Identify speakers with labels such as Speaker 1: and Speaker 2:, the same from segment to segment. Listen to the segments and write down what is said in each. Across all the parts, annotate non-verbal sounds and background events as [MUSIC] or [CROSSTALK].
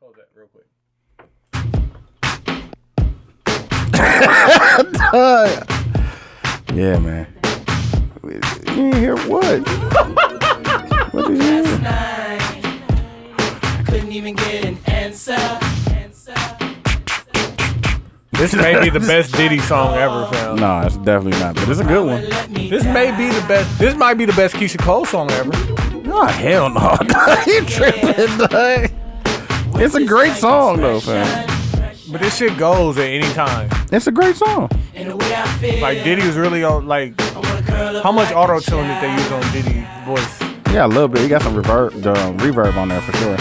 Speaker 1: Pause that real quick.
Speaker 2: Yeah, man. You didn't hear what? what did you hear?
Speaker 3: Couldn't even get an answer. answer.
Speaker 4: This may be the best Diddy song ever, fam.
Speaker 2: No, it's definitely not. But it's a good one.
Speaker 3: Let me
Speaker 4: This may be the best. This might be the best Keisha Cole song ever.
Speaker 2: Oh hell no! [LAUGHS] you tripping? dog. It's a great song though, fam.
Speaker 4: But this shit goes at any time.
Speaker 2: It's a great song.
Speaker 3: in the way I feel.
Speaker 4: Like Diddy was really on. Like how much auto tune did they use on Diddy's voice?
Speaker 2: Yeah, a little bit. You got some reverb, um, reverb on there for sure.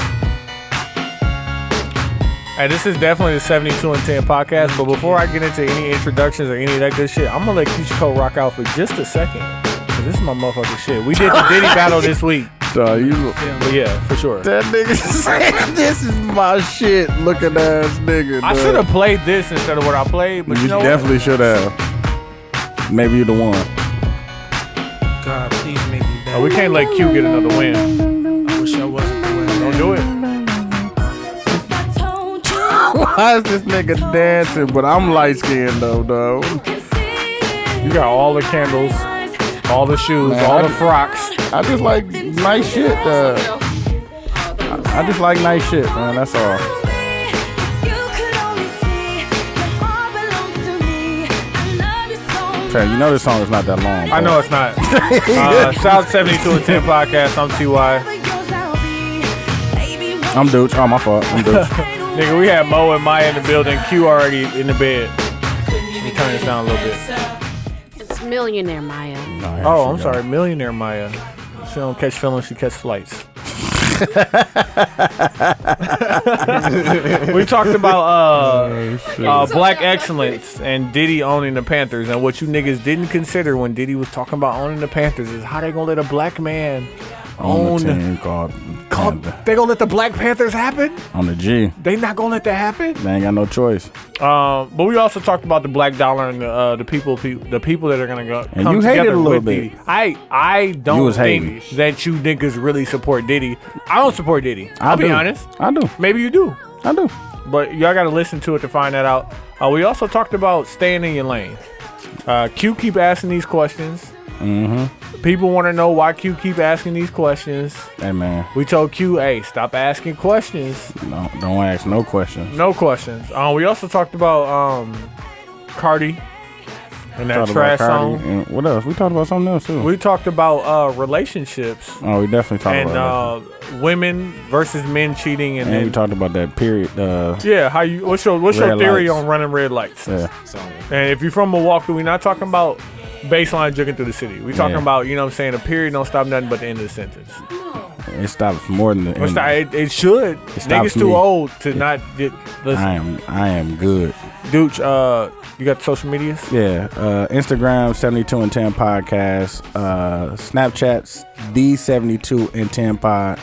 Speaker 4: Hey, this is definitely the 72 and 10 podcast. But before I get into any introductions or any of that good shit, I'm gonna let Keisha Cole rock out for just a second. 'Cause This is my motherfucking shit. We did the Diddy battle this
Speaker 2: [LAUGHS]
Speaker 4: week.
Speaker 2: So you,
Speaker 4: But yeah, for sure.
Speaker 2: that nigga [LAUGHS] said, "This is my shit." Looking ass nigga.
Speaker 4: I
Speaker 2: dog."
Speaker 4: should have played this instead of what I played, but
Speaker 2: You
Speaker 4: you know what?
Speaker 2: definitely should have. Maybe you the one.
Speaker 5: God, please make me
Speaker 4: Oh,
Speaker 5: better.
Speaker 4: we can't let Q get another win.
Speaker 5: I wish I wasn't the way I
Speaker 4: Don't
Speaker 5: am.
Speaker 4: do it.
Speaker 2: [LAUGHS] Why is this nigga dancing? But I'm light skinned though, though.
Speaker 6: You got all the candles.
Speaker 4: All the shoes,
Speaker 2: Man,
Speaker 4: all
Speaker 2: I
Speaker 4: the
Speaker 2: just-
Speaker 4: frocks.
Speaker 2: I just like nice shit. Uh, I just like nice shit, man. That's all. Okay, you know this song is not that long.
Speaker 4: I know it's not. Uh, South 72 and 10 podcast. I'm TY.
Speaker 2: I'm Dooch. Oh, my fault. I'm
Speaker 6: [LAUGHS]
Speaker 2: Dooch.
Speaker 4: Nigga, we had Mo and Maya in the building. Q already in the bed. Let me turn this down a little bit.
Speaker 6: It's millionaire Maya.
Speaker 4: Oh, I'm sorry. Millionaire Maya. She don't catch feelings, she catch flights. we talked about uh, uh, black excellence and Diddy owning the Panthers, and what you niggas didn't consider when Diddy was talking about owning the Panthers is how they gonna let a black man
Speaker 2: On the
Speaker 4: own-
Speaker 2: team called
Speaker 4: Oh,
Speaker 2: Conda.
Speaker 4: they gonna let the Black Panthers happen?
Speaker 2: On the G.
Speaker 4: They not gonna let that happen?
Speaker 2: They ain't got no choice.
Speaker 4: Um, but we also talked about the black dollar and the, uh, the people, pe- the people that are gonna go.
Speaker 2: And
Speaker 4: come
Speaker 2: you hated
Speaker 4: together
Speaker 2: a little
Speaker 4: with
Speaker 2: bit.
Speaker 4: Diddy. I I don't
Speaker 2: You was
Speaker 4: think
Speaker 2: hating.
Speaker 4: that you niggas really support Diddy. I don't support Diddy.
Speaker 2: I
Speaker 4: I'll be
Speaker 2: do.
Speaker 4: honest.
Speaker 2: I do.
Speaker 4: Maybe you do,
Speaker 2: I do.
Speaker 4: but y'all gotta listen to it to find that out. Uh, we also talked about staying in your lane. Uh, Q keep asking these questions. Mm-hmm. People want to know why Q keep asking these questions.
Speaker 2: Hey man,
Speaker 4: We told Q, hey, stop asking questions.
Speaker 2: no, don't ask no questions.
Speaker 4: No questions. Um, we also talked about um, Cardi and that
Speaker 2: Talked about
Speaker 4: trash
Speaker 2: Cardi
Speaker 4: song.
Speaker 2: and What else? We talked about something else too.
Speaker 4: We talked about uh, relationships
Speaker 2: oh, we definitely talked
Speaker 4: and
Speaker 2: about
Speaker 4: uh, women versus men cheating, and,
Speaker 2: that. And we
Speaker 4: then,
Speaker 2: talked about that period. Uh,
Speaker 4: yeah, how you? What's your what's your
Speaker 2: Red
Speaker 4: theory
Speaker 2: lights.
Speaker 4: on running red lights?
Speaker 2: yeah.
Speaker 4: And if you're from Milwaukee, we're not talking about baseline jugging through the city. We're talking
Speaker 2: Yeah.
Speaker 4: about you know what I'm saying a period don't stop nothing but the end of the sentence.
Speaker 2: It stops more than the
Speaker 4: It's
Speaker 2: end.
Speaker 4: not- it, it should.
Speaker 2: stops
Speaker 4: Niggas too
Speaker 2: me.
Speaker 4: old to not get.
Speaker 2: I
Speaker 4: Listen,
Speaker 2: am I am good.
Speaker 4: Dooch, uh, you got social medias?
Speaker 2: Yeah. Uh, Instagram seventy two and ten podcast. Uh, Snapchat's the seventy two and ten pod.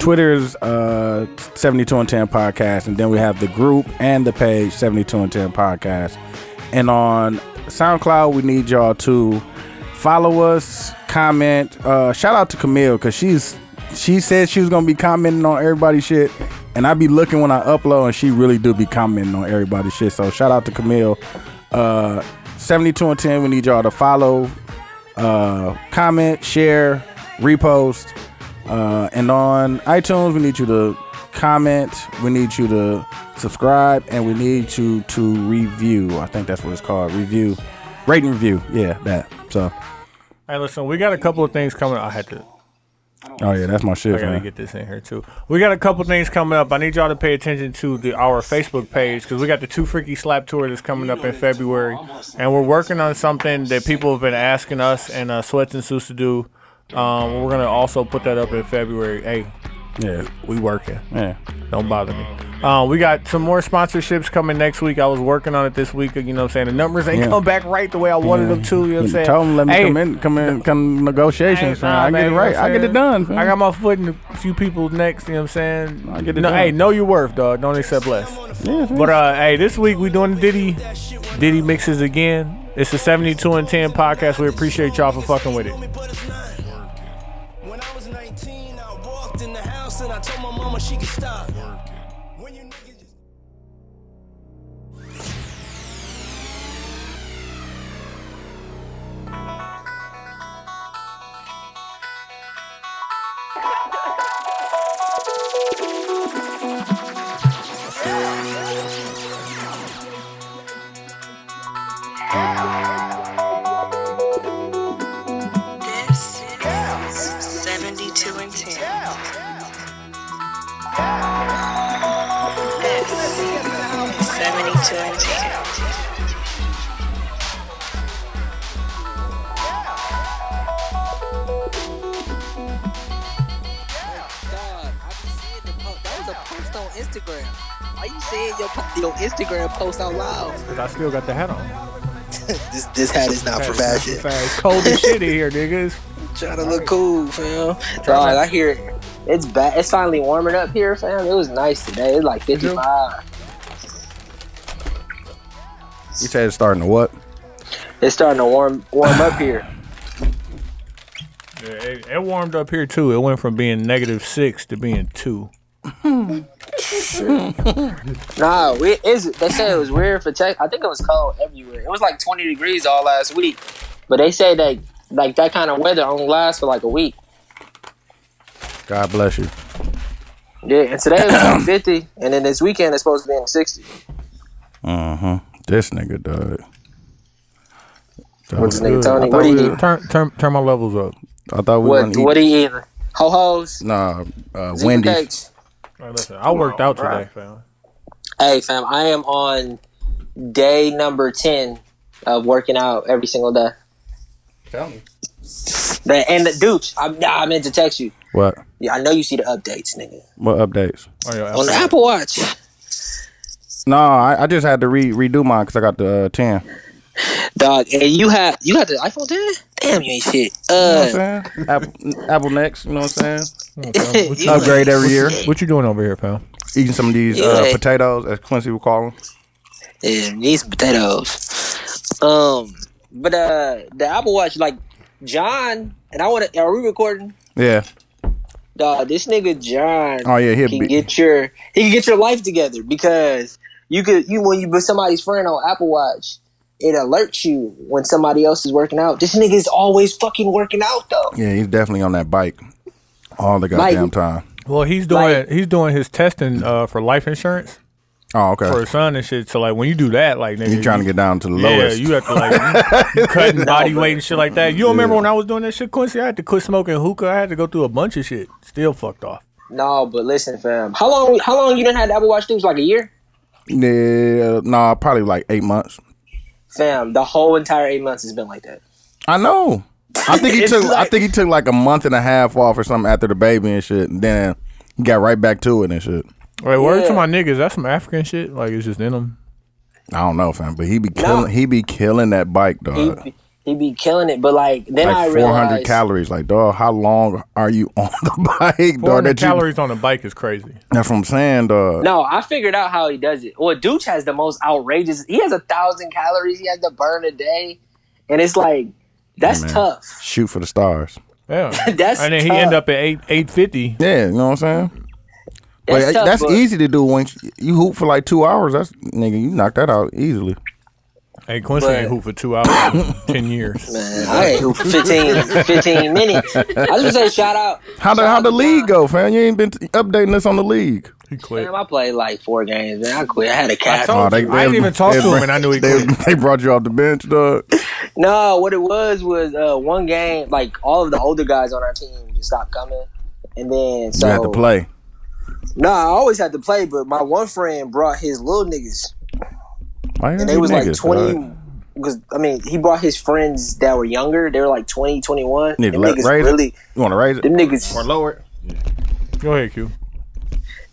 Speaker 2: Twitter's uh, seventy two and ten podcast, and then we have the group and the page seventy two and ten podcast. And on SoundCloud, we need y'all to follow us, comment. Uh, shout out to Camille because she's she said she was gonna be commenting on everybody's shit, and I be looking when I upload, and she really do be commenting on everybody's shit. So shout out to Camille. Uh, Seventy two and ten. We need y'all to follow, uh, comment, share, repost, uh, and on iTunes. We need you to comment. We need you to subscribe, and we need you to review. I think that's what it's called. Review, rate and review. Yeah, that. So.
Speaker 4: Hey, listen, we got a couple of things coming. I had to,
Speaker 2: Oh yeah, that's my shit,
Speaker 4: I gotta
Speaker 2: man.
Speaker 4: get this in here too. We got a couple things coming up. I need y'all to pay attention to the our Facebook page because we got the Two Freaky Slap tour that's coming up in February, and we're working on something that people have been asking us and uh, Sweats and Seuss to do. Um, we're gonna also put that up in February. Hey,
Speaker 2: yeah,
Speaker 4: we working.
Speaker 2: yeah.
Speaker 4: Don't bother me. Uh, we got some more sponsorships coming next week. I was working on it this week. You know what I'm saying? The numbers ain't
Speaker 2: Yeah.
Speaker 4: come back right the way I wanted them to. You know what I'm saying?
Speaker 2: Tell them let me
Speaker 4: Hey,
Speaker 2: come in, come in, come negotiations.
Speaker 4: Nah,
Speaker 2: man. I get
Speaker 4: man,
Speaker 2: it
Speaker 4: you know
Speaker 2: right.
Speaker 4: what I'm
Speaker 2: I get it
Speaker 4: saying?
Speaker 2: done. Man.
Speaker 4: I got my foot in a few people's necks, you know what I'm saying?
Speaker 2: I get it
Speaker 4: no,
Speaker 2: done.
Speaker 4: Hey, know your worth, dog. Don't accept less.
Speaker 2: Yeah, man.
Speaker 4: But uh hey, this week we doing the Diddy Diddy mixes again. It's the 72 and 10 podcast. We appreciate y'all for fucking with it.
Speaker 7: When I was 19, I walked in the house and I told my mama she could stop. When
Speaker 1: When you niggas just.
Speaker 7: This is 72 and 10. This is 72 and 10.
Speaker 8: God, I be seeing the post. That was a post on Instagram. Why you saying your po- your Instagram post out loud?
Speaker 4: Cause I still got the hat on.
Speaker 8: this this hat is not for fashion.
Speaker 4: It's cold as shit in here, niggas.
Speaker 8: Trying to look cool, fam. God, I hear it. It's bad. It's finally warming up here, fam. It was nice today. It's like 55.
Speaker 2: You said it's starting to what?
Speaker 8: It's starting to warm warm up here.
Speaker 4: Yeah, it, it warmed up here too. It went from being negative six to being two.
Speaker 8: Nah, we, it's, they said it was weird for Texas. I think it was cold everywhere. It was like 20 degrees all last week. But they say that like that kind of weather only lasts for like a week.
Speaker 2: God bless you.
Speaker 8: Yeah, and today it's like 50, and then this weekend it's supposed to be in the 60s.
Speaker 2: Uh huh. This nigga dog. That was
Speaker 8: this nigga
Speaker 2: good.
Speaker 8: Tony?
Speaker 2: I
Speaker 8: What
Speaker 2: thought
Speaker 8: do
Speaker 2: we,
Speaker 8: you
Speaker 2: was-
Speaker 8: eat?
Speaker 4: Turn turn turn my levels up.
Speaker 2: I thought we
Speaker 8: What
Speaker 2: were gonna
Speaker 8: what do
Speaker 2: eat.
Speaker 8: you eating? Ho hos,
Speaker 2: Nah, uh,
Speaker 8: Zebra
Speaker 2: Wendy's.
Speaker 8: cakes.
Speaker 4: Hey, listen, I worked out today, fam.
Speaker 8: Hey fam, I am on day number 10 of working out every single day.
Speaker 4: Tell me.
Speaker 8: But- And the dudes, I, nah, I meant to text you.
Speaker 2: What?
Speaker 8: Yeah, I know you see the updates, nigga.
Speaker 2: What updates?
Speaker 4: Oh, yeah,
Speaker 8: On the
Speaker 4: I-
Speaker 8: Apple Watch.
Speaker 2: No, I, I just had to re- redo mine because I got the uh, ten.
Speaker 8: Dog, and you have you got the iPhone 10? Damn, you ain't shit. Uh,
Speaker 2: saying? Apple, Apple next, you know what I'm saying?
Speaker 8: [LAUGHS] you like-
Speaker 2: Upgrade every year.
Speaker 4: What you doing over here, pal?
Speaker 2: Eating some of these
Speaker 8: You
Speaker 2: uh,
Speaker 8: like-
Speaker 2: potatoes, as Quincy would call them.
Speaker 8: Yeah, need some potatoes. Um, but uh, the Apple Watch, like John, and I want to. Are we recording?
Speaker 2: Yeah.
Speaker 8: Dog, this nigga John
Speaker 2: Oh yeah, he'll
Speaker 8: can
Speaker 2: be.
Speaker 8: get your he can get your life together because you could you when you put somebody's friend on Apple Watch, it alerts you when somebody else is working out. This nigga is always fucking working out though.
Speaker 2: yeah, he's definitely on that bike all the goddamn
Speaker 8: Like-
Speaker 2: time.
Speaker 4: Well, he's doing
Speaker 8: Like-
Speaker 4: he's doing his testing uh, for life insurance
Speaker 2: Oh, okay.
Speaker 4: for his son and shit. So like when you do that, like nigga,
Speaker 2: He's trying to get down to the lowest.
Speaker 4: Yeah, you have to like
Speaker 2: [LAUGHS]
Speaker 4: you cutting body weight and shit like that. You don't remember when I was doing that shit, Quincy? I had to quit smoking hookah. I had to go through a bunch of shit. Still fucked off.
Speaker 8: No, but listen, fam, how long how long you done had the Apple Watch? Dude, It was like a year,
Speaker 2: yeah, nah, probably like eight months.
Speaker 8: fam. The whole entire eight months has been like that.
Speaker 2: I know. I think he
Speaker 8: [LAUGHS] It's
Speaker 2: took. I
Speaker 8: like-
Speaker 2: think he took like a month and a half off or something after the baby and shit, and then he got right back to it and shit.
Speaker 4: Like word to
Speaker 8: Yeah.
Speaker 4: my niggas, that's some African shit. Like it's just in them.
Speaker 2: I don't know, fam, but he be killing. He be killing that bike,
Speaker 8: He,
Speaker 2: dog.
Speaker 8: be- he be killing it, but like then I
Speaker 2: Uh, Like four hundred
Speaker 8: realized
Speaker 2: calories. Like, dog, how long are you [LAUGHS] on the bike,
Speaker 4: Four
Speaker 2: dog?
Speaker 4: hundred
Speaker 2: That you,
Speaker 4: calories on a bike is crazy.
Speaker 2: that's what I'm saying, dog.
Speaker 8: No, I figured out how he does it. Well, Dooch has the most outrageous. He has a thousand calories he has to burn a day, and it's like that's
Speaker 2: man.
Speaker 8: tough.
Speaker 2: Shoot for the stars.
Speaker 4: Yeah,
Speaker 8: [LAUGHS] That's
Speaker 4: and then he
Speaker 8: tough.
Speaker 4: end up at eight eight fifty.
Speaker 2: Yeah, you know what I'm saying.
Speaker 8: That's,
Speaker 2: Like,
Speaker 8: tough,
Speaker 2: that's
Speaker 8: but
Speaker 2: easy to do when you- you hoop for like two hours. That's nigga, you knock that out easily.
Speaker 4: Hey, Quincy
Speaker 8: But-
Speaker 4: ain't hoop for two hours in
Speaker 2: [LAUGHS]
Speaker 4: ten years.
Speaker 8: Man, I ain't hoop for 15, 15 minutes. I just wanna say shout out.
Speaker 2: How the
Speaker 8: shout
Speaker 2: how
Speaker 8: out
Speaker 2: the
Speaker 8: to
Speaker 2: league
Speaker 8: John.
Speaker 2: go, fam? You ain't been t- updating us on the league.
Speaker 4: He quit.
Speaker 8: Damn, I played like four games, man. I quit. I had a cat.
Speaker 4: told- Oh, I didn't even talk to him and I knew he
Speaker 2: they,
Speaker 4: quit.
Speaker 2: [LAUGHS] they brought you off the bench, dog.
Speaker 8: No, what it was was uh, one game. Like all of the older guys on our team just stopped coming, and then so
Speaker 2: you had to play.
Speaker 8: No, I always had to play, but my one friend brought his little niggas,
Speaker 2: Why
Speaker 8: and they was like twenty. Because I mean, he brought his friends that were younger. They were like 20, 21.
Speaker 2: Need to
Speaker 8: them
Speaker 2: let-
Speaker 8: niggas
Speaker 2: raise it.
Speaker 8: really,
Speaker 2: You want to raise it?
Speaker 8: them niggas,
Speaker 2: Lower.
Speaker 4: Go ahead, Q.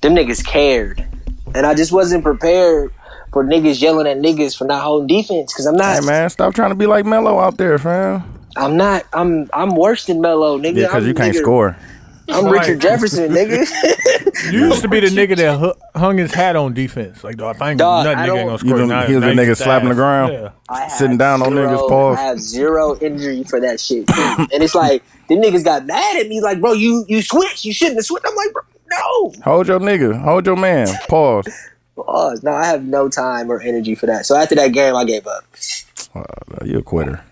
Speaker 8: them niggas cared, and I just wasn't prepared for niggas yelling at niggas for not holding defense. Because I'm
Speaker 2: Hey
Speaker 8: not,
Speaker 2: man, stop trying to be like Melo out there, fam.
Speaker 8: I'm not, I'm, I'm worse than Melo, nigga.
Speaker 2: Yeah, because
Speaker 8: I'm
Speaker 2: you can't
Speaker 8: nigga-
Speaker 2: score.
Speaker 8: I'm
Speaker 4: Right.
Speaker 8: Richard
Speaker 2: [LAUGHS]
Speaker 8: Jefferson, nigga. [LAUGHS]
Speaker 4: You used to be the nigga that hu- hung his hat on defense. Like, dog, if I ain't
Speaker 8: Dog,
Speaker 4: nothing,
Speaker 8: I
Speaker 4: nigga
Speaker 8: don't-
Speaker 4: ain't gonna
Speaker 2: You
Speaker 4: score.
Speaker 2: done-
Speaker 4: Now-
Speaker 2: he was
Speaker 4: now
Speaker 2: the
Speaker 4: you
Speaker 2: nigga
Speaker 4: just
Speaker 2: slapping the
Speaker 4: ass.
Speaker 2: ground.
Speaker 4: Yeah.
Speaker 8: I have
Speaker 2: Sitting down on
Speaker 8: zero-
Speaker 2: niggas' paws.
Speaker 8: I have zero injury for
Speaker 2: [LAUGHS]
Speaker 8: that shit. and it's like, the niggas got mad at me, like, bro, you you switched. You shouldn't have switched. I'm like, bro, no.
Speaker 2: Hold your nigga. Hold your man. Pause. Uh,
Speaker 8: Pause. No, I have no time or energy for that. So after that game, I gave up.
Speaker 2: Uh, you a quitter.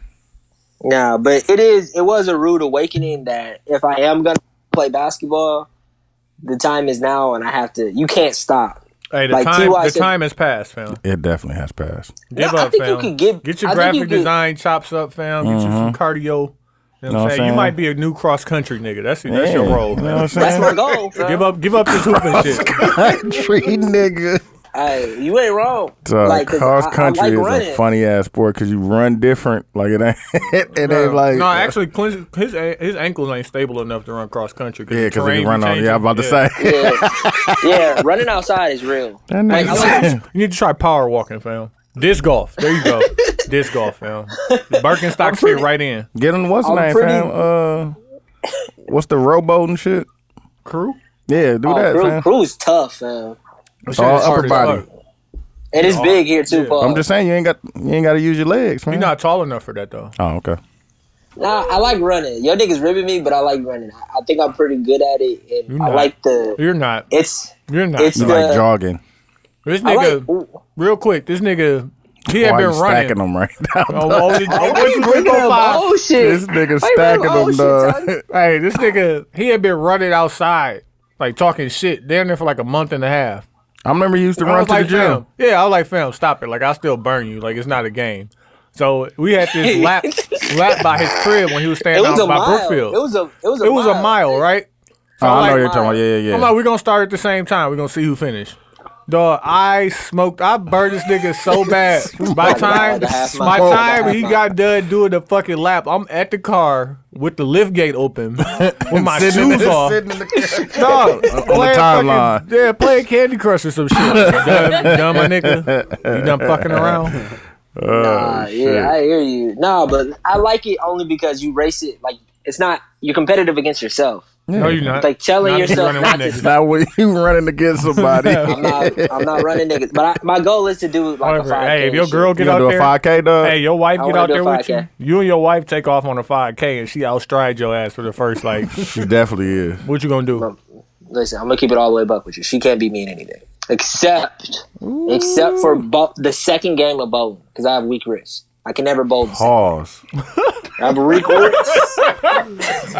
Speaker 8: Nah, but it is. It was a rude awakening that if I am gonna play basketball, the time is now, and I have to. You can't stop.
Speaker 4: Hey, the
Speaker 8: Like,
Speaker 4: time
Speaker 8: T.Y.
Speaker 4: the
Speaker 8: said-
Speaker 4: time has passed, fam.
Speaker 2: It definitely has passed.
Speaker 4: Give
Speaker 8: No, I
Speaker 4: up,
Speaker 8: think you
Speaker 4: fam.
Speaker 8: could give-
Speaker 4: Get your
Speaker 8: I think
Speaker 4: graphic
Speaker 8: you could-
Speaker 4: design chops up, fam. Get you some cardio. You know what I'm
Speaker 2: Mm-hmm. Know what I'm
Speaker 4: saying? You
Speaker 2: saying?
Speaker 4: might be a new cross country nigga. That's that's your
Speaker 2: Yeah.
Speaker 4: role.
Speaker 2: You know
Speaker 4: man.
Speaker 2: what I'm
Speaker 8: That's my
Speaker 2: saying?
Speaker 8: goal.
Speaker 4: [LAUGHS]
Speaker 8: bro.
Speaker 4: Give up, give up this
Speaker 2: [LAUGHS]
Speaker 4: hooping shit.
Speaker 2: Country nigga.
Speaker 8: Hey, you ain't wrong.
Speaker 2: So
Speaker 8: [LAUGHS] Like, 'cause
Speaker 2: cross
Speaker 8: I- I
Speaker 2: country
Speaker 8: like
Speaker 2: is
Speaker 8: running.
Speaker 2: a funny ass sport because you run different. Like it ain't. [LAUGHS] It ain't like.
Speaker 4: no, actually, Clint, his a- his ankles ain't stable enough to run cross country.
Speaker 2: Yeah,
Speaker 4: because
Speaker 2: because if you run on. Yeah, I'm about to say. [LAUGHS]
Speaker 8: Yeah, yeah. Running outside is real.
Speaker 2: That
Speaker 8: Like, I like-
Speaker 2: nigga.
Speaker 4: You need to try power walking, fam. Disc golf. There you go. Disc golf, fam. Birkenstock fit right in.
Speaker 2: Get him what's
Speaker 8: I'm
Speaker 2: name,
Speaker 8: pretty-
Speaker 2: fam? Uh, what's the rowboat and shit?
Speaker 4: Crew.
Speaker 2: Yeah, do
Speaker 8: Oh,
Speaker 2: that,
Speaker 8: crew,
Speaker 2: fam.
Speaker 8: crew is tough, man.
Speaker 4: That shit
Speaker 2: All
Speaker 4: is
Speaker 2: upper
Speaker 4: hard as
Speaker 2: body.
Speaker 4: fuck.
Speaker 8: And it's big here too, Paul.
Speaker 2: I'm just saying you ain't got you ain't got to use your legs, man.
Speaker 4: You're not tall enough for that though.
Speaker 2: Oh, okay.
Speaker 8: Nah, I like running. Your niggas ribbing me, but I like running. I, I think I'm pretty good at it, and
Speaker 4: You're
Speaker 8: I
Speaker 4: not.
Speaker 8: like the.
Speaker 4: You're not.
Speaker 8: It's
Speaker 4: You're not.
Speaker 8: It's
Speaker 2: You
Speaker 4: though.
Speaker 8: the-
Speaker 2: like jogging.
Speaker 4: this
Speaker 8: I
Speaker 4: nigga.
Speaker 8: like. ooh,
Speaker 4: real quick, this nigga. He had
Speaker 2: Why you
Speaker 4: been running.
Speaker 2: stacking them right now?
Speaker 8: [LAUGHS]
Speaker 2: [LAUGHS]
Speaker 4: Oh, oh, did- oh, what you
Speaker 8: bringing
Speaker 4: bring
Speaker 8: up
Speaker 4: up five?
Speaker 8: old shit.
Speaker 2: This nigga
Speaker 8: Why you
Speaker 2: stacking
Speaker 8: bringing up
Speaker 2: them,
Speaker 8: old oh, shit,
Speaker 2: dog.
Speaker 8: Tony?
Speaker 4: Hey, this nigga, he had been running outside, like talking shit, down there for like a month and a half.
Speaker 2: I remember you used to
Speaker 4: I
Speaker 2: run
Speaker 4: was
Speaker 2: to
Speaker 4: like,
Speaker 2: the gym.
Speaker 4: fam, yeah, I was like, fam, stop it. Like, I'll still burn you. Like, it's not a game. So we had
Speaker 8: [LAUGHS]
Speaker 4: this lap, lap by his crib when he was
Speaker 8: It
Speaker 4: standing
Speaker 8: was
Speaker 4: out
Speaker 8: a
Speaker 4: by
Speaker 8: mile.
Speaker 4: Brookfield.
Speaker 8: It was a. It was a.
Speaker 4: It was a mile, right? So
Speaker 2: Oh,
Speaker 4: I'm
Speaker 2: I know
Speaker 4: like,
Speaker 2: what you're talking about. Yeah, yeah,
Speaker 4: I'm
Speaker 2: yeah.
Speaker 4: like, we're gonna start at the same time. We're gonna see who finished. Dog, I smoked. I burned this nigga
Speaker 8: [LAUGHS]
Speaker 4: so bad. By
Speaker 8: Like,
Speaker 4: time,
Speaker 8: the half
Speaker 4: my
Speaker 8: mile, the
Speaker 4: time,
Speaker 8: half
Speaker 4: he
Speaker 8: mile.
Speaker 4: got done doing the fucking lap. I'm at the car with the lift gate
Speaker 8: [LAUGHS]
Speaker 4: open, with my
Speaker 2: Sitting in
Speaker 4: shoes
Speaker 2: the-
Speaker 4: off.
Speaker 2: sitting in the-
Speaker 4: [LAUGHS] Dog, playing fucking-
Speaker 2: timeline.
Speaker 4: Yeah, playing Candy Crush or some [LAUGHS] shit. You done, you done, my nigga. You done fucking [LAUGHS] around.
Speaker 8: Nah, yeah, I hear you. Nah, but I like it only because you race it. Like it's not you're competitive against yourself.
Speaker 4: No, you're not.
Speaker 8: Like telling
Speaker 4: Not if you
Speaker 8: yourself
Speaker 4: running
Speaker 8: not
Speaker 4: with
Speaker 8: to.
Speaker 2: [LAUGHS]
Speaker 4: niggas.
Speaker 2: Now when you running against somebody, [LAUGHS]
Speaker 8: [LAUGHS] I'm not, I'm not running niggas, but I, my goal is to do like a
Speaker 4: However,
Speaker 8: five.
Speaker 4: hey, if your girl
Speaker 2: you
Speaker 4: get out
Speaker 2: gonna do a
Speaker 4: there,
Speaker 2: 5K, dog?
Speaker 4: Hey, your wife
Speaker 8: I
Speaker 4: get
Speaker 8: wanna
Speaker 4: out
Speaker 8: do a
Speaker 4: there with you.
Speaker 8: 5K.
Speaker 4: You and your wife take off on a 5K, and she outstride your ass for the first like.
Speaker 2: She definitely is.
Speaker 4: what you gonna do?
Speaker 8: listen, I'm gonna keep it all the way buck with you. She can't beat me in anything except except for bo- the second game of bowling because I have weak wrists. I can never bowl. The second.
Speaker 2: Pause.
Speaker 8: I have weak wrists.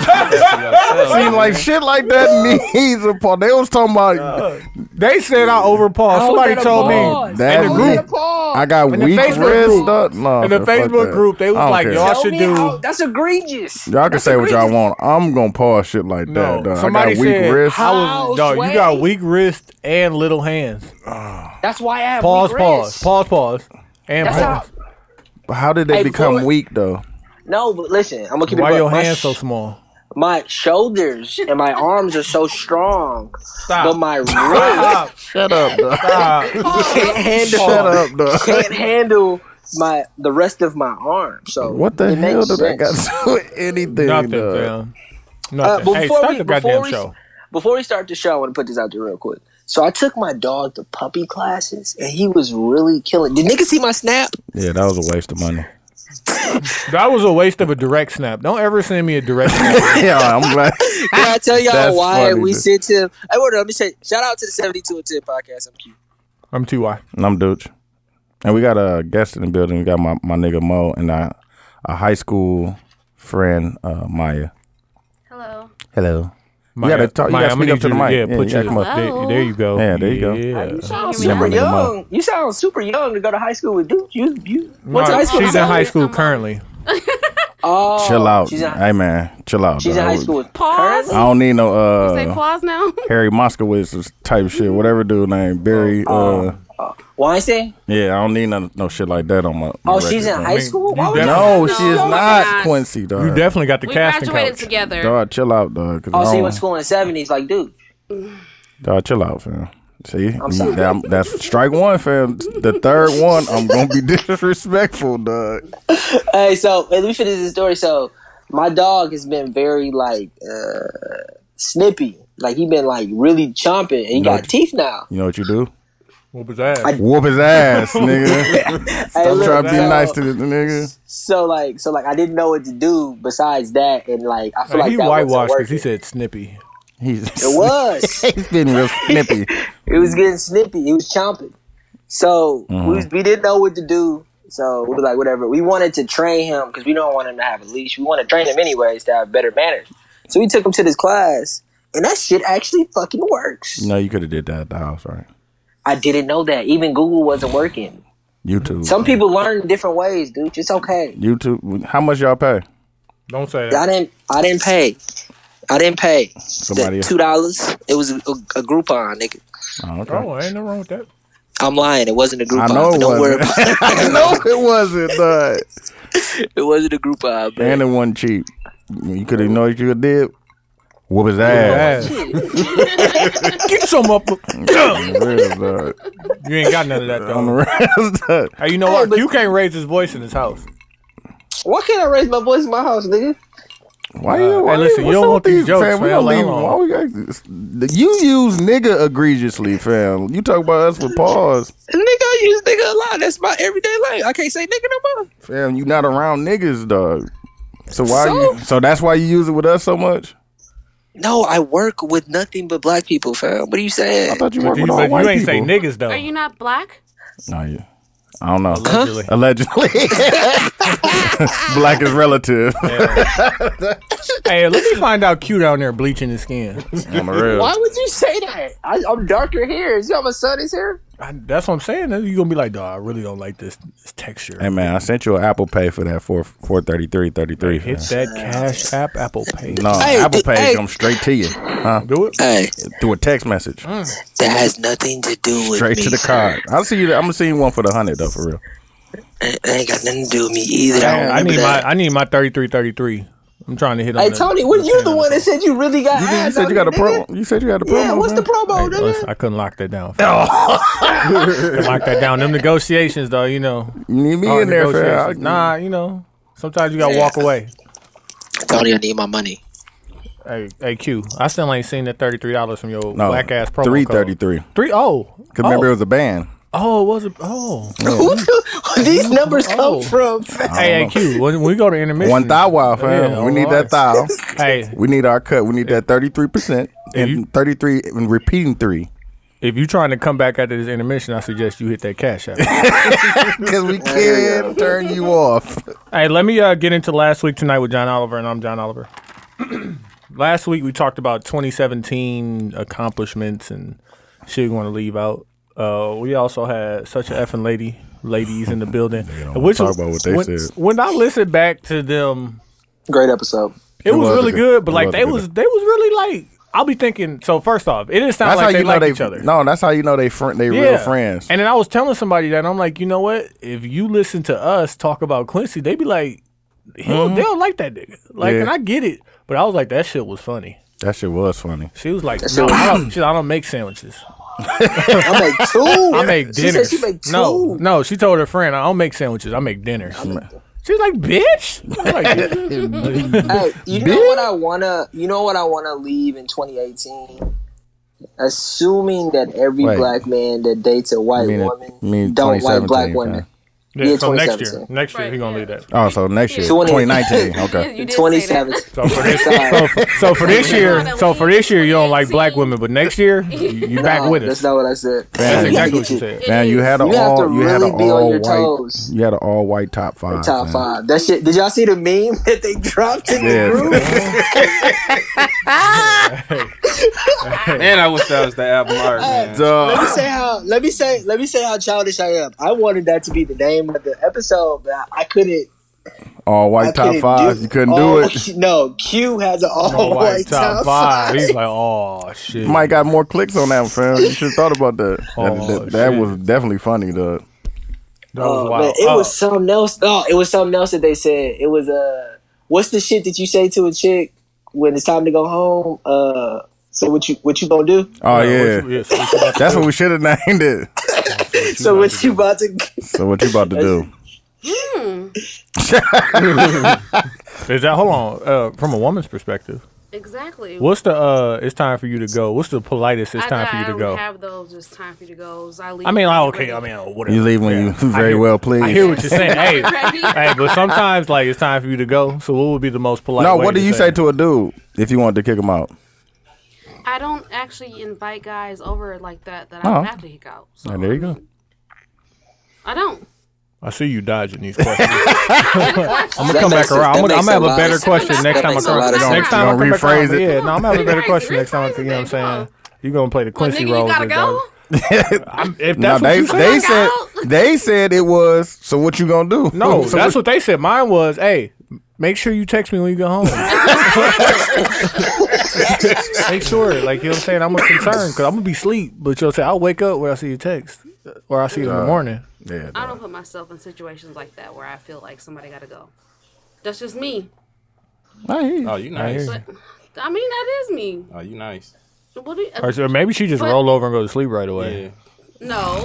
Speaker 2: Seem like shit like that [LAUGHS] needs a pause. They was talking about
Speaker 4: They said I overpaused. Somebody told me.
Speaker 2: Oh, that.
Speaker 4: In the group.
Speaker 2: I got
Speaker 4: In the
Speaker 2: weak
Speaker 4: Facebook
Speaker 2: wrist.
Speaker 4: group.
Speaker 2: dog. No,
Speaker 4: In the
Speaker 2: fuck that.
Speaker 4: Facebook group, they was
Speaker 2: I don't
Speaker 4: like,
Speaker 2: care.
Speaker 4: y'all
Speaker 8: Tell
Speaker 4: should
Speaker 8: me
Speaker 4: do-
Speaker 8: how- that's egregious.
Speaker 2: Y'all can
Speaker 8: That's
Speaker 2: say what y'all
Speaker 8: egregious.
Speaker 2: want. I'm gonna pause shit like
Speaker 4: No,
Speaker 2: that. dog. I got
Speaker 4: somebody
Speaker 2: weak
Speaker 4: said
Speaker 2: wrist.
Speaker 4: I was.
Speaker 8: How,
Speaker 4: No, you got
Speaker 8: Sway?
Speaker 4: weak wrist and little hands.
Speaker 2: Ah.
Speaker 8: That's why I have
Speaker 4: Pause.
Speaker 8: weak
Speaker 4: Pause.
Speaker 8: wrists.
Speaker 4: Pause. Pause. And
Speaker 8: That's how.
Speaker 4: pause.
Speaker 2: How did they
Speaker 8: Hey,
Speaker 2: become
Speaker 8: before-
Speaker 2: weak though?
Speaker 8: No, but listen, I'm gonna keep
Speaker 4: Why
Speaker 8: it. a buck.
Speaker 4: your
Speaker 8: my,
Speaker 4: hands
Speaker 8: sh-
Speaker 4: so small?
Speaker 8: my shoulders and my arms are so strong,
Speaker 4: Stop.
Speaker 8: but my wrist
Speaker 2: Shut up, dog. [LAUGHS]
Speaker 4: Stop.
Speaker 8: can't handle
Speaker 2: Shut up, dog.
Speaker 8: can't handle my the rest of my arm. So
Speaker 2: What the
Speaker 8: it
Speaker 2: hell
Speaker 8: makes
Speaker 2: did that got
Speaker 8: sense.
Speaker 2: to do with anything?
Speaker 4: Nothing,
Speaker 2: dog?
Speaker 4: fam.
Speaker 2: [LAUGHS]
Speaker 8: Uh,
Speaker 4: Nothing.
Speaker 8: before
Speaker 4: hey, start
Speaker 8: we,
Speaker 4: the
Speaker 8: before
Speaker 4: goddamn
Speaker 8: we,
Speaker 4: show.
Speaker 8: Before we start the show, I want to put this out there real quick. So I took my dog to puppy classes, and he was really killing. Did niggas see my snap?
Speaker 2: Yeah, that was a waste of money. [LAUGHS]
Speaker 4: That was a waste of a direct snap. Don't ever send me
Speaker 2: [LAUGHS]
Speaker 4: a direct snap.
Speaker 2: yeah, I'm glad.
Speaker 8: Can I tell y'all
Speaker 2: That's
Speaker 8: why
Speaker 2: funny,
Speaker 8: we
Speaker 2: dude.
Speaker 8: sent him? Hey, word up, let me say, shout out to the 72 and 10 podcast. I'm cute.
Speaker 4: I'm TY.
Speaker 2: And I'm Dooch. And we got a guest in the building. We got my, my nigga Mo and I, a high school friend, uh, Maya.
Speaker 6: Hello.
Speaker 2: Hello.
Speaker 4: My,
Speaker 2: gotta talk- you gotta
Speaker 4: I'ma
Speaker 2: speak up
Speaker 4: need
Speaker 2: to the
Speaker 4: you
Speaker 2: mic.
Speaker 4: Yeah,
Speaker 2: Yeah,
Speaker 4: put
Speaker 2: you
Speaker 4: your
Speaker 2: gotta come
Speaker 6: up.
Speaker 4: There, there you go.
Speaker 2: Yeah, there you go.
Speaker 4: Yeah.
Speaker 6: Can you hear
Speaker 2: Yeah,
Speaker 6: me
Speaker 8: Super
Speaker 2: my
Speaker 6: now?
Speaker 2: nigga Mo.
Speaker 8: young. You sound super young to go to high school with dudes. You, you. What's
Speaker 4: No,
Speaker 8: high school?
Speaker 4: She's in
Speaker 6: I'm
Speaker 4: high
Speaker 6: older.
Speaker 4: school
Speaker 6: I'm older.
Speaker 4: currently.
Speaker 8: Oh,
Speaker 2: chill out.
Speaker 8: She's in,
Speaker 2: hey, man. Chill out.
Speaker 8: she's in
Speaker 2: dog.
Speaker 8: high school with
Speaker 6: Pause.
Speaker 2: I don't need no
Speaker 6: Say
Speaker 2: uh,
Speaker 6: pause now. [LAUGHS]
Speaker 2: Harry Moskowitz type shit. Whatever dude named Barry.
Speaker 8: Oh,
Speaker 2: Uh,
Speaker 8: Weinstein.
Speaker 2: yeah, I don't need no, no shit like that on my. my
Speaker 8: Oh, she's
Speaker 2: record, fam.
Speaker 8: in high school. oh Why
Speaker 4: you
Speaker 8: would
Speaker 2: No,
Speaker 4: definitely-
Speaker 2: she is
Speaker 6: No,
Speaker 2: not
Speaker 6: not.
Speaker 2: Quincy, dog.
Speaker 4: You definitely got the
Speaker 6: We
Speaker 4: casting
Speaker 6: graduated
Speaker 4: couch.
Speaker 6: together.
Speaker 2: Dog, chill out, dog. 'cause I
Speaker 8: Oh, so
Speaker 2: don't-
Speaker 8: you went to school in the seventies, like, dude.
Speaker 2: Dog, chill out, fam. See, You-
Speaker 8: sorry.
Speaker 2: that- that's strike one, fam. The third one, I'm gonna be [LAUGHS] disrespectful, dog.
Speaker 8: Hey, so hey, let me finish this story. So, my dog has been very like uh, snippy. Like he been like really chomping, and he
Speaker 2: No.
Speaker 8: got teeth now.
Speaker 2: You know what you do?
Speaker 4: What was that?
Speaker 8: I-
Speaker 2: Whoop his
Speaker 8: [LAUGHS]
Speaker 2: ass, nigga.
Speaker 8: Hey,
Speaker 2: Stop
Speaker 8: look,
Speaker 2: trying to be
Speaker 8: so-
Speaker 2: nice to this nigga.
Speaker 8: So like, so like, I didn't know what to do besides that, and like, I feel
Speaker 4: Like,
Speaker 8: like
Speaker 4: he
Speaker 8: that wasn't
Speaker 4: whitewashed
Speaker 8: working.
Speaker 4: because he said snippy.
Speaker 2: He's
Speaker 8: It [LAUGHS] was.
Speaker 2: he's being real snippy.
Speaker 8: It was getting snippy. He was chomping. So
Speaker 2: Mm-hmm.
Speaker 8: we, was, we didn't know what to do. So we were like, whatever. We wanted to train him because we don't want him to have a leash. We want to train him anyways to have better manners. So we took him to this class, and that shit actually fucking works.
Speaker 2: No, you could have did that at the house, right?
Speaker 8: I didn't know that. Even Google wasn't working.
Speaker 2: YouTube.
Speaker 8: Some people learn different ways, dude. It's okay.
Speaker 2: YouTube. How much y'all pay?
Speaker 4: Don't say
Speaker 8: I
Speaker 4: that.
Speaker 8: didn't. I didn't pay. I didn't pay.
Speaker 2: Somebody-
Speaker 8: The Two dollars. It was a, a Groupon, nigga.
Speaker 2: Oh, okay.
Speaker 4: [LAUGHS] Oh, ain't no wrong with that.
Speaker 8: I'm lying. It wasn't a
Speaker 2: I
Speaker 8: Groupon.
Speaker 2: know
Speaker 8: but
Speaker 2: it
Speaker 8: don't worry
Speaker 2: wasn't.
Speaker 8: about it.
Speaker 2: I know it wasn't. But
Speaker 8: It wasn't a Groupon. But
Speaker 2: and it wasn't cheap. You could have known what you did. Whoop his ass.
Speaker 4: [LAUGHS] Get some up.
Speaker 2: On the real, dog.
Speaker 4: [LAUGHS]
Speaker 2: [LAUGHS]
Speaker 4: You ain't got none of that
Speaker 2: On the
Speaker 4: though.
Speaker 2: real, dog.
Speaker 4: Hey, you know what? you can't raise his voice in his house.
Speaker 8: Why can't I raise my voice in my house, nigga?
Speaker 2: Why you? Why
Speaker 4: hey, listen,
Speaker 2: what's
Speaker 4: you don't
Speaker 2: up
Speaker 4: want
Speaker 2: with
Speaker 4: these jokes,
Speaker 2: We
Speaker 4: man.
Speaker 2: don't
Speaker 4: Like,
Speaker 2: leave.
Speaker 4: hold
Speaker 2: Why
Speaker 4: on.
Speaker 2: we got- you use nigga egregiously, fam. You talk about us with pause,
Speaker 8: Nigga, I use nigga a lot. That's my everyday life. I can't say nigga no more.
Speaker 2: fam. You not around niggas, dog. So why?
Speaker 8: So?
Speaker 2: You, so that's why you use it with us so much.
Speaker 8: No, I work with nothing but black people, fam. What are you saying?
Speaker 2: I thought you
Speaker 4: But
Speaker 2: worked
Speaker 4: you,
Speaker 2: with all
Speaker 4: but
Speaker 2: white
Speaker 4: you ain't say
Speaker 2: people.
Speaker 4: niggas though.
Speaker 6: Are you not black?
Speaker 2: No, yeah. I don't know.
Speaker 4: Allegedly. [LAUGHS]
Speaker 2: Allegedly. Black is relative.
Speaker 4: hey, let me find out Q down there bleaching his skin.
Speaker 2: On the real.
Speaker 8: Why would you say that? I, I'm darker here. Is y'all my son is here?
Speaker 4: I, that's what I'm saying. You gonna be like, dog, I really don't like this, this texture.
Speaker 2: Hey man, I sent you an Apple Pay for that four four thirty three thirty three.
Speaker 4: Hit that Cash App, Apple Pay.
Speaker 2: No,
Speaker 8: Hey,
Speaker 2: Apple
Speaker 8: d-
Speaker 2: Pay
Speaker 8: hey.
Speaker 2: comes straight to you. Huh?
Speaker 4: Do it.
Speaker 8: Hey,
Speaker 2: Through a text message.
Speaker 8: Mm, that has nothing to do with
Speaker 2: Straight
Speaker 8: me.
Speaker 2: to the card. I'll see you I'm gonna see you one for the hundred though for real.
Speaker 8: That ain't got nothing to do with me either. I, don't
Speaker 4: I need
Speaker 8: remember
Speaker 4: my
Speaker 8: that.
Speaker 4: I need my 3333. I'm trying to hit on
Speaker 8: Hey
Speaker 4: that.
Speaker 8: Tony, what you the one that said you really got
Speaker 2: You, did- you
Speaker 8: ads?
Speaker 2: said
Speaker 8: out
Speaker 2: you got a
Speaker 8: here,
Speaker 2: promo.
Speaker 8: nigga?
Speaker 2: You said you got a promo. oh,
Speaker 8: Yeah, what's the
Speaker 2: man?
Speaker 8: promo,
Speaker 4: Hey,
Speaker 8: nigga?
Speaker 4: listen, I couldn't lock that down. Couldn't lock that down. Them negotiations, though, you know.
Speaker 2: You need me
Speaker 4: hard
Speaker 2: in there, fam. I-
Speaker 4: negotiations. Nah, you know. Sometimes you gotta walk away.
Speaker 8: Tony, I need my money.
Speaker 4: Hey, hey, Q. I still ain't seen that thirty three dollars from your
Speaker 2: No,
Speaker 4: black ass promo
Speaker 2: Three
Speaker 4: code.
Speaker 2: thirty three.
Speaker 4: Three oh.
Speaker 2: Cause
Speaker 4: oh.
Speaker 2: remember it was a band.
Speaker 4: oh, it was a oh.
Speaker 8: [LAUGHS] Who the- These numbers
Speaker 4: Oh.
Speaker 8: come from?
Speaker 4: Hey, hey, Q. When when we go to intermission,
Speaker 2: One thou wow, fam.
Speaker 4: Yeah,
Speaker 2: we need that thou.
Speaker 4: alright. [LAUGHS] Hey,
Speaker 2: We need our cut. We need that thirty three percent
Speaker 4: you-
Speaker 2: and thirty three and repeating three.
Speaker 4: if you trying to come back after this intermission, I suggest you hit that cash out.
Speaker 2: Cause we can't turn you off.
Speaker 4: Hey, let me uh, get into last week tonight with John Oliver, and I'm John Oliver. [CLEARS THROAT] last week we talked about 2017 accomplishments and shit we want to leave out. Uh, we also had such an effing lady, ladies in the building.
Speaker 2: wanna talk about what [LAUGHS] they
Speaker 4: when,
Speaker 2: said.
Speaker 4: When I listened back to them,
Speaker 8: Great episode.
Speaker 4: it, was,
Speaker 2: was a
Speaker 4: really
Speaker 2: good-
Speaker 4: good, but
Speaker 2: it
Speaker 4: like
Speaker 2: was a
Speaker 4: they
Speaker 2: good
Speaker 4: was they was really like I'll be thinking. So first off, it didn't sound
Speaker 2: That's
Speaker 4: like
Speaker 2: how
Speaker 4: they
Speaker 2: you know
Speaker 4: like
Speaker 2: they
Speaker 4: each other.
Speaker 2: No, that's how you know they friend. They real friends.
Speaker 4: And then I was telling somebody that I'm like, you know what? If you listen to us talk about Quincy, they be like, he don't, they don't like that nigga. Like,
Speaker 2: Mm-hmm. Yeah.
Speaker 4: and I get it, but I was like, that shit was funny.
Speaker 2: that shit was funny.
Speaker 4: She was like, no,
Speaker 8: shit
Speaker 4: I don't, she, I don't make sandwiches.
Speaker 8: I [LAUGHS] make two.
Speaker 4: I make
Speaker 8: She said
Speaker 4: dinners.
Speaker 8: she make two.
Speaker 4: No, no, she told her friend, I don't make sandwiches. I make dinners. She was like, bitch. I was
Speaker 8: [LAUGHS]
Speaker 4: like,
Speaker 8: Hey, you know what I wanna? You know what I wanna leave in 2018? Assuming that every
Speaker 2: Wait.
Speaker 8: black man that dates a white
Speaker 2: mean it-
Speaker 8: woman
Speaker 2: mean
Speaker 8: don't like
Speaker 2: 2017,
Speaker 8: black
Speaker 2: yeah.
Speaker 8: women.
Speaker 4: yeah,
Speaker 8: Yeah,
Speaker 4: so next year,
Speaker 8: 2017.
Speaker 4: next year,
Speaker 6: Right,
Speaker 4: he gonna
Speaker 6: yeah.
Speaker 4: leave that.
Speaker 2: Oh, so next year,
Speaker 8: Twenty-
Speaker 2: twenty
Speaker 8: [LAUGHS]
Speaker 2: nineteen. Okay.
Speaker 6: You did say that.
Speaker 4: [LAUGHS]
Speaker 8: 2017.
Speaker 4: So for this,
Speaker 8: [LAUGHS] Sorry.
Speaker 4: so, so for this year,
Speaker 6: Not
Speaker 4: so
Speaker 6: at
Speaker 4: for this year, you don't like
Speaker 6: 2018.
Speaker 4: black women, but next
Speaker 6: [LAUGHS]
Speaker 4: year, you, you back
Speaker 8: No,
Speaker 4: with
Speaker 8: That's
Speaker 4: us.
Speaker 8: not what I said.
Speaker 4: That's
Speaker 2: Yeah,
Speaker 4: exactly
Speaker 2: you-
Speaker 4: what you said.
Speaker 2: Man, you had a
Speaker 8: You have
Speaker 2: all.
Speaker 8: to
Speaker 2: you had an
Speaker 8: really be on
Speaker 2: all
Speaker 8: your
Speaker 2: white.
Speaker 4: [LAUGHS]
Speaker 8: toes.
Speaker 2: You had an all white top five.
Speaker 8: Top
Speaker 2: man.
Speaker 8: five. That shit. Did y'all see the meme [LAUGHS] that they dropped in
Speaker 2: Yeah.
Speaker 8: the group?
Speaker 1: Man, I wish that was the album art, man.
Speaker 8: Let me
Speaker 2: Duh.
Speaker 8: say how. Let me say. Let me say how childish I am. I wanted that to be the name of the episode, but I, I couldn't.
Speaker 2: All
Speaker 8: I
Speaker 2: white top
Speaker 8: couldn't
Speaker 2: five. You couldn't do
Speaker 8: all-
Speaker 2: [LAUGHS] it.
Speaker 8: No, [LAUGHS] Q has an
Speaker 4: [LAUGHS] Oh,
Speaker 8: all-white
Speaker 4: white top five. He's like, oh shit.
Speaker 2: Mike got more clicks on that one, fam. You should have thought about that. That-
Speaker 4: Oh,
Speaker 2: that, that
Speaker 4: shit.
Speaker 2: was definitely funny, though.
Speaker 4: that
Speaker 8: Oh, man, it was something else. Oh, it was something else that they said. It was uh, what's the shit that you say to a chick when it's time to go home? Uh, so what you what you gonna do?
Speaker 2: Oh
Speaker 4: Yeah,
Speaker 2: yeah,
Speaker 4: what you- yeah, so what you about to
Speaker 2: that's
Speaker 4: do?
Speaker 2: what we should have [LAUGHS] named it.
Speaker 8: so what you about to?
Speaker 2: So what you about to do?
Speaker 4: Is that hold on? Uh, from a woman's perspective,
Speaker 6: Exactly.
Speaker 4: what's the uh? It's time for you to go. What's the politest? It's
Speaker 6: I,
Speaker 4: time
Speaker 6: I
Speaker 4: for you to
Speaker 6: don't
Speaker 4: go.
Speaker 6: have those. It's time for you to go. I, leave
Speaker 4: I mean, like,
Speaker 6: when
Speaker 4: okay.
Speaker 6: you're
Speaker 4: I
Speaker 6: ready.
Speaker 4: mean, uh, whatever.
Speaker 2: You leave when you [LAUGHS] very
Speaker 4: hear-
Speaker 2: well pleased.
Speaker 4: I hear what you're saying. hey,
Speaker 6: [LAUGHS] Ready?
Speaker 4: hey, but sometimes like it's time for you to go. So what would be the most polite?
Speaker 2: No,
Speaker 4: way
Speaker 2: what do
Speaker 4: to
Speaker 2: you say
Speaker 4: it?
Speaker 2: to a dude if you wanted to kick him out?
Speaker 6: I don't actually invite guys over like that that
Speaker 2: Oh.
Speaker 6: I have to kick out. So
Speaker 2: Oh, there you go.
Speaker 6: I
Speaker 4: [LAUGHS]
Speaker 6: don't.
Speaker 4: I see you dodging these questions. I'm gonna
Speaker 8: That
Speaker 4: come
Speaker 8: makes
Speaker 4: back
Speaker 8: a-
Speaker 4: around.
Speaker 8: that
Speaker 4: I'm gonna, I'm gonna
Speaker 8: makes a
Speaker 4: have a
Speaker 8: lot
Speaker 4: better
Speaker 8: of
Speaker 4: question
Speaker 6: sense.
Speaker 4: next
Speaker 6: That
Speaker 4: time I
Speaker 6: makes a
Speaker 4: come.
Speaker 6: lot of sense.
Speaker 4: Next time I
Speaker 2: Don't
Speaker 4: come back
Speaker 2: rephrase it.
Speaker 4: around. Yeah, no, I'm gonna have a better
Speaker 6: Rephrase
Speaker 4: question
Speaker 6: it,
Speaker 4: next time. I
Speaker 6: rephrase
Speaker 4: You know what I'm
Speaker 6: it,
Speaker 4: saying?
Speaker 6: baby.
Speaker 4: You gonna play the
Speaker 6: Well,
Speaker 4: Quincy
Speaker 6: nigga, you
Speaker 4: role?
Speaker 6: gotta
Speaker 4: with it,
Speaker 6: go.
Speaker 4: dog. I'm- If
Speaker 2: No,
Speaker 4: that's what
Speaker 2: they they
Speaker 4: you said.
Speaker 2: said
Speaker 6: oh,
Speaker 2: they said it was. So what you gonna do?
Speaker 4: No,
Speaker 2: [LAUGHS] So
Speaker 4: that's what they said. Mine was, hey, make sure you text me when you get home. make sure, like you know what I'm saying. I'm a concern because I'm gonna be asleep, but you'll say I'll wake up when I see your text uh, or I see it in the morning.
Speaker 2: Yeah,
Speaker 6: I don't put myself in situations like that where I feel like somebody gotta go. That's just me.
Speaker 2: I hear you.
Speaker 1: Oh, you nice.
Speaker 6: But I mean, that is me.
Speaker 1: Oh, you nice.
Speaker 6: What do you,
Speaker 4: Or, or maybe she just
Speaker 6: But-
Speaker 4: roll over and go to sleep right away.
Speaker 1: Yeah.
Speaker 2: [LAUGHS]
Speaker 6: no,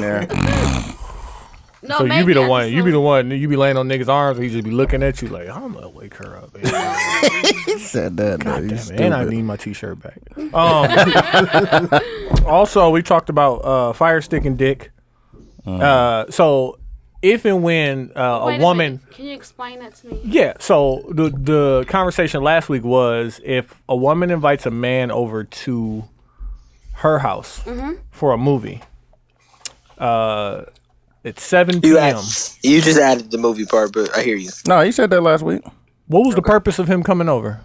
Speaker 2: Yeah.
Speaker 6: no.
Speaker 4: So you
Speaker 6: maybe
Speaker 4: be the
Speaker 6: I
Speaker 4: one.
Speaker 6: just
Speaker 4: You be the
Speaker 6: don't-
Speaker 4: one. You be laying on niggas' arms, and he just be looking at you like, I'm gonna wake her up. baby."
Speaker 2: he said that. though. You
Speaker 4: Damn, and I
Speaker 2: stupid.
Speaker 4: need my t-shirt back. [LAUGHS] Um, also, we talked about uh, fire stick and dick.
Speaker 2: Mm.
Speaker 4: Uh, so, if and when uh, a
Speaker 6: Wait minute.
Speaker 4: woman,
Speaker 6: Can you explain that to me?
Speaker 4: yeah. So the the conversation last week was if a woman invites a man over to her house
Speaker 6: Mm-hmm.
Speaker 4: for a movie. Uh, it's seven
Speaker 8: You,
Speaker 4: p.m.
Speaker 8: add, you just added the movie part, but I hear you.
Speaker 2: No, he said that last week.
Speaker 4: What was the purpose of him coming over?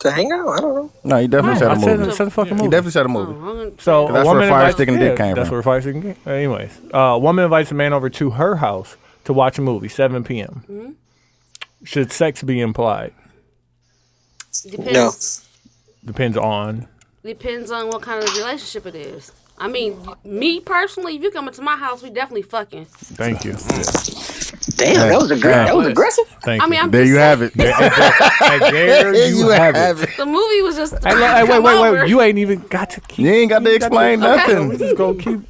Speaker 8: To hang out, I don't know.
Speaker 2: No, he definitely said a
Speaker 4: I said,
Speaker 2: movie.
Speaker 4: I said the fucking
Speaker 2: He
Speaker 4: movie.
Speaker 2: definitely said a movie.
Speaker 6: Oh,
Speaker 4: So
Speaker 2: That's
Speaker 4: a
Speaker 2: where
Speaker 4: woman
Speaker 2: Fire
Speaker 4: invites-
Speaker 2: Stick and Dick came
Speaker 4: That's
Speaker 2: from.
Speaker 4: where fire stick and dick. Anyways, uh, a woman invites a man over to her house to watch a movie, 7 p.m.
Speaker 6: Mm-hmm.
Speaker 4: Should sex be implied?
Speaker 8: No.
Speaker 6: depends.
Speaker 4: Depends on.
Speaker 6: Depends on what kind of relationship it is. I mean, me personally, if you come into my house, we definitely fucking.
Speaker 4: Thank
Speaker 6: [LAUGHS]
Speaker 4: you.
Speaker 8: Damn, that was aggressive. That was aggressive.
Speaker 4: Thank
Speaker 6: I mean,
Speaker 4: you.
Speaker 6: I'm
Speaker 2: There
Speaker 6: just
Speaker 2: you
Speaker 6: saying,
Speaker 2: have it. There
Speaker 4: I
Speaker 6: [LAUGHS]
Speaker 4: dare you,
Speaker 2: you
Speaker 4: have,
Speaker 2: have
Speaker 4: it.
Speaker 2: it.
Speaker 6: The movie was just.
Speaker 4: Hey,
Speaker 6: [LAUGHS]
Speaker 4: look, hey, wait, wait, wait. You ain't even got to keep.
Speaker 2: You ain't got to explain
Speaker 4: We
Speaker 2: nothing
Speaker 4: just gonna keep.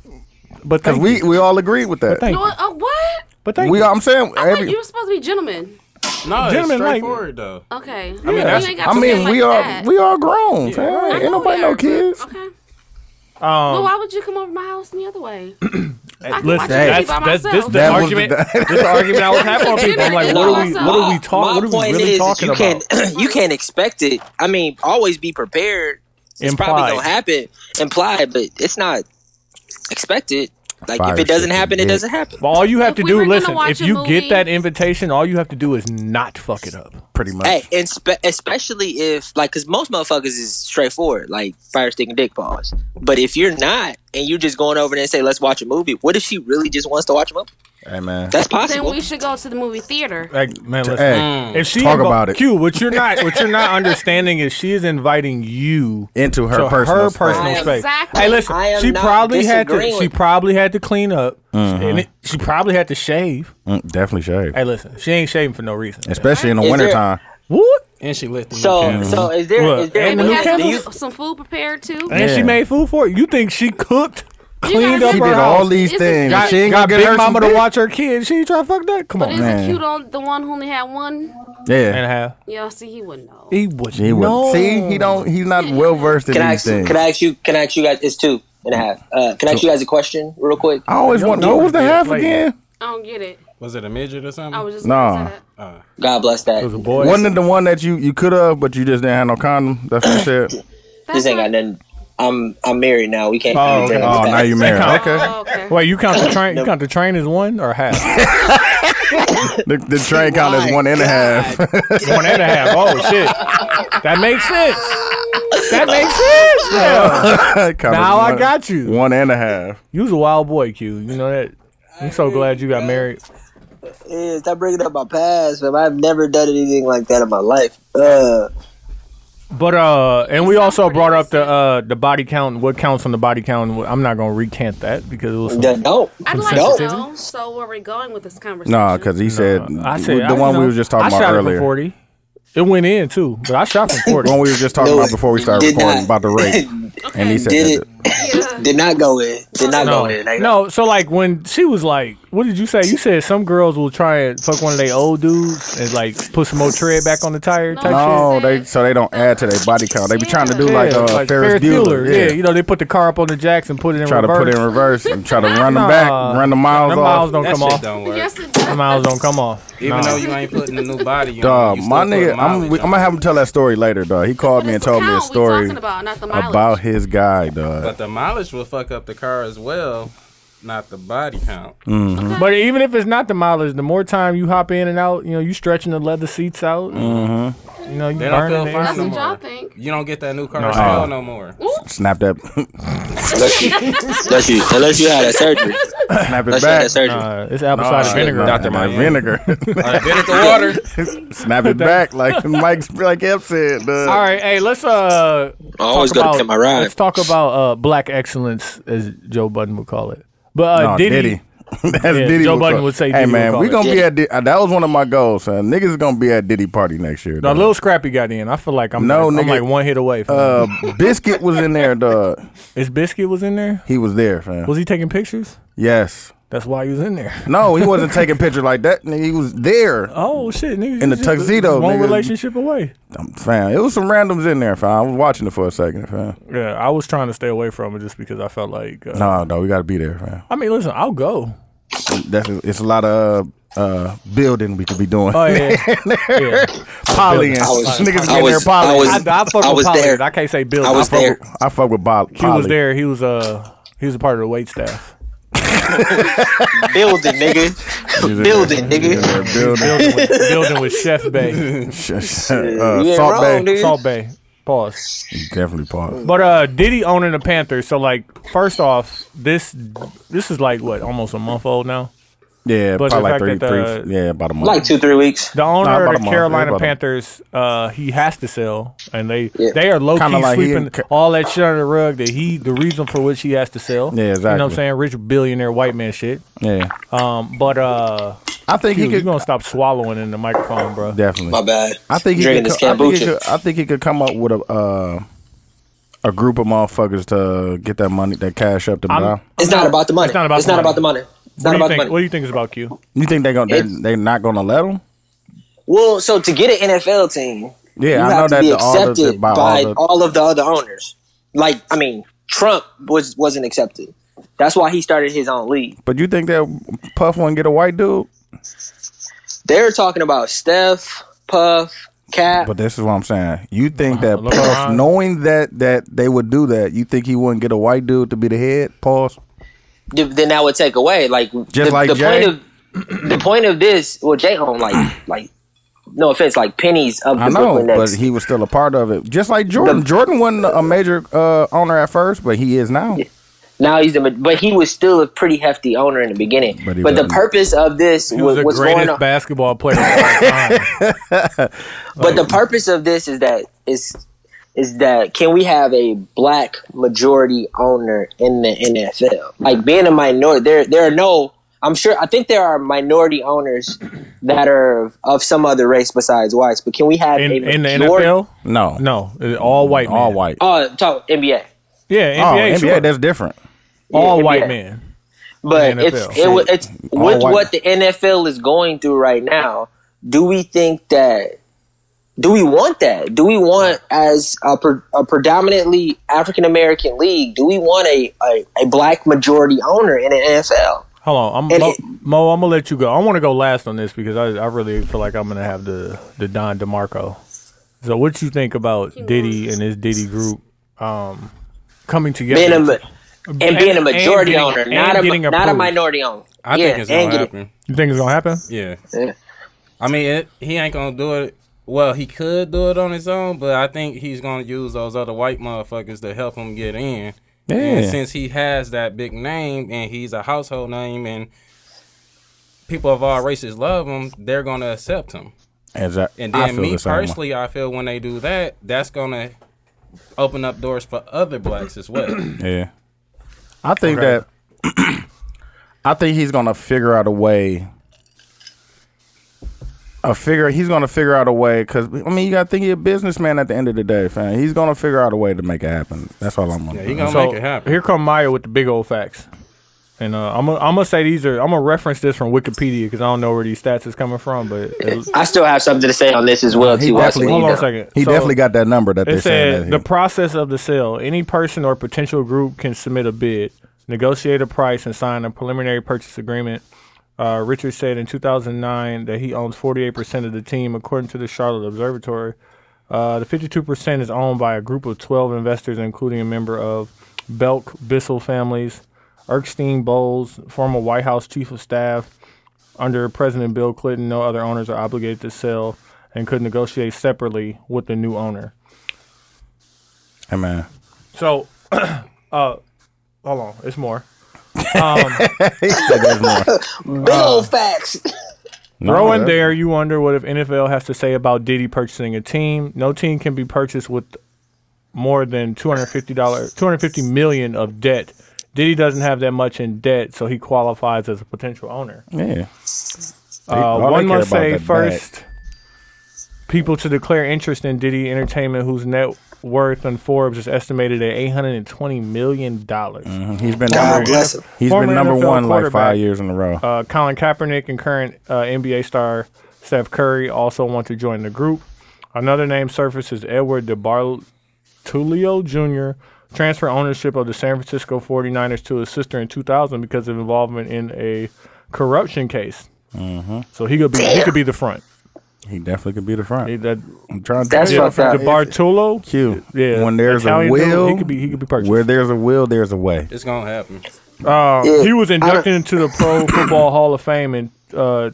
Speaker 4: But
Speaker 2: because
Speaker 4: thank
Speaker 2: we
Speaker 4: you.
Speaker 2: we all agreed with that.
Speaker 4: Thank
Speaker 6: know
Speaker 4: you.
Speaker 6: what? Oh, what?
Speaker 4: But thank
Speaker 2: We
Speaker 4: you.
Speaker 2: I'm saying
Speaker 6: I thought
Speaker 2: every.
Speaker 6: you were supposed to be gentlemen.
Speaker 1: No, it's
Speaker 4: Gentlemen, like-
Speaker 1: straightforward though.
Speaker 6: Okay. I
Speaker 4: that's-
Speaker 2: I mean, we are we are grown. fam. Ain't nobody no kids.
Speaker 6: Oh, Okay. Well,
Speaker 4: Um,
Speaker 6: why would you come over to my house any other
Speaker 4: [CLEARS THROAT]
Speaker 6: way? I can watch
Speaker 4: listen,
Speaker 6: a movie
Speaker 4: that's
Speaker 6: by
Speaker 4: that's this
Speaker 6: myself.
Speaker 4: the
Speaker 2: That was
Speaker 4: argument.
Speaker 2: the-
Speaker 4: This the argument I was
Speaker 2: [LAUGHS]
Speaker 4: having on people. I'm like, what are we? What are we
Speaker 8: My
Speaker 4: talking? What are we
Speaker 8: point
Speaker 4: really
Speaker 8: is,
Speaker 4: talking
Speaker 8: you
Speaker 4: about?
Speaker 8: Can't, [CLEARS THROAT] you can't expect it. I mean, always be prepared. It's probably
Speaker 4: Implied.
Speaker 8: gonna happen. Implied, but it's not expected. Like
Speaker 2: Fire
Speaker 8: if it doesn't
Speaker 2: shit,
Speaker 8: happen,
Speaker 2: dick.
Speaker 8: it doesn't happen.
Speaker 4: But all you have
Speaker 6: If
Speaker 4: to
Speaker 6: we
Speaker 4: do,
Speaker 6: were gonna
Speaker 4: listen,
Speaker 6: watch
Speaker 4: if
Speaker 6: a
Speaker 4: you
Speaker 6: movie-
Speaker 4: get that invitation, all you have to do is not fuck it up.
Speaker 2: Pretty much.
Speaker 8: Hey, and spe- especially if like, cause most motherfuckers is straightforward, like fire stick and dick paws. But if you're not, and you're just going over there and say, "Let's watch a movie," what if she really just wants to watch a movie?
Speaker 2: Hey man.
Speaker 8: That's
Speaker 6: Then
Speaker 8: possible.
Speaker 6: we should go to the movie theater.
Speaker 4: Like, man, listen.
Speaker 2: Hey,
Speaker 4: If she
Speaker 2: Talk
Speaker 4: invo-
Speaker 2: about it.
Speaker 4: Q, what you're not what you're not understanding is she is inviting you
Speaker 2: into her
Speaker 4: to
Speaker 2: personal.
Speaker 4: her
Speaker 2: space.
Speaker 4: personal space.
Speaker 6: Exactly.
Speaker 4: Hey, listen,
Speaker 8: I am
Speaker 4: she
Speaker 8: not
Speaker 4: probably had to
Speaker 8: disagreeing
Speaker 4: she
Speaker 8: with-
Speaker 4: probably had to clean up.
Speaker 2: Mm-hmm.
Speaker 4: And it, she probably had to shave.
Speaker 2: Mm, definitely shave.
Speaker 4: Hey, listen, she ain't shaving for no reason.
Speaker 2: Especially in the
Speaker 8: Is
Speaker 2: winter
Speaker 8: there-
Speaker 2: time.
Speaker 4: What?
Speaker 1: And she lit the
Speaker 8: so,
Speaker 1: new candles.
Speaker 8: so is there? Is
Speaker 4: Look,
Speaker 8: there
Speaker 4: and
Speaker 6: Maybe
Speaker 4: the
Speaker 8: any-
Speaker 4: new
Speaker 6: have
Speaker 8: do you-
Speaker 6: some, some food prepared too.
Speaker 4: And she
Speaker 2: Yeah.
Speaker 4: made food for it. You think she cooked, cleaned
Speaker 6: gotta
Speaker 4: up
Speaker 2: She
Speaker 4: her
Speaker 2: did all
Speaker 4: house,
Speaker 2: these
Speaker 6: It's a-
Speaker 2: things.
Speaker 4: Got,
Speaker 2: she ain't
Speaker 4: got
Speaker 2: gonna get
Speaker 4: big
Speaker 2: her some
Speaker 4: mama to
Speaker 2: dick.
Speaker 4: watch her kids. She ain't trying to fuck that. Come
Speaker 6: But
Speaker 4: on,
Speaker 6: isn't
Speaker 2: man.
Speaker 6: cute on the one who only had one?
Speaker 4: and a
Speaker 2: Yeah.
Speaker 4: half.
Speaker 6: Yeah, see, he wouldn't know.
Speaker 4: He would.
Speaker 2: He would
Speaker 4: no.
Speaker 2: see. He don't. He's not well versed in
Speaker 8: Can I
Speaker 2: these
Speaker 8: ask? you-
Speaker 2: things.
Speaker 8: Can I ask you? Can I ask you guys? It's two and a half. Uh, can I ask you guys a question real quick?
Speaker 2: I always want.
Speaker 4: know
Speaker 2: What was the
Speaker 4: what
Speaker 2: half
Speaker 4: you're
Speaker 2: again?
Speaker 6: I don't get it.
Speaker 1: was it a midget or something?
Speaker 6: I was just
Speaker 2: Nah.
Speaker 6: gonna say that.
Speaker 8: God bless
Speaker 4: It was a
Speaker 8: that.
Speaker 4: boy.
Speaker 2: Wasn't it the one that you you could have, but you just didn't have no condom? That's what you
Speaker 8: [LAUGHS]
Speaker 2: said.
Speaker 8: This
Speaker 6: That's
Speaker 8: ain't got
Speaker 6: not-
Speaker 8: nothing. I'm I'm married now. We can't.
Speaker 4: Oh,
Speaker 8: we
Speaker 4: okay.
Speaker 8: can't
Speaker 2: Oh, now
Speaker 8: [LAUGHS]
Speaker 2: you married. Okay.
Speaker 6: Oh, okay.
Speaker 1: [LAUGHS]
Speaker 4: Wait, you count the train? You count the train as one or half?
Speaker 2: The, the train count is
Speaker 8: Oh My
Speaker 2: one and a half.
Speaker 4: one and a half. Oh shit, that makes sense. That makes sense. Yeah.
Speaker 2: [LAUGHS]
Speaker 4: [LAUGHS]
Speaker 2: Count as
Speaker 4: Now I
Speaker 2: one-
Speaker 4: got you.
Speaker 2: One and a half.
Speaker 4: You was a wild boy, Q. You know that. I'm so glad you got married.
Speaker 8: Yeah, stop bringing up my past, man. I've never done anything like that in my life. Uh,
Speaker 4: But uh, and we
Speaker 6: sounds
Speaker 4: also
Speaker 6: pretty
Speaker 4: brought up the uh the body count. What counts on the body count? and what- I'm not gonna recant that because it was. some-
Speaker 8: yeah, no,
Speaker 6: I'd like to
Speaker 8: [LAUGHS] no.
Speaker 6: know. So where are we going with this conversation?
Speaker 2: Nah, because he said
Speaker 4: uh, I said
Speaker 2: the
Speaker 4: I-
Speaker 2: one
Speaker 4: you
Speaker 2: we
Speaker 4: know,
Speaker 2: were just talking
Speaker 4: I
Speaker 2: about
Speaker 4: shot it from
Speaker 2: earlier.
Speaker 4: Forty. It went in too, but I shot from
Speaker 2: [LAUGHS]
Speaker 4: forty.
Speaker 2: One we were just talking
Speaker 8: No,
Speaker 2: about before we started
Speaker 8: did
Speaker 2: recording
Speaker 8: not. [LAUGHS]
Speaker 2: about the rape, and he said
Speaker 8: Did
Speaker 2: that
Speaker 8: it?
Speaker 6: Yeah.
Speaker 8: Did not go in. Did not
Speaker 4: No,
Speaker 8: go in. Like,
Speaker 4: no. So like when she was like, "What did you say?" You said some girls will try and fuck one of their old dudes and like put some more tread back on the tire type
Speaker 2: No, they so they don't add to their body count. They be trying to do
Speaker 4: shit.
Speaker 2: like,
Speaker 4: Yeah,
Speaker 2: uh, Ferris, Bueller.
Speaker 4: Yeah. you know they put the car up on the jacks and put it in
Speaker 2: try to
Speaker 4: reverse.
Speaker 2: put it in reverse and try to run them back,
Speaker 4: [LAUGHS] Nah.
Speaker 2: run the miles
Speaker 4: Them
Speaker 2: off.
Speaker 4: miles don't
Speaker 1: That
Speaker 4: come
Speaker 1: shit
Speaker 4: off.
Speaker 1: don't work.
Speaker 6: Yes, it does.
Speaker 4: Them miles don't come off.
Speaker 1: Even
Speaker 4: Nah.
Speaker 1: though you ain't putting a new body on,
Speaker 2: Dog,
Speaker 1: you
Speaker 2: my
Speaker 1: still put
Speaker 2: nigga, I'm,
Speaker 1: mileage
Speaker 2: we, I'm
Speaker 1: on
Speaker 2: gonna
Speaker 1: it.
Speaker 2: have him tell that story later, dog. He called me and
Speaker 6: It's
Speaker 2: told
Speaker 6: the
Speaker 2: me a
Speaker 6: count we
Speaker 2: story
Speaker 6: talking about, not the mileage.
Speaker 2: about his guy, dog.
Speaker 1: But the mileage will fuck up the car as well, not the body count.
Speaker 4: But even if it's not the mileage, the more time you hop in and out, you know you stretching the leather seats out. Mm-hmm. You know you
Speaker 1: They don't
Speaker 4: burning
Speaker 1: feel fine
Speaker 6: That's
Speaker 1: no
Speaker 6: what y'all
Speaker 1: more.
Speaker 6: think.
Speaker 1: You don't get that new car
Speaker 4: No.
Speaker 1: smell no more.
Speaker 2: Snap that, [LAUGHS]
Speaker 8: unless you, unless you, unless you had a surgery,
Speaker 2: snap it
Speaker 8: unless you had a
Speaker 2: back.
Speaker 4: it.
Speaker 8: surgery.
Speaker 4: Uh, it's apple
Speaker 1: Nah,
Speaker 4: cider
Speaker 1: shit,
Speaker 4: vinegar.
Speaker 1: nah.
Speaker 2: Doctor
Speaker 1: Dr.
Speaker 2: my
Speaker 1: Miami.
Speaker 2: vinegar. [LAUGHS]
Speaker 1: All right, bit at the water.
Speaker 2: snap it back
Speaker 4: [LAUGHS]
Speaker 2: like Mike's like F said, dog.
Speaker 4: All right, hey, let's uh.
Speaker 8: I always
Speaker 4: talk
Speaker 8: gotta
Speaker 4: about-
Speaker 8: pimp my ride.
Speaker 4: Let's talk about uh, black excellence, as Joe Budden would call it. But uh,
Speaker 2: No,
Speaker 4: Diddy,
Speaker 2: Diddy. [LAUGHS] That's
Speaker 4: Yeah,
Speaker 2: Diddy.
Speaker 4: Joe
Speaker 2: would
Speaker 4: Budden
Speaker 2: call-
Speaker 4: would say
Speaker 2: "Hey
Speaker 4: Diddy would
Speaker 2: man,
Speaker 4: call
Speaker 2: we
Speaker 4: it."
Speaker 2: gonna be
Speaker 8: Yeah.
Speaker 2: at Diddy. that was one of my goals, son. Niggas is gonna be at Diddy party next year.
Speaker 4: now
Speaker 2: dog.
Speaker 4: Lil Scrappy got in. I feel like I'm
Speaker 2: No,
Speaker 4: like, I'm
Speaker 2: nigga.
Speaker 4: like one hit away. From
Speaker 2: Uh, Biscuit was in there, dog.
Speaker 4: Is Biscuit was in there?
Speaker 2: He was there, fam.
Speaker 4: Was he taking pictures?
Speaker 2: yes.
Speaker 4: That's why he was in there. [LAUGHS]
Speaker 2: No, he wasn't taking picture like that. Nigga, he was there,
Speaker 4: Oh shit, nigga!
Speaker 2: In
Speaker 4: you
Speaker 2: the tuxedo,
Speaker 4: one
Speaker 2: nigga.
Speaker 4: relationship away.
Speaker 2: Um, fam. It was some randoms in there, fam. I was watching it for a second, fam.
Speaker 4: Yeah, I was trying to stay away from it just because I felt like. Uh,
Speaker 2: No, no, we gotta be there, fam.
Speaker 4: I mean, listen, I'll go.
Speaker 2: That's it's a lot of uh, uh, building we could be doing.
Speaker 4: Oh yeah, yeah.
Speaker 2: [LAUGHS] Pollying,
Speaker 8: I
Speaker 2: niggas
Speaker 8: was- I
Speaker 2: getting there
Speaker 8: was- I
Speaker 2: pollying.
Speaker 8: was-
Speaker 4: I, I fuck
Speaker 8: I
Speaker 4: with
Speaker 8: was
Speaker 4: Polly.
Speaker 8: there.
Speaker 4: I can't say Bill.
Speaker 8: I was
Speaker 4: fuck
Speaker 8: there.
Speaker 4: with-
Speaker 2: I fuck with Bob.
Speaker 4: He was there. He was uh he was a part of the wait staff.
Speaker 8: Building, nigga. Building, nigga.
Speaker 2: [LAUGHS] Building.
Speaker 4: Building with, building with
Speaker 2: [LAUGHS]
Speaker 4: Chef Bay,
Speaker 2: uh,
Speaker 8: You ain't
Speaker 2: Salt
Speaker 8: wrong,
Speaker 2: Bay.
Speaker 8: dude.
Speaker 4: Salt Bay. Pause.
Speaker 2: Definitely part.
Speaker 4: But uh Diddy owning the Panthers, so like first off, this this is like what, almost a month old now?
Speaker 2: Yeah,
Speaker 4: But
Speaker 2: probably
Speaker 4: the
Speaker 2: like three,
Speaker 4: fact that, uh,
Speaker 2: three, yeah, about a month.
Speaker 8: Like two, three weeks.
Speaker 4: The owner
Speaker 2: Nah, about
Speaker 4: of
Speaker 2: a
Speaker 4: the
Speaker 2: month.
Speaker 4: Carolina
Speaker 2: About a-
Speaker 4: Panthers, uh, he has to sell, and they
Speaker 8: Yeah.
Speaker 4: they are low key
Speaker 2: Kinda like he
Speaker 4: sweeping
Speaker 2: and Ca-
Speaker 4: all that shit under the rug. That he the reason for which he has to sell.
Speaker 2: Yeah,
Speaker 4: You know what I'm
Speaker 2: exactly.
Speaker 4: saying? Rich billionaire white man shit.
Speaker 2: yeah,
Speaker 4: Um, but uh,
Speaker 2: I think he
Speaker 4: you you
Speaker 2: could
Speaker 4: gonna stop swallowing in the microphone, bro?
Speaker 2: definitely.
Speaker 8: My bad.
Speaker 2: I think he
Speaker 8: drinking
Speaker 2: could.
Speaker 8: this
Speaker 2: co- I think he
Speaker 8: kombucha.
Speaker 2: could. uh, I think he could come up with a uh, a group of motherfuckers to get that money, that cash up to buy.
Speaker 8: It's not about the money.
Speaker 4: It's not about
Speaker 8: It's
Speaker 4: the
Speaker 8: not
Speaker 4: money.
Speaker 8: about the money. It's
Speaker 4: What
Speaker 8: not
Speaker 4: do you
Speaker 8: about the
Speaker 4: think? What
Speaker 8: money.
Speaker 4: do you think is about Q?
Speaker 2: You think they gonna?
Speaker 8: It's-
Speaker 2: They, they not gonna let him?
Speaker 8: Well, so to get an NFL team,
Speaker 2: Yeah,
Speaker 8: you
Speaker 2: I know
Speaker 8: have to
Speaker 2: that
Speaker 8: be
Speaker 2: the, all the,
Speaker 8: accepted
Speaker 2: the, by, all
Speaker 8: by
Speaker 2: the
Speaker 8: all of the other owners. Like, I mean, Trump was wasn't accepted. That's why he started his own league.
Speaker 2: But you think that Puff won't get a white dude?
Speaker 8: They're talking about Steph, Puff, Cap.
Speaker 2: But this is what I'm saying. You think that
Speaker 4: look
Speaker 2: Puff,
Speaker 4: around.
Speaker 2: knowing that that they would do that, you think he wouldn't get a white dude to be the head? Pause.
Speaker 8: th- then that would take away like the,
Speaker 2: like
Speaker 8: the
Speaker 2: Jay?
Speaker 8: point of the point of this. Well, Jay
Speaker 2: [CLEARS THROAT]
Speaker 8: Home like like no offense, like pennies of the
Speaker 2: I know,
Speaker 8: Brooklyn
Speaker 2: but
Speaker 8: Nets.
Speaker 2: he was still a part of it. Just like Jordan.
Speaker 8: The-
Speaker 2: Jordan wasn't a major uh, owner at first, but he is now.
Speaker 8: now he's the ma- but he was still a pretty hefty owner in the beginning.
Speaker 2: But
Speaker 8: But,
Speaker 2: he
Speaker 8: the
Speaker 2: wasn't.
Speaker 8: purpose of this
Speaker 4: He was
Speaker 8: was,
Speaker 4: the
Speaker 8: what's going
Speaker 4: greatest
Speaker 8: on.
Speaker 4: basketball player of
Speaker 8: [LAUGHS]
Speaker 4: all time.
Speaker 8: but the purpose of this is that is is that can we have a black majority owner in the NFL? Like being a minority, there there are no. I'm sure. I think there are minority owners that are of, of some other race besides whites. But can we have
Speaker 4: In,
Speaker 8: a
Speaker 4: in the
Speaker 8: majority-
Speaker 4: NFL,
Speaker 2: No.
Speaker 4: no, it- all white, men.
Speaker 2: All white.
Speaker 8: Oh, I'm talking NBA.
Speaker 4: Yeah,
Speaker 2: oh,
Speaker 4: NBA,
Speaker 2: NBA,
Speaker 4: sure.
Speaker 2: that's different.
Speaker 4: all
Speaker 8: Yeah,
Speaker 4: white
Speaker 8: NBA.
Speaker 4: men.
Speaker 8: But
Speaker 4: The
Speaker 8: it's
Speaker 4: NFL.
Speaker 8: it, wa- it's
Speaker 2: All
Speaker 8: with
Speaker 2: white.
Speaker 8: what the NFL is going through right now. Do we think that? Do we want that? Do we want as a, pre, a predominantly African American league? Do we want a, a, a black majority owner in the NFL?
Speaker 4: Hold on, I'm,
Speaker 8: And
Speaker 4: Mo,
Speaker 8: it-
Speaker 4: Mo, I'm gonna let you go. I want to go last on this because I, I really feel like I'm gonna have the the Don DeMarco. So, what you think about Diddy and his Diddy group um, coming together?
Speaker 8: Being a, ma- and, being a
Speaker 4: and
Speaker 8: majority
Speaker 4: getting-
Speaker 8: owner,
Speaker 4: and
Speaker 8: not a
Speaker 4: getting
Speaker 8: not a
Speaker 4: approved.
Speaker 8: minority owner.
Speaker 1: I
Speaker 8: Yeah,
Speaker 1: think it's
Speaker 8: and
Speaker 1: gonna
Speaker 8: get it.
Speaker 1: happen.
Speaker 4: you think it's gonna happen?
Speaker 1: Yeah.
Speaker 8: Yeah.
Speaker 1: I mean, it, he ain't gonna do it. Well, he could do it on his own, but I think he's gonna use those other white motherfuckers to help him get in. And
Speaker 2: Yeah.
Speaker 1: since he has that big name and he's a household name and people of all races love him, they're gonna accept him.
Speaker 2: Exactly.
Speaker 1: And
Speaker 2: I
Speaker 1: then
Speaker 2: feel
Speaker 1: me
Speaker 2: the same way.
Speaker 1: personally, I feel when they do that, that's gonna open up doors for other blacks
Speaker 2: [CLEARS THROAT]
Speaker 1: as well.
Speaker 2: Yeah. I think that [CLEARS THROAT] I think he's gonna figure out a way a figure. He's gonna figure out a way because I mean, you gotta think he's a businessman at the end of the day, fam. He's gonna figure out a way to make it happen. That's all I'm gonna.
Speaker 1: Yeah, he
Speaker 2: do.
Speaker 1: gonna
Speaker 4: So
Speaker 1: make it happen.
Speaker 4: here come Maya with the big old facts. And uh, I'm gonna I'm gonna say these are I'm gonna reference this from Wikipedia because I don't know where these stats is coming from, but
Speaker 8: [LAUGHS]
Speaker 4: it,
Speaker 8: I still have something to say on this as well
Speaker 2: He
Speaker 8: too.
Speaker 2: definitely-
Speaker 8: Actually,
Speaker 4: hold on a
Speaker 8: though.
Speaker 4: second.
Speaker 2: He
Speaker 4: So,
Speaker 2: definitely got that number that they
Speaker 4: It
Speaker 2: said.
Speaker 4: said the process of the sale. Any person or potential group can submit a bid, negotiate a price, and sign a preliminary purchase agreement. Uh, Richard said in 2009 that he owns 48% of the team, according to the Charlotte Observatory. Uh, the 52% is owned by a group of 12 investors, including a member of Belk Bissell families, Erskine Bowles, former White House chief of staff. Under President Bill Clinton, no other owners are obligated to sell and could negotiate separately with the new owner.
Speaker 2: hey man,
Speaker 4: So, [CLEARS THROAT] uh, hold on, it's more.
Speaker 2: he said there's more.
Speaker 8: Big old facts.
Speaker 4: Throw in
Speaker 2: that-
Speaker 4: there, you wonder what if NFL has to say about Diddy purchasing a team. No team can be purchased with more than two hundred fifty dollars, two hundred fifty million of debt. Diddy doesn't have that much in debt, so he qualifies as a potential owner.
Speaker 2: Yeah.
Speaker 4: Uh,
Speaker 2: All they
Speaker 4: one
Speaker 2: care
Speaker 4: must
Speaker 2: about
Speaker 4: say
Speaker 2: that
Speaker 4: first, people to declare interest in Diddy Entertainment, whose net worth on Forbes is estimated at eight hundred and twenty million dollars.
Speaker 2: bag. He's been
Speaker 8: God
Speaker 2: number,
Speaker 8: bless him.
Speaker 2: he's
Speaker 4: Former
Speaker 2: been number
Speaker 4: NFL
Speaker 2: one like
Speaker 4: quarterback.
Speaker 2: five years in a row.
Speaker 4: Uh, Colin Kaepernick and current uh, NBA star Steph Curry also want to join the group. Another name surfaces Edward DeBartolio Jr. transfer ownership of the San Francisco 49ers to his sister in 2000 because of involvement in a corruption case.
Speaker 2: Mm-hmm.
Speaker 4: So he could be he could be the front.
Speaker 2: he definitely could be the
Speaker 4: He,
Speaker 2: front.
Speaker 4: that
Speaker 2: I'm trying to
Speaker 8: That's
Speaker 2: tell you,
Speaker 8: fucked up.
Speaker 2: fam,
Speaker 4: the Bartolo.
Speaker 2: Q.
Speaker 4: Yeah,
Speaker 2: When there's
Speaker 4: Italian
Speaker 2: a
Speaker 4: dude,
Speaker 2: will,
Speaker 4: he could be he could be purchased.
Speaker 2: where there's a will, there's a way.
Speaker 1: It's gonna happen.
Speaker 4: Uh,
Speaker 8: Yeah,
Speaker 4: he was
Speaker 8: I don't-
Speaker 4: inducted into the
Speaker 8: [COUGHS]
Speaker 4: Pro Football Hall of Fame in uh,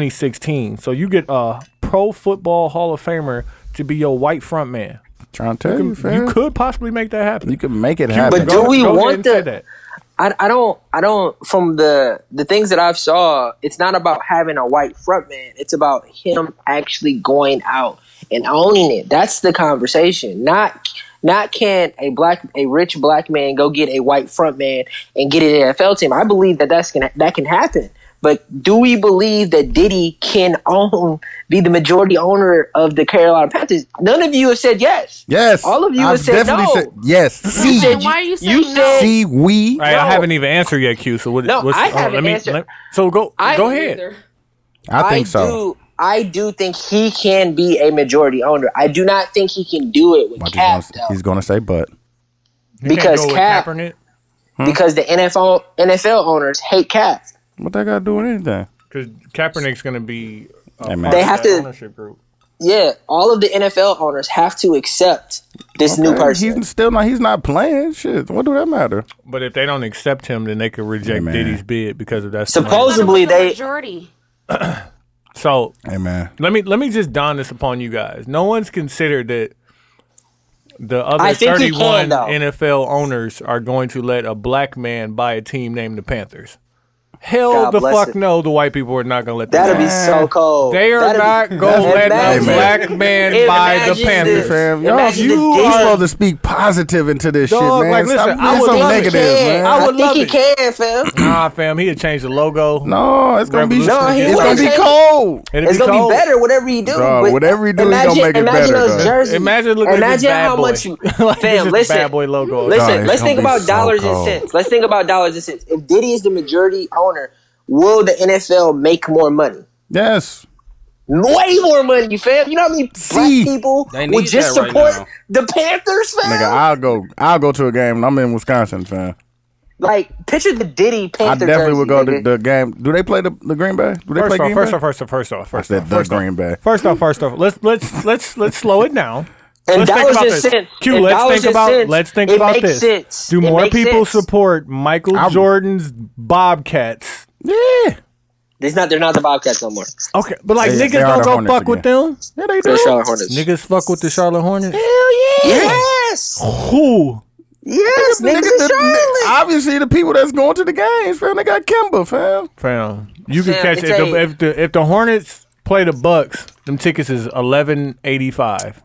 Speaker 4: 2016. So you get a Pro Football Hall of Famer to be your white front man.
Speaker 2: Trying to tell you, fam.
Speaker 4: You could possibly make that happen.
Speaker 2: You can make it happen.
Speaker 8: But do we
Speaker 4: ahead
Speaker 8: want
Speaker 4: and say
Speaker 8: that? I, I don't I don't from the the things that I've saw it's not about having a white front man it's about him actually going out and owning it that's the conversation not not can a black a rich black man go get a white front man and get an NFL team I believe that that's gonna that can happen but do we believe that Diddy can own be the majority owner of the Carolina Panthers none of you have said yes
Speaker 2: yes.
Speaker 8: all of you
Speaker 2: I've
Speaker 8: have said
Speaker 2: definitely
Speaker 8: no.
Speaker 2: said yes. See,
Speaker 6: Then why are you saying no?
Speaker 8: said-
Speaker 2: see, we.
Speaker 4: Hey, I
Speaker 8: No.
Speaker 4: haven't even answered yet, Q. So what,
Speaker 8: No,
Speaker 4: what's,
Speaker 8: I
Speaker 4: oh,
Speaker 8: haven't
Speaker 4: let me,
Speaker 8: answered.
Speaker 4: let- so go
Speaker 8: I
Speaker 4: go
Speaker 8: haven't
Speaker 4: ahead.
Speaker 6: Either.
Speaker 2: I think so.
Speaker 8: do. I do think he can be a majority owner. I do not think he can do it with
Speaker 2: But he's
Speaker 8: Cap
Speaker 2: gonna-
Speaker 8: though,
Speaker 2: he's going to say, but
Speaker 4: You can't
Speaker 8: Because
Speaker 4: go with
Speaker 8: Cap-
Speaker 4: Kaepernick
Speaker 8: because the NFL NFL owners hate Cap.
Speaker 2: what that got to do with anything?
Speaker 4: because Kaepernick's going to be uh,
Speaker 2: Hey, man.
Speaker 4: part
Speaker 8: They
Speaker 4: of
Speaker 8: have
Speaker 4: that
Speaker 8: to-
Speaker 4: ownership group.
Speaker 8: Yeah, all of the NFL owners have to accept this new
Speaker 2: Okay,
Speaker 8: person.
Speaker 2: He's still not. He's not playing. Shit. What do that matter?
Speaker 4: But if they don't accept him, then they could reject
Speaker 2: man.
Speaker 4: Diddy's bid because of that.
Speaker 6: Possibly
Speaker 8: Supposedly- Possibly they-
Speaker 6: majority.
Speaker 4: so
Speaker 2: Hey man.
Speaker 4: Let me let me just don this upon you guys. No one's considered that the other
Speaker 8: I think he
Speaker 4: 31
Speaker 8: can, though.
Speaker 4: NFL owners are going to let a black man buy a team named the Panthers. Hell
Speaker 8: God
Speaker 4: the
Speaker 8: bless
Speaker 4: fuck
Speaker 8: it.
Speaker 4: no, the white people are not going to let that
Speaker 8: That'd be so cold.
Speaker 4: They are
Speaker 8: That'd be-
Speaker 4: not going to let a
Speaker 8: Imagine-
Speaker 4: black man buy the
Speaker 8: imagine
Speaker 4: Panthers.
Speaker 8: this.
Speaker 2: Fam, y'all,
Speaker 8: Imagine
Speaker 2: you
Speaker 8: the
Speaker 2: are
Speaker 8: Diddy-
Speaker 2: supposed to speak positive into this
Speaker 4: Dog,
Speaker 2: shit, man.
Speaker 4: like,
Speaker 2: Stop
Speaker 4: listen, I
Speaker 2: being
Speaker 4: would
Speaker 2: so
Speaker 4: love it.
Speaker 2: negative,
Speaker 8: can.
Speaker 2: man.
Speaker 4: I
Speaker 8: I,
Speaker 4: would
Speaker 8: think
Speaker 4: love
Speaker 8: he
Speaker 4: it.
Speaker 8: can, fam.
Speaker 4: Nah, fam, he'd change the logo.
Speaker 2: no, it's gonna be.
Speaker 4: No, he
Speaker 2: it's gonna
Speaker 8: wouldn't
Speaker 2: be
Speaker 8: take-
Speaker 2: cold.
Speaker 4: It'd
Speaker 8: It's
Speaker 4: be
Speaker 8: gonna
Speaker 4: cold.
Speaker 8: be better, whatever you do.
Speaker 2: Dog,
Speaker 8: but
Speaker 2: whatever you do, he
Speaker 8: imagine,
Speaker 2: gonna make it
Speaker 8: imagine
Speaker 2: better,
Speaker 8: Those
Speaker 2: dog.
Speaker 8: jerseys.
Speaker 4: Imagine looking at this
Speaker 8: Imagine
Speaker 4: bad
Speaker 8: how
Speaker 4: boy. [LAUGHS]
Speaker 8: much.
Speaker 4: Like, this
Speaker 8: Fam,
Speaker 4: is
Speaker 8: listen.
Speaker 4: bad boy logo.
Speaker 8: Listen,
Speaker 2: Dog, it's
Speaker 8: let's
Speaker 2: gonna
Speaker 8: think
Speaker 2: Oh, be
Speaker 8: about
Speaker 2: so
Speaker 8: dollars
Speaker 2: cold.
Speaker 8: and cents. Let's think about dollars and cents. If Diddy is the majority owner, will the NFL make more money?
Speaker 2: Yes.
Speaker 8: Way more money, you fam. You know how many
Speaker 2: See,
Speaker 8: black people
Speaker 1: they
Speaker 8: would
Speaker 1: need
Speaker 8: just
Speaker 1: that right
Speaker 8: support
Speaker 1: now.
Speaker 8: the Panthers, fam?
Speaker 2: Nigga, I'll go. I'll go to a game. and I'm in Wisconsin, fam.
Speaker 8: like, picture the Diddy
Speaker 2: I
Speaker 8: Panther
Speaker 2: definitely
Speaker 8: jersey,
Speaker 2: would go to
Speaker 8: nigga.
Speaker 2: the game. Do they play the, the Green Bay? Do they play
Speaker 4: First off,
Speaker 2: Green
Speaker 4: first
Speaker 2: Bay?
Speaker 4: off, first off, first off,
Speaker 2: I
Speaker 4: first
Speaker 2: said
Speaker 4: off,
Speaker 2: the
Speaker 4: first off.
Speaker 2: Green Bay.
Speaker 4: First off, first off, let's let's let's let's slow it
Speaker 8: [LAUGHS]
Speaker 4: down.
Speaker 8: And
Speaker 4: let's think
Speaker 8: dollars
Speaker 4: about
Speaker 8: and
Speaker 4: this.
Speaker 8: cents.
Speaker 4: Q,
Speaker 8: And
Speaker 4: let's
Speaker 8: dollars
Speaker 4: think
Speaker 8: and
Speaker 4: about
Speaker 8: cents.
Speaker 4: let's think
Speaker 8: It
Speaker 4: about
Speaker 8: makes
Speaker 4: this.
Speaker 8: sense.
Speaker 4: Do
Speaker 8: It
Speaker 4: more
Speaker 8: makes
Speaker 4: people
Speaker 8: sense.
Speaker 4: support Michael
Speaker 2: I'm-
Speaker 4: Jordan's Bobcats?
Speaker 2: Yeah.
Speaker 8: It's not. They're not the Bobcats no more.
Speaker 2: Oh,
Speaker 4: Okay, but like
Speaker 2: They-
Speaker 4: niggas
Speaker 2: they are
Speaker 4: don't
Speaker 2: the
Speaker 4: go
Speaker 2: Hornets
Speaker 4: fuck with them.
Speaker 2: Yeah, they
Speaker 8: They're
Speaker 2: do.
Speaker 8: Charlotte Hornets.
Speaker 4: Niggas fuck with the Charlotte Hornets.
Speaker 8: Yes.
Speaker 4: Who?
Speaker 8: Yes. Niggas,
Speaker 2: Oh, Nigga,
Speaker 8: in
Speaker 2: the-
Speaker 8: Charlotte.
Speaker 2: obviously, the people that's going to the games, fam, they got Kimba,
Speaker 4: Oh.
Speaker 2: fam.
Speaker 4: Fam, you can
Speaker 8: Fam,
Speaker 4: catch
Speaker 8: it's
Speaker 4: if the,
Speaker 8: a-
Speaker 4: if the if the Hornets play the Bucks, them tickets is eleven eighty five,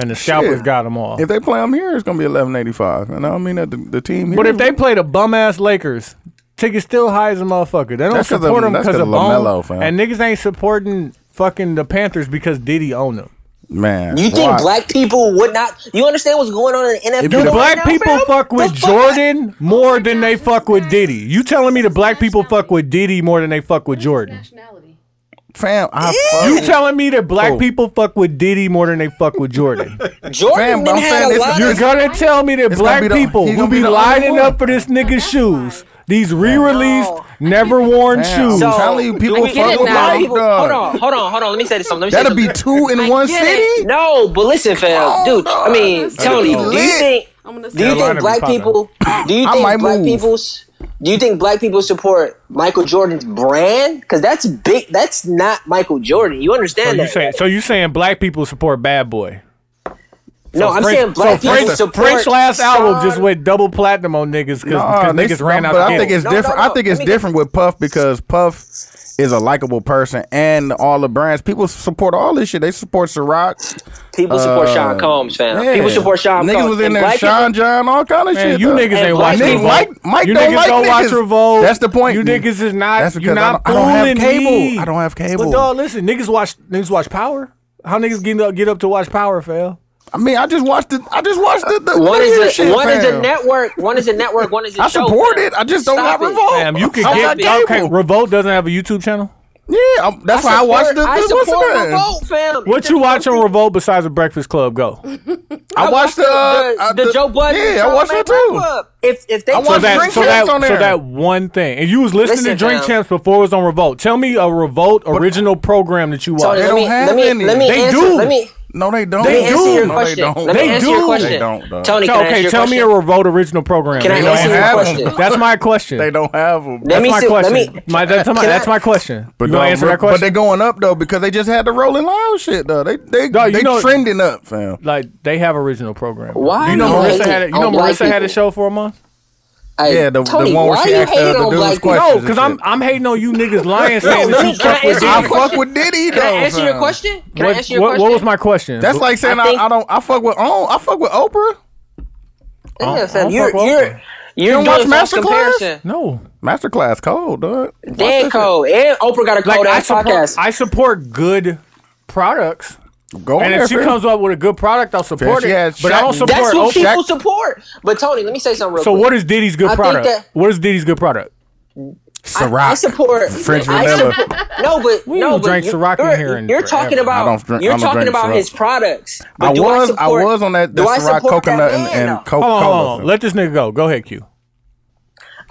Speaker 4: and the scalpers got them all.
Speaker 2: If they play them here, it's gonna be eleven eighty five. And I don't mean that the, the team. Here [CLEARS THROAT]
Speaker 4: But if they play the bum ass Lakers, tickets still high as a motherfucker. They don't
Speaker 2: That's 'cause of-
Speaker 4: support them
Speaker 2: that's
Speaker 4: because
Speaker 2: 'cause
Speaker 4: of,
Speaker 2: of LaMelo,
Speaker 4: LaMelo,
Speaker 2: fam.
Speaker 4: And niggas ain't supporting fucking the Panthers because Diddy owned them.
Speaker 2: man.
Speaker 8: You think
Speaker 2: why?
Speaker 8: black people would not? You understand what's going on in the NFL?
Speaker 2: If you the
Speaker 8: right
Speaker 4: black
Speaker 8: now,
Speaker 4: people
Speaker 8: fam?
Speaker 4: fuck
Speaker 8: The
Speaker 4: with
Speaker 8: fuck?
Speaker 4: Jordan more than they fuck with Diddy. You telling me the black people fuck with Diddy more than they fuck with Jordan?
Speaker 6: Nationality.
Speaker 2: fam, I fuck-
Speaker 4: You telling me that
Speaker 2: Oh.
Speaker 4: black people fuck with Diddy more than they fuck
Speaker 2: [LAUGHS]
Speaker 4: with Jordan?
Speaker 8: Jordan
Speaker 2: Fam,
Speaker 8: done
Speaker 2: I'm saying
Speaker 8: had a
Speaker 2: this-
Speaker 8: lot
Speaker 4: You're
Speaker 8: of.
Speaker 4: gonna tell me that
Speaker 2: It's
Speaker 4: black
Speaker 2: gonna be the-
Speaker 4: people
Speaker 2: he
Speaker 4: who
Speaker 2: gonna be
Speaker 4: be
Speaker 2: the only
Speaker 4: lining
Speaker 2: one.
Speaker 4: up for this nigga's shoes, these re-released,
Speaker 8: No.
Speaker 4: never worn
Speaker 2: Fam,
Speaker 4: shoes.
Speaker 2: I'm telling you, people
Speaker 6: get
Speaker 2: fuck
Speaker 6: it
Speaker 2: with
Speaker 6: now.
Speaker 2: Mike,
Speaker 8: People-
Speaker 2: dog.
Speaker 8: Hold on, hold on, hold on. Let me say this something. Let me say
Speaker 2: That'll be Oh,
Speaker 8: something.
Speaker 2: two in
Speaker 6: I
Speaker 2: one
Speaker 6: get
Speaker 2: city.
Speaker 6: it.
Speaker 8: No, but listen, fam, dude. I mean,
Speaker 6: That's
Speaker 8: Tony,
Speaker 2: lit.
Speaker 8: do you think?
Speaker 6: I'm gonna
Speaker 8: Do you
Speaker 6: say
Speaker 8: think black
Speaker 4: popping.
Speaker 8: people? Do you
Speaker 2: might
Speaker 8: think black
Speaker 2: move.
Speaker 8: people's? Do you think black people support Michael Jordan's brand? Because that's big. That's not Michael Jordan. You
Speaker 4: So
Speaker 8: understand
Speaker 4: you
Speaker 8: that?
Speaker 4: saying so you saying black people support Bad Boy?
Speaker 8: no, I'm
Speaker 4: French-
Speaker 8: saying black
Speaker 4: so
Speaker 8: people
Speaker 4: French,
Speaker 8: support
Speaker 4: French last album
Speaker 8: Sean-
Speaker 4: just went double platinum on niggas because
Speaker 2: Nah,
Speaker 4: niggas
Speaker 2: this-
Speaker 4: ran out.
Speaker 2: But
Speaker 4: of
Speaker 2: I think
Speaker 4: it.
Speaker 2: it's
Speaker 8: No, no,
Speaker 2: different.
Speaker 8: no.
Speaker 2: I think
Speaker 8: Let
Speaker 2: it's
Speaker 8: me-
Speaker 2: different with Puff because Puff is a likable person, and all the brands people support all this shit. They support Ciroc.
Speaker 8: People support
Speaker 2: Uh,
Speaker 8: Sean Combs, fam.
Speaker 2: Yeah.
Speaker 8: People support Sean
Speaker 2: Niggas
Speaker 8: Combs.
Speaker 2: was in
Speaker 8: And
Speaker 2: there,
Speaker 8: black people-
Speaker 2: Sean John, all kind of
Speaker 4: Man,
Speaker 2: shit.
Speaker 4: you
Speaker 2: though.
Speaker 4: niggas
Speaker 8: Hey,
Speaker 4: ain't
Speaker 8: Mike-
Speaker 4: watching
Speaker 8: Mike-
Speaker 4: Revolt.
Speaker 2: Mike- Mike
Speaker 4: you
Speaker 2: don't
Speaker 4: niggas
Speaker 2: like
Speaker 4: don't watch
Speaker 2: niggas.
Speaker 4: Revolt.
Speaker 2: That's the point.
Speaker 4: You niggas is not.
Speaker 2: That's
Speaker 4: you're
Speaker 2: because I
Speaker 4: not
Speaker 2: don't, I don't have
Speaker 4: fooling
Speaker 2: cable.
Speaker 4: me.
Speaker 2: I don't have
Speaker 4: But
Speaker 2: cable.
Speaker 4: dog, listen, niggas watch niggas watch Power. How niggas get up get up to watch Power, fail?
Speaker 2: I mean, I just watched the. I just watched the. the
Speaker 8: One
Speaker 2: the
Speaker 8: is a
Speaker 2: shit,
Speaker 8: one is a
Speaker 2: fam.
Speaker 8: network. One is a network. One is a
Speaker 2: I
Speaker 8: show,
Speaker 2: support
Speaker 8: fam.
Speaker 2: it. I just don't
Speaker 8: Stop
Speaker 2: have
Speaker 8: it.
Speaker 2: Revolt.
Speaker 4: Damn, you can
Speaker 2: I
Speaker 4: get
Speaker 2: got
Speaker 4: okay.
Speaker 2: cable.
Speaker 4: Revolt doesn't have a YouTube channel.
Speaker 2: Yeah, I'm- that's why I watched the.
Speaker 8: I
Speaker 2: the- What's
Speaker 8: support
Speaker 2: the name?
Speaker 8: Revolt, fam.
Speaker 4: What you watch on Revolt besides the Breakfast Club? Go.
Speaker 2: I watched the
Speaker 8: the,
Speaker 2: uh,
Speaker 8: the Joe Budden.
Speaker 2: Yeah, I
Speaker 8: Charlamagne
Speaker 2: watched that
Speaker 8: Black
Speaker 2: too.
Speaker 8: Club. If if they
Speaker 2: I
Speaker 4: So
Speaker 2: watched
Speaker 4: that
Speaker 2: Drink
Speaker 4: so that
Speaker 2: Champs on
Speaker 4: so
Speaker 2: there.
Speaker 4: that one thing, and you was listening
Speaker 8: Listen,
Speaker 4: to Drink
Speaker 8: fam.
Speaker 4: Champs before it was on Revolt. Tell me a Revolt original program that you watch.
Speaker 8: Tony,
Speaker 2: They
Speaker 8: let
Speaker 2: don't
Speaker 8: me,
Speaker 2: have
Speaker 8: let me,
Speaker 2: any.
Speaker 8: Let me
Speaker 4: They
Speaker 8: answer,
Speaker 4: do.
Speaker 8: Let me,
Speaker 2: No, they don't.
Speaker 8: let me
Speaker 4: They
Speaker 8: answer
Speaker 4: do.
Speaker 8: your
Speaker 2: No,
Speaker 8: question.
Speaker 2: they don't.
Speaker 8: Let me
Speaker 4: They
Speaker 8: answer
Speaker 4: do.
Speaker 8: your
Speaker 4: They
Speaker 8: question.
Speaker 2: don't, dog.
Speaker 8: Tony,
Speaker 4: So,
Speaker 8: can I
Speaker 4: okay,
Speaker 8: answer your
Speaker 4: tell me a
Speaker 8: question?
Speaker 4: Revolt original program.
Speaker 8: Can I
Speaker 4: They don't
Speaker 8: answer your
Speaker 4: have
Speaker 8: question?
Speaker 4: one. [LAUGHS] That's my question.
Speaker 2: They don't have them.
Speaker 8: Let
Speaker 4: That's
Speaker 8: me
Speaker 4: my
Speaker 8: see-
Speaker 4: question.
Speaker 8: let me-
Speaker 4: my, that's, my,
Speaker 8: Can I-
Speaker 4: that's my question.
Speaker 2: But
Speaker 4: you gonna
Speaker 2: dog,
Speaker 4: answer that
Speaker 2: but- But
Speaker 4: question?
Speaker 2: they going up though because they just had the Rolling Loud shit though. They they
Speaker 4: Dog, you
Speaker 2: they
Speaker 4: know-
Speaker 2: trending up, fam.
Speaker 4: like they have original program.
Speaker 8: Why
Speaker 4: You know
Speaker 8: you
Speaker 4: Marissa
Speaker 8: hating
Speaker 4: had a, you
Speaker 8: on
Speaker 4: know
Speaker 8: black
Speaker 4: Marissa had a
Speaker 8: people?
Speaker 4: show for a month.
Speaker 8: Hey,
Speaker 2: Yeah, the- the
Speaker 8: Tony,
Speaker 2: one where
Speaker 8: why
Speaker 2: she
Speaker 8: you
Speaker 2: asked the-
Speaker 8: hating
Speaker 2: the
Speaker 8: on
Speaker 2: dude's question.
Speaker 8: black people?
Speaker 4: No,
Speaker 2: and
Speaker 4: because I'm
Speaker 2: shit.
Speaker 4: I'm hating on you niggas lying saying
Speaker 8: let
Speaker 4: that
Speaker 8: me-
Speaker 4: you
Speaker 8: can I
Speaker 4: fuck with
Speaker 8: answer
Speaker 2: I
Speaker 8: your
Speaker 4: Diddy.
Speaker 2: fuck
Speaker 8: question?
Speaker 2: with Diddy
Speaker 8: Can I
Speaker 2: though.
Speaker 8: answer your
Speaker 2: fam.
Speaker 8: question? Can I
Speaker 4: What,
Speaker 8: answer your
Speaker 4: what-
Speaker 8: question?
Speaker 4: what was my question?
Speaker 2: That's like saying I,
Speaker 8: think-
Speaker 2: I don't I fuck with oh I fuck with Oprah.
Speaker 8: Yeah,
Speaker 4: I
Speaker 8: fam,
Speaker 4: don't
Speaker 8: you're
Speaker 4: fuck with
Speaker 8: you're you're
Speaker 2: don't watch
Speaker 8: doing false
Speaker 2: Masterclass?
Speaker 8: comparison.
Speaker 4: no.
Speaker 2: Masterclass cold, dog. Watch this
Speaker 8: Dan
Speaker 2: shit.
Speaker 8: Cole and Oprah got a
Speaker 4: Like
Speaker 8: cold
Speaker 4: I
Speaker 8: ass
Speaker 4: support,
Speaker 8: podcast.
Speaker 4: I support good products.
Speaker 2: Go on
Speaker 4: And
Speaker 2: there,
Speaker 4: if she
Speaker 2: fam.
Speaker 4: comes up with a good product, I'll support
Speaker 2: she had
Speaker 4: it. But I
Speaker 2: Shaq-
Speaker 4: don't support
Speaker 8: That's what
Speaker 4: Oprah.
Speaker 8: people support. But Tony, let me say something real
Speaker 4: So
Speaker 8: quick.
Speaker 4: what is Diddy's good
Speaker 8: I think
Speaker 4: product?
Speaker 8: that-
Speaker 4: What is Diddy's good product?
Speaker 2: Ciroc,
Speaker 8: I support
Speaker 2: French
Speaker 8: I
Speaker 2: vanilla.
Speaker 8: support- no, but
Speaker 4: We
Speaker 8: no,
Speaker 4: don't
Speaker 8: but
Speaker 4: drink
Speaker 8: you're,
Speaker 4: Ciroc in
Speaker 8: you're,
Speaker 4: here in
Speaker 8: you're talking
Speaker 4: forever.
Speaker 8: about
Speaker 2: I don't drink- I
Speaker 8: you're
Speaker 2: don't
Speaker 8: talking
Speaker 2: drink
Speaker 8: about
Speaker 2: Ciroc.
Speaker 8: his products. But
Speaker 2: I
Speaker 8: do
Speaker 2: was I,
Speaker 8: support,
Speaker 2: was on that, that
Speaker 8: do I
Speaker 2: Ciroc
Speaker 8: support that
Speaker 2: coconut
Speaker 8: man,
Speaker 2: and, and
Speaker 8: though?
Speaker 2: Coca
Speaker 4: Hold on, hold on.
Speaker 2: Cola.
Speaker 4: Let this nigga go. Go ahead, Q.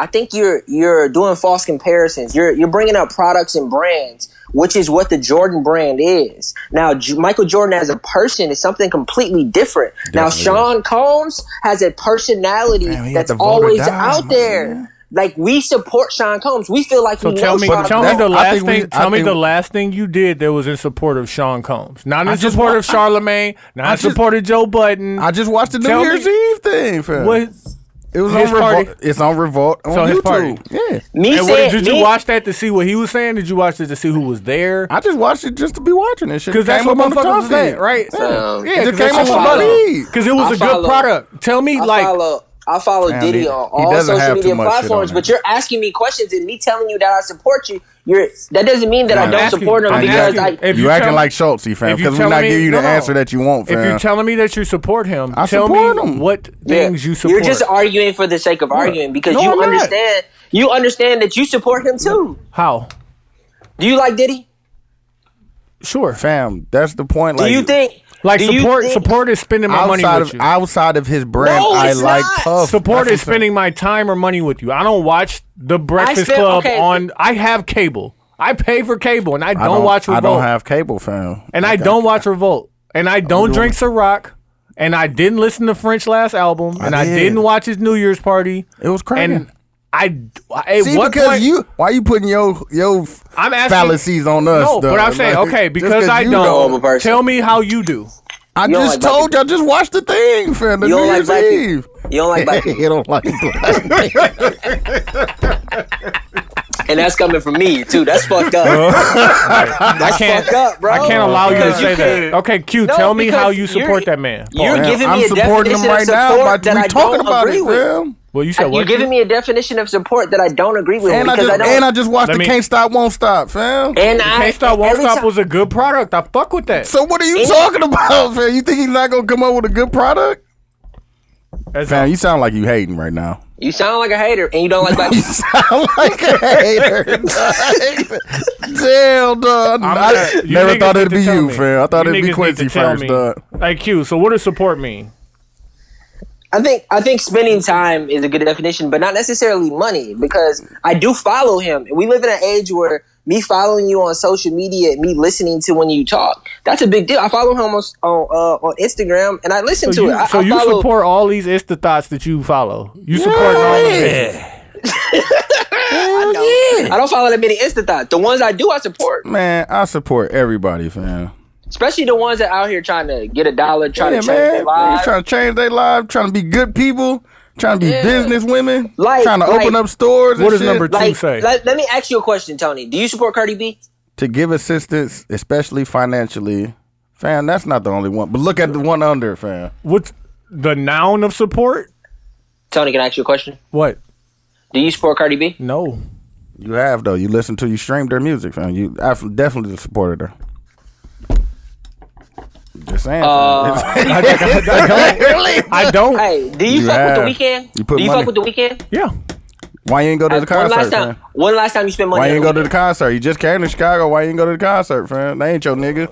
Speaker 8: I think you're you're doing false comparisons. You're you're bringing up products and brands, which is what the Jordan brand is. Now, J- Michael Jordan as a person is something completely different. now,
Speaker 2: Definitely.
Speaker 8: Sean Combs has a personality
Speaker 2: Damn, he had
Speaker 8: that's
Speaker 2: the voter
Speaker 8: always
Speaker 2: die,
Speaker 8: out there.
Speaker 2: man.
Speaker 8: Like we support Sean Combs, we feel like
Speaker 4: So
Speaker 8: we
Speaker 4: tell
Speaker 8: know
Speaker 4: me,
Speaker 8: Sean
Speaker 4: tell
Speaker 8: Combs.
Speaker 4: me the
Speaker 2: I
Speaker 4: last
Speaker 2: think we-
Speaker 4: thing.
Speaker 2: I
Speaker 4: tell me
Speaker 2: think-
Speaker 4: the last thing you did that was in support of Sean Combs, not in
Speaker 2: I just
Speaker 4: support
Speaker 2: wa-
Speaker 4: of Charlemagne, not in
Speaker 2: just-
Speaker 4: support of Joe Button.
Speaker 2: I just watched the New
Speaker 4: Tell me-
Speaker 2: Year's Eve thing, fam.
Speaker 4: what?
Speaker 2: It was
Speaker 4: His
Speaker 2: on
Speaker 4: party.
Speaker 2: Revolt. It's on Revolt on
Speaker 4: So his
Speaker 2: YouTube.
Speaker 4: party.
Speaker 2: Yeah.
Speaker 8: me
Speaker 4: And what-
Speaker 8: saying,
Speaker 4: did
Speaker 8: me,
Speaker 4: you watch that to see what he was saying? Did you watch it to see who was there?
Speaker 2: I just watched it just to be watching this shit.
Speaker 4: Because that's
Speaker 2: Came
Speaker 4: what
Speaker 2: up on the
Speaker 4: motherfuckers
Speaker 2: top
Speaker 4: was
Speaker 2: feed.
Speaker 4: at, right?
Speaker 8: So,
Speaker 4: yeah,
Speaker 2: it
Speaker 4: because
Speaker 2: came
Speaker 8: up on my
Speaker 2: feed.
Speaker 4: it
Speaker 8: Oh. I
Speaker 4: was a good
Speaker 8: follow.
Speaker 4: product. Tell [LAUGHS] me,
Speaker 8: I
Speaker 4: like,
Speaker 8: follow I follow
Speaker 2: Damn,
Speaker 8: Diddy
Speaker 2: he-
Speaker 8: on
Speaker 2: he
Speaker 8: all
Speaker 2: doesn't have too
Speaker 8: social media
Speaker 2: much shit on
Speaker 8: platforms,
Speaker 2: there.
Speaker 8: but you're asking me questions and me telling you that I support you. You're that doesn't mean that I
Speaker 2: I'm
Speaker 8: don't
Speaker 4: asking-
Speaker 8: support him
Speaker 4: I'm
Speaker 8: because
Speaker 4: asking-
Speaker 8: I
Speaker 4: if
Speaker 2: you
Speaker 4: you
Speaker 2: acting
Speaker 4: tell-
Speaker 2: like Schultzy, fam,
Speaker 4: if you
Speaker 2: because we
Speaker 4: tell
Speaker 2: not
Speaker 4: me-
Speaker 2: giving you
Speaker 4: no,
Speaker 2: the
Speaker 4: no.
Speaker 2: answer that you want, fam.
Speaker 4: if you're telling me that you support him,
Speaker 2: I
Speaker 4: tell
Speaker 2: support
Speaker 4: me
Speaker 2: him.
Speaker 4: what
Speaker 8: Yeah.
Speaker 4: things you support.
Speaker 8: You're just arguing for the sake of arguing because
Speaker 4: No,
Speaker 8: you
Speaker 4: I'm not.
Speaker 8: understand you understand that you support him too.
Speaker 4: how?
Speaker 8: Do you like Diddy?
Speaker 4: Sure.
Speaker 2: fam, that's the point.
Speaker 8: Do
Speaker 2: Like,
Speaker 8: you think
Speaker 4: Like
Speaker 8: do you
Speaker 4: support,
Speaker 8: think-
Speaker 4: support is spending my money
Speaker 2: outside
Speaker 4: with
Speaker 2: of
Speaker 4: you.
Speaker 2: outside of his brand,
Speaker 8: No,
Speaker 2: I
Speaker 8: it's
Speaker 2: like
Speaker 8: not.
Speaker 2: Puff.
Speaker 4: support
Speaker 2: That's
Speaker 4: is
Speaker 2: what I'm saying.
Speaker 4: spending my time or money with you. I don't watch The Breakfast
Speaker 8: spend-
Speaker 4: Club
Speaker 8: okay.
Speaker 4: on. I have cable. I pay for cable, and I don't,
Speaker 2: I don't
Speaker 4: watch
Speaker 2: I
Speaker 4: Revolt.
Speaker 2: don't have cable, fam.
Speaker 4: and I don't watch Revolt. And I don't drink Ciroc. And I didn't listen to French last album. And I,
Speaker 2: did.
Speaker 4: didn't watch his New Year's party.
Speaker 2: It was crazy.
Speaker 4: And I, I
Speaker 2: See,
Speaker 4: what
Speaker 2: because
Speaker 4: point,
Speaker 2: you why you putting your your
Speaker 4: I'm asking-
Speaker 2: fallacies on us?
Speaker 4: No,
Speaker 2: though?
Speaker 4: but I'm saying
Speaker 2: Like,
Speaker 4: okay
Speaker 2: just
Speaker 4: because
Speaker 2: 'cause
Speaker 4: I
Speaker 2: you
Speaker 8: I'm a
Speaker 4: don't.
Speaker 8: person.
Speaker 4: Tell me how
Speaker 2: [LAUGHS]
Speaker 4: you do.
Speaker 2: I
Speaker 8: You don't
Speaker 2: just
Speaker 8: like black
Speaker 2: told you. I just watched the thing, fam. The
Speaker 8: You
Speaker 2: New
Speaker 8: don't like
Speaker 2: Year's
Speaker 8: black people.
Speaker 2: Eve. [LAUGHS]
Speaker 8: [LAUGHS] you don't like black
Speaker 2: He
Speaker 8: people?
Speaker 2: don't like black.
Speaker 8: and that's coming from me too. That's fucked
Speaker 2: [LAUGHS]
Speaker 8: up.
Speaker 4: I can't.
Speaker 8: fucked up, bro.
Speaker 4: I can't allow you to
Speaker 8: Because
Speaker 4: say
Speaker 8: can't-
Speaker 4: that. Okay, Q,
Speaker 8: No,
Speaker 4: tell me how
Speaker 8: because
Speaker 4: you
Speaker 8: you're-
Speaker 4: support that man.
Speaker 8: You're
Speaker 2: Man,
Speaker 8: giving me
Speaker 2: I'm
Speaker 8: a
Speaker 2: supporting him
Speaker 8: definition
Speaker 2: right
Speaker 8: of
Speaker 2: now,
Speaker 8: support
Speaker 2: but
Speaker 8: that
Speaker 2: we
Speaker 8: I
Speaker 2: talking
Speaker 8: don't
Speaker 2: about
Speaker 8: agree
Speaker 2: it,
Speaker 8: with.
Speaker 2: fam.
Speaker 4: Well, you said
Speaker 8: You're
Speaker 4: what? Q?
Speaker 8: giving me a definition of support that I don't agree with
Speaker 2: And I
Speaker 8: because
Speaker 2: just
Speaker 8: I, don't.
Speaker 2: and I just watched
Speaker 4: Let
Speaker 2: the
Speaker 4: me-
Speaker 2: Can't Stop Won't Stop, fam.
Speaker 8: and I
Speaker 4: Can't Stop Won't
Speaker 8: every
Speaker 4: Stop
Speaker 8: time-
Speaker 4: was a good product. I fuck with that.
Speaker 2: So what are you
Speaker 8: And-
Speaker 2: talking about, fam? You think he's not gonna come up with a good product?
Speaker 4: That's
Speaker 2: Fam, you sound like you hating right now. [LAUGHS]
Speaker 8: You sound like a hater, and you don't like black
Speaker 2: You
Speaker 8: people.
Speaker 2: sound like a hater. [LAUGHS] dog. Damn, dog.
Speaker 4: I'm
Speaker 2: I
Speaker 4: not- you
Speaker 2: never
Speaker 4: niggas
Speaker 2: thought
Speaker 4: need
Speaker 2: it'd
Speaker 4: to
Speaker 2: be
Speaker 4: tell
Speaker 2: you,
Speaker 4: me.
Speaker 2: fam. I thought
Speaker 4: You
Speaker 2: it'd
Speaker 4: niggas
Speaker 2: be
Speaker 4: need
Speaker 2: Quincy
Speaker 4: to tell
Speaker 2: first,
Speaker 4: me.
Speaker 2: dog.
Speaker 4: Hey, Q, so what does support mean?
Speaker 8: I think I think spending time is a good definition, but not necessarily money because I do follow him. And we live in an age where me following you on social media, me listening to when you talk, that's a big deal. I follow him on s- on, uh, on Instagram and I listen
Speaker 4: So
Speaker 8: to
Speaker 4: you,
Speaker 8: it. I,
Speaker 4: so
Speaker 8: I
Speaker 4: you
Speaker 8: follow,
Speaker 4: support all these Insta thoughts that you follow. You support all of them.
Speaker 8: I don't follow that many Insta thoughts. The ones I do, I support,
Speaker 2: Man, I support everybody, fam.
Speaker 8: especially the ones that out here trying to get a dollar, trying
Speaker 2: Yeah,
Speaker 8: to change their
Speaker 2: man.
Speaker 8: lives.
Speaker 2: Trying to change their lives, trying to be good people, trying to be business women,
Speaker 8: Like-
Speaker 2: trying to open
Speaker 8: like-
Speaker 2: up stores.
Speaker 4: What
Speaker 2: and
Speaker 4: is
Speaker 2: shit.
Speaker 4: number two
Speaker 8: like,
Speaker 4: say?
Speaker 8: let, let me ask you a question, Tony. Do you support Cardi B?
Speaker 2: to give assistance, especially financially. Fam, that's not the only one. But look at the one under, fam.
Speaker 4: What's the noun of support?
Speaker 8: Tony, can I ask you a question?
Speaker 4: What?
Speaker 8: Do you support Cardi B? [LAUGHS]
Speaker 4: No.
Speaker 2: You have though. You listen to, you streamed their music, fam. You, I definitely supported her. Just saying. [LAUGHS] fam.
Speaker 4: I, I- I don't. I don't.
Speaker 8: Hey, do you,
Speaker 2: You
Speaker 8: fuck
Speaker 2: have.
Speaker 8: with the weekend?
Speaker 2: You put
Speaker 8: do you
Speaker 2: money.
Speaker 8: fuck with the weekend?
Speaker 4: Yeah.
Speaker 2: Why you ain't go to the
Speaker 8: one last
Speaker 2: concert,
Speaker 8: time.
Speaker 2: fam?
Speaker 8: One last time you spent money.
Speaker 2: Why
Speaker 8: on
Speaker 2: you ain't go to the
Speaker 8: weekend.
Speaker 2: concert? You just came to Chicago. Why you ain't go to the concert, fam? They ain't your nigga.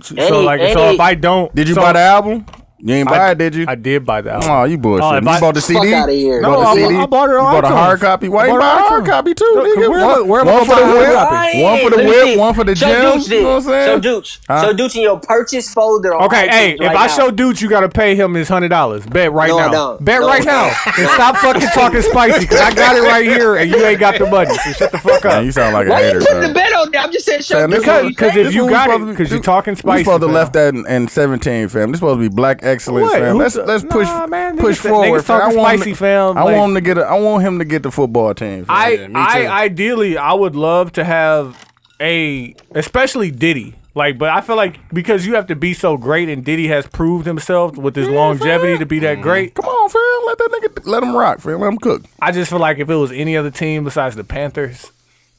Speaker 4: so
Speaker 8: Any-
Speaker 4: like, so
Speaker 8: any-
Speaker 4: if I don't,
Speaker 2: Did you
Speaker 4: so
Speaker 2: buy the album? You ain't buy
Speaker 4: I
Speaker 2: it, did you?
Speaker 4: I did buy the album.
Speaker 2: Oh, you bullshit.
Speaker 4: Oh, if
Speaker 2: you
Speaker 4: I-
Speaker 2: bought the CD?
Speaker 8: outta here.
Speaker 2: You
Speaker 8: No,
Speaker 2: bought the
Speaker 4: I-
Speaker 2: CD?
Speaker 4: I bought it
Speaker 2: You
Speaker 4: on
Speaker 2: bought a hard
Speaker 4: iTunes.
Speaker 2: copy. Why
Speaker 4: I
Speaker 2: you
Speaker 4: bought it
Speaker 2: buy a
Speaker 4: on
Speaker 2: hard
Speaker 4: iTunes.
Speaker 2: copy too,
Speaker 4: Look,
Speaker 2: nigga?
Speaker 4: where am I-
Speaker 2: one
Speaker 4: where am I
Speaker 2: one for the
Speaker 4: buying a hard
Speaker 2: whip,
Speaker 4: copy?
Speaker 2: one for the
Speaker 8: Let me see.
Speaker 2: whip, one for the
Speaker 8: Show
Speaker 2: gym.
Speaker 8: Dukes
Speaker 2: You know what I'm
Speaker 8: this. Show
Speaker 2: saying?
Speaker 8: Dukes.
Speaker 2: Huh?
Speaker 8: Show Dukes in your purchase folder. On
Speaker 4: Okay,
Speaker 8: iTunes
Speaker 4: hey, if
Speaker 8: right
Speaker 4: I
Speaker 8: now.
Speaker 4: show dudes, you gotta pay him his hundred dollars. Bet right
Speaker 8: No, I
Speaker 4: now.
Speaker 8: don't.
Speaker 4: Bet
Speaker 8: No,
Speaker 4: right
Speaker 8: I
Speaker 4: now. And
Speaker 8: [LAUGHS]
Speaker 4: stop fucking talking spicy, cause I got it right here, and you ain't got the money. So shut the fuck
Speaker 2: Man,
Speaker 4: up.
Speaker 2: you sound like a
Speaker 8: why
Speaker 2: hater,
Speaker 8: you putting the
Speaker 2: bro.
Speaker 8: bet on there? I'm just saying, show
Speaker 2: Man, this
Speaker 8: Dukes.
Speaker 4: Because-
Speaker 2: was-
Speaker 4: because if
Speaker 2: this
Speaker 4: you
Speaker 2: was
Speaker 4: got
Speaker 2: supposed
Speaker 4: it,
Speaker 2: to be-
Speaker 4: 'cause you
Speaker 2: this-
Speaker 4: talking
Speaker 2: We
Speaker 4: spicy,
Speaker 2: supposed to
Speaker 4: fam.
Speaker 2: left that in, in 17, fam. This supposed to be black excellence,
Speaker 4: What?
Speaker 2: fam.
Speaker 4: Who
Speaker 2: Let's
Speaker 4: the-
Speaker 2: let's push
Speaker 4: Nah, man,
Speaker 2: push
Speaker 4: niggas- niggas
Speaker 2: forward. fam.
Speaker 4: talking
Speaker 2: I want
Speaker 4: spicy,
Speaker 2: him, to-
Speaker 4: fam,
Speaker 2: I
Speaker 4: like-
Speaker 2: want him to get. A, I want him to get the football team. Fam.
Speaker 4: I
Speaker 1: Yeah, me
Speaker 4: I
Speaker 1: too.
Speaker 4: ideally I would love to have a especially Diddy. Like, but I feel like because you have to be so great, and Diddy has proved himself with
Speaker 8: Mm-hmm.
Speaker 4: his longevity to be
Speaker 2: Mm-hmm.
Speaker 4: that great.
Speaker 2: Come on, fam. Let that nigga. Let him rock, fam. Let him cook.
Speaker 4: I just feel like if it was any other team besides the Panthers,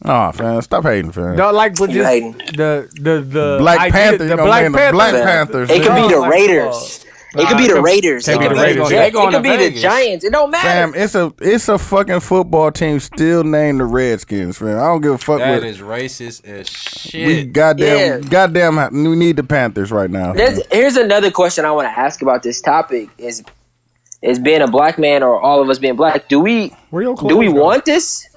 Speaker 2: Aw, fam. Stop hating, fam.
Speaker 4: no, like, but just
Speaker 8: hating.
Speaker 4: the the the
Speaker 2: Black
Speaker 4: idea-
Speaker 2: Panther.
Speaker 4: the
Speaker 2: you know,
Speaker 4: Black
Speaker 2: man,
Speaker 4: Panther. Oh
Speaker 2: The Black
Speaker 8: Panther.
Speaker 2: Panthers.
Speaker 8: It could
Speaker 2: nigga.
Speaker 8: be the
Speaker 4: Like,
Speaker 8: Raiders. It could be the Raiders.
Speaker 4: They
Speaker 8: It
Speaker 4: be
Speaker 8: could
Speaker 4: the
Speaker 8: be the
Speaker 4: Raiders.
Speaker 8: Gi-
Speaker 1: They going
Speaker 8: It could
Speaker 1: to
Speaker 8: be the
Speaker 1: Vegas.
Speaker 8: Giants. It don't
Speaker 2: Fam,
Speaker 8: matter.
Speaker 2: it's a it's a fucking football team still named the Redskins, fam. I don't give a fuck
Speaker 1: That
Speaker 2: what
Speaker 1: is racist as
Speaker 2: we
Speaker 1: shit.
Speaker 2: goddamn
Speaker 8: Yeah.
Speaker 2: goddamn we need the Panthers right now.
Speaker 8: There's, here's another question I want to ask about this topic: is is being a black man or all of us being black? Do we
Speaker 4: Where your
Speaker 8: do we
Speaker 4: clothes go?
Speaker 8: want this?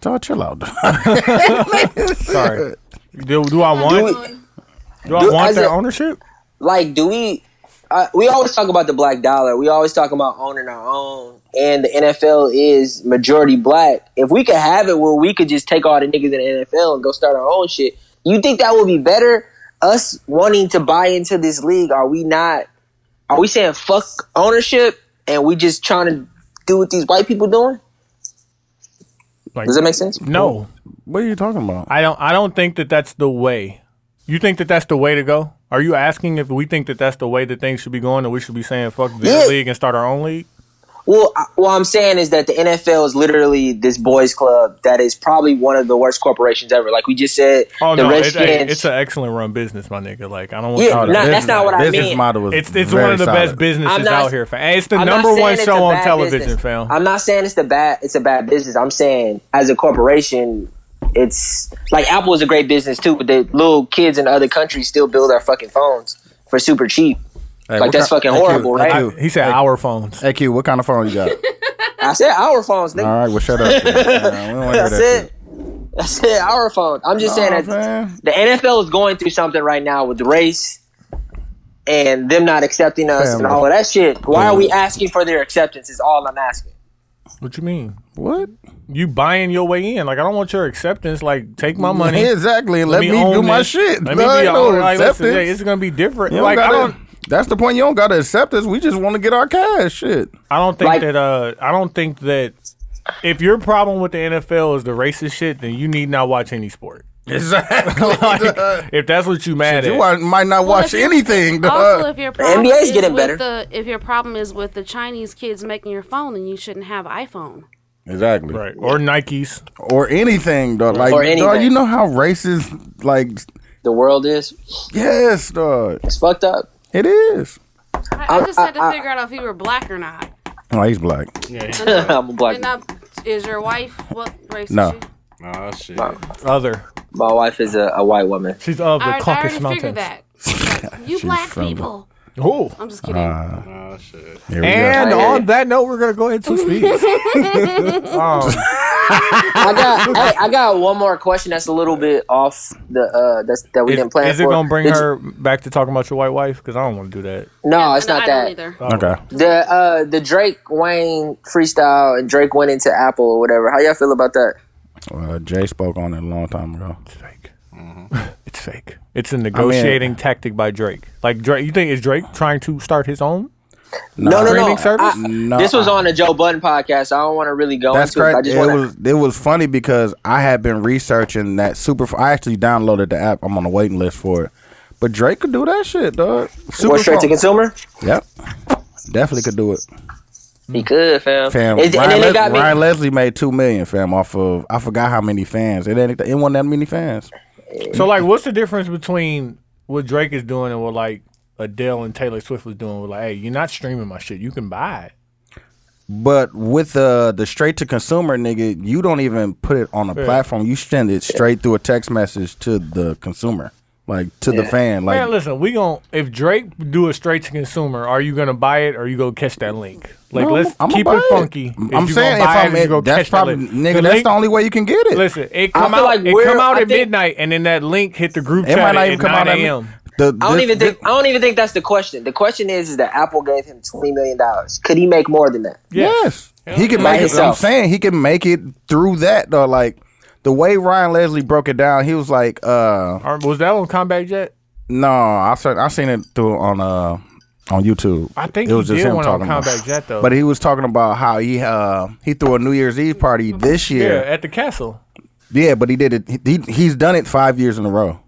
Speaker 2: Dog, chill out. dog. [LAUGHS]
Speaker 4: Sorry. Do, do I want?
Speaker 8: Do
Speaker 4: Do I want
Speaker 8: as
Speaker 4: that
Speaker 8: a-
Speaker 4: ownership?
Speaker 8: like do we uh, we always talk about the black dollar we always talk about owning our own and the nfl is majority black if we could have it where we could just take all the niggas in the nfl and go start our own shit you think that would be better us wanting to buy into this league are we not are we saying fuck ownership and we just trying to do what these white people doing
Speaker 4: Like,
Speaker 8: does that make sense
Speaker 4: no,
Speaker 2: what are you talking about?
Speaker 4: I don't. I don't think that that's the way. You think that that's the way to go? Are you asking if we think that that's the way that things should be going, and we should be saying fuck this
Speaker 8: Yeah.
Speaker 4: league and start our own league?
Speaker 8: Well, I, what I'm saying is that the NFL is literally this boys' club that is probably one of the worst corporations ever. Like we just said,
Speaker 4: Oh
Speaker 8: the
Speaker 4: no, it,
Speaker 8: Redskins.
Speaker 4: hey, it's an excellent run business, my nigga. Like I don't want.
Speaker 8: Yeah,
Speaker 4: y'all to-
Speaker 8: nah, that's not what I
Speaker 2: business
Speaker 8: mean.
Speaker 2: model is
Speaker 4: It's it's
Speaker 2: very
Speaker 4: one of the best
Speaker 2: solid.
Speaker 4: businesses
Speaker 8: I'm not-
Speaker 4: out here. Fam. Hey, It's the
Speaker 8: I'm not
Speaker 4: number
Speaker 8: saying
Speaker 4: one
Speaker 8: it's
Speaker 4: show
Speaker 8: a
Speaker 4: on
Speaker 8: bad
Speaker 4: television,
Speaker 8: business.
Speaker 4: fam.
Speaker 8: I'm not saying it's the bad. It's a bad business. I'm saying as a corporation, it's like Apple is a great business too, but the little kids in other countries still build our fucking phones for super cheap.
Speaker 2: Hey,
Speaker 8: Like,
Speaker 2: what
Speaker 8: that's
Speaker 2: kind-
Speaker 8: fucking
Speaker 2: hey, Q,
Speaker 8: horrible,
Speaker 2: hey,
Speaker 8: right?
Speaker 2: Q,
Speaker 4: He said our phones.
Speaker 2: Hey Q, what kind of phone you
Speaker 8: [LAUGHS]
Speaker 2: got?
Speaker 8: I said our phones, nigga.
Speaker 2: All right, well shut up. man. We don't wanna hear
Speaker 8: [LAUGHS] That's
Speaker 2: that shit.
Speaker 8: it. That's it. Our phone. I'm just
Speaker 2: Nah,
Speaker 8: saying that
Speaker 2: man.
Speaker 8: the NFL is going through something right now with the race and them not accepting us and
Speaker 2: Family.
Speaker 8: all of that shit. Why are we asking for their acceptance? Is all I'm asking.
Speaker 4: What you mean?
Speaker 2: What?
Speaker 4: You buying your way in? Like I don't want your acceptance. Like take my money.
Speaker 2: [LAUGHS] Exactly. Let, me, do
Speaker 4: own
Speaker 2: my
Speaker 4: this.
Speaker 2: shit. Dog,
Speaker 4: Let me be
Speaker 2: ain't
Speaker 4: your
Speaker 2: no
Speaker 4: owner. Like, listen,
Speaker 2: acceptance.
Speaker 4: yeah, it's gonna be different.
Speaker 2: You don't
Speaker 4: Like I
Speaker 2: gotta-
Speaker 4: don't,
Speaker 2: That's the point. You don't gotta accept us. We just want to get our cash. Shit.
Speaker 4: I don't think
Speaker 8: Like-
Speaker 4: that. Uh, I don't think that if your problem with the NFL is the racist shit, then you need not watch any sport.
Speaker 2: [LAUGHS] Exactly.
Speaker 4: Like, if that's what you mad
Speaker 2: you
Speaker 4: at,
Speaker 2: wa- might not watch
Speaker 6: if you-
Speaker 2: anything.
Speaker 6: Also,
Speaker 2: dog.
Speaker 6: if your problem
Speaker 8: NBA is
Speaker 6: is
Speaker 8: getting
Speaker 6: with
Speaker 8: better.
Speaker 6: The, if your problem is with the Chinese kids making your phone, then you shouldn't have iPhone.
Speaker 2: Exactly.
Speaker 4: right? Or Nikes.
Speaker 2: Or anything, dog. Like,
Speaker 8: Or
Speaker 2: dog,
Speaker 8: anything.
Speaker 2: you know how racist, like,
Speaker 8: The world is
Speaker 2: yes, dog.
Speaker 8: it's fucked up. [LAUGHS]
Speaker 2: It is.
Speaker 6: I, I just had to figure out if you were black or not.
Speaker 2: Oh, he's black.
Speaker 8: I'm a black.
Speaker 6: And now, is your wife what race?
Speaker 2: No.
Speaker 6: Is she?
Speaker 1: Oh shit.
Speaker 4: Other.
Speaker 8: My wife is a, a white woman.
Speaker 4: She's of the
Speaker 6: I, I
Speaker 4: Caucasus
Speaker 6: already
Speaker 4: Mountains.
Speaker 6: figured that. You black people.
Speaker 4: Oh.
Speaker 6: I'm just kidding.
Speaker 1: Oh shit.
Speaker 2: Here we go.
Speaker 4: And
Speaker 8: go.
Speaker 4: on that note, we're gonna go ahead
Speaker 6: [LAUGHS]
Speaker 4: to speeds. um,
Speaker 8: I
Speaker 4: [LAUGHS]
Speaker 8: got hey, I got one more question that's a little bit off the uh that's that we
Speaker 4: is,
Speaker 8: didn't plan
Speaker 4: is
Speaker 8: for.
Speaker 4: it gonna bring
Speaker 8: Did you-
Speaker 4: her back to talking about your white wife? Because I don't want to do that.
Speaker 8: No, it's
Speaker 6: No,
Speaker 8: not
Speaker 6: I
Speaker 8: that.
Speaker 6: Don't either.
Speaker 2: Okay.
Speaker 8: The uh the Drake Wayne freestyle and Drake went into Apple or whatever. How y'all feel about that?
Speaker 2: Uh, Jay spoke on it a long time ago.
Speaker 4: It's fake. it's fake. It's a negotiating tactic by Drake. Like Drake, you think is Drake trying to start his own?
Speaker 8: No, no, no.
Speaker 4: Streaming service?
Speaker 8: I-
Speaker 2: No,
Speaker 8: this was
Speaker 2: I-
Speaker 8: on the Joe Budden podcast. So I don't want to really go
Speaker 2: That's
Speaker 8: into it. Oh, I
Speaker 2: correct.
Speaker 8: just
Speaker 2: It
Speaker 8: want
Speaker 2: was it was funny because I had been researching that super. I actually downloaded the app. I'm on a waiting list for it. But Drake could do that shit, dog.
Speaker 8: to
Speaker 2: Super
Speaker 8: go straight to consumer.
Speaker 2: Yep. Definitely could do it.
Speaker 8: He could, fam.
Speaker 2: Fam,
Speaker 8: It- and
Speaker 2: Ryan,
Speaker 8: then they
Speaker 2: Les-
Speaker 8: got me.
Speaker 2: Ryan Leslie made two million, fam, off of I forgot how many fans. It ain't it wasn't that many fans.
Speaker 4: So like, what's the difference between what Drake is doing and what like Adele and Taylor Swift was doing? With like, hey, you're not streaming my shit. You can buy it.
Speaker 2: But with the the straight to consumer nigga, you don't even put it on a platform. You send it straight through a text message to the consumer, like to the fan. Like
Speaker 4: Man, listen, we gon' if Drake do it straight to consumer, are you gonna buy it or you go catch that link? Like,
Speaker 2: No,
Speaker 4: let's
Speaker 2: I'ma
Speaker 4: keep
Speaker 2: buy
Speaker 4: it funky.
Speaker 2: I'm, I'm
Speaker 4: you
Speaker 2: saying
Speaker 4: gonna
Speaker 2: if
Speaker 4: buy
Speaker 2: I'm
Speaker 4: it, you
Speaker 2: in,
Speaker 4: go
Speaker 2: that's
Speaker 4: catch that
Speaker 2: probably
Speaker 4: link.
Speaker 2: nigga.
Speaker 4: The
Speaker 2: that's
Speaker 4: link-
Speaker 2: the only way you can get it.
Speaker 4: Listen, it
Speaker 8: I
Speaker 4: come
Speaker 8: feel
Speaker 4: out.
Speaker 8: like
Speaker 4: it
Speaker 8: we're-
Speaker 4: come out
Speaker 8: I
Speaker 4: at
Speaker 8: think-
Speaker 4: midnight, and then that link hit the group
Speaker 2: it
Speaker 4: chat
Speaker 2: might not
Speaker 4: at
Speaker 2: even come out
Speaker 4: 9
Speaker 2: at
Speaker 4: a.m.
Speaker 2: The,
Speaker 8: I don't
Speaker 2: this-
Speaker 8: even think
Speaker 2: this-
Speaker 8: I don't even think that's the question. The question is, is that Apple gave him twenty million dollars. Could he make more than that?
Speaker 2: Yes, he can make
Speaker 8: By
Speaker 2: it. I'm
Speaker 8: himself.
Speaker 2: saying he can make it through that though. Like the way Ryan Leslie broke it down, he was like, uh,
Speaker 4: Or was that on Combat Jet?
Speaker 2: "No, I said I seen it through on uh on YouTube.
Speaker 4: I think
Speaker 2: it was
Speaker 4: he
Speaker 2: just
Speaker 4: did
Speaker 2: him
Speaker 4: one on
Speaker 2: talking about-
Speaker 4: Combat Jet though.
Speaker 2: But he was talking about how he uh he threw a New Year's Eve party this
Speaker 4: yeah,
Speaker 2: year.
Speaker 4: at the castle.
Speaker 2: Yeah, but he did it. He, he- he's done it five years in a row.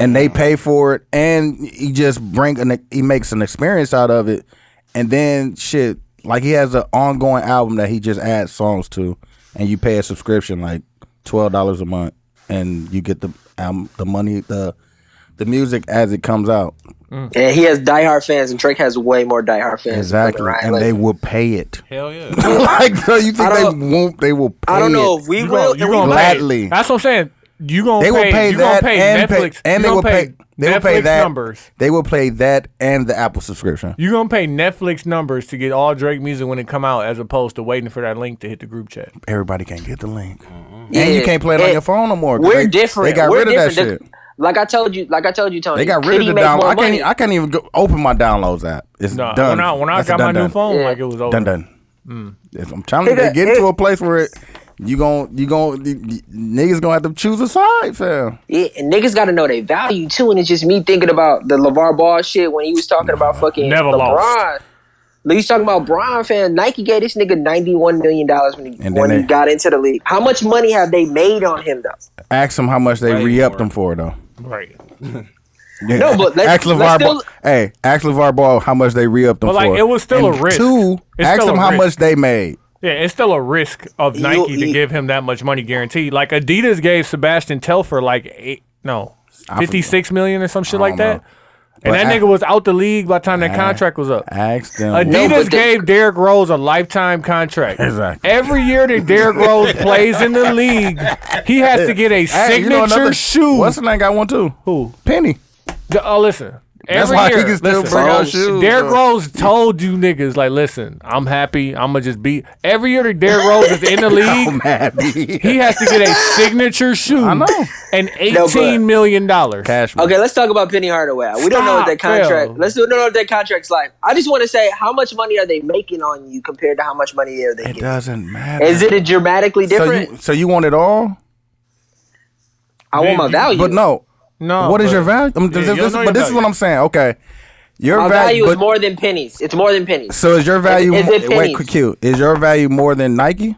Speaker 2: And they pay for it, and he just bring an he makes an experience out of it, and then shit like he has an ongoing album that he just adds songs to, and you pay a subscription like twelve dollars a month, and you get the um, the money the the music as it comes out Mm.
Speaker 8: Yeah, he has diehard fans, and Drake has way more diehard fans. than
Speaker 2: exactly,
Speaker 8: Ryan
Speaker 2: and
Speaker 8: Leslie.
Speaker 2: they will pay it.
Speaker 1: Hell
Speaker 2: [LAUGHS]
Speaker 1: yeah.
Speaker 2: like so, you think
Speaker 8: I
Speaker 2: they
Speaker 8: don't-
Speaker 2: won't? They will. Pay
Speaker 8: I don't know
Speaker 2: it.
Speaker 8: if we
Speaker 4: You
Speaker 8: will.
Speaker 4: gonna, you
Speaker 8: if we
Speaker 4: gonna
Speaker 8: will.
Speaker 4: pay-
Speaker 2: gladly.
Speaker 4: That's what I'm saying. You gonna
Speaker 2: They
Speaker 4: pay,
Speaker 2: will pay
Speaker 4: you
Speaker 2: that
Speaker 4: gonna pay
Speaker 2: and pay-
Speaker 4: Netflix
Speaker 2: and
Speaker 4: you
Speaker 2: they
Speaker 4: gonna
Speaker 2: will pay- they will pay
Speaker 4: Netflix
Speaker 2: that.
Speaker 4: numbers.
Speaker 2: They will play that and the Apple subscription.
Speaker 4: You gonna pay Netflix numbers to get all Drake music when it come out, as opposed to waiting for that link to hit the group chat.
Speaker 2: Everybody can't get the link,
Speaker 8: Yeah.
Speaker 2: and you can't play it on
Speaker 8: And
Speaker 2: your phone no more. 'cause
Speaker 8: We're
Speaker 2: they,
Speaker 8: different.
Speaker 2: They got
Speaker 8: We're
Speaker 2: rid of that
Speaker 8: different.
Speaker 2: shit.
Speaker 8: The- like I told you, like I told you, Tony.
Speaker 2: They got
Speaker 8: could
Speaker 2: rid of
Speaker 8: he
Speaker 2: the
Speaker 8: make
Speaker 2: download.
Speaker 8: more
Speaker 2: I can't.
Speaker 8: money?
Speaker 2: e- I can't even go open my downloads app. It's
Speaker 4: Nah,
Speaker 2: done.
Speaker 4: when I when I
Speaker 2: That's a
Speaker 4: got my
Speaker 2: done,
Speaker 4: new
Speaker 2: done.
Speaker 4: phone, mm.
Speaker 8: Yeah.
Speaker 4: like it was over.
Speaker 2: done done. If I'm telling you,
Speaker 8: Nigga,
Speaker 2: they get
Speaker 8: it-
Speaker 2: to a place where it, you gon' you gon' y- y- niggas gonna have to choose a side, fam.
Speaker 8: Yeah, and niggas got to know they value too, and it's just me thinking about the LeVar Ball shit when he was talking about fucking
Speaker 4: Never
Speaker 8: LeBron.
Speaker 4: lost.
Speaker 8: Like, he's talking about Brian fan. Nike gave this nigga ninety one million dollars when he
Speaker 2: And then
Speaker 8: when he
Speaker 2: they-
Speaker 8: got into the league. How much money have they made on him though?
Speaker 2: Ask them how much they
Speaker 1: Way
Speaker 2: re upped
Speaker 1: more.
Speaker 2: them for though.
Speaker 4: Right.
Speaker 2: Yeah.
Speaker 8: No, but let's-
Speaker 2: ask LeVar
Speaker 8: let's
Speaker 2: Ball.
Speaker 8: still-
Speaker 2: Hey, ask LeVar Ball how much they re upped them
Speaker 4: But, like,
Speaker 2: for.
Speaker 4: it was still
Speaker 2: And
Speaker 4: a risk.
Speaker 2: Two,
Speaker 4: It's
Speaker 2: ask
Speaker 4: still
Speaker 2: them
Speaker 4: a
Speaker 2: how
Speaker 4: risk.
Speaker 2: much they made.
Speaker 4: Yeah, it's still a risk of Nike to
Speaker 8: you-
Speaker 4: give him that much money guaranteed. Like Adidas gave Sebastian Telfer like eight, no, fifty six million or some shit like
Speaker 2: don't
Speaker 4: that.
Speaker 2: But
Speaker 4: And that
Speaker 2: I-
Speaker 4: nigga was out the league by the time that
Speaker 2: I-
Speaker 4: contract was up.
Speaker 2: Ask them.
Speaker 4: Uh, Adidas
Speaker 8: but they-
Speaker 4: gave Derrick Rose a lifetime contract.
Speaker 2: Exactly.
Speaker 4: Every year that
Speaker 2: [LAUGHS]
Speaker 4: Derrick Rose plays in the league, he has to get a
Speaker 2: Hey,
Speaker 4: signature
Speaker 2: you know another-
Speaker 4: shoe.
Speaker 2: What's the name? Got one too.
Speaker 4: Who?
Speaker 2: Penny.
Speaker 4: D- Oh, listen.
Speaker 2: That's
Speaker 4: Every
Speaker 2: why
Speaker 4: year,
Speaker 2: he can still
Speaker 4: listen,
Speaker 2: bring out
Speaker 8: Bro,
Speaker 2: shoes. [LAUGHS]
Speaker 4: Derrick
Speaker 2: bro.
Speaker 4: Rose told you niggas like, listen, I'm happy. I'ma just be every year that Derrick Rose
Speaker 2: [LAUGHS]
Speaker 4: is in the
Speaker 2: I'm [LAUGHS]
Speaker 4: league,
Speaker 2: happy.
Speaker 4: he has to get a signature shoe.
Speaker 2: Oh, I know.
Speaker 4: And
Speaker 8: No,
Speaker 4: eighteen million dollars.
Speaker 2: Cash.
Speaker 8: Okay, let's talk about Penny Hardaway. We don't know what that
Speaker 4: Stop, Phil.
Speaker 8: contract. Let's do, don't know what that contract's like. I just want to say, how much money are they making on you compared to how much money are they
Speaker 2: It
Speaker 8: getting?
Speaker 2: doesn't matter.
Speaker 8: Is it a dramatically
Speaker 2: so
Speaker 8: different?
Speaker 2: you, so you want it all?
Speaker 8: I want my
Speaker 4: you-
Speaker 8: value.
Speaker 2: But no.
Speaker 4: No.
Speaker 2: what is
Speaker 4: Oh, but-
Speaker 2: your value? I mean, this-
Speaker 4: Yeah, you
Speaker 2: this-
Speaker 4: don't know
Speaker 2: but
Speaker 4: your
Speaker 2: this is what
Speaker 4: value.
Speaker 2: I'm saying. Okay. Your
Speaker 8: my
Speaker 2: va-
Speaker 8: value is
Speaker 2: but-
Speaker 8: more than pennies. It's more than pennies.
Speaker 2: So is your value?
Speaker 8: Is it
Speaker 2: wait,
Speaker 8: pennies?
Speaker 2: quick, Q. Is your value more than Nike?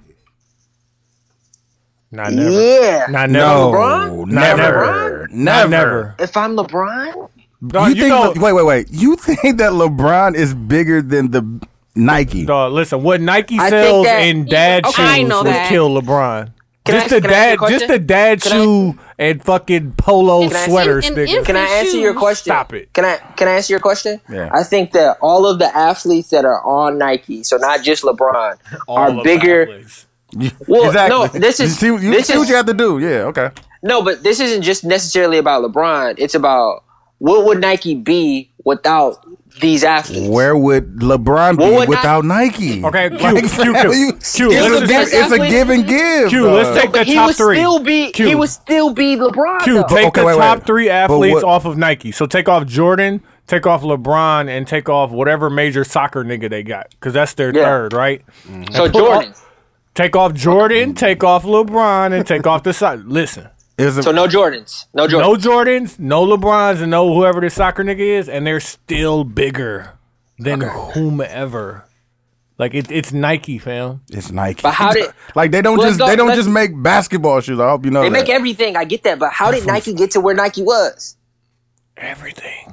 Speaker 4: Not never.
Speaker 8: Yeah.
Speaker 4: Not never.
Speaker 2: No,
Speaker 4: Not
Speaker 2: never,
Speaker 4: Not
Speaker 2: never.
Speaker 4: never.
Speaker 8: If I'm LeBron,
Speaker 4: Dog,
Speaker 2: you,
Speaker 4: you
Speaker 2: think?
Speaker 4: know-
Speaker 2: wait, wait, wait. You think that LeBron is bigger than the Nike?
Speaker 4: Dog, listen, what Nike
Speaker 8: I think
Speaker 4: sells
Speaker 8: that-
Speaker 4: in dad
Speaker 6: Okay, I
Speaker 4: shoes
Speaker 6: know
Speaker 4: would
Speaker 6: that.
Speaker 4: kill Lebron.
Speaker 8: Can I-
Speaker 4: just the
Speaker 8: can I ask you
Speaker 4: dad,
Speaker 8: a
Speaker 4: just
Speaker 8: question?
Speaker 4: the dad
Speaker 8: Can I-
Speaker 4: shoe and fucking polo
Speaker 8: Can I ask-
Speaker 4: sweaters.
Speaker 6: And- and
Speaker 4: nigga.
Speaker 6: if-
Speaker 8: can I
Speaker 6: Shoes.
Speaker 8: answer your question?
Speaker 4: Stop it.
Speaker 8: Can I can I answer your question?
Speaker 2: Yeah.
Speaker 8: I think that all of the athletes that are on Nike, so not just LeBron, are bigger. Well, no, this is
Speaker 2: you see, you
Speaker 8: this
Speaker 2: see
Speaker 8: is
Speaker 2: what you have to do. Yeah, okay.
Speaker 8: no, but this isn't just necessarily about LeBron. It's about what would Nike be without these athletes?
Speaker 2: Where would LeBron be
Speaker 8: Well, what
Speaker 2: without Nike?
Speaker 4: Okay, Q,
Speaker 2: Like,
Speaker 4: Q,
Speaker 2: fam,
Speaker 4: Q,
Speaker 2: you-
Speaker 4: Q,
Speaker 2: it's,
Speaker 4: let's
Speaker 2: a,
Speaker 8: just-
Speaker 2: give- it's a
Speaker 8: Exactly.
Speaker 2: give and give.
Speaker 4: Q, let's
Speaker 2: dog.
Speaker 4: take the
Speaker 8: he
Speaker 4: top
Speaker 8: would
Speaker 4: three.
Speaker 8: still be
Speaker 4: Q.
Speaker 8: he would still be LeBron.
Speaker 4: Q,
Speaker 8: though.
Speaker 4: take
Speaker 2: Okay,
Speaker 4: the
Speaker 2: wait, wait.
Speaker 4: top three
Speaker 2: But
Speaker 4: athletes
Speaker 2: what-
Speaker 4: off of Nike. So take off Jordan, take off LeBron, and take off whatever major soccer nigga they got, because that's their
Speaker 8: Yeah.
Speaker 4: third, right?
Speaker 8: so Jordan.
Speaker 4: Take off Jordan,
Speaker 2: Mm.
Speaker 4: take off LeBron, and take off the soccer. Listen,
Speaker 2: It's a-
Speaker 8: So no Jordans, no Jordans.
Speaker 4: no Jordans, no LeBrons, and no whoever this soccer nigga is, and they're still bigger than whomever. Like it, it's Nike, fam.
Speaker 2: it's Nike.
Speaker 8: But how did-
Speaker 2: [LAUGHS] like they don't
Speaker 8: Well,
Speaker 2: just
Speaker 8: dog,
Speaker 2: they don't
Speaker 8: let's-
Speaker 2: just make basketball shoes. I hope you know
Speaker 8: they
Speaker 2: that. [LAUGHS]
Speaker 8: make everything. I get that, but how did Nike get to where Nike was?
Speaker 4: Everything.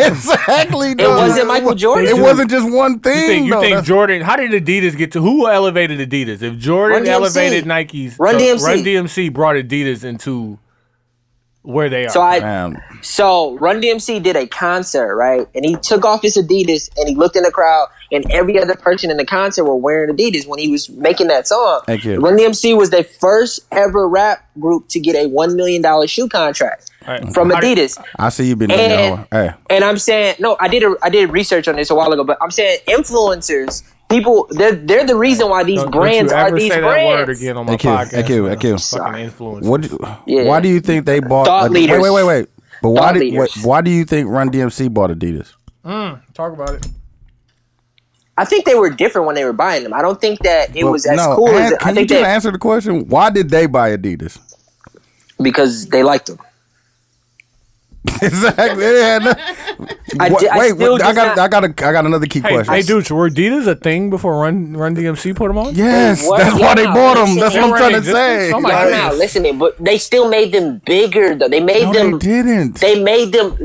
Speaker 2: exactly. It
Speaker 8: wasn't Michael Jordan.
Speaker 2: It wasn't just one thing.
Speaker 4: You think, you
Speaker 2: though.
Speaker 4: think
Speaker 2: That's-
Speaker 4: Jordan? How did Adidas get to? Who elevated Adidas? If Jordan
Speaker 8: Run DMC.
Speaker 4: elevated Nikes,
Speaker 8: Run DMC.
Speaker 4: Run DMC brought Adidas into where they are.
Speaker 8: So I
Speaker 2: Man,
Speaker 8: So Run DMC did a concert, right? And he took off his Adidas and he looked in the crowd, and every other person in the concert were wearing Adidas when he was making that song.
Speaker 2: Thank you.
Speaker 8: Run DMC was the first ever rap group to get a one million dollar shoe contract
Speaker 4: Alright.
Speaker 8: from
Speaker 4: How did-
Speaker 8: Adidas.
Speaker 2: I see you been doing your
Speaker 8: And,
Speaker 2: homework. Hey,
Speaker 8: and I'm saying no, I did a, I did research on this a while ago, but I'm saying influencers, people, they're they're the reason why these
Speaker 4: Don't- don't
Speaker 8: brands
Speaker 4: you
Speaker 8: are
Speaker 4: ever
Speaker 8: these
Speaker 4: say that word
Speaker 8: brands.
Speaker 4: again on my
Speaker 2: AQ,
Speaker 4: podcast.
Speaker 2: AQ, AQ.
Speaker 4: Fucking influence.
Speaker 2: What? Do,
Speaker 8: Yeah.
Speaker 2: Why do you think they bought?
Speaker 8: Thought
Speaker 2: Adi- Wait,
Speaker 8: leaders.
Speaker 2: wait, wait, wait. But why
Speaker 8: Thought
Speaker 2: did?
Speaker 8: leaders.
Speaker 2: wait, why do you think Run DMC bought Adidas?
Speaker 4: Talk about it.
Speaker 8: I think they were different when they were buying them. I don't think that it
Speaker 2: But
Speaker 8: was as cool
Speaker 2: an-
Speaker 8: as
Speaker 2: Can
Speaker 8: I
Speaker 2: you
Speaker 8: think
Speaker 2: just
Speaker 8: that
Speaker 2: answer the question? Why did they buy Adidas? [LAUGHS]
Speaker 8: because they liked them.
Speaker 2: exactly. It had no-
Speaker 8: I
Speaker 2: Wha-
Speaker 8: di- I
Speaker 2: wait,
Speaker 8: still
Speaker 2: wait, I
Speaker 8: just
Speaker 2: got,
Speaker 8: not-
Speaker 2: I got, a, I got another key
Speaker 4: Hey,
Speaker 2: question.
Speaker 4: hey, dudes, were Adidas a thing before Run Run DMC put them on?
Speaker 2: Yes,
Speaker 8: What?
Speaker 2: that's why they
Speaker 8: Yeah,
Speaker 2: bought
Speaker 8: that's
Speaker 2: them.
Speaker 8: it.
Speaker 2: That's
Speaker 8: They
Speaker 2: what I'm
Speaker 4: were
Speaker 2: trying to
Speaker 4: in
Speaker 2: say.
Speaker 4: existence. Oh my
Speaker 2: Like,
Speaker 8: I'm
Speaker 4: Yes.
Speaker 8: not listening, but they still made them bigger though. They made
Speaker 2: no,
Speaker 8: them.
Speaker 2: they didn't.
Speaker 8: They made them.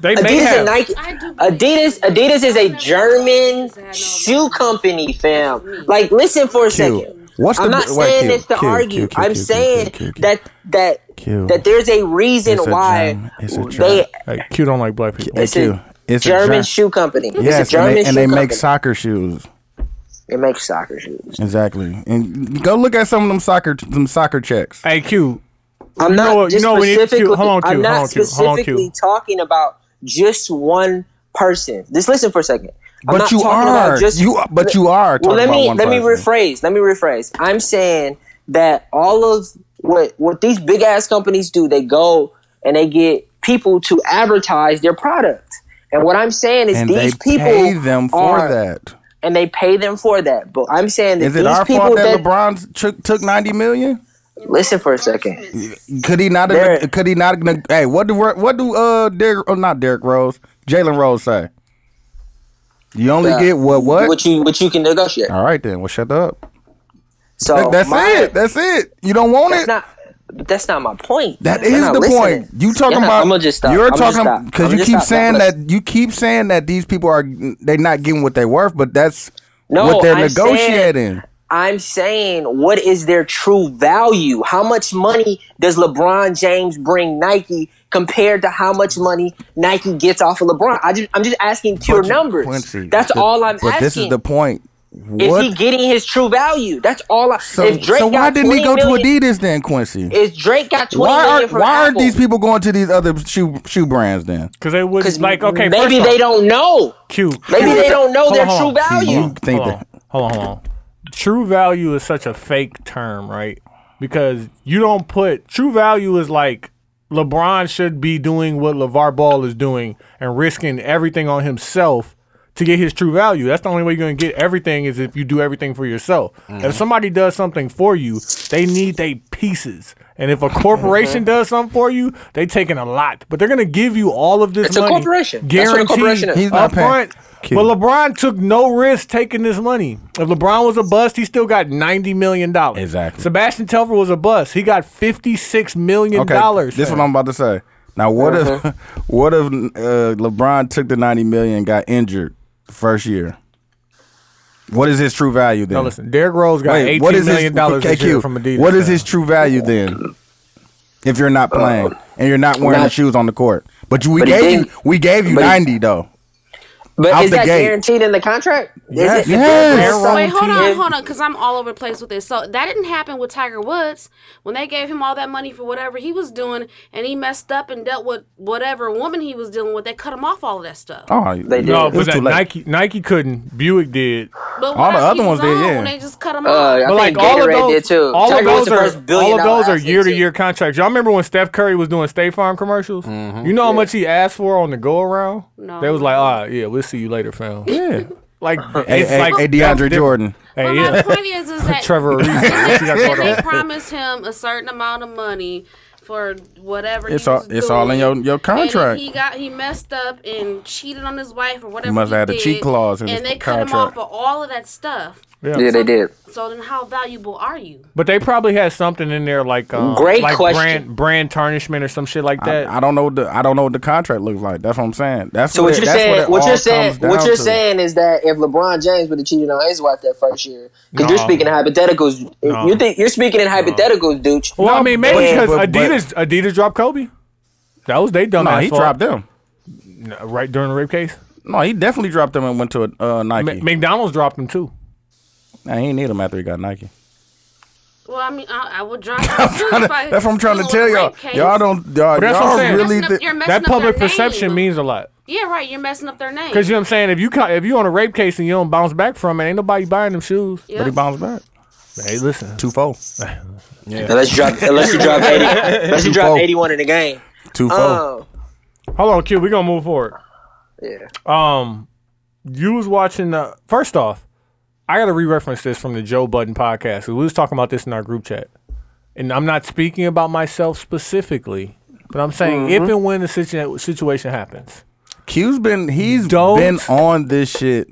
Speaker 4: They
Speaker 8: Adidas
Speaker 4: may have.
Speaker 8: and Nike.
Speaker 6: I do believe
Speaker 8: Adidas.
Speaker 6: that.
Speaker 8: Adidas is
Speaker 6: I
Speaker 8: a
Speaker 6: never
Speaker 8: German
Speaker 6: noticed that, no.
Speaker 8: shoe company, fam. Like, listen for a second.
Speaker 2: What's
Speaker 8: I'm
Speaker 2: the-
Speaker 8: not
Speaker 2: wait,
Speaker 8: saying
Speaker 2: Q,
Speaker 8: this to
Speaker 2: Q,
Speaker 8: argue.
Speaker 2: Q, Q,
Speaker 8: I'm
Speaker 2: Q, Q,
Speaker 8: saying
Speaker 2: Q, Q, Q.
Speaker 8: that that
Speaker 2: Q.
Speaker 8: that there's a reason
Speaker 2: It's a
Speaker 8: why
Speaker 2: Germ- it's a
Speaker 8: they.
Speaker 4: Hey, Q don't like black people.
Speaker 2: Hey,
Speaker 8: It's a
Speaker 2: Q, it's a
Speaker 8: German
Speaker 2: Ger-
Speaker 8: shoe company.
Speaker 2: Yes,
Speaker 8: it's a German
Speaker 2: and they, and
Speaker 8: shoe
Speaker 2: they
Speaker 8: company.
Speaker 2: make soccer shoes.
Speaker 8: they make soccer shoes.
Speaker 2: Exactly. And go look at some of them soccer, some soccer checks.
Speaker 4: Hey, Q.
Speaker 8: I'm
Speaker 4: know
Speaker 8: not
Speaker 4: what- you
Speaker 8: just
Speaker 4: know we need to-
Speaker 8: specifically.
Speaker 4: hold on, Q,
Speaker 8: I'm
Speaker 4: hold
Speaker 8: not
Speaker 4: on, Q, hold on, Q.
Speaker 8: specifically talking about just one person. Just listen for a second. I'm
Speaker 2: But
Speaker 8: not
Speaker 2: you
Speaker 8: talking about
Speaker 2: are. You are- but you are talking
Speaker 8: Well, let
Speaker 2: about
Speaker 8: me
Speaker 2: one
Speaker 8: let me
Speaker 2: person.
Speaker 8: rephrase. Let me rephrase. I'm saying that all of what what these big ass companies do, they go and they get people to advertise their product. And what I'm saying is
Speaker 2: And they
Speaker 8: these people
Speaker 2: pay them for
Speaker 8: are-
Speaker 2: that.
Speaker 8: and they pay them for that. But I'm saying that
Speaker 2: Is
Speaker 8: these
Speaker 2: it our
Speaker 8: people
Speaker 2: fault that,
Speaker 8: that
Speaker 2: LeBron took, took ninety million?
Speaker 8: listen for a second.
Speaker 2: Could he not?
Speaker 8: There-
Speaker 2: could he not? Hey, what do what do uh Derek? Oh, not Derek Rose. Jalen Rose say. You only
Speaker 8: Yeah.
Speaker 2: get what what?
Speaker 8: What you what you can negotiate.
Speaker 2: All right then. Well, shut up.
Speaker 8: So
Speaker 2: That- that's
Speaker 8: my-
Speaker 2: it. That's it. You don't want
Speaker 8: That's
Speaker 2: it.
Speaker 8: not. But that's not my point.
Speaker 2: That
Speaker 8: You're
Speaker 2: is
Speaker 8: not
Speaker 2: the
Speaker 8: listening.
Speaker 2: point. You talking
Speaker 8: You're not-
Speaker 2: about?
Speaker 8: I'm gonna just stop.
Speaker 2: You're
Speaker 8: I'm gonna
Speaker 2: talking
Speaker 8: stop. I'm
Speaker 2: because you
Speaker 8: just
Speaker 2: keep
Speaker 8: stop.
Speaker 2: saying
Speaker 8: Don't listen.
Speaker 2: that you keep saying that these people are they're not getting what they're worth, but that's
Speaker 8: No,
Speaker 2: what they're
Speaker 8: I'm saying-
Speaker 2: negotiating.
Speaker 8: I'm saying, what is their true value? How much money does LeBron James bring Nike compared to how much money Nike gets off of LeBron? I just, I'm just asking pure
Speaker 2: But you-
Speaker 8: numbers.
Speaker 2: Quincy,
Speaker 8: that's
Speaker 2: the-
Speaker 8: all I'm
Speaker 2: But
Speaker 8: asking.
Speaker 2: this is the point.
Speaker 8: Is
Speaker 2: What?
Speaker 8: he getting his true value? That's all. I,
Speaker 2: so,
Speaker 8: if Drake
Speaker 2: so why
Speaker 8: got
Speaker 2: didn't he
Speaker 8: 20
Speaker 2: go
Speaker 8: million-
Speaker 2: to Adidas then, Quincy?
Speaker 8: If Drake got twenty
Speaker 2: Why
Speaker 8: million
Speaker 2: are
Speaker 8: from
Speaker 2: why aren't
Speaker 8: Apple,
Speaker 2: these people going to these other shoe shoe brands then?
Speaker 4: Because they would
Speaker 8: 'cause
Speaker 4: like okay.
Speaker 8: maybe
Speaker 4: first
Speaker 8: they
Speaker 4: off,
Speaker 8: don't know.
Speaker 4: Q.
Speaker 8: Maybe
Speaker 4: Q.
Speaker 8: they don't know
Speaker 4: Hold
Speaker 8: their
Speaker 4: on, hold
Speaker 8: true
Speaker 4: on.
Speaker 8: value.
Speaker 2: You think
Speaker 4: hold
Speaker 2: that?
Speaker 4: on, hold on, hold on. True value is such a fake term, right? Because you don't put true value is like LeBron should be doing what LeVar Ball is doing and risking everything on himself to get his true value. That's the only way you're gonna get everything is if you do everything for yourself.
Speaker 8: Mm.
Speaker 4: If somebody does something for you, they need they pieces. And if a
Speaker 8: [LAUGHS]
Speaker 4: corporation does something for you, they taking a lot, but they're gonna give you all of this
Speaker 8: It's a
Speaker 4: money.
Speaker 8: corporation. That's what a
Speaker 4: guaranteed
Speaker 8: corporation is.
Speaker 2: He's not paying.
Speaker 4: upfront.
Speaker 2: kid.
Speaker 4: But LeBron took no risk taking this money. If LeBron was a bust, he still got ninety million dollars.
Speaker 2: Exactly.
Speaker 4: Sebastian Telford was a bust. He got fifty six million
Speaker 2: okay,
Speaker 4: dollars.
Speaker 2: this is what I'm about to say. Now, what
Speaker 8: Uh-huh.
Speaker 2: if [LAUGHS] what if uh, LeBron took the 90 million and got injured first year? What is his true value then?
Speaker 4: Now listen, Derrick Rose got
Speaker 2: Wait,
Speaker 4: eighteen
Speaker 2: what is his,
Speaker 4: million dollars this
Speaker 2: KQ,
Speaker 4: year from Adidas.
Speaker 2: What is
Speaker 4: now.
Speaker 2: his true value then? If you're not playing and you're not wearing the
Speaker 8: Not-
Speaker 2: shoes on the court, but you, we
Speaker 8: But he
Speaker 2: gave you
Speaker 8: didn't-
Speaker 2: we gave you
Speaker 8: but he-
Speaker 2: 90 though.
Speaker 8: But
Speaker 2: Out
Speaker 8: is
Speaker 2: the
Speaker 8: that
Speaker 2: gate.
Speaker 8: guaranteed in the contract? Is
Speaker 2: Yes.
Speaker 8: it- if
Speaker 2: Yes.
Speaker 8: there's some-
Speaker 6: Wait, hold on,
Speaker 8: if-
Speaker 6: hold on, because I'm all over the place with this. So that didn't happen with Tiger Woods when they gave him all that money for whatever he was doing, and he messed up and dealt with whatever woman he was dealing with. They cut him off all of that stuff.
Speaker 2: Oh,
Speaker 8: They
Speaker 4: No,
Speaker 8: It
Speaker 4: but that Nike Nike couldn't. Buick did.
Speaker 6: But all the other ones
Speaker 2: did, yeah.
Speaker 6: When they just cut him
Speaker 8: Uh,
Speaker 6: off.
Speaker 8: I
Speaker 4: But like
Speaker 8: think
Speaker 4: all of
Speaker 8: Gatorade
Speaker 4: those,
Speaker 8: did too.
Speaker 4: all of
Speaker 8: Tiger was
Speaker 4: those
Speaker 8: the
Speaker 4: are
Speaker 8: first billion
Speaker 4: all of those
Speaker 8: dollar
Speaker 4: are
Speaker 8: athlete,
Speaker 4: year to
Speaker 8: too.
Speaker 4: year contracts. Y'all remember when Steph Curry was doing State Farm commercials?
Speaker 2: Mm-hmm.
Speaker 4: You know how much he asked for on the go around?
Speaker 6: No.
Speaker 4: They was like, ah, yeah, we'll see you later, fam.
Speaker 2: yeah.
Speaker 4: Like,
Speaker 2: Hey,
Speaker 4: it's
Speaker 2: hey,
Speaker 4: like
Speaker 2: hey,
Speaker 4: that's
Speaker 2: DeAndre
Speaker 4: diff-
Speaker 2: Jordan.
Speaker 6: But
Speaker 4: Hey,
Speaker 6: my
Speaker 4: yeah,
Speaker 6: point is,
Speaker 4: [LAUGHS]
Speaker 6: is that
Speaker 4: Trevor Ariza. What you got
Speaker 6: and
Speaker 4: going
Speaker 6: they
Speaker 4: on?
Speaker 6: promised him a certain amount of money for whatever.
Speaker 2: It's
Speaker 6: he
Speaker 2: all
Speaker 6: was
Speaker 2: it's all in your
Speaker 6: doing.
Speaker 2: your
Speaker 6: And if
Speaker 2: contract.
Speaker 6: he got he messed up and cheated on his wife or whatever.
Speaker 2: must
Speaker 6: he
Speaker 2: have had a
Speaker 6: did,
Speaker 2: cheat clause in
Speaker 6: and
Speaker 2: his
Speaker 6: they cut him
Speaker 2: contract.
Speaker 6: off for all of that stuff.
Speaker 8: Yeah, they did.
Speaker 6: So then, how valuable are you?
Speaker 4: But they probably had something in there like um,
Speaker 8: Great
Speaker 4: like
Speaker 8: question.
Speaker 4: brand brand tarnishment or some shit like that.
Speaker 2: I, I don't know what the I don't know what the contract looks like. That's what I'm saying. That's
Speaker 8: So
Speaker 2: what, it-
Speaker 8: what you're
Speaker 2: that's what
Speaker 8: saying,
Speaker 2: it
Speaker 8: what
Speaker 2: all
Speaker 8: you're saying,
Speaker 2: comes
Speaker 8: what
Speaker 2: down
Speaker 8: you're
Speaker 2: to.
Speaker 8: saying is that if LeBron James would have cheated on his wife that first year, because you're
Speaker 4: No.
Speaker 8: speaking in hypotheticals,
Speaker 4: No.
Speaker 8: you think you're speaking in hypotheticals, dude.
Speaker 4: well, I mean, maybe
Speaker 8: but-
Speaker 4: because
Speaker 2: but- but-
Speaker 4: Adidas Adidas dropped Kobe. That was they dumb.
Speaker 2: No, he dropped them.
Speaker 4: right during the rape case.
Speaker 2: No, he definitely dropped them and went to uh, Nike.
Speaker 4: M- McDonald's dropped him too.
Speaker 2: Nah, he didn't need them after he got Nike.
Speaker 6: Well, I mean, I, I
Speaker 2: [LAUGHS]
Speaker 6: would drop. [LAUGHS] that's
Speaker 2: That's what I'm trying to tell y'all. Y'all don't. Y'all,
Speaker 4: that's what
Speaker 2: y'all
Speaker 4: I'm saying.
Speaker 2: really.
Speaker 6: Messing up
Speaker 2: thi-
Speaker 6: your mess-
Speaker 4: That
Speaker 6: Messing up
Speaker 4: public
Speaker 6: their
Speaker 4: perception
Speaker 6: name.
Speaker 4: means a lot.
Speaker 6: Yeah, right. You're messing up their name.
Speaker 4: Cause you know what I'm saying, if you ca- if you on a rape case and you don't bounce back from it, ain't nobody buying them shoes.
Speaker 2: but he bounced back.
Speaker 4: Hey, listen,
Speaker 2: Two four.
Speaker 8: Unless you drop, unless you
Speaker 4: [LAUGHS]
Speaker 8: drop eighty, unless you drop
Speaker 2: Four.
Speaker 8: eighty-one in the game.
Speaker 2: Two four.
Speaker 8: Um,
Speaker 4: hold on, Q. We gonna move forward.
Speaker 8: yeah.
Speaker 4: Um, you was watching the first off. I gotta re-reference this from the Joe Budden podcast. 'cause We was talking about this in our group chat, and I'm not speaking about myself specifically, but I'm saying
Speaker 8: Mm-hmm.
Speaker 4: if and when the situ- situation happens,
Speaker 2: Q's been he's
Speaker 4: Don't-
Speaker 2: been on this shit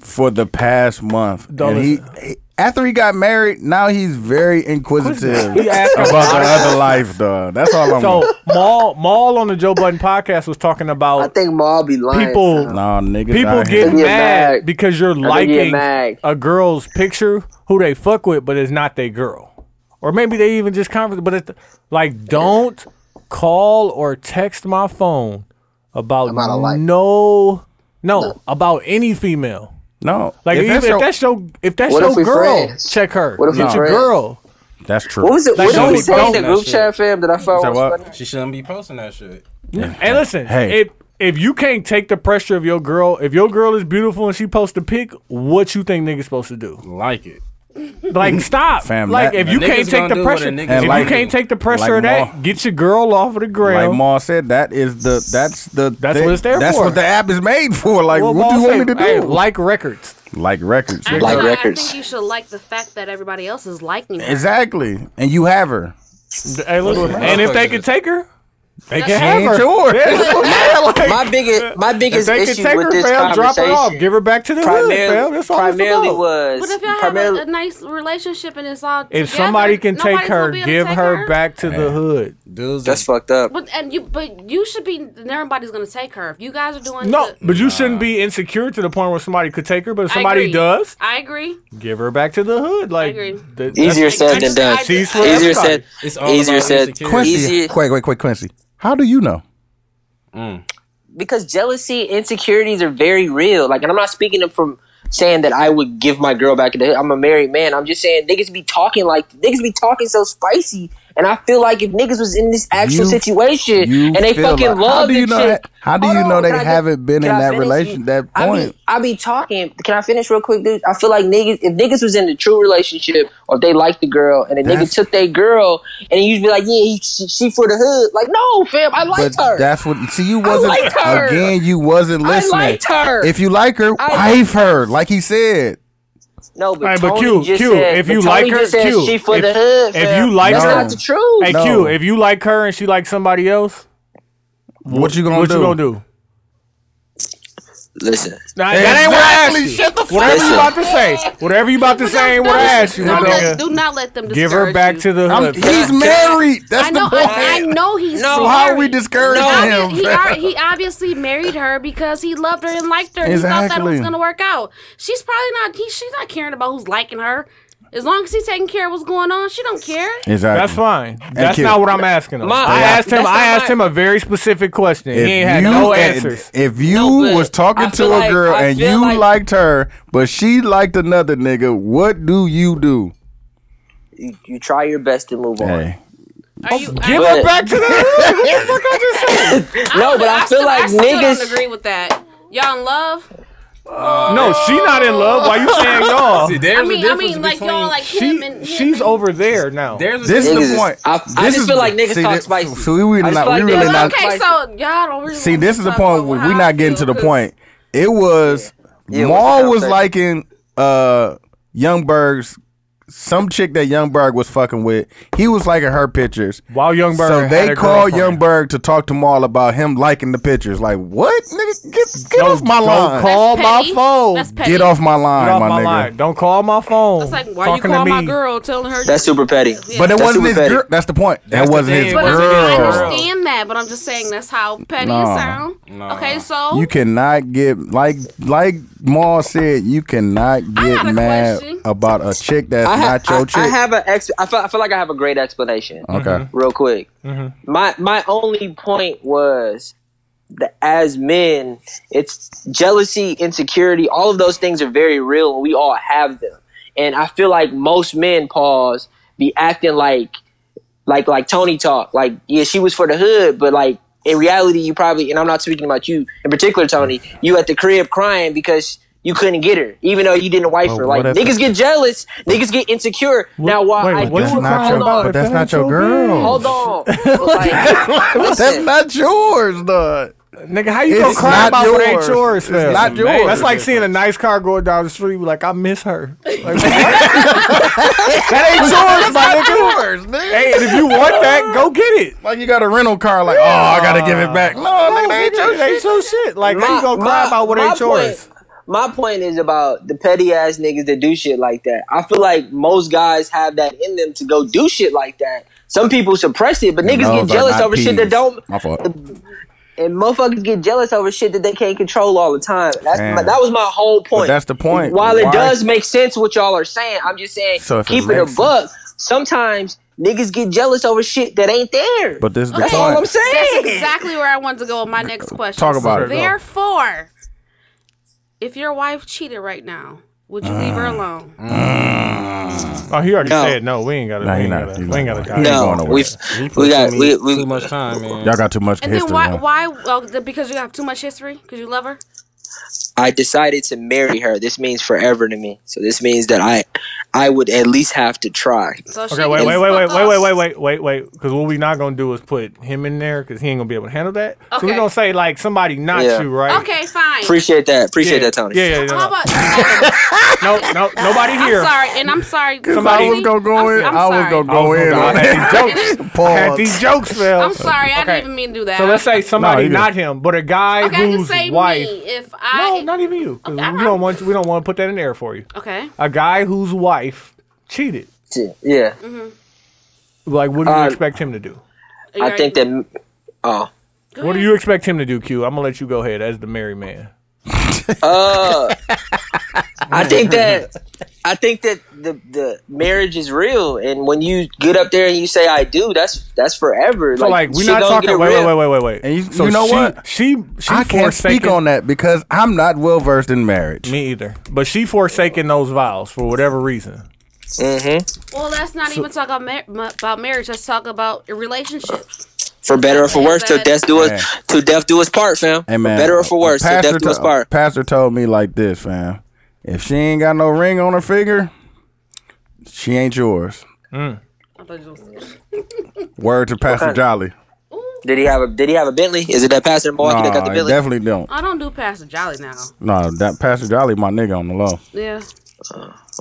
Speaker 2: for the past month.
Speaker 4: Don't
Speaker 2: and he, he- after he got married, now he's very inquisitive
Speaker 4: He asked
Speaker 2: about the other life, dog. That's all I'm.
Speaker 4: so Maul Maul on the Joe Budden podcast was talking
Speaker 8: I
Speaker 4: about
Speaker 8: think Maul be lying.
Speaker 4: people.
Speaker 8: son.
Speaker 2: nah, nigga.
Speaker 4: People get
Speaker 8: They get
Speaker 4: mad
Speaker 8: mad.
Speaker 4: because you're
Speaker 8: I think he
Speaker 4: liking
Speaker 8: mad.
Speaker 4: a girl's picture who they fuck with, but it's not their girl, or maybe they even just conversate. But it's like, don't call or text my phone about
Speaker 8: About a like.
Speaker 4: no, no, about any female.
Speaker 2: no.
Speaker 4: Like
Speaker 2: if
Speaker 4: even
Speaker 2: that's,
Speaker 4: if
Speaker 2: your-
Speaker 4: that's your if that's
Speaker 8: What if
Speaker 4: your
Speaker 8: we
Speaker 4: girl,
Speaker 8: friends?
Speaker 4: check her.
Speaker 8: What if we
Speaker 4: Get your
Speaker 8: friends?
Speaker 4: girl.
Speaker 2: that's true.
Speaker 8: What was it?
Speaker 4: Like,
Speaker 8: What did
Speaker 4: don't-
Speaker 8: we say in
Speaker 4: don't-
Speaker 8: the group chat, fam? That I thought
Speaker 2: Say
Speaker 8: was
Speaker 2: what?
Speaker 8: funny.
Speaker 1: She shouldn't be posting that shit.
Speaker 4: And listen,
Speaker 2: Hey.
Speaker 4: if if you can't take the pressure of your girl, if your girl is beautiful and she posts a pic, what you think niggas supposed to do?
Speaker 1: Like it.
Speaker 4: Like stop.
Speaker 2: Mm-hmm. Fam,
Speaker 4: like
Speaker 2: that-
Speaker 4: if you
Speaker 1: Niggas
Speaker 4: can't take
Speaker 1: gonna
Speaker 4: the
Speaker 1: do what a
Speaker 4: pressure,
Speaker 1: nigga
Speaker 4: if
Speaker 2: do.
Speaker 4: you can't take the pressure
Speaker 2: Like
Speaker 4: of that,
Speaker 2: Ma-
Speaker 4: get your girl off of the ground.
Speaker 2: Like Maul said, that is the that's the
Speaker 4: That's what it's there
Speaker 2: That's
Speaker 4: for.
Speaker 2: what the app is made for. Like,
Speaker 4: Well,
Speaker 2: what, do
Speaker 4: Ma
Speaker 2: you want
Speaker 4: say,
Speaker 2: me to do?
Speaker 4: hey, like records.
Speaker 2: like records.
Speaker 6: Actually,
Speaker 8: Like
Speaker 6: I-
Speaker 8: records.
Speaker 6: I think you should like the fact that everybody else is liking her.
Speaker 2: Exactly, and you have her.
Speaker 4: Hey, listen. And if they
Speaker 1: motherfuckers.
Speaker 4: could take her, they
Speaker 6: She
Speaker 4: can have
Speaker 2: ain't
Speaker 4: her.
Speaker 2: yours.
Speaker 4: Yeah, like,
Speaker 8: My biggest, my
Speaker 4: if
Speaker 8: biggest
Speaker 4: they could
Speaker 8: issue
Speaker 4: take
Speaker 8: with
Speaker 4: her,
Speaker 8: this
Speaker 4: fam, drop her off,
Speaker 8: conversation
Speaker 4: give her back to the hood, fam.
Speaker 8: primarily,
Speaker 4: That's all it's
Speaker 8: primarily
Speaker 4: about.
Speaker 6: But
Speaker 8: was
Speaker 6: if y'all have a, a
Speaker 8: primarily.
Speaker 6: nice relationship and it's all
Speaker 4: if
Speaker 6: together,
Speaker 4: somebody can take
Speaker 6: nobody's gonna
Speaker 4: her,
Speaker 6: be able to
Speaker 4: give
Speaker 6: take
Speaker 4: her back to the hood.
Speaker 1: Dudes
Speaker 8: That's
Speaker 1: that's
Speaker 8: fucked up.
Speaker 6: But and you, but you should be. Nobody's gonna take her if you guys are doing.
Speaker 4: No,
Speaker 6: the-
Speaker 4: but you shouldn't be insecure to the point where somebody could take her. But if
Speaker 6: I
Speaker 4: somebody
Speaker 6: agree.
Speaker 4: does,
Speaker 6: I agree.
Speaker 4: give her back to the hood. Like
Speaker 6: agree.
Speaker 4: th-
Speaker 8: Easier
Speaker 4: that's-
Speaker 8: said than done.
Speaker 6: I just-
Speaker 4: She's for
Speaker 8: Easier
Speaker 4: everybody.
Speaker 8: said.
Speaker 1: it's all
Speaker 8: Easier
Speaker 1: about
Speaker 8: said.
Speaker 1: insecurity.
Speaker 2: Quincy,
Speaker 8: Easier
Speaker 2: wait, wait, wait, Quincy. How do you know?
Speaker 1: Mm.
Speaker 8: because jealousy, insecurities are very real. Like, and I'm not speaking of from saying that I would give my girl back. to the- I'm a married man. I'm just saying niggas be talking like niggas be talking so spicy, and I feel like if niggas was in this actual
Speaker 2: You-
Speaker 8: situation
Speaker 2: you
Speaker 8: and they
Speaker 2: feel
Speaker 8: fucking
Speaker 2: like-
Speaker 8: love
Speaker 2: how do you
Speaker 8: and
Speaker 2: know
Speaker 8: shit-
Speaker 2: that- how do
Speaker 8: Hold
Speaker 2: you
Speaker 8: on,
Speaker 2: know they
Speaker 8: can I
Speaker 2: haven't been
Speaker 8: can
Speaker 2: in
Speaker 8: I
Speaker 2: that
Speaker 8: finish?
Speaker 2: relation- that
Speaker 8: I
Speaker 2: point?
Speaker 8: be, I be talking. Can I finish real quick, dude? I feel like niggas, if niggas was in a true relationship or if they liked the girl and a
Speaker 2: That's-
Speaker 8: nigga took their girl and you'd be like, yeah, he, she, she for the hood. Like, no, fam, I liked
Speaker 2: but
Speaker 8: her.
Speaker 2: that's what. See, you wasn't
Speaker 8: liked her.
Speaker 2: again. You wasn't
Speaker 8: I
Speaker 2: listening.
Speaker 8: liked her.
Speaker 2: If you like her,
Speaker 8: I-
Speaker 2: wife her, like he said.
Speaker 8: No, but,
Speaker 4: Alright, but
Speaker 8: Tony
Speaker 4: Q,
Speaker 8: just
Speaker 4: Q,
Speaker 8: said,
Speaker 4: if
Speaker 8: but
Speaker 4: you
Speaker 8: Tony
Speaker 4: like her,
Speaker 8: just said
Speaker 4: Q,
Speaker 8: she for
Speaker 4: if-
Speaker 8: the
Speaker 4: if
Speaker 8: hood. fam.
Speaker 4: you like
Speaker 8: that's
Speaker 4: her-
Speaker 8: not the truth.
Speaker 4: Hey
Speaker 2: No.
Speaker 4: Q, if you like her and she likes somebody else,
Speaker 2: What you gonna
Speaker 4: what
Speaker 2: do?
Speaker 4: you gonna do?
Speaker 8: Listen,
Speaker 4: Nah, that ain't what I asked you.
Speaker 1: Shut the
Speaker 4: Whatever you
Speaker 8: Listen.
Speaker 4: about to say, whatever you about to say ain't what I asked you, my
Speaker 6: Don't let,
Speaker 4: nigga.
Speaker 6: do not let them
Speaker 4: Give her
Speaker 6: discourage
Speaker 4: back
Speaker 6: you.
Speaker 4: to the
Speaker 2: I'm,
Speaker 4: hood.
Speaker 2: he's married. That's
Speaker 6: I know.
Speaker 2: the point.
Speaker 6: I, I know he's.
Speaker 2: so how are we
Speaker 6: married.
Speaker 2: discouraging
Speaker 6: Obvi-
Speaker 2: him?
Speaker 6: He, ar- he obviously married her because he loved her and liked her. And He thought that it
Speaker 2: Exactly.
Speaker 6: was gonna work out. She's probably not. He, she's not caring about who's liking her. As long as he's taking care of what's going on, she don't care.
Speaker 2: exactly.
Speaker 4: That's fine. That's
Speaker 2: you.
Speaker 4: not what I'm asking him.
Speaker 8: Ma,
Speaker 4: I
Speaker 8: I-
Speaker 4: asked him.
Speaker 8: that's
Speaker 4: I
Speaker 8: not
Speaker 4: asked
Speaker 8: my-
Speaker 4: him a very specific question. He
Speaker 2: If
Speaker 4: ain't had
Speaker 2: you-
Speaker 4: no
Speaker 2: and-
Speaker 4: answers.
Speaker 2: If you
Speaker 8: No, but
Speaker 2: was
Speaker 8: I
Speaker 2: talking to
Speaker 8: feel
Speaker 2: a
Speaker 8: like-
Speaker 2: girl
Speaker 8: I
Speaker 2: and
Speaker 8: feel
Speaker 2: you
Speaker 8: like-
Speaker 2: liked her, but she liked another nigga, what do you do?
Speaker 8: you, you try your best to move on.
Speaker 6: Are you,
Speaker 4: Give
Speaker 8: But-
Speaker 4: her back to the hood. What the fuck I just said?
Speaker 8: No, but I feel
Speaker 6: still,
Speaker 8: like
Speaker 6: I still don't
Speaker 8: niggas.
Speaker 6: agree with that. Y'all in love?
Speaker 4: [LAUGHS] No, she not in love. Why you saying [LAUGHS] y'all?
Speaker 1: See, there's
Speaker 6: I
Speaker 1: a
Speaker 6: mean, I
Speaker 1: difference
Speaker 6: mean, like
Speaker 1: between,
Speaker 6: y'all, like him
Speaker 4: She
Speaker 6: and him
Speaker 4: she's
Speaker 6: and-
Speaker 4: over there now.
Speaker 1: There's a
Speaker 2: This
Speaker 1: difference.
Speaker 2: is
Speaker 8: Niggas
Speaker 2: the
Speaker 8: is-
Speaker 2: point.
Speaker 8: I- I
Speaker 2: This
Speaker 8: just feel like niggas
Speaker 2: see,
Speaker 8: talk
Speaker 2: thi-
Speaker 8: spicy.
Speaker 2: So we really
Speaker 8: I just
Speaker 2: not.
Speaker 8: feel
Speaker 2: We
Speaker 8: like
Speaker 2: really
Speaker 8: niggas
Speaker 2: not.
Speaker 8: talk
Speaker 6: Okay,
Speaker 8: Like-
Speaker 6: so y'all don't really
Speaker 2: See,
Speaker 6: wanna
Speaker 2: this is the
Speaker 6: talk
Speaker 2: point.
Speaker 6: about
Speaker 2: We
Speaker 6: how
Speaker 2: we
Speaker 6: I
Speaker 2: not getting to
Speaker 6: feel,
Speaker 2: the
Speaker 6: 'cause
Speaker 2: point. It was
Speaker 8: Yeah, it was a
Speaker 2: Maul was
Speaker 8: conversation.
Speaker 2: liking uh Youngberg's some chick that Youngberg was fucking with. He was liking her pictures.
Speaker 4: While Youngberg
Speaker 2: so
Speaker 4: had
Speaker 2: they
Speaker 4: a
Speaker 2: called
Speaker 4: girlfriend.
Speaker 2: Youngberg to talk to Maul about him liking the pictures. Like what, nigga? Get, get
Speaker 4: Don't-
Speaker 2: off my
Speaker 4: don't
Speaker 2: line.
Speaker 4: call- All my
Speaker 6: petty.
Speaker 4: phone.
Speaker 6: That's petty.
Speaker 2: Get off my line,
Speaker 4: Get off
Speaker 2: my,
Speaker 4: my
Speaker 2: nigga.
Speaker 4: line. Don't call my phone.
Speaker 6: It's like, why you call my girl telling her?
Speaker 8: That's super petty.
Speaker 2: But it
Speaker 8: That's
Speaker 2: wasn't
Speaker 8: super
Speaker 2: his
Speaker 8: petty.
Speaker 2: girl. That's the point.
Speaker 1: That's
Speaker 2: that
Speaker 1: the
Speaker 2: wasn't his
Speaker 1: thing.
Speaker 6: but I mean, I
Speaker 2: girl.
Speaker 6: understand that, but I'm just saying that's how petty
Speaker 2: Nah.
Speaker 6: it sounds.
Speaker 1: Nah.
Speaker 6: Okay, so
Speaker 2: You cannot get like like Maul said. You cannot get
Speaker 6: got a
Speaker 2: mad
Speaker 6: question.
Speaker 2: about a chick that's
Speaker 8: I, ha-
Speaker 2: not your chick.
Speaker 8: I, I have an ex. I feel, I feel like I have a great explanation.
Speaker 4: Mm-hmm.
Speaker 2: okay.
Speaker 8: Real quick, my my only point was that as men, it's jealousy, insecurity. All of those things are very real, and we all have them. And I feel like most men, pause, be acting like like like Tony talk. Like, yeah, she was for the hood, but like in reality, you probably and I'm not speaking about you in particular, Tony. You at the crib crying because you couldn't get her, even though you didn't wife
Speaker 2: But
Speaker 8: her.
Speaker 2: what if-
Speaker 8: Like niggas get jealous, niggas get insecure. now, while
Speaker 4: wait,
Speaker 8: I
Speaker 4: what if
Speaker 8: do,
Speaker 2: That's
Speaker 4: you
Speaker 2: not
Speaker 4: call
Speaker 2: your.
Speaker 4: her?
Speaker 2: But
Speaker 4: If
Speaker 2: that's
Speaker 4: that
Speaker 2: not
Speaker 4: ain't
Speaker 2: your
Speaker 4: your
Speaker 2: girl.
Speaker 4: bitch. [LAUGHS]
Speaker 8: hold on, like,
Speaker 2: That's
Speaker 8: listen,
Speaker 2: not yours, dog.
Speaker 4: Nigga, how you
Speaker 2: It's
Speaker 4: gonna cry
Speaker 2: not
Speaker 4: about what ain't
Speaker 2: yours.
Speaker 4: yours?
Speaker 2: It's
Speaker 4: fam?
Speaker 2: not yours.
Speaker 4: That's like seeing a nice car going down the street. Like I miss her. Like, [LAUGHS] that ain't yours, my nigga.
Speaker 2: yours, nigga.
Speaker 4: Hey, and if you want that, go get it.
Speaker 2: Like you got a rental car. Like oh, I gotta give it back. No, Oh, nigga, that ain't your
Speaker 4: It ain't
Speaker 2: shit.
Speaker 4: your shit. Like how you gonna cry about what
Speaker 8: my
Speaker 4: ain't yours?
Speaker 8: Point, my point is about the petty ass niggas that do shit like that. I feel like most guys have that in them to go do shit like that. Some people suppress it, but niggas
Speaker 2: Those
Speaker 8: get
Speaker 2: are
Speaker 8: jealous
Speaker 2: not
Speaker 8: over shit that
Speaker 2: peas.
Speaker 8: don't. Uh,
Speaker 2: My fault.
Speaker 8: and motherfuckers get jealous over shit that they can't control all the time. That's
Speaker 2: Man.
Speaker 8: my, that was my whole point.
Speaker 2: that's the point.
Speaker 8: While it
Speaker 2: Why-
Speaker 8: does make sense what y'all are saying, I'm just saying
Speaker 2: So if it
Speaker 8: keep it,
Speaker 2: makes
Speaker 8: a buck. Sometimes niggas get jealous over shit that ain't there.
Speaker 2: But this is the
Speaker 8: that's all I'm
Speaker 2: point.
Speaker 8: saying.
Speaker 6: That's exactly where I wanted to go with my next question.
Speaker 2: Talk about
Speaker 6: So
Speaker 2: it.
Speaker 6: Therefore, if your wife cheated right now, would you leave her
Speaker 2: Mm.
Speaker 6: alone?
Speaker 4: Oh, he already
Speaker 8: No.
Speaker 4: said no. We ain't gotta.
Speaker 2: Nah,
Speaker 4: we
Speaker 2: he
Speaker 4: ain't
Speaker 2: not.
Speaker 4: gotta.
Speaker 2: He
Speaker 4: We ain't
Speaker 2: not.
Speaker 4: gotta.
Speaker 2: He ain't
Speaker 4: die.
Speaker 2: going
Speaker 8: no,
Speaker 2: nowhere.
Speaker 8: we
Speaker 1: He put
Speaker 8: we got
Speaker 1: too,
Speaker 8: we,
Speaker 1: many-
Speaker 8: we
Speaker 1: too much time, man.
Speaker 2: Y'all got too much
Speaker 6: And
Speaker 2: history.
Speaker 6: then why?
Speaker 2: man.
Speaker 6: Why? Well, th- because you have too much history. Because you love her.
Speaker 8: I decided to marry her. This means forever to me. So this means that I I would at least have to try.
Speaker 6: So she
Speaker 4: Okay, wait,
Speaker 6: can
Speaker 4: wait, wait, wait,
Speaker 6: fuck
Speaker 4: wait,
Speaker 6: off.
Speaker 4: wait, wait, wait, wait, wait. Because what we not gonna do is put him in there because he ain't gonna be able to handle that. So we
Speaker 6: Okay.
Speaker 4: gonna say like somebody knocks
Speaker 8: Yeah.
Speaker 4: you, right?
Speaker 6: Okay, fine.
Speaker 8: Appreciate that.
Speaker 4: Yeah.
Speaker 8: Appreciate that, Tony.
Speaker 4: Yeah, yeah, yeah.
Speaker 6: How
Speaker 4: No,
Speaker 6: about?
Speaker 4: no, no, nobody
Speaker 6: I'm
Speaker 4: here.
Speaker 6: sorry, and I'm sorry.
Speaker 2: I
Speaker 6: Somebody
Speaker 2: was gonna go in.
Speaker 6: I'm,
Speaker 2: I was
Speaker 6: sorry. [LAUGHS]
Speaker 2: gonna
Speaker 4: I
Speaker 2: go
Speaker 4: was
Speaker 2: in.
Speaker 4: gonna- I had these jokes. I had these
Speaker 2: Pause.
Speaker 4: jokes, Phil.
Speaker 6: I'm sorry. I
Speaker 4: Okay.
Speaker 6: didn't even mean to do that.
Speaker 4: So let's say
Speaker 2: No,
Speaker 4: somebody
Speaker 2: you good.
Speaker 4: not him, but a guy
Speaker 6: Okay, I can
Speaker 4: whose
Speaker 6: say
Speaker 4: wife.
Speaker 6: me if I.
Speaker 4: No, not even you. 'cause
Speaker 6: Okay,
Speaker 4: we don't want you- we don't want to put that in there for you.
Speaker 6: Okay.
Speaker 4: A guy whose wife cheated.
Speaker 8: Yeah. Yeah.
Speaker 4: Like, what do you
Speaker 8: Uh,
Speaker 4: expect him to do?
Speaker 8: I think that oh.
Speaker 4: What do you expect him to do, Q? I'm gonna let you go ahead as the married man.
Speaker 8: Uh, I think that [LAUGHS] I think that the the marriage is real, and when you get up there and you say I do, that's that's forever.
Speaker 4: So like, we're
Speaker 8: shit
Speaker 4: not
Speaker 8: don't
Speaker 4: talking.
Speaker 8: get
Speaker 4: Wait,
Speaker 8: real.
Speaker 4: wait, wait, wait, wait, wait.
Speaker 2: And you-
Speaker 4: so
Speaker 2: you know
Speaker 4: she,
Speaker 2: what?
Speaker 4: She she
Speaker 2: I can't speak
Speaker 4: forsaken-
Speaker 2: on that because I'm not well versed in marriage.
Speaker 4: me either. But she forsaken those vows for whatever reason.
Speaker 6: Well, let's not even talk about, mar- mu- about marriage. Let's talk about relationships.
Speaker 8: For better or for worse, till death do
Speaker 2: Man.
Speaker 8: us till death do us part, fam.
Speaker 2: Hey man,
Speaker 8: for better
Speaker 2: a-
Speaker 8: or for
Speaker 2: a
Speaker 8: worse, till
Speaker 2: pastor
Speaker 8: death do us
Speaker 2: to- a
Speaker 8: part.
Speaker 2: pastor told me like this, fam. If she ain't got no ring on her finger, she ain't yours.
Speaker 6: I thought you was-
Speaker 2: Word to Pastor
Speaker 8: kind-
Speaker 2: Jolly.
Speaker 8: Did he have a Did he have a Bentley? Is it that pastor in Milwaukee that got
Speaker 2: Nah,
Speaker 8: the
Speaker 2: I
Speaker 8: Bentley?
Speaker 2: definitely don't.
Speaker 6: I don't do Pastor Jolly now.
Speaker 2: Nah, that Pastor Jolly, my nigga on the low.
Speaker 6: Yeah.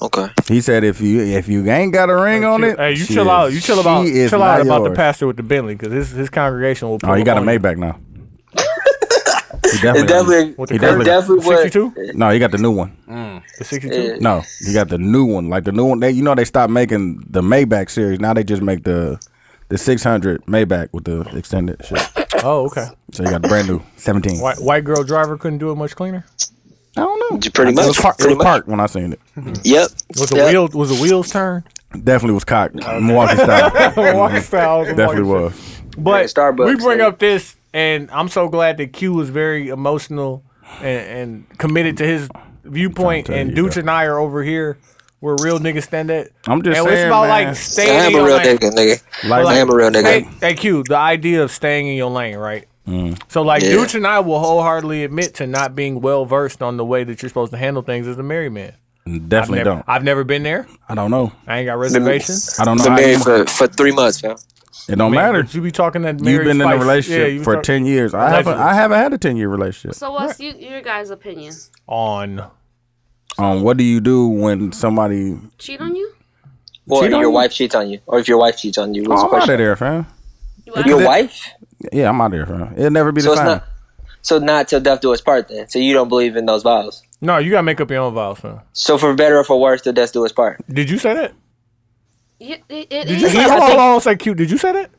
Speaker 8: okay.
Speaker 2: He said if you if you ain't got a ring on it,
Speaker 4: Hey, you
Speaker 2: she
Speaker 4: chill
Speaker 2: is-
Speaker 4: out. You chill about
Speaker 2: she is
Speaker 4: chill out
Speaker 2: not
Speaker 4: about the
Speaker 2: yours.
Speaker 8: [LAUGHS]
Speaker 4: pastor with the Bentley because his his congregation will. Pull
Speaker 2: Oh, you
Speaker 4: up
Speaker 2: got a
Speaker 4: on
Speaker 2: Maybach now. He
Speaker 8: It's definitely,
Speaker 4: With the
Speaker 8: it's
Speaker 4: curve?
Speaker 8: definitely what-
Speaker 4: 62?
Speaker 2: no, he got the new one.
Speaker 4: The 62?
Speaker 2: No, he got the new one. Like the new one, they you know they stopped making the Maybach series. Now they just make the the 600 Maybach with the extended shit.
Speaker 4: Oh, okay.
Speaker 2: So you got the brand new 17.
Speaker 4: White, white girl driver couldn't do it much cleaner.
Speaker 2: I don't know.
Speaker 8: J- pretty
Speaker 2: It was,
Speaker 8: much,
Speaker 2: par- it
Speaker 8: pretty
Speaker 2: was
Speaker 8: much.
Speaker 2: parked when I seen it.
Speaker 8: Yep.
Speaker 4: Was the
Speaker 8: yep.
Speaker 4: wheel was the wheels [LAUGHS] turn?
Speaker 2: Definitely was cocked. Milwaukee style.
Speaker 4: [LAUGHS] Milwaukee style.
Speaker 2: Definitely was.
Speaker 4: But
Speaker 8: Yeah, Starbucks,
Speaker 4: we bring
Speaker 8: yeah.
Speaker 4: up this, and I'm so glad that Q was very emotional and, and committed to his viewpoint,
Speaker 2: tell you,
Speaker 4: and Dooch
Speaker 2: bro.
Speaker 4: and I are over here. Where real niggas stand at.
Speaker 2: I'm just
Speaker 4: and it's
Speaker 2: saying,
Speaker 4: about
Speaker 2: man.
Speaker 4: like
Speaker 8: I
Speaker 4: staying in
Speaker 8: am a
Speaker 4: your
Speaker 8: real
Speaker 4: lane.
Speaker 8: nigga, nigga. I am a real nigga.
Speaker 4: Hey, hey, Q, the idea of staying in your lane, right?
Speaker 2: Mm.
Speaker 4: So, like,
Speaker 8: Yeah.
Speaker 4: Dooch and I will wholeheartedly admit to not being well versed on the way that you're supposed to handle things as a married man.
Speaker 2: Definitely
Speaker 4: Never-
Speaker 2: don't.
Speaker 4: I've never been there.
Speaker 2: I don't know.
Speaker 4: I ain't got reservations.
Speaker 2: I don't know.
Speaker 8: Been
Speaker 2: how
Speaker 8: married
Speaker 2: you-
Speaker 8: for, for three months, fam.
Speaker 2: it don't
Speaker 4: Man,
Speaker 2: matter.
Speaker 4: but You be talking that
Speaker 2: You've
Speaker 4: married
Speaker 2: been in a
Speaker 4: spice-
Speaker 2: relationship
Speaker 4: you be
Speaker 2: for
Speaker 4: talk-
Speaker 2: 10 years. I haven't,
Speaker 4: Allegedly.
Speaker 2: I haven't had a 10 year relationship.
Speaker 6: So what's you, your guys' opinion?
Speaker 4: on.
Speaker 2: Um, what do you do when somebody.
Speaker 6: Cheat on you?
Speaker 8: Or
Speaker 2: Cheat
Speaker 8: if
Speaker 2: on you?
Speaker 8: your wife cheats on you, or if your wife cheats on you, what's
Speaker 2: Oh,
Speaker 8: the
Speaker 2: I'm out of
Speaker 8: question?
Speaker 2: there, fam.
Speaker 8: Your
Speaker 2: Is it-
Speaker 8: wife?
Speaker 2: Yeah, I'm out of there, fam. It'll never be the
Speaker 8: So it's
Speaker 2: same.
Speaker 8: not. So not till death do us part, then. So you don't believe in those vows.
Speaker 4: No, you gotta make up your own vows, man.
Speaker 8: So for better or for worse, till death do us part.
Speaker 4: Did you say that?
Speaker 6: Yeah, it, it
Speaker 4: Did you
Speaker 6: is-
Speaker 4: say, hold on, hold on, say cute. Did you say that?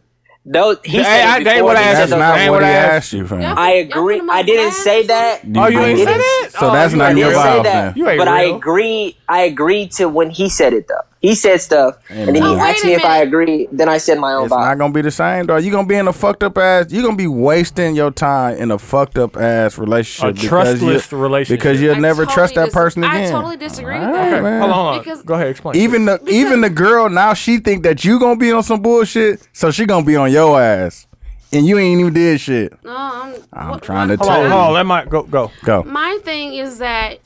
Speaker 8: No, he
Speaker 4: Hey,
Speaker 8: said
Speaker 4: I-
Speaker 8: it
Speaker 4: they
Speaker 8: before
Speaker 4: would
Speaker 8: he
Speaker 4: ask
Speaker 8: said
Speaker 2: That's
Speaker 4: us
Speaker 8: those
Speaker 2: not
Speaker 8: vows.
Speaker 4: Ain't
Speaker 2: what
Speaker 4: what
Speaker 2: he
Speaker 4: I asked.
Speaker 2: asked you, fam.
Speaker 8: I agree. I didn't say that.
Speaker 4: Oh, you ain't
Speaker 8: didn't.
Speaker 4: say that?
Speaker 2: So
Speaker 4: Oh,
Speaker 2: that's
Speaker 4: you
Speaker 2: not
Speaker 4: ain't
Speaker 2: your
Speaker 8: didn't
Speaker 4: real.
Speaker 2: vows,
Speaker 8: say that,
Speaker 2: man.
Speaker 4: You ain't
Speaker 8: but I
Speaker 4: real.
Speaker 8: agreed. I agreed to when he said it though. He said stuff, and then he
Speaker 6: Oh, wait
Speaker 8: asked
Speaker 6: a
Speaker 8: me if I
Speaker 6: minute.
Speaker 8: agreed. Then I said my own
Speaker 2: It's not
Speaker 8: vow.
Speaker 2: gonna be the same, dog. You gonna be in a fucked up ass. You gonna be wasting your time in a fucked up ass
Speaker 4: A
Speaker 2: relationship. because you-
Speaker 4: trustless relationship.
Speaker 2: because you'll
Speaker 6: I
Speaker 2: never
Speaker 6: totally
Speaker 2: trust that
Speaker 6: dis-
Speaker 2: person again.
Speaker 6: I totally disagree with
Speaker 2: All right,
Speaker 6: that.
Speaker 2: man.
Speaker 4: Hold on, hold on.
Speaker 6: Because-
Speaker 4: Go ahead, explain.
Speaker 2: Even the even the girl now she think that you gonna be on some bullshit, so she gonna be on your ass, and you ain't even did shit.
Speaker 6: No, I'm,
Speaker 2: I'm
Speaker 6: what-
Speaker 2: trying
Speaker 6: my-
Speaker 2: to
Speaker 4: hold
Speaker 2: tell
Speaker 4: on,
Speaker 2: you.
Speaker 4: hold on. Let my go go.
Speaker 2: Go.
Speaker 6: My thing is that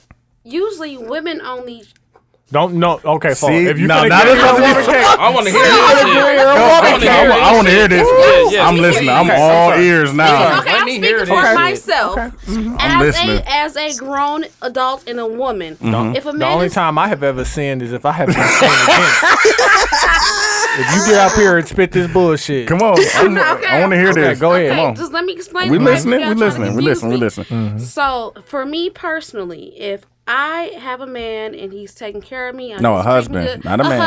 Speaker 6: usually women only.
Speaker 4: Don't no. Okay, fall.
Speaker 2: See?
Speaker 4: If you
Speaker 2: No,
Speaker 4: finna
Speaker 2: now
Speaker 4: get
Speaker 2: this
Speaker 4: your
Speaker 2: is-
Speaker 4: woman cake,
Speaker 1: I want to hear this.
Speaker 4: your
Speaker 2: I
Speaker 4: woman
Speaker 2: wanna-
Speaker 4: cake.
Speaker 2: I wanna- I want to hear
Speaker 1: Yes,
Speaker 2: this.
Speaker 1: yes.
Speaker 2: I'm listening. I'm
Speaker 4: Okay,
Speaker 2: all
Speaker 4: I'm sorry.
Speaker 2: ears now.
Speaker 6: okay,
Speaker 1: Uh, let
Speaker 6: I'm
Speaker 1: me
Speaker 6: speaking
Speaker 1: hear
Speaker 6: for
Speaker 1: this shit.
Speaker 6: myself.
Speaker 2: I'm
Speaker 6: As
Speaker 2: listening. Mm-hmm.
Speaker 6: a as a grown adult and a woman, if
Speaker 4: The
Speaker 6: a man
Speaker 4: only
Speaker 6: [LAUGHS] is,
Speaker 4: time I have ever sinned is if I have been sinned against. if you get up here and spit this bullshit,
Speaker 2: Come
Speaker 6: [LAUGHS]
Speaker 2: on. I'm- I want to hear
Speaker 4: Okay,
Speaker 2: this.
Speaker 4: go ahead.
Speaker 6: Okay,
Speaker 2: Come on.
Speaker 6: just let me explain.
Speaker 2: We
Speaker 6: why you
Speaker 2: listening.
Speaker 6: guys
Speaker 2: We
Speaker 6: trying to
Speaker 2: listening. We
Speaker 6: confuse
Speaker 2: listening. We
Speaker 6: me.
Speaker 2: listening.
Speaker 4: Mm-hmm.
Speaker 6: So for me personally, if I have a man and he's taking care of me, I'm
Speaker 2: No, a
Speaker 6: just treating
Speaker 2: husband,
Speaker 6: me good-
Speaker 2: not a man.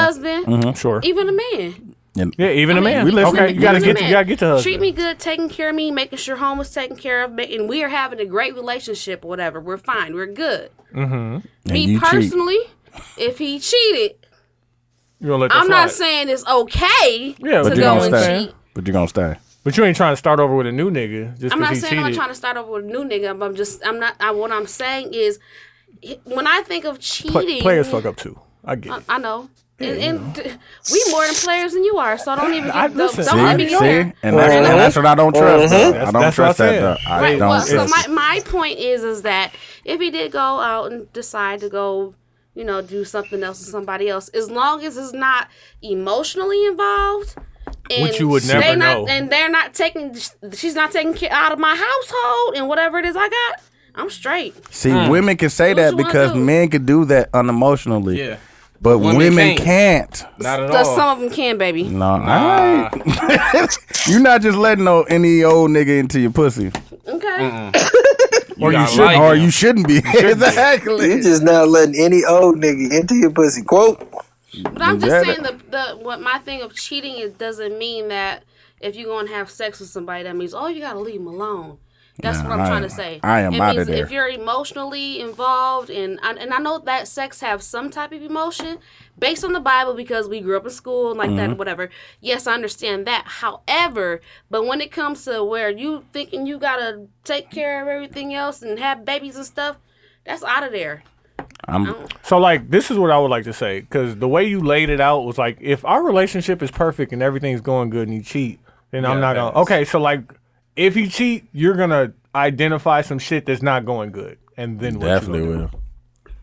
Speaker 2: Mm-hmm.
Speaker 6: husband,
Speaker 4: sure.
Speaker 6: even a man.
Speaker 4: Yeah, even a man.
Speaker 2: We listening.
Speaker 4: Okay, you gotta
Speaker 6: Even a
Speaker 4: get you
Speaker 6: man.
Speaker 4: gotta get to
Speaker 6: Treat
Speaker 4: husband.
Speaker 6: me good, taking care of me, making sure home is taken care of, ma- and we are having a great relationship. or Whatever, we're fine, we're good. Mm-hmm.
Speaker 2: And you
Speaker 6: Me
Speaker 2: cheat.
Speaker 6: personally, if he cheated,
Speaker 4: You gonna let that
Speaker 6: I'm not
Speaker 4: slide.
Speaker 6: saying it's okay
Speaker 4: Yeah,
Speaker 6: to
Speaker 4: but
Speaker 2: you
Speaker 6: go
Speaker 2: gonna
Speaker 6: and
Speaker 2: stay.
Speaker 6: cheat.
Speaker 2: But you gonna stay.
Speaker 4: But you ain't trying to start over with a new nigga just
Speaker 6: I'm not
Speaker 4: because he
Speaker 6: saying I'm
Speaker 4: cheated.
Speaker 6: trying to start over with a new nigga, but I'm just I'm not. I, what I'm saying is, h- when I think of cheating,
Speaker 4: Pla- players fuck up too. I get it.
Speaker 6: I know. And, and d- we more than players than you are, so I don't even get
Speaker 4: I-
Speaker 6: don't,
Speaker 4: listen,
Speaker 6: don't
Speaker 2: See,
Speaker 6: let me Mm-hmm.
Speaker 2: see,
Speaker 6: get there.
Speaker 2: and that's, and that's what I don't trust. though. I don't
Speaker 4: That's- that's
Speaker 2: trust
Speaker 4: what I
Speaker 2: that. Though.
Speaker 4: said.
Speaker 2: I
Speaker 6: Right.
Speaker 2: don't.
Speaker 6: Well, so
Speaker 2: trust
Speaker 6: my,
Speaker 2: it.
Speaker 6: my point is is that if he did go out and decide to go, you know, do something else with somebody else, as long as it's not emotionally involved, and
Speaker 4: Which you would
Speaker 6: they
Speaker 4: never
Speaker 6: not,
Speaker 4: know.
Speaker 6: and they're not taking, she's not taking care out of my household and whatever it is I got, I'm straight.
Speaker 2: See, women can say
Speaker 6: Do Mm. what
Speaker 2: that
Speaker 6: you wanna
Speaker 2: because
Speaker 6: do.
Speaker 2: men can do that unemotionally.
Speaker 1: Yeah,
Speaker 2: But women,
Speaker 1: Women
Speaker 2: can't.
Speaker 1: not at
Speaker 6: Plus,
Speaker 1: all.
Speaker 6: some of them can, baby.
Speaker 2: No, all right. [LAUGHS] You're not just letting no any old nigga into your pussy,
Speaker 6: Okay.
Speaker 1: Or
Speaker 2: you should, or you shouldn't be. [LAUGHS] exactly.
Speaker 8: You just not letting any old nigga into your pussy. Quote.
Speaker 6: But I'm
Speaker 2: Yeah.
Speaker 6: just saying the the what my thing of cheating it doesn't mean that if you're gonna have sex with somebody that means oh you gotta leave them alone. That's
Speaker 2: Nah,
Speaker 6: what I'm
Speaker 2: I
Speaker 6: trying
Speaker 2: am-
Speaker 6: to say.
Speaker 2: I am
Speaker 6: it
Speaker 2: outta
Speaker 6: means
Speaker 2: there.
Speaker 6: If you're emotionally involved and I- and I know that sex have some type of emotion based on the Bible because we grew up in school like
Speaker 2: Mm-hmm.
Speaker 6: that and whatever. Yes, I understand that. However, but when it comes to where you thinking you gotta take care of everything else and have babies and stuff, that's out of there.
Speaker 2: I'm,
Speaker 4: So like this is what I would like to say because the way you laid it out was like if our relationship is perfect and everything's going good and you cheat, then I'm not gonna. Okay, so like if you cheat, you're gonna identify some shit that's not going good, and then what you
Speaker 2: definitely
Speaker 4: gonna do?
Speaker 2: will.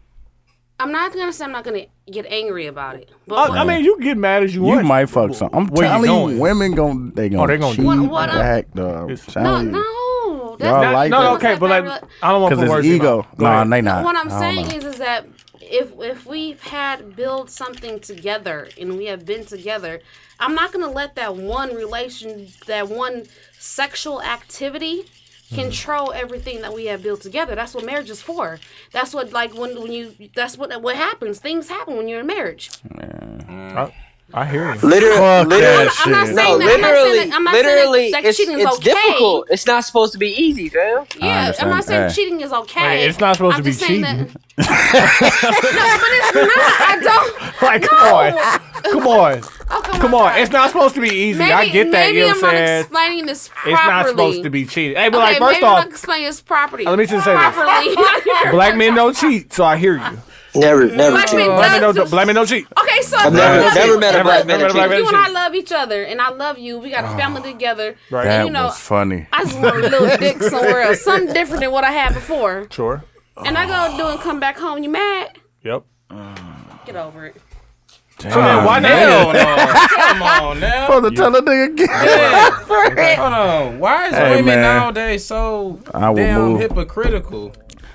Speaker 6: I'm not gonna say I'm not gonna get angry about it. But
Speaker 2: Oh,
Speaker 4: I,
Speaker 6: what-
Speaker 4: Uh, I mean, you can get mad as you,
Speaker 2: You
Speaker 4: want.
Speaker 2: might fuck some. I'm
Speaker 4: Where you
Speaker 2: telling you,
Speaker 4: going?
Speaker 2: women gonna they gonna,
Speaker 4: Oh, they gonna do
Speaker 2: cheat
Speaker 6: it. What- what I-
Speaker 2: back, dog. I'm
Speaker 4: It's-
Speaker 2: telling you.
Speaker 6: No, no. That's
Speaker 2: Y'all
Speaker 6: not,
Speaker 2: like
Speaker 4: no,
Speaker 2: that.
Speaker 4: no, okay, but like I don't want to
Speaker 2: Cause
Speaker 4: put
Speaker 2: it's
Speaker 4: words in your
Speaker 2: ego.
Speaker 4: mouth. Go
Speaker 2: Nah,
Speaker 4: ahead.
Speaker 2: they not.
Speaker 6: What I'm
Speaker 2: I don't know.
Speaker 6: saying is, is that if if we've had build something together and we have been together, I'm not gonna let that one relation, that one sexual activity, control everything that we have built together. That's what marriage is for. That's what like when when you that's what what happens. Things happen when you're in marriage.
Speaker 4: I, I hear you.
Speaker 8: Literally,
Speaker 2: Fuck
Speaker 8: literally,
Speaker 2: that
Speaker 6: I'm not
Speaker 2: shit.
Speaker 6: saying
Speaker 8: no,
Speaker 6: that- I'm not saying
Speaker 8: literally,
Speaker 6: that- I'm not saying that-
Speaker 8: literally,
Speaker 6: that
Speaker 8: it's,
Speaker 6: cheating is
Speaker 8: it's
Speaker 6: okay.
Speaker 8: difficult. It's not supposed to be easy, fam.
Speaker 6: Yeah, I'm not
Speaker 2: understand.
Speaker 6: saying
Speaker 2: Hey.
Speaker 6: cheating is okay.
Speaker 4: Hey, it's not supposed
Speaker 6: I'm
Speaker 4: to be
Speaker 6: just saying that-
Speaker 4: cheating.
Speaker 6: [LAUGHS] no, but it's not. I
Speaker 4: [LAUGHS]
Speaker 6: don't.
Speaker 2: [LAUGHS]
Speaker 4: Like, come on, come on,
Speaker 6: Oh, come,
Speaker 4: come on. It's not supposed to be easy.
Speaker 6: Maybe,
Speaker 4: I get that.
Speaker 6: Maybe
Speaker 4: You know
Speaker 6: I'm
Speaker 4: what I'm
Speaker 6: not
Speaker 4: saying?
Speaker 6: explaining this properly.
Speaker 4: It's not supposed to be cheating. Hey, but
Speaker 6: Okay,
Speaker 4: like, first
Speaker 6: maybe I'm
Speaker 4: off,
Speaker 6: not explaining this property.
Speaker 4: let me just say this.
Speaker 8: [LAUGHS]
Speaker 6: properly.
Speaker 4: black men don't cheat, so I hear you.
Speaker 8: Never, never.
Speaker 6: Black
Speaker 8: cheat.
Speaker 6: men
Speaker 4: Black men
Speaker 6: does
Speaker 4: don't,
Speaker 6: do-
Speaker 4: black men don't cheat.
Speaker 6: Okay, so
Speaker 8: I've never,
Speaker 6: if
Speaker 8: never met a
Speaker 4: Never-
Speaker 8: black man. Oh.
Speaker 4: never
Speaker 8: cheat.
Speaker 4: met a black
Speaker 6: you
Speaker 4: man.
Speaker 6: and I love each other, and I love you. We got a family together.
Speaker 4: Right.
Speaker 6: And,
Speaker 2: That
Speaker 6: you know,
Speaker 2: was funny.
Speaker 6: I just want a
Speaker 8: [LAUGHS]
Speaker 6: little dick somewhere else, something different than what I had before.
Speaker 4: Sure.
Speaker 6: And I go do and come back home. You mad?
Speaker 4: Yep.
Speaker 6: Get over it.
Speaker 4: So then why not?
Speaker 1: Hell no. Come
Speaker 2: [LAUGHS]
Speaker 1: on now.
Speaker 2: Supposed to tell a nigga again.
Speaker 1: Hold on. Why is
Speaker 2: Hey,
Speaker 1: women
Speaker 2: man.
Speaker 1: nowadays so
Speaker 2: I will
Speaker 1: damn
Speaker 2: move.
Speaker 1: hypocritical?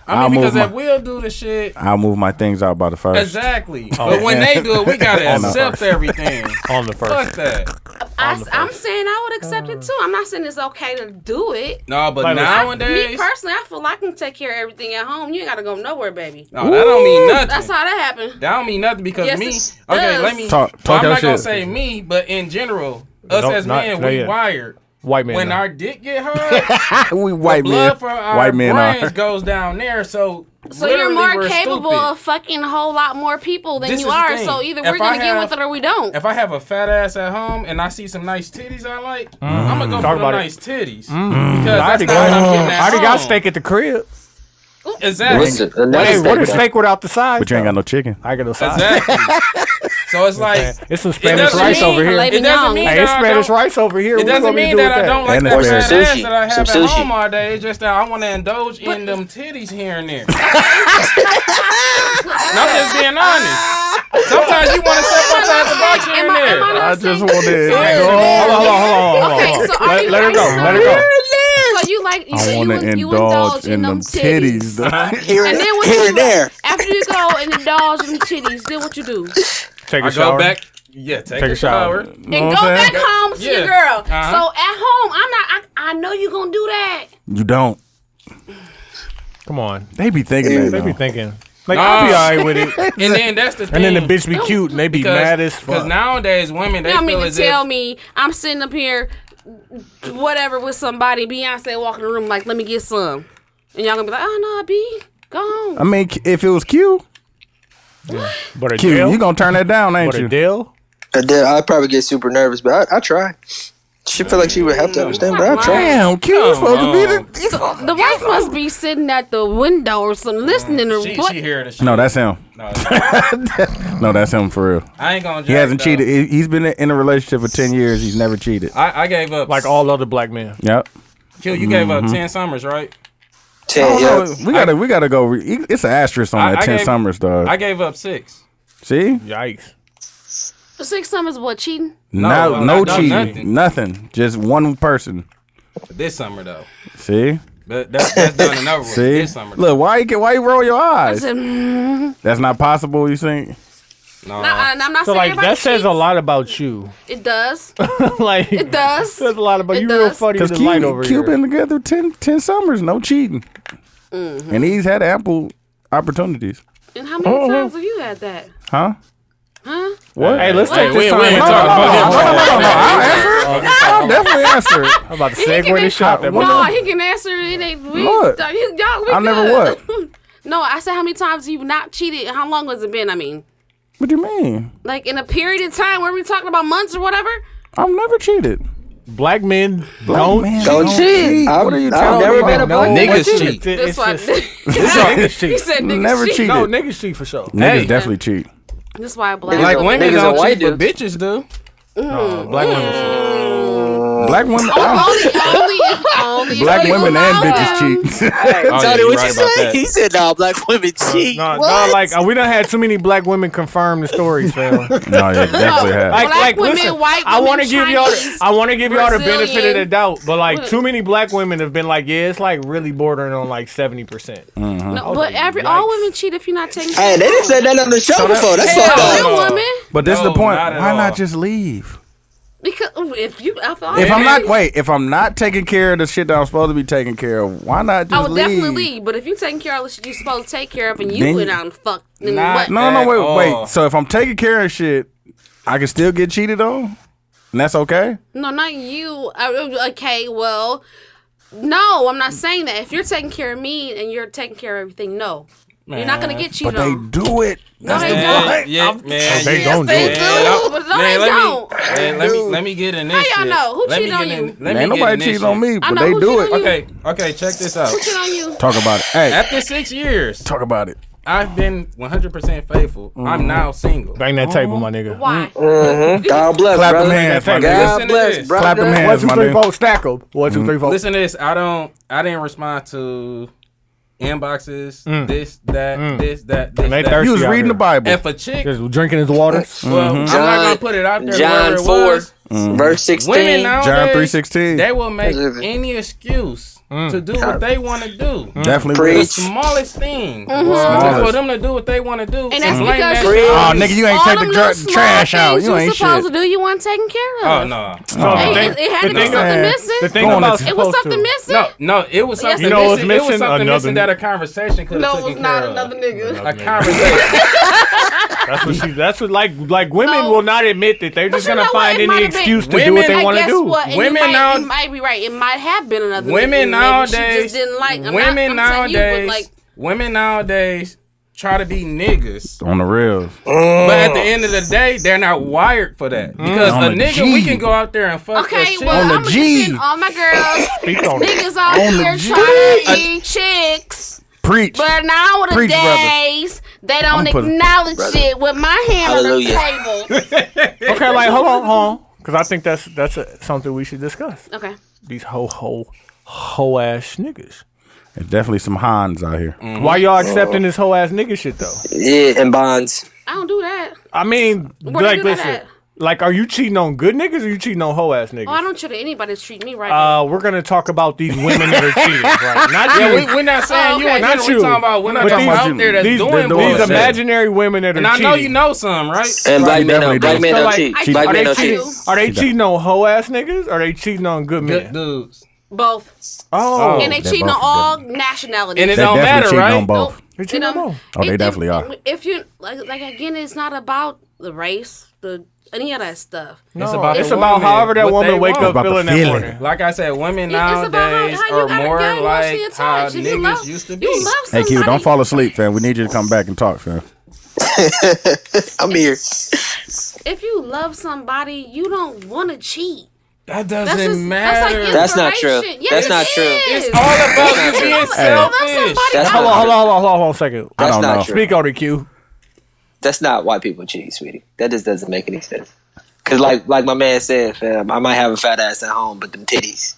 Speaker 1: I
Speaker 2: I'll
Speaker 1: mean,
Speaker 2: move
Speaker 1: because
Speaker 2: my-
Speaker 1: if we'll do the shit,
Speaker 2: I'll move my things out by the first.
Speaker 1: exactly. but when they do it, we gotta
Speaker 2: Oh, [LAUGHS] On the
Speaker 1: accept everything.
Speaker 4: On the
Speaker 1: Fuck
Speaker 4: first.
Speaker 1: that.
Speaker 6: I, am saying I would accept it too. I'm not saying it's okay to do it.
Speaker 1: No, but
Speaker 4: Like, listen.
Speaker 1: nowadays,
Speaker 6: Me personally, I feel I can take care of everything at home. You ain't gotta go nowhere, baby.
Speaker 1: no, that don't mean nothing.
Speaker 6: That's how that happened.
Speaker 1: That don't mean nothing because
Speaker 6: Yes,
Speaker 1: me.
Speaker 6: it
Speaker 1: Okay,
Speaker 6: does.
Speaker 1: let me.
Speaker 2: Talk-
Speaker 1: well,
Speaker 2: talk
Speaker 1: I'm
Speaker 2: your
Speaker 1: not gonna
Speaker 2: shit.
Speaker 1: say me, but in general, us
Speaker 4: No,
Speaker 1: as
Speaker 4: not-
Speaker 1: men,
Speaker 4: not
Speaker 1: we
Speaker 4: yet.
Speaker 1: wired.
Speaker 4: White men.
Speaker 1: when
Speaker 4: though.
Speaker 1: our dick
Speaker 2: [LAUGHS]
Speaker 1: get
Speaker 2: [LAUGHS]
Speaker 1: hard,
Speaker 2: we white men.
Speaker 1: blood from our
Speaker 2: white men uh,
Speaker 1: brains
Speaker 2: are.
Speaker 1: goes down there. So,
Speaker 6: So you're
Speaker 1: literally,
Speaker 6: more
Speaker 1: we're
Speaker 6: capable
Speaker 1: stupid.
Speaker 6: of fucking a whole lot more people than
Speaker 1: This
Speaker 6: you
Speaker 1: is the
Speaker 6: are.
Speaker 1: thing.
Speaker 6: So either
Speaker 1: If
Speaker 6: we're gonna
Speaker 1: I
Speaker 6: get with
Speaker 1: have-
Speaker 6: it or we don't.
Speaker 1: If I have a fat ass at home and I see some nice titties I like, I'm gonna go
Speaker 4: Mm-hmm. Talk
Speaker 1: for the
Speaker 4: about it. Mm-hmm.
Speaker 1: nice titties because
Speaker 4: I already
Speaker 1: that's not
Speaker 4: got,
Speaker 1: what I'm getting
Speaker 4: I
Speaker 1: at
Speaker 4: already got
Speaker 1: home.
Speaker 4: steak at the crib.
Speaker 8: What's
Speaker 1: Exactly.
Speaker 8: it? Another
Speaker 4: Hey, what is
Speaker 8: statement.
Speaker 4: steak without the sides?
Speaker 2: But you ain't got no chicken.
Speaker 4: I got no sides.
Speaker 2: [LAUGHS]
Speaker 1: Exactly. so it's like
Speaker 4: It's some Spanish
Speaker 1: doesn't
Speaker 4: rice
Speaker 1: mean-
Speaker 4: over here.
Speaker 6: Like-
Speaker 1: it doesn't mean
Speaker 4: Hey,
Speaker 1: that
Speaker 4: it's
Speaker 1: I
Speaker 4: Spanish
Speaker 1: don't-
Speaker 4: rice over here.
Speaker 1: It doesn't mean that I don't like
Speaker 2: And
Speaker 1: that
Speaker 2: asparagus.
Speaker 1: fat ass
Speaker 8: Sushi.
Speaker 1: that I have
Speaker 8: Some
Speaker 1: at
Speaker 8: sushi.
Speaker 1: home all day. It's just that I want to indulge in them titties here and
Speaker 6: [LAUGHS]
Speaker 1: there. And I'm just being honest. Sometimes you want to step outside the box here
Speaker 6: Am
Speaker 1: and
Speaker 6: I, am
Speaker 1: there.
Speaker 6: I not saying-
Speaker 2: wanted.
Speaker 4: Hold on, hold on, hold on, hold
Speaker 6: [LAUGHS] Okay,
Speaker 4: on.
Speaker 6: so are
Speaker 4: Let,
Speaker 6: you
Speaker 4: let her go.
Speaker 6: nice
Speaker 4: Let her go.
Speaker 6: So you like you,
Speaker 2: I
Speaker 6: you,
Speaker 2: want to
Speaker 6: you,
Speaker 2: indulge in them titties. though.
Speaker 8: Here,
Speaker 6: And then what
Speaker 8: here
Speaker 6: you
Speaker 8: and there.
Speaker 6: after you go and indulge in titties, then what you do?
Speaker 4: Take
Speaker 1: I
Speaker 4: a
Speaker 1: go
Speaker 4: shower.
Speaker 1: back. Yeah, take,
Speaker 4: Take
Speaker 1: a
Speaker 4: a shower.
Speaker 1: shower.
Speaker 6: and go back home to your
Speaker 1: Yeah.
Speaker 6: girl.
Speaker 1: Uh-huh.
Speaker 6: So at home, I'm not. I, I know you're gonna do that.
Speaker 2: You don't.
Speaker 4: Come on.
Speaker 2: They be thinking
Speaker 4: They be
Speaker 2: that.
Speaker 4: thinking. Like, I'll be
Speaker 1: Nah.
Speaker 4: all right with it.
Speaker 1: And then that's
Speaker 4: [LAUGHS]
Speaker 1: the
Speaker 4: And
Speaker 1: thing.
Speaker 4: then the bitch be cute and they be mad as
Speaker 1: Because
Speaker 4: fuck.
Speaker 1: nowadays women they
Speaker 6: You don't
Speaker 1: feel
Speaker 6: mean to
Speaker 1: as if
Speaker 6: tell me I'm sitting up here, whatever, with somebody. Beyonce walk in the room like, let me get some, and y'all gonna be like, oh no, B, go home.
Speaker 2: I mean, c- if it was Q,
Speaker 4: But a
Speaker 2: Q,
Speaker 4: deal.
Speaker 2: you gonna turn that down, ain't
Speaker 4: But a
Speaker 2: you?
Speaker 4: deal.
Speaker 8: I did. I probably get super nervous, but I, I try. She feel like she would
Speaker 6: Mm-hmm.
Speaker 8: have to understand, but I try.
Speaker 2: Damn, Q, you supposed to be the. you supposed-
Speaker 6: The wife must be sitting at the window or something, listening to
Speaker 1: Mm, she,
Speaker 6: what.
Speaker 1: she hear the shit.
Speaker 2: No, that's him.
Speaker 1: No, I
Speaker 2: [LAUGHS] No, that's him for real.
Speaker 1: ain't gonna.
Speaker 2: He hasn't
Speaker 1: though.
Speaker 2: cheated. He- He's been in a relationship for ten years. He's never cheated.
Speaker 1: I, I gave up.
Speaker 4: Like all other black men.
Speaker 2: Yep.
Speaker 1: Q, you gave up ten summers, right?
Speaker 8: Ten,
Speaker 2: No,
Speaker 8: Oh, yeah.
Speaker 2: we gotta we gotta go. Re- it's an asterisk on
Speaker 1: I-
Speaker 2: that
Speaker 1: I
Speaker 2: ten
Speaker 1: gave-
Speaker 2: summers, dog.
Speaker 1: I gave up six.
Speaker 2: See,
Speaker 4: Yikes.
Speaker 6: Six summers, what cheating?
Speaker 2: no,
Speaker 1: I-
Speaker 2: no,
Speaker 1: I done
Speaker 2: cheating,
Speaker 1: nothing.
Speaker 2: nothing. just one person.
Speaker 1: This summer though.
Speaker 2: See,
Speaker 1: But that's, that's done and over
Speaker 2: [LAUGHS]
Speaker 1: with.
Speaker 2: see.
Speaker 1: This summer.
Speaker 2: Look, why you get why you roll your
Speaker 6: I
Speaker 2: eyes?
Speaker 6: said, mm,
Speaker 2: That's not possible. You think?
Speaker 1: no.
Speaker 6: nah, and I'm not
Speaker 4: So,
Speaker 6: saying
Speaker 4: like,
Speaker 6: everybody
Speaker 4: that says
Speaker 6: cheats.
Speaker 4: a lot about you.
Speaker 6: It does.
Speaker 4: like, [LAUGHS]
Speaker 6: It does.
Speaker 4: says a lot about
Speaker 6: It
Speaker 4: you. Real
Speaker 6: does.
Speaker 4: funny with
Speaker 2: Because
Speaker 4: the light over
Speaker 2: Cuban,
Speaker 4: here.
Speaker 2: Cuban together 10, 10 summers, no cheating, and he's had ample opportunities,
Speaker 6: And how many
Speaker 4: Oh.
Speaker 6: times have you had that?
Speaker 2: huh?
Speaker 6: Huh?
Speaker 2: What?
Speaker 4: Hey, let's take
Speaker 1: we-
Speaker 4: this
Speaker 1: we
Speaker 4: time.
Speaker 1: ain't
Speaker 4: No, no,
Speaker 1: talking
Speaker 4: no,
Speaker 1: about
Speaker 4: no,
Speaker 1: him.
Speaker 4: no, no, no, no.
Speaker 2: I'll answer. it. I'll definitely answer it.
Speaker 4: I'm about to
Speaker 6: He
Speaker 4: segue
Speaker 6: can
Speaker 4: this shot. that
Speaker 6: No,
Speaker 4: motherfucker.
Speaker 6: he can answer it. Ain't we,
Speaker 2: Look,
Speaker 6: y'all, we
Speaker 2: I never
Speaker 6: good. no, I said how many times you've not cheated? How long has it been? I mean,
Speaker 2: What do you mean?
Speaker 6: like in a period of time. Were we talking about months or whatever?
Speaker 2: I've never cheated.
Speaker 4: Black men
Speaker 2: Black
Speaker 4: don't.
Speaker 2: man
Speaker 8: Don't cheat.
Speaker 2: What are you
Speaker 8: I've
Speaker 2: telling
Speaker 8: never
Speaker 2: me?
Speaker 8: been
Speaker 4: No,
Speaker 8: a black
Speaker 1: Niggas
Speaker 4: it's-
Speaker 1: cheat.
Speaker 4: it's
Speaker 6: [LAUGHS] This one.
Speaker 4: just-
Speaker 2: [LAUGHS]
Speaker 6: Niggas
Speaker 4: cheat.
Speaker 6: He said niggas
Speaker 2: Never
Speaker 6: cheat.
Speaker 2: cheated.
Speaker 4: No, niggas cheat for sure.
Speaker 2: Niggas
Speaker 1: Hey.
Speaker 2: definitely cheat.
Speaker 6: This why black.
Speaker 1: like
Speaker 8: Niggas
Speaker 1: women
Speaker 8: and
Speaker 1: don't
Speaker 8: white
Speaker 1: cheat, but bitches do.
Speaker 6: Mm.
Speaker 4: No, black women cheat.
Speaker 2: Black women, [LAUGHS]
Speaker 1: Oh,
Speaker 6: only, only, only
Speaker 2: black
Speaker 6: if you
Speaker 2: women and
Speaker 6: allow them.
Speaker 2: bitches
Speaker 1: [LAUGHS]
Speaker 2: cheat.
Speaker 1: Oh, yeah,
Speaker 8: Tony,
Speaker 1: you
Speaker 8: what
Speaker 1: right
Speaker 8: you
Speaker 1: about
Speaker 8: say? [LAUGHS]
Speaker 1: that.
Speaker 8: He said, "No, black women
Speaker 2: Uh,
Speaker 8: cheat."
Speaker 4: No,
Speaker 8: What?
Speaker 4: no, like uh, we done had too many black women confirm the stories, fam. Like,
Speaker 2: no, yeah, definitely have.
Speaker 6: Black women, white
Speaker 4: I
Speaker 6: women,
Speaker 4: wanna give y'all, the,
Speaker 6: Chinese,
Speaker 4: I want to give y'all the benefit of the
Speaker 6: Brazilian.
Speaker 4: doubt, but like too many black women have been like, yeah, it's like really bordering on like seventy percent.
Speaker 6: No, but every all women cheat if you're not taking.
Speaker 8: Hey, they didn't say that on the show before. That's
Speaker 1: Hell
Speaker 8: fucked
Speaker 1: no.
Speaker 8: up.
Speaker 6: One woman.
Speaker 2: But this is
Speaker 1: No,
Speaker 2: the point.
Speaker 1: not at
Speaker 2: Why
Speaker 1: all.
Speaker 2: not just leave?
Speaker 6: Because if you, I thought
Speaker 2: If I'm not wait, if I'm not taking care of the shit that I'm supposed to be taking care of, why not just
Speaker 6: I would
Speaker 2: leave?
Speaker 6: definitely leave. But if you taking care of all the shit you supposed to take care of, and you
Speaker 2: Then-
Speaker 6: went out and fucked, then
Speaker 1: Nah,
Speaker 6: what?
Speaker 2: No, no,
Speaker 1: At
Speaker 2: wait,
Speaker 1: all.
Speaker 2: wait. So if I'm taking care of shit, I can still get cheated on, and that's okay.
Speaker 6: No, not you. I, okay, well, no, I'm not saying that. If you're taking care of me and you're taking care of everything, no, you're not gonna get
Speaker 2: But
Speaker 6: cheated
Speaker 2: they
Speaker 6: on.
Speaker 2: do it. That's
Speaker 6: they
Speaker 2: the
Speaker 6: don't.
Speaker 2: point.
Speaker 1: yeah,
Speaker 2: I'm-
Speaker 1: man,
Speaker 4: They
Speaker 1: yeah.
Speaker 4: don't do
Speaker 6: They
Speaker 4: it.
Speaker 6: do, but no, they
Speaker 1: let
Speaker 6: don't.
Speaker 1: Me, man, let me let me get in this.
Speaker 6: y'all
Speaker 1: shit.
Speaker 6: know? Who
Speaker 1: Let me
Speaker 6: cheated on
Speaker 1: get
Speaker 6: you?
Speaker 1: in- Let me
Speaker 2: Ain't
Speaker 1: get in
Speaker 2: nobody
Speaker 1: this
Speaker 2: cheated
Speaker 1: shit.
Speaker 2: on me,
Speaker 6: I
Speaker 2: but
Speaker 6: know
Speaker 2: they
Speaker 6: who
Speaker 2: do
Speaker 6: cheated
Speaker 2: it.
Speaker 6: on you.
Speaker 1: Okay, okay, check this out.
Speaker 6: Who cheated on you?
Speaker 2: Talk about it. Hey,
Speaker 1: After six years,
Speaker 2: talk about it.
Speaker 1: I've been 100% faithful. I'm now single.
Speaker 4: Bang that table, my nigga.
Speaker 6: Why?
Speaker 8: God bless,
Speaker 2: Mm-hmm. Clap
Speaker 8: brother.
Speaker 2: them hands, my
Speaker 4: God
Speaker 1: Listen
Speaker 8: God
Speaker 1: to
Speaker 8: bless,
Speaker 1: this.
Speaker 8: brother.
Speaker 2: Clap them
Speaker 4: One,
Speaker 2: hands,
Speaker 4: two,
Speaker 2: my
Speaker 4: three,
Speaker 2: nigga.
Speaker 4: four, stack 'em. One, two, three, four.
Speaker 1: Listen to this. I don't. I didn't respond to inboxes. This, that, this, that, this,
Speaker 4: And they
Speaker 1: that.
Speaker 4: thirsty
Speaker 2: You was
Speaker 4: out
Speaker 2: reading
Speaker 4: here.
Speaker 2: the Bible.
Speaker 1: If a chick,
Speaker 4: Just drinking his waters.
Speaker 1: well, I'm not gonna put it out there.
Speaker 8: John
Speaker 1: wherever it
Speaker 8: four,
Speaker 1: was.
Speaker 8: verse sixteen.
Speaker 1: Women nowadays,
Speaker 2: John three sixteen.
Speaker 1: they will make
Speaker 8: Listen.
Speaker 1: any excuse to do what they want to do.
Speaker 2: Definitely.
Speaker 1: The
Speaker 8: Preach.
Speaker 1: smallest thing
Speaker 2: Smallest.
Speaker 1: for them to do what they want to do.
Speaker 6: Mm-hmm. And that's
Speaker 1: is lame
Speaker 6: because
Speaker 1: ass
Speaker 6: you're-
Speaker 1: shit.
Speaker 2: Oh, nigga, you ain't
Speaker 6: all
Speaker 2: take
Speaker 6: them
Speaker 2: the
Speaker 6: little
Speaker 2: dr-
Speaker 6: small
Speaker 2: trash out.
Speaker 6: things
Speaker 2: You ain't
Speaker 6: supposed to
Speaker 2: shit.
Speaker 6: do, you weren't taking care of.
Speaker 1: Oh no.
Speaker 4: So the
Speaker 6: It,
Speaker 4: thing-
Speaker 6: it- it had
Speaker 4: the
Speaker 6: to be
Speaker 4: thing-
Speaker 6: something
Speaker 2: Man,
Speaker 6: missing.
Speaker 4: The thing
Speaker 2: Going
Speaker 4: about
Speaker 2: to-
Speaker 6: it was something
Speaker 4: missing.
Speaker 6: missing.
Speaker 1: No, no, it was something.
Speaker 6: You
Speaker 4: know what's
Speaker 1: missing. It was
Speaker 4: missing?
Speaker 1: something
Speaker 4: Another
Speaker 1: missing
Speaker 4: nigga.
Speaker 1: that a conversation could
Speaker 6: No,
Speaker 1: have
Speaker 6: it was
Speaker 1: taken
Speaker 6: not
Speaker 1: care
Speaker 6: another
Speaker 1: of.
Speaker 6: nigga. [LAUGHS]
Speaker 1: A conversation.
Speaker 4: That's what she. That's what like like women
Speaker 6: No.
Speaker 4: will not admit that they're just
Speaker 6: you
Speaker 4: gonna
Speaker 6: know what?
Speaker 4: find
Speaker 6: It might
Speaker 4: any
Speaker 6: have been-
Speaker 4: excuse to do
Speaker 1: Women-
Speaker 4: what they
Speaker 1: I
Speaker 4: want to
Speaker 6: guess
Speaker 4: do.
Speaker 6: what? And you
Speaker 1: Women
Speaker 6: might,
Speaker 1: now-
Speaker 6: you might be right. It might have been another.
Speaker 1: women
Speaker 6: nigga. Maybe she
Speaker 1: nowadays
Speaker 6: just didn't like. I'm
Speaker 1: women
Speaker 6: not, I'm saying
Speaker 1: nowadays
Speaker 6: you, but like,
Speaker 1: women nowadays try to be niggas
Speaker 2: On the rails.
Speaker 1: but at the end of the day they're not wired for that because
Speaker 2: On
Speaker 1: a
Speaker 2: the
Speaker 1: nigga we
Speaker 2: G.
Speaker 1: can go out there and fuck that
Speaker 6: okay,
Speaker 1: shit
Speaker 6: well,
Speaker 2: On the
Speaker 6: I'm
Speaker 2: G.
Speaker 6: getting all my girls,
Speaker 4: Speak on it.
Speaker 6: niggas out
Speaker 2: On the
Speaker 6: here
Speaker 2: G.
Speaker 6: trying to be chicks.
Speaker 2: Preach.
Speaker 6: But nowadays,
Speaker 2: Preach,
Speaker 6: days they don't
Speaker 2: I'ma put it-
Speaker 6: acknowledge it with my hand on the
Speaker 8: Hallelujah.
Speaker 6: table.
Speaker 4: [LAUGHS] Okay, like hold on, hold on, because I think that's that's a, something we should discuss.
Speaker 6: Okay.
Speaker 4: These ho ho ho ass niggas.
Speaker 2: There's definitely some Hans out here.
Speaker 4: Why y'all accepting this whole ass nigga shit though?
Speaker 8: Yeah, and bonds.
Speaker 6: I don't do that.
Speaker 4: I mean,
Speaker 6: Where
Speaker 4: like
Speaker 6: you do that
Speaker 4: listen,
Speaker 6: at?
Speaker 4: like are you cheating on good niggas or you cheating on ho ass
Speaker 6: Oh, I
Speaker 4: niggas?
Speaker 6: don't treat anybody to treat me right.
Speaker 4: Uh, we're gonna talk about these women that are cheating,
Speaker 1: [LAUGHS]
Speaker 4: right? Not you.
Speaker 1: we, we're not saying you
Speaker 6: okay.
Speaker 1: and
Speaker 4: Oh, Not
Speaker 1: not
Speaker 4: you.
Speaker 1: we talking about women
Speaker 4: But
Speaker 1: that's
Speaker 4: these-
Speaker 1: out there that's
Speaker 4: these,
Speaker 1: doing
Speaker 4: these
Speaker 1: bullshit.
Speaker 4: imaginary women that are
Speaker 1: and I
Speaker 4: cheating.
Speaker 1: know you know some right
Speaker 8: And black men
Speaker 2: definitely
Speaker 8: don't.
Speaker 2: does.
Speaker 8: Black men
Speaker 4: So,
Speaker 8: don't
Speaker 4: like,
Speaker 8: cheat.
Speaker 6: I-
Speaker 8: Black
Speaker 6: are
Speaker 8: men
Speaker 6: they
Speaker 8: don't
Speaker 6: cheating?
Speaker 8: cheat.
Speaker 4: Are they cheating on hoe ass niggas? Or are they cheating on good
Speaker 1: good
Speaker 4: men?
Speaker 1: dudes
Speaker 6: both.
Speaker 4: Oh,
Speaker 6: And they
Speaker 2: They're
Speaker 6: cheating
Speaker 2: both
Speaker 6: on
Speaker 2: of
Speaker 6: all
Speaker 1: and it
Speaker 6: nationalities.
Speaker 2: They
Speaker 1: don't
Speaker 2: definitely
Speaker 1: matter
Speaker 2: cheating
Speaker 1: right
Speaker 2: on both.
Speaker 4: They're
Speaker 6: You
Speaker 4: cheating on
Speaker 6: know,
Speaker 4: both.
Speaker 2: Oh, they
Speaker 6: if-
Speaker 2: definitely are.
Speaker 6: If you like, like again, it's not about the race, the any of that stuff.
Speaker 1: it's
Speaker 4: No,
Speaker 1: about
Speaker 4: it's
Speaker 1: the
Speaker 4: about
Speaker 1: woman,
Speaker 4: however that
Speaker 1: what
Speaker 4: woman
Speaker 1: they
Speaker 4: wake
Speaker 1: want.
Speaker 4: up
Speaker 2: About the
Speaker 4: feeling that
Speaker 2: feeling.
Speaker 4: morning.
Speaker 1: like I said, women
Speaker 6: It's about how-
Speaker 1: nowadays
Speaker 6: how you
Speaker 1: are
Speaker 6: got
Speaker 1: more
Speaker 6: again, what's the
Speaker 1: like how
Speaker 6: attachment?
Speaker 1: niggas
Speaker 6: You love-
Speaker 1: used to be.
Speaker 6: You love
Speaker 2: Hey,
Speaker 6: somebody.
Speaker 2: Q, don't fall asleep, fam. We need you to come back and talk, fam.
Speaker 8: I'm here.
Speaker 6: If you love somebody, you don't want to cheat.
Speaker 1: That
Speaker 6: That's just
Speaker 1: doesn't
Speaker 6: that's
Speaker 1: matter.
Speaker 6: like
Speaker 8: That's not
Speaker 6: inspiration.
Speaker 8: true.
Speaker 6: Yes,
Speaker 8: That's
Speaker 6: it
Speaker 8: not true.
Speaker 6: is.
Speaker 1: It's all about you being
Speaker 6: If you love
Speaker 1: selfish.
Speaker 6: somebody,
Speaker 8: That's
Speaker 6: I
Speaker 8: not
Speaker 4: Hold on, hold on, hold on, hold on, hold on a second.
Speaker 2: I
Speaker 8: That's
Speaker 2: don't
Speaker 8: not
Speaker 2: know.
Speaker 8: true.
Speaker 4: Speak on it, Q.
Speaker 8: That's not why people cheat, sweetie. That just doesn't make any sense. Cause like like my man said, fam, I might have a fat ass at home, but
Speaker 6: [LAUGHS]
Speaker 8: them titties.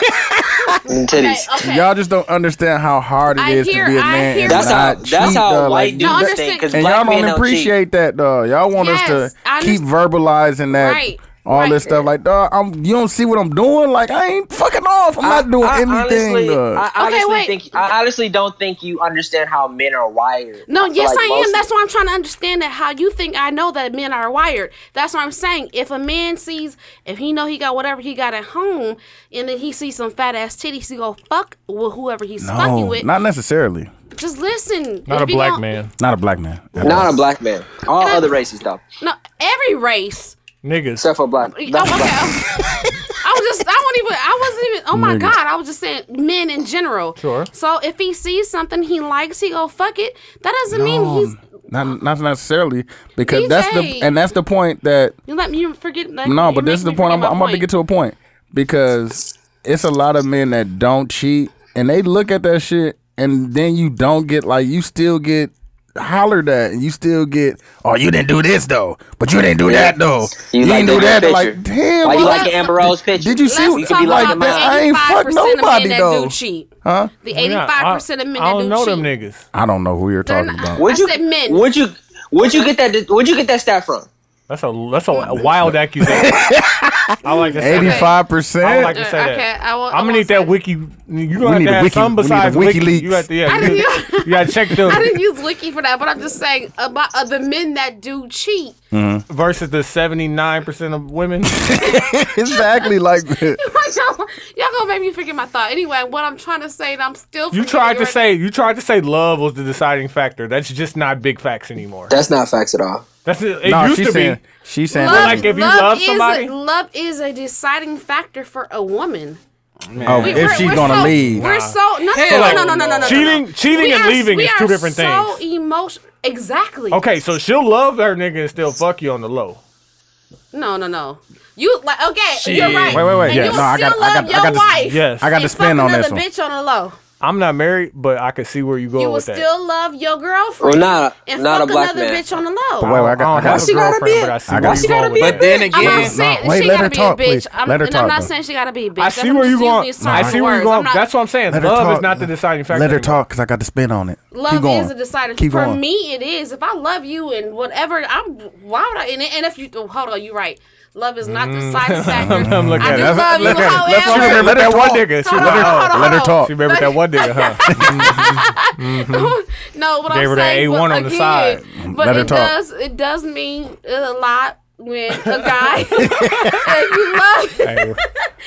Speaker 8: them titties.
Speaker 6: Okay, okay.
Speaker 2: Y'all just don't understand how hard it
Speaker 6: I
Speaker 2: is
Speaker 6: hear-
Speaker 2: to be a
Speaker 6: I
Speaker 2: man.
Speaker 6: hear-
Speaker 2: and
Speaker 8: That's how
Speaker 2: not
Speaker 8: that's
Speaker 2: cheat,
Speaker 8: how
Speaker 2: dog. Like,
Speaker 8: white
Speaker 2: you-
Speaker 6: No,
Speaker 8: dudes
Speaker 6: understand-
Speaker 8: think. Cause
Speaker 2: And
Speaker 8: black
Speaker 2: y'all
Speaker 8: men
Speaker 2: don't
Speaker 8: don't cheat.
Speaker 2: appreciate that, dog. Y'all want us
Speaker 6: Yes, I
Speaker 2: to keep
Speaker 6: understand.
Speaker 2: verbalizing that.
Speaker 6: Right,
Speaker 2: All
Speaker 6: right.
Speaker 2: this stuff, like, dog, I'm, you don't see what I'm doing? Like, I ain't fucking off. I'm not doing
Speaker 8: I
Speaker 2: anything,
Speaker 8: honestly,
Speaker 2: dog.
Speaker 8: I
Speaker 6: Okay,
Speaker 8: honestly
Speaker 6: wait.
Speaker 8: think I honestly don't think you understand how men are wired.
Speaker 6: No,
Speaker 8: feel
Speaker 6: yes,
Speaker 8: like
Speaker 6: I
Speaker 8: most-
Speaker 6: am. That's why I'm trying to understand that how you think I know that men are wired. That's what I'm saying. If a man sees, if he know he got whatever he got at home, and then he sees some fat ass titties, he go fuck with whoever he's fucking
Speaker 2: no,
Speaker 6: with.
Speaker 2: not necessarily.
Speaker 6: Just listen.
Speaker 4: Not
Speaker 6: If
Speaker 4: a
Speaker 6: you
Speaker 4: black
Speaker 6: gon-
Speaker 4: man.
Speaker 2: Not a black man. At all.
Speaker 8: Not a black man. All
Speaker 6: I-
Speaker 8: other races though,
Speaker 6: No, every race.
Speaker 4: Niggas.
Speaker 8: except for black.
Speaker 6: Oh, okay.
Speaker 8: black- black.
Speaker 6: I was just. I won't even. I wasn't even. Oh my
Speaker 2: Niggas.
Speaker 6: god. I was just saying men in general.
Speaker 4: Sure.
Speaker 6: So if he sees something he likes, he go fuck it. That doesn't mean he's.
Speaker 2: Um, not not necessarily because that's the
Speaker 6: DJ.
Speaker 2: and that's the point that
Speaker 6: You let me forget. Like,
Speaker 2: no,
Speaker 6: you
Speaker 2: but
Speaker 6: make
Speaker 2: this is the
Speaker 6: me
Speaker 2: point I'm,
Speaker 6: forget
Speaker 2: I'm
Speaker 6: my
Speaker 2: about to get to a point because it's a lot of men that don't cheat and they look at that shit and then you don't get like you still get hollered at and you still get oh you didn't do this though but you didn't do that though
Speaker 8: You
Speaker 2: you,
Speaker 8: like
Speaker 2: didn't do
Speaker 8: that
Speaker 2: that
Speaker 8: picture.
Speaker 2: like damn
Speaker 8: Why you
Speaker 2: what-
Speaker 8: like Amber Rose picture?
Speaker 2: did you see
Speaker 6: Let's
Speaker 2: what
Speaker 6: talk
Speaker 8: be like
Speaker 6: about
Speaker 8: them
Speaker 6: the
Speaker 8: out.
Speaker 2: I ain't fuck
Speaker 6: 85% of
Speaker 2: nobody,
Speaker 6: men that
Speaker 2: though.
Speaker 6: do cheat.
Speaker 2: huh
Speaker 6: The
Speaker 4: Yeah,
Speaker 6: 85% of men
Speaker 4: I, I
Speaker 6: that
Speaker 4: don't
Speaker 6: do
Speaker 4: know
Speaker 6: cheat.
Speaker 4: them niggas.
Speaker 2: I don't know who you're talking
Speaker 6: not-
Speaker 2: about
Speaker 8: Would you?
Speaker 6: said men.
Speaker 8: Would you? Would you get that? Would you get that stat from?
Speaker 6: [LAUGHS]
Speaker 4: That's a that's a, a wild accusation. I like to say that.
Speaker 2: Eighty-five percent.
Speaker 4: I
Speaker 2: [LAUGHS]
Speaker 4: would like to say
Speaker 6: Uh,
Speaker 4: that.
Speaker 6: okay, I will- I
Speaker 4: I'm
Speaker 6: will
Speaker 4: gonna need
Speaker 6: say-
Speaker 4: that wiki. You
Speaker 2: need a
Speaker 4: gonna have to have
Speaker 2: wiki-
Speaker 4: some
Speaker 2: we need a
Speaker 4: besides
Speaker 2: Wiki
Speaker 4: wiki.
Speaker 2: Leaks.
Speaker 4: You have to, yeah,
Speaker 6: I
Speaker 4: you,
Speaker 6: didn't-
Speaker 4: you gotta check
Speaker 6: I
Speaker 4: the
Speaker 6: didn't use Wiki for that, but I'm just saying about uh, the men that do cheat. [LAUGHS]
Speaker 4: versus the 79 percent of women.
Speaker 2: exactly like that.
Speaker 6: y'all, y'all gonna make me forget my thought. Anyway, what I'm trying to say, and I'm still.
Speaker 4: You
Speaker 6: forgetting
Speaker 4: tried to
Speaker 6: right-
Speaker 4: say you tried to say love was the deciding factor. That's just not big facts anymore.
Speaker 8: That's not facts at all.
Speaker 4: That's it. It
Speaker 2: No,
Speaker 4: used
Speaker 2: she's
Speaker 4: to
Speaker 2: saying
Speaker 4: be.
Speaker 2: she's saying
Speaker 6: Love,
Speaker 4: Like if you
Speaker 6: love
Speaker 4: love
Speaker 6: is
Speaker 4: somebody-
Speaker 6: a, love is a deciding factor for a woman.
Speaker 2: oh,
Speaker 6: We-
Speaker 2: if
Speaker 6: we're-
Speaker 2: she's
Speaker 6: we're
Speaker 2: gonna
Speaker 6: so-
Speaker 2: leave.
Speaker 6: we're so no, no,
Speaker 4: like,
Speaker 6: no, no, no, no, no, no.
Speaker 4: cheating, cheating,
Speaker 6: We
Speaker 4: and
Speaker 6: are-
Speaker 4: leaving
Speaker 6: we
Speaker 4: is
Speaker 6: are
Speaker 4: two different
Speaker 6: so e-
Speaker 4: things.
Speaker 6: emotional. Exactly.
Speaker 4: Okay, so she'll love her nigga and still fuck you on the low.
Speaker 6: No, no, no. You like okay? You're right.
Speaker 2: Wait, wait, wait.
Speaker 6: And
Speaker 2: Yeah,
Speaker 6: you
Speaker 2: no, I
Speaker 6: still
Speaker 2: got- I
Speaker 6: love
Speaker 2: got- I
Speaker 6: your
Speaker 2: got this-
Speaker 6: wife.
Speaker 4: Yes,
Speaker 2: I got to
Speaker 6: and fuck
Speaker 2: spin on
Speaker 6: another
Speaker 2: this one.
Speaker 6: bitch on the low.
Speaker 4: I'm not married, but I can see where you're going
Speaker 6: You will
Speaker 4: with that.
Speaker 6: still love your
Speaker 8: Well,
Speaker 6: girlfriend.
Speaker 8: not
Speaker 6: and
Speaker 8: not
Speaker 6: fuck
Speaker 8: a black
Speaker 6: another
Speaker 8: man.
Speaker 6: bitch on the low.
Speaker 2: But wait, wait, I got, I
Speaker 4: I
Speaker 2: got,
Speaker 4: don't
Speaker 8: she gotta
Speaker 4: have a
Speaker 8: be a-
Speaker 4: girlfriend, but I see
Speaker 2: I
Speaker 4: where
Speaker 2: got-
Speaker 4: you
Speaker 2: she
Speaker 4: going
Speaker 8: gotta
Speaker 4: with
Speaker 8: be a
Speaker 4: that.
Speaker 1: But then
Speaker 6: I'm
Speaker 1: again,
Speaker 6: not saying
Speaker 2: wait,
Speaker 6: she
Speaker 2: let
Speaker 6: gotta
Speaker 2: her
Speaker 6: be
Speaker 2: talk,
Speaker 6: a bitch.
Speaker 2: please.
Speaker 6: I'm,
Speaker 2: Let her
Speaker 6: and
Speaker 2: talk,
Speaker 6: I'm not
Speaker 2: though.
Speaker 6: saying she gotta be a bitch.
Speaker 4: I
Speaker 6: That's-
Speaker 4: see
Speaker 6: I'm
Speaker 4: where
Speaker 6: just
Speaker 4: you're
Speaker 6: using
Speaker 4: going.
Speaker 6: these
Speaker 4: I
Speaker 6: terms
Speaker 4: see
Speaker 6: and
Speaker 4: where you're
Speaker 6: words.
Speaker 4: going.
Speaker 6: I'm not-
Speaker 4: That's what I'm saying.
Speaker 2: Let her
Speaker 4: Love
Speaker 2: talk.
Speaker 4: is not the deciding factor.
Speaker 2: let her
Speaker 4: anymore.
Speaker 2: talk because I got to spin on it. Keep
Speaker 6: Love
Speaker 2: going.
Speaker 6: is a deciding
Speaker 2: Keep
Speaker 6: for
Speaker 2: going.
Speaker 6: me. It is. If I love you and whatever, I'm. Why would I? And, and if you oh, hold on, you're right. Love is not the
Speaker 2: [LAUGHS]
Speaker 6: deciding factor.
Speaker 4: I'm looking
Speaker 6: I
Speaker 4: at
Speaker 6: just
Speaker 4: it.
Speaker 6: love you.
Speaker 2: Look Mm. at it. Let's-
Speaker 6: however,
Speaker 2: let her-
Speaker 4: Let that one
Speaker 2: talk.
Speaker 4: nigga. She
Speaker 6: Hold
Speaker 4: let
Speaker 6: on,
Speaker 4: her.
Speaker 6: hold on,
Speaker 2: let her
Speaker 6: hold on.
Speaker 2: talk.
Speaker 4: She remembered that one nigga,
Speaker 6: [LAUGHS]
Speaker 4: huh?
Speaker 6: no, what
Speaker 4: Gave her that
Speaker 6: I'm saying,
Speaker 4: A1
Speaker 6: but
Speaker 4: on the
Speaker 6: again,
Speaker 4: side.
Speaker 6: But
Speaker 2: Let her
Speaker 6: it
Speaker 2: talk.
Speaker 6: does. It does mean a lot when a
Speaker 2: [LAUGHS]
Speaker 6: guy [LAUGHS] if you love.
Speaker 4: Hey,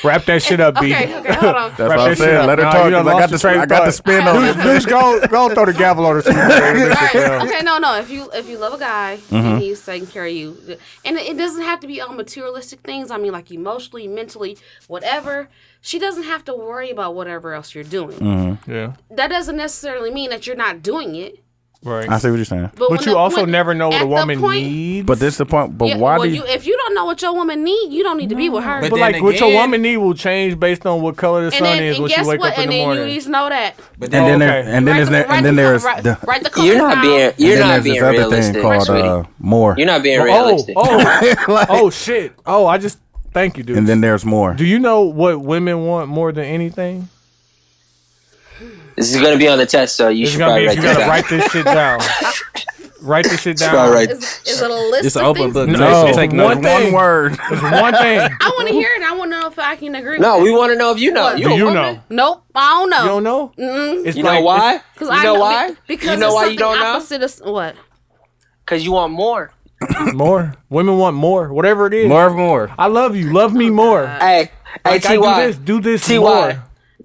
Speaker 4: wrap that shit up, B.
Speaker 6: Okay, okay, hold on.
Speaker 2: That's
Speaker 4: Wrap
Speaker 2: what I'm
Speaker 4: that shit
Speaker 2: saying.
Speaker 4: up.
Speaker 2: Let her
Speaker 4: Nah,
Speaker 2: talk
Speaker 4: you done
Speaker 2: 'cause I
Speaker 4: lost
Speaker 2: got
Speaker 4: your
Speaker 2: to spin.
Speaker 4: train
Speaker 2: I
Speaker 4: of
Speaker 2: got to
Speaker 4: thought.
Speaker 2: spin on
Speaker 4: [LAUGHS]
Speaker 2: it.
Speaker 4: Just go, go throw the gavel on her.
Speaker 6: Right.
Speaker 4: Right.
Speaker 6: Okay, no, no. If you if you love a guy
Speaker 4: Mm-hmm.
Speaker 6: and he's taking care of you, and it doesn't have to be all materialistic things. I mean, like emotionally, mentally, whatever. She doesn't have to worry about whatever else you're doing.
Speaker 4: Yeah.
Speaker 6: That doesn't necessarily mean that you're not doing it.
Speaker 2: [LAUGHS]
Speaker 4: Right.
Speaker 2: I see what you're saying.
Speaker 6: But,
Speaker 4: But
Speaker 6: when
Speaker 4: you
Speaker 6: the-
Speaker 4: also
Speaker 6: when-
Speaker 4: never know what
Speaker 6: at
Speaker 4: a
Speaker 6: the
Speaker 4: woman
Speaker 6: point-
Speaker 4: needs.
Speaker 2: But this is the point. But
Speaker 6: Yeah,
Speaker 2: why
Speaker 6: well,
Speaker 2: do you?
Speaker 6: if you don't know what your woman need, you don't need to be with her.
Speaker 4: But,
Speaker 1: then
Speaker 4: like, what your
Speaker 1: again-
Speaker 4: woman need will change based on what color the sun
Speaker 6: and then,
Speaker 4: is
Speaker 6: and
Speaker 4: when
Speaker 6: guess
Speaker 4: she wake
Speaker 6: what?
Speaker 4: up in
Speaker 6: and
Speaker 4: the
Speaker 6: then
Speaker 4: morning.
Speaker 6: you need to know that.
Speaker 1: But
Speaker 2: And
Speaker 1: then,
Speaker 2: then, there,
Speaker 4: okay.
Speaker 2: and then
Speaker 6: Write
Speaker 2: there's
Speaker 6: the-
Speaker 2: there,
Speaker 6: write
Speaker 2: and then
Speaker 6: the-
Speaker 2: there's
Speaker 6: write-
Speaker 2: the,
Speaker 6: write the
Speaker 8: You're
Speaker 6: comment
Speaker 8: not
Speaker 6: down.
Speaker 8: being you're
Speaker 2: and then
Speaker 8: not
Speaker 2: there's this
Speaker 8: being
Speaker 2: other
Speaker 8: realistic,
Speaker 2: thing called
Speaker 8: sweetie.
Speaker 2: uh, more.
Speaker 8: You're not being
Speaker 4: Oh,
Speaker 8: realistic.
Speaker 6: [LAUGHS]
Speaker 4: oh,
Speaker 2: [LAUGHS] Like-
Speaker 4: oh, shit. Oh, I just thank you, dude.
Speaker 2: And then there's more.
Speaker 4: do you know what women want more than anything?
Speaker 8: This is gonna be on the test, so you
Speaker 4: It's
Speaker 8: should
Speaker 4: gonna be
Speaker 8: probably
Speaker 4: if
Speaker 8: write
Speaker 4: you
Speaker 8: this
Speaker 4: gotta write
Speaker 8: down.
Speaker 4: this shit
Speaker 2: [LAUGHS]
Speaker 4: down. write this shit
Speaker 8: You should
Speaker 4: down.
Speaker 8: probably write-
Speaker 6: Is, is it a list
Speaker 1: it's
Speaker 6: of
Speaker 1: an open
Speaker 6: things?
Speaker 1: book.
Speaker 4: No,
Speaker 1: Jason.
Speaker 4: it's
Speaker 1: take
Speaker 4: one
Speaker 1: notes.
Speaker 2: One
Speaker 4: thing.
Speaker 2: word.
Speaker 4: It's [LAUGHS] one thing.
Speaker 6: I want to hear it. I want to know if I can agree.
Speaker 8: No,
Speaker 6: with
Speaker 8: we want to know if you know.
Speaker 6: What?
Speaker 8: a
Speaker 4: Do you
Speaker 8: woman.
Speaker 4: know?
Speaker 6: it. Nope, I don't know.
Speaker 4: You don't know? It's
Speaker 8: You know why? You
Speaker 6: I
Speaker 8: know why?
Speaker 6: be- Because
Speaker 8: you know
Speaker 6: it's
Speaker 8: why you
Speaker 6: something
Speaker 8: don't know?
Speaker 6: opposite Of, what?
Speaker 8: Because you want more.
Speaker 4: it's More. Women want more. Whatever it is.
Speaker 1: More, more.
Speaker 4: I love you. Love me more.
Speaker 8: Hey, hey,
Speaker 4: Like,
Speaker 8: Ty,
Speaker 4: I do this. Do this
Speaker 8: Ty,
Speaker 4: more.
Speaker 8: Ty,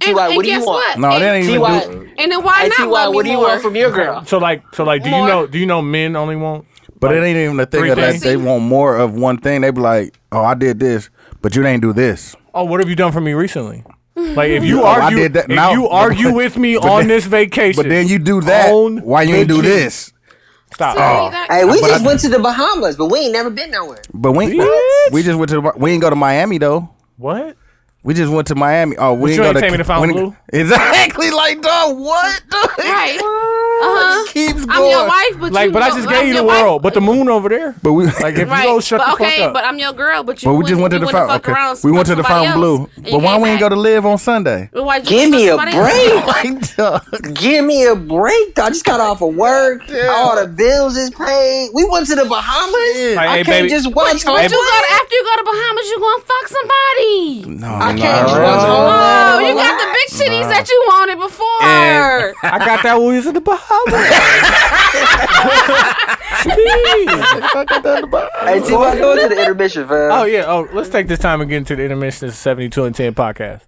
Speaker 6: and
Speaker 8: what do
Speaker 6: guess
Speaker 8: you want?
Speaker 6: What?
Speaker 2: No,
Speaker 6: and,
Speaker 2: that ain't even.
Speaker 8: Ty,
Speaker 2: Do,
Speaker 6: And then why
Speaker 8: hey,
Speaker 6: not
Speaker 8: Ty,
Speaker 6: love me
Speaker 8: what do you
Speaker 6: more?
Speaker 8: want from your girl?
Speaker 4: So like, so like, do you
Speaker 6: More.
Speaker 4: know? Do you know men only want?
Speaker 2: but it ain't even the thing
Speaker 4: Three
Speaker 2: of that
Speaker 4: things.
Speaker 2: they want more of one thing. They be like, oh, I did this, but you didn't do this.
Speaker 4: Oh, what have you done for me recently? Like, if you
Speaker 2: Oh, I
Speaker 4: argue,
Speaker 2: did that.
Speaker 4: if
Speaker 2: Now- [LAUGHS]
Speaker 4: you argue with me
Speaker 2: But
Speaker 4: on
Speaker 2: then-
Speaker 4: this vacation,
Speaker 2: But then you do that.
Speaker 4: Own
Speaker 2: Why you ain't do
Speaker 4: bitches.
Speaker 2: this? Oh.
Speaker 4: stop. Oh,
Speaker 6: Sorry, that-
Speaker 8: Hey, we just went to [LAUGHS] the Bahamas, but we ain't never been nowhere.
Speaker 2: But we [LAUGHS]
Speaker 4: What?
Speaker 2: we just went to the, we ain't go to Miami though.
Speaker 4: What?
Speaker 2: We just went to Miami. Oh, we
Speaker 4: you
Speaker 2: didn't
Speaker 4: ain't
Speaker 2: go
Speaker 4: take me to Fountain
Speaker 2: we didn't-
Speaker 4: Blue?
Speaker 2: [LAUGHS] Exactly, like dog. What? dog?
Speaker 6: Right.
Speaker 2: It Keeps
Speaker 6: I'm your
Speaker 2: going.
Speaker 6: wife, but
Speaker 4: Like,
Speaker 6: you
Speaker 4: but I
Speaker 6: know-
Speaker 4: just
Speaker 6: I'm
Speaker 4: gave you the
Speaker 6: your wife,
Speaker 4: world, but the moon over there.
Speaker 2: But we
Speaker 4: Like, if
Speaker 6: [LAUGHS] Right.
Speaker 4: you go shut
Speaker 6: but,
Speaker 4: the
Speaker 6: okay,
Speaker 4: fuck up.
Speaker 6: but I'm your girl, but you.
Speaker 2: But we just went to
Speaker 6: you
Speaker 2: the fountain.
Speaker 6: fuck around
Speaker 2: Okay. We
Speaker 6: and
Speaker 2: went to
Speaker 6: fuck
Speaker 2: the
Speaker 6: somebody
Speaker 2: Fountain Blue.
Speaker 6: else, and you
Speaker 2: But why
Speaker 6: came
Speaker 2: we ain't
Speaker 6: back.
Speaker 2: go to live on Sunday? [LAUGHS]
Speaker 6: But why'd you
Speaker 8: Give
Speaker 6: fuck
Speaker 8: me a
Speaker 6: somebody else?
Speaker 8: break.
Speaker 4: [LAUGHS]
Speaker 2: Like, dog.
Speaker 8: Give me a break. I just got off of work. All the bills is paid. We went to the Bahamas. I
Speaker 4: hey,
Speaker 8: can't
Speaker 4: baby.
Speaker 8: just watch
Speaker 6: But
Speaker 8: home.
Speaker 6: you go to, after you go to Bahamas, you gonna fuck somebody.
Speaker 2: No,
Speaker 8: I can't
Speaker 2: no.
Speaker 8: just watch
Speaker 6: Oh,
Speaker 8: home.
Speaker 6: you got the big titties that you wanted before.
Speaker 4: I got that when we
Speaker 2: [LAUGHS]
Speaker 4: was in the Bahamas.
Speaker 8: Hey, T, why go to the intermission, fam?
Speaker 4: oh yeah. Oh, let's take this time and get into the intermission of seventy two and ten podcast.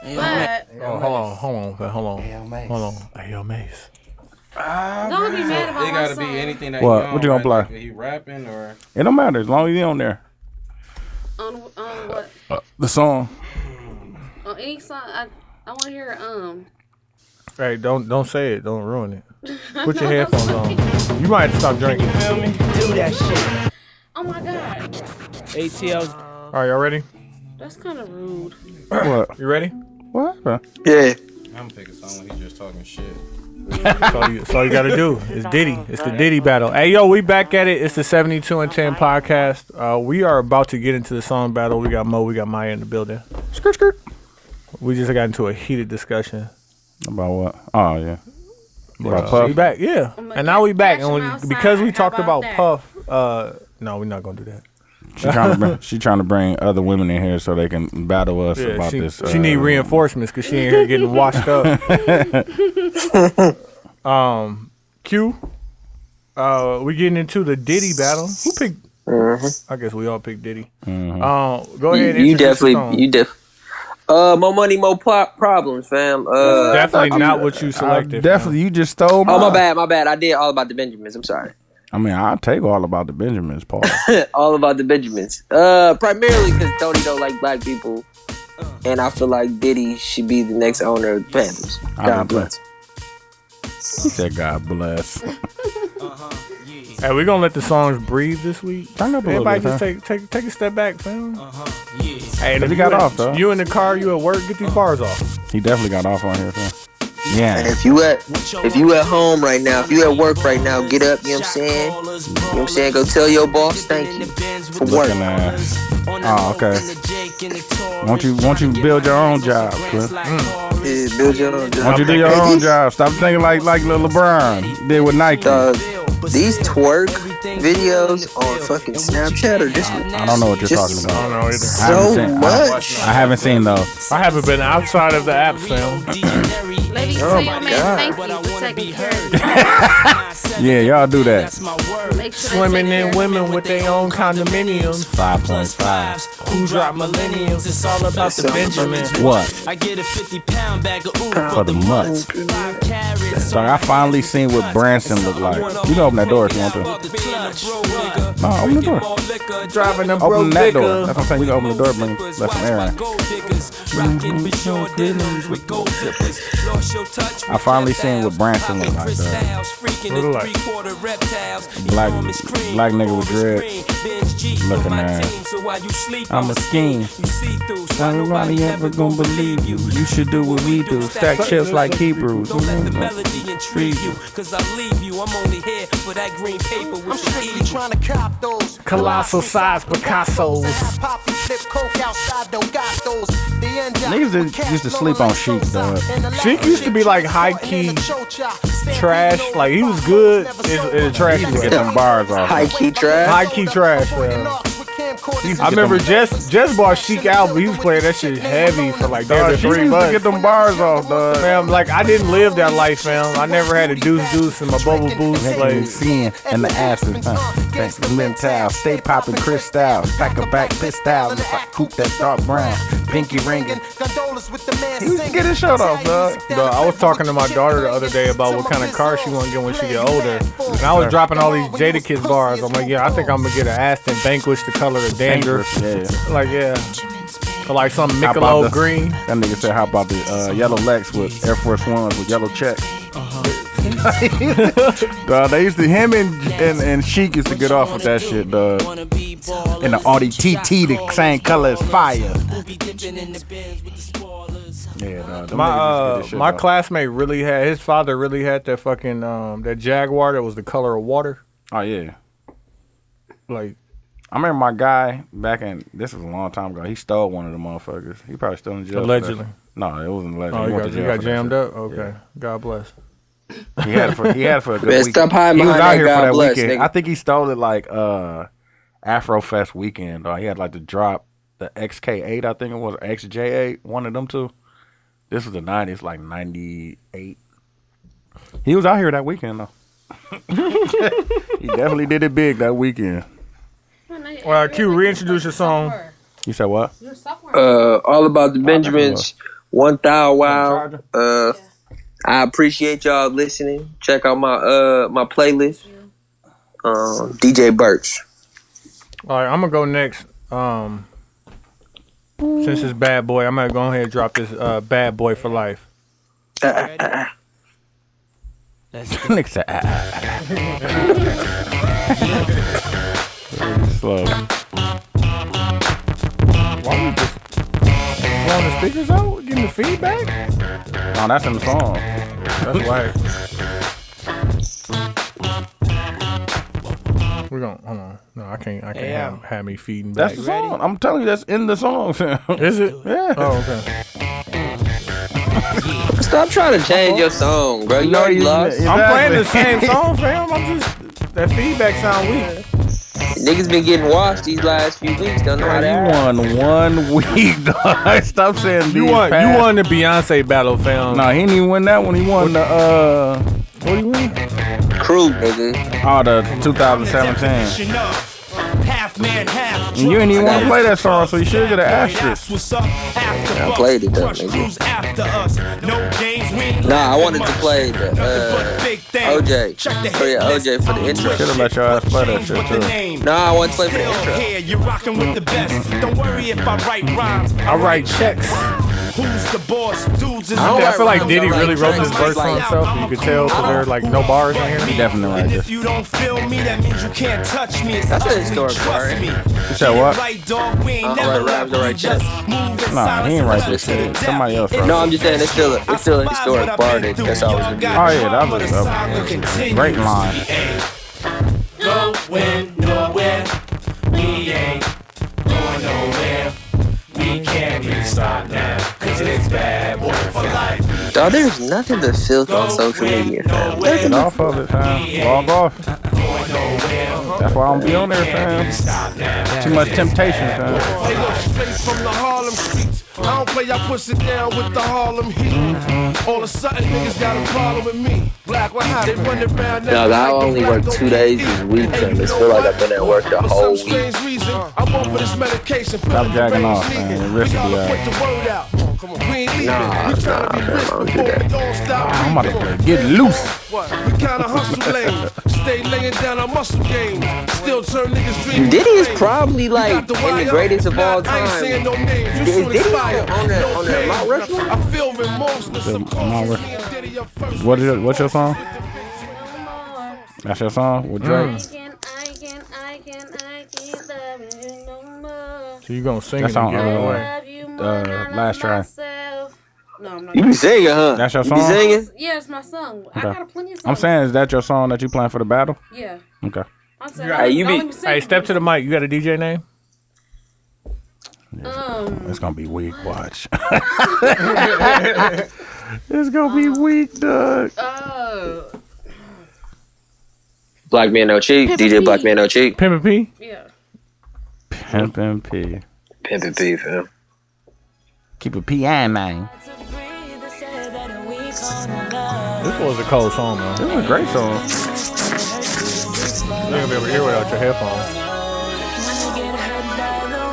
Speaker 6: But
Speaker 4: Oh, hold on, hold on, fam, hold on, hold on. Hey, yo, Mace.
Speaker 6: don't be mad about
Speaker 1: It
Speaker 6: my
Speaker 1: gotta be
Speaker 6: son.
Speaker 1: anything that
Speaker 2: What?
Speaker 1: He on,
Speaker 2: What you gonna
Speaker 1: right?
Speaker 2: play?
Speaker 1: Like, He rapping or
Speaker 2: It don't matter as long as you on there.
Speaker 6: on, on what?
Speaker 2: The song.
Speaker 6: On any song, I, I want to hear um.
Speaker 4: Hey, don't don't say it. Don't ruin it. Put your headphones on. You might have to stop drinking.
Speaker 6: Oh my god,
Speaker 5: ATL.
Speaker 4: All right, y'all ready?
Speaker 6: that's kind of rude.
Speaker 2: What?
Speaker 4: You ready?
Speaker 2: What? Bro?
Speaker 8: Yeah.
Speaker 1: I'm gonna pick a song when he just talking shit.
Speaker 4: That's all you, that's all you gotta
Speaker 6: [LAUGHS]
Speaker 4: do. It's Diddy. It's the Diddy battle. Hey, yo, we back at it. It's the 72 and 10 podcast. Uh, we are about to get into the song battle. We got Mo, we got Maya in the building.
Speaker 2: Skirt, skirt.
Speaker 4: We just got into a heated discussion
Speaker 2: About what? Oh yeah. By
Speaker 4: We
Speaker 2: Puff.
Speaker 4: back, yeah.
Speaker 6: I'ma
Speaker 4: And now we
Speaker 6: get
Speaker 4: back,
Speaker 6: Cash
Speaker 4: and
Speaker 6: from outside.
Speaker 4: when, because we
Speaker 6: How
Speaker 4: talked
Speaker 6: about
Speaker 4: about
Speaker 6: that?
Speaker 4: Puff, uh, no, we're not gonna do that.
Speaker 2: She trying to bring she trying to bring other women in here so they can battle us about
Speaker 4: she,
Speaker 2: this.
Speaker 4: she
Speaker 2: uh,
Speaker 4: need reinforcements because she ain't here getting washed
Speaker 8: [LAUGHS]
Speaker 4: up. um, Q, uh, we getting into the Diddy battle. Who picked? I guess we all picked Diddy.
Speaker 2: Mm-hmm.
Speaker 4: Uh, go
Speaker 8: Mm-hmm. You,
Speaker 4: ahead.
Speaker 8: you
Speaker 4: introduce your song.
Speaker 8: definitely, you def. Uh, more money, more pro- problems, fam. Uh,
Speaker 4: definitely
Speaker 2: I'm-
Speaker 4: not what you
Speaker 2: I
Speaker 4: selected.
Speaker 2: definitely, you just stole.
Speaker 8: oh my
Speaker 2: mine.
Speaker 8: bad, my bad. I did all about the Benjamins. I'm sorry.
Speaker 2: I mean, I'll take all about the Benjamins part.
Speaker 8: all about the Benjamins. Uh, primarily because Tony don't like black people,
Speaker 4: Uh.
Speaker 8: and I feel like Diddy should be the next owner of the Panthers.
Speaker 2: I
Speaker 8: God
Speaker 2: agree.
Speaker 8: bless.
Speaker 2: She said, "God bless."
Speaker 4: Hey, we gonna let the songs breathe this week.
Speaker 2: Turn up a little
Speaker 4: Everybody
Speaker 2: bit,
Speaker 4: just
Speaker 2: huh?
Speaker 4: take take take a step back, fam.
Speaker 5: Yeah.
Speaker 4: Hey, and if
Speaker 2: But he got
Speaker 4: in-
Speaker 2: off, though.
Speaker 4: You in the car? You at work? Get these bars off.
Speaker 2: He definitely got off on here. Too. Yeah,
Speaker 8: If you at if you at home right now, if you at work right now, get up. You know what I'm saying? You know what I'm saying? Go tell your boss thank you for work.
Speaker 2: looking ass. Oh, okay. Won't you won't you build your own job, Cliff?
Speaker 8: Yeah, build your own job.
Speaker 2: Won't you do your own job? Stop thinking like like little LeBron did with Nike.
Speaker 8: Uh, these twerk videos on fucking Snapchat or just
Speaker 2: I don't know what you're
Speaker 8: just-
Speaker 2: talking about.
Speaker 4: don't know either.
Speaker 2: I haven't
Speaker 8: so
Speaker 2: seen- I-
Speaker 8: much.
Speaker 2: I, haven't seen those.
Speaker 4: I haven't been outside of the app, fam.
Speaker 6: Ladies, tell your man thank you for taking care of me.
Speaker 2: Yeah, y'all do that.
Speaker 6: Make sure they
Speaker 4: Women
Speaker 6: take care
Speaker 4: and
Speaker 6: of me.
Speaker 4: women with their own condominiums.
Speaker 2: Five point five.
Speaker 5: Who dropped millenniums? It's all about the Benjamins.
Speaker 2: What?
Speaker 5: I get a 50 pound bag of ooh
Speaker 2: For the mutts. So I finally seen what Branson looked like. You can open that door if you want to. No, open the door.
Speaker 4: Driving them
Speaker 2: Open
Speaker 4: broke
Speaker 2: that door.
Speaker 4: liquor.
Speaker 2: That's what I'm saying. You can open the door, bring let some air in. Mm-hmm. I finally seen what Branson looked like. Though.
Speaker 4: What like?
Speaker 2: Black black nigga with dreads. Looking at I'm a scheme. Why nobody ever gonna believe you? You should do what we do. Stack chips like Hebrews. Mm-hmm.
Speaker 4: Colossal size Picasso's.
Speaker 2: Niggas did- used to sleep on Sheik, dog.
Speaker 4: Sheik used to be like high key trash. Like he was good in, in a trash
Speaker 2: Used to get
Speaker 4: way.
Speaker 2: them bars off.
Speaker 8: High key trash.
Speaker 4: High key trash, fam.
Speaker 2: Used to
Speaker 4: I
Speaker 2: get
Speaker 4: remember
Speaker 2: them-
Speaker 4: Jess Jess bought Chic album. He was playing that shit heavy for like
Speaker 2: Dog,
Speaker 4: damn near
Speaker 2: she
Speaker 4: three
Speaker 2: used to
Speaker 4: months.
Speaker 2: get them bars off, dog.
Speaker 4: Fam, like I didn't live that life, fam. I never had a deuce deuce in my bubble boots.
Speaker 2: Like,
Speaker 4: Like
Speaker 2: sin and the asses, huh? Thanks to Mental, stay popping crystal, back a back pissed out. If I coop that dark brown, pinky ringing. He used to get his shirt off, dog.
Speaker 4: Bro, I was talking to my daughter the other day about what kind of car she wanna get when she get older, and I was dropping all these Jada Kids bars. I'm like, yeah, I think I'm gonna get an Aston Vanquish the color of dandruff.
Speaker 2: Yeah.
Speaker 4: Like yeah, or like some
Speaker 2: How about
Speaker 4: Michelob
Speaker 2: the-
Speaker 4: green.
Speaker 2: That nigga said, "How about the uh, yellow Lex with Air Force Ones with yellow check?" [LAUGHS] dog, Uh-huh. they used to him and and, and Sheik used to get off with that shit, dog. And the Audi TT, the same color as fire. Yeah, dog. them niggas used to get
Speaker 4: My uh,
Speaker 2: this shit
Speaker 4: my
Speaker 2: off.
Speaker 4: classmate really had his father really had that fucking um that Jaguar that was the color of water.
Speaker 2: Oh yeah,
Speaker 4: Like
Speaker 2: I remember my guy back in this was a long time ago. He stole one of the motherfuckers. He probably still in jail. for that
Speaker 4: Allegedly.
Speaker 2: shit. No, it wasn't allegedly.
Speaker 4: oh,
Speaker 2: he
Speaker 4: you
Speaker 2: went
Speaker 4: got,
Speaker 2: to
Speaker 4: you
Speaker 2: jail
Speaker 4: got
Speaker 2: for that
Speaker 4: jammed
Speaker 2: shit.
Speaker 4: up. Okay, God bless.
Speaker 2: He had it for he had it for
Speaker 8: [LAUGHS]
Speaker 2: a good
Speaker 8: Man,
Speaker 2: weekend.
Speaker 8: stop hiding
Speaker 2: he was
Speaker 8: behind
Speaker 2: out
Speaker 8: that
Speaker 2: here
Speaker 8: God
Speaker 2: for that
Speaker 8: bless,
Speaker 2: weekend.
Speaker 8: nigga.
Speaker 2: I think he stole it like uh Afrofest weekend. Or he had like the drop the XK8, I think it was XJ8, one of them two. This was the nineties, like ninety eight. He was out here that weekend though. [LAUGHS] he definitely did it big that weekend.
Speaker 4: Well, Q, reintroduce your song.
Speaker 2: You said what?
Speaker 6: You're suffering.
Speaker 8: Uh, all about the Benjamins. One thou wow. Uh, I appreciate y'all listening. Check out my uh my playlist. Um, DJ Birch.
Speaker 4: All right, I'm gonna go next. Um, since it's bad boy, I'm gonna go ahead and drop this uh, bad boy for life.
Speaker 2: [LAUGHS] Nick said, ah, ah, ah. [LAUGHS] Slow.
Speaker 4: Why we just blowing the speakers out, getting the feedback?
Speaker 2: Oh, that's in the song. That's why.
Speaker 4: We're gonna hold on. No, I can't. I can't
Speaker 5: Yeah.
Speaker 4: have, have me feeding back.
Speaker 2: That's the song. I'm telling you, [LAUGHS]
Speaker 4: Oh,
Speaker 2: that's in the song, fam.
Speaker 4: Is it?
Speaker 2: Yeah.
Speaker 4: Oh, okay.
Speaker 8: Stop Stop trying to change your song, bro. You already lost.
Speaker 4: I'm playing
Speaker 2: [LAUGHS]
Speaker 4: the same song, fam. I'm just that feedback sound weak.
Speaker 8: Niggas been getting washed these last few weeks. Don't know how to act.
Speaker 2: You won one week, [LAUGHS] dog. Stop saying
Speaker 4: You
Speaker 2: these
Speaker 4: won, you
Speaker 2: past-
Speaker 4: won the Beyonce battle, fam.
Speaker 2: No, he didn't even win that one. He won the uh, what he win?
Speaker 8: Crew, nigga.
Speaker 2: Oh, the
Speaker 4: [LAUGHS]
Speaker 2: 2017.
Speaker 5: Definition of Half man, half
Speaker 2: And you didn't even want to
Speaker 8: Nice.
Speaker 2: play that song, so you should get an asterisk.
Speaker 5: I
Speaker 8: played it though, nigga.
Speaker 5: nigga.
Speaker 8: Nah, I wanted to play the, uh, OJ. Oh, yeah, OJ for the intro.
Speaker 2: Should've let your ass play that shit, too.
Speaker 8: No, I want to play for the
Speaker 5: Still
Speaker 8: intro.
Speaker 5: here, you're rocking with the best. Don't worry if I write rhymes. I
Speaker 4: write checks.
Speaker 5: Who's the boss? Dudes is
Speaker 8: I don't
Speaker 4: I feel like
Speaker 8: I'm
Speaker 4: Diddy
Speaker 8: like
Speaker 4: really wrote this
Speaker 8: Drake,
Speaker 4: verse on
Speaker 8: like-
Speaker 4: himself. and You could tell because there are like no bars in here.
Speaker 5: He
Speaker 2: definitely like
Speaker 5: and
Speaker 2: this.
Speaker 5: If you don't feel me, that means you can't touch me. It's
Speaker 8: That's a Uh,
Speaker 5: ugly,
Speaker 8: historic
Speaker 5: trust
Speaker 8: bar.
Speaker 5: me.
Speaker 2: You said what?
Speaker 5: Right, dog, we ain't
Speaker 8: I don't
Speaker 5: never
Speaker 8: write rhymes, I
Speaker 5: left.
Speaker 8: write
Speaker 5: We just move in
Speaker 2: Nah, he ain't
Speaker 5: silence
Speaker 2: write
Speaker 5: and
Speaker 2: this
Speaker 5: love to
Speaker 2: shit.
Speaker 5: the
Speaker 2: Somebody
Speaker 5: death.
Speaker 2: else wrote
Speaker 8: No, I'm just saying it's still a, it's still a historic bar that, that's always
Speaker 5: Oh
Speaker 8: been good.
Speaker 2: yeah, that was a Great line.
Speaker 3: Going nowhere. We ain't going nowhere. We can't be stopped now. Cause it's bad boy for life.
Speaker 8: Dawg, there's nothing but filth on social media, fam.
Speaker 2: Get off of it, fam. Log off. That's why I don't be on there, fam. Too much temptation, fam.
Speaker 5: They look straight from the Harlem streets. I don't play, I push it down with the Harlem heat. All of a sudden, niggas got a problem with me. Black, what happened? They running around now.
Speaker 8: Dog, I
Speaker 5: like the
Speaker 8: only
Speaker 5: black
Speaker 8: work
Speaker 5: don't
Speaker 8: two
Speaker 5: eat
Speaker 8: days
Speaker 5: meat.
Speaker 8: this week,
Speaker 5: And
Speaker 8: fam.
Speaker 5: you
Speaker 8: It's
Speaker 5: know
Speaker 8: feel like
Speaker 5: what?
Speaker 8: I've been at work the
Speaker 5: For
Speaker 8: whole
Speaker 5: some
Speaker 8: week.
Speaker 5: strange reason, I'm on for this medication. Feeling the
Speaker 2: jacking
Speaker 5: brain's
Speaker 2: off, man.
Speaker 5: needed.
Speaker 2: Your wrist
Speaker 5: We gotta
Speaker 2: be out.
Speaker 5: put the word out. Come on, we ain't leaving.
Speaker 8: Nah,
Speaker 5: we tryna
Speaker 8: nah,
Speaker 5: be
Speaker 8: man,
Speaker 5: rich
Speaker 8: I don't do
Speaker 5: before
Speaker 8: that.
Speaker 5: we all stop.
Speaker 2: I'm about to
Speaker 5: people.
Speaker 2: play. Get loose.
Speaker 5: What? We kinda hustle lanes. Stay laying down our muscle games. Still turn niggas dreams.
Speaker 8: Diddy is
Speaker 5: to fame.
Speaker 8: probably like in the greatest of all
Speaker 5: I ain't saying no
Speaker 8: time.
Speaker 5: names. You
Speaker 8: Is
Speaker 5: shoot
Speaker 8: Diddy
Speaker 5: as fire.
Speaker 8: on the-
Speaker 5: No
Speaker 8: on the
Speaker 5: pain.
Speaker 8: Mount Rushmore?
Speaker 5: I feel remorseless.
Speaker 2: The
Speaker 5: Of
Speaker 2: Mount
Speaker 5: course,
Speaker 2: Rush-
Speaker 5: me and Diddy are first.
Speaker 2: What is your, what's your song? That's your song with Drake.
Speaker 6: I can, I can, I can, I can love you no more.
Speaker 4: So you gonna sing
Speaker 2: That's
Speaker 4: it
Speaker 2: on, uh,
Speaker 4: again? no
Speaker 6: I
Speaker 4: way.
Speaker 6: love you more
Speaker 2: uh,
Speaker 6: than I love
Speaker 2: last try.
Speaker 6: myself. No, I'm not.
Speaker 8: You be singing, huh?
Speaker 2: That's your
Speaker 8: You be
Speaker 2: song?
Speaker 8: singing?
Speaker 6: Yeah, it's my song. I
Speaker 2: Okay.
Speaker 6: got a plenty of songs.
Speaker 2: I'm saying, is that your song that you playing for the battle?
Speaker 6: Yeah.
Speaker 2: Okay.
Speaker 6: I'm saying.
Speaker 8: Hey, you
Speaker 6: don't
Speaker 8: be-
Speaker 6: let me sing
Speaker 4: Hey,
Speaker 6: it.
Speaker 4: step to the mic. You got a DJ name?
Speaker 6: Um,
Speaker 2: It's gonna be weak. Watch. [LAUGHS] it's gonna be weak, dog.
Speaker 6: uh,
Speaker 8: Black Man No Cheat.
Speaker 6: Pimp
Speaker 8: DJ
Speaker 6: P.
Speaker 8: Black Man No Cheat.
Speaker 4: Pimpin' P.
Speaker 6: yeah.
Speaker 2: Pimp and P.
Speaker 8: Pimpin' P, fam.
Speaker 2: Keep a PI man.
Speaker 4: This was a cold song, man.
Speaker 2: This is a great song.
Speaker 4: You ain't gonna be able to hear without your headphones.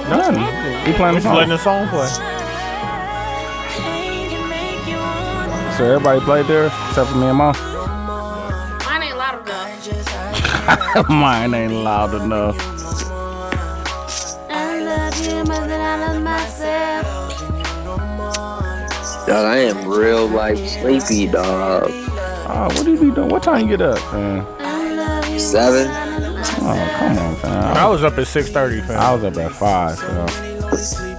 Speaker 2: None. He playing the
Speaker 4: Just letting the
Speaker 2: song.
Speaker 4: song play.
Speaker 2: So everybody played there except for me and mom.
Speaker 6: Mine ain't loud
Speaker 2: [LAUGHS]
Speaker 6: enough.
Speaker 2: Mine ain't loud enough.
Speaker 6: I love you more than I love myself.
Speaker 8: Dog, I am real like sleepy, dog.
Speaker 2: Oh, what do you be doing? What time you get up, man?
Speaker 8: Seven.
Speaker 2: Oh, come on, man.
Speaker 4: I was up at 6:30, fam.
Speaker 2: I was up at five. So.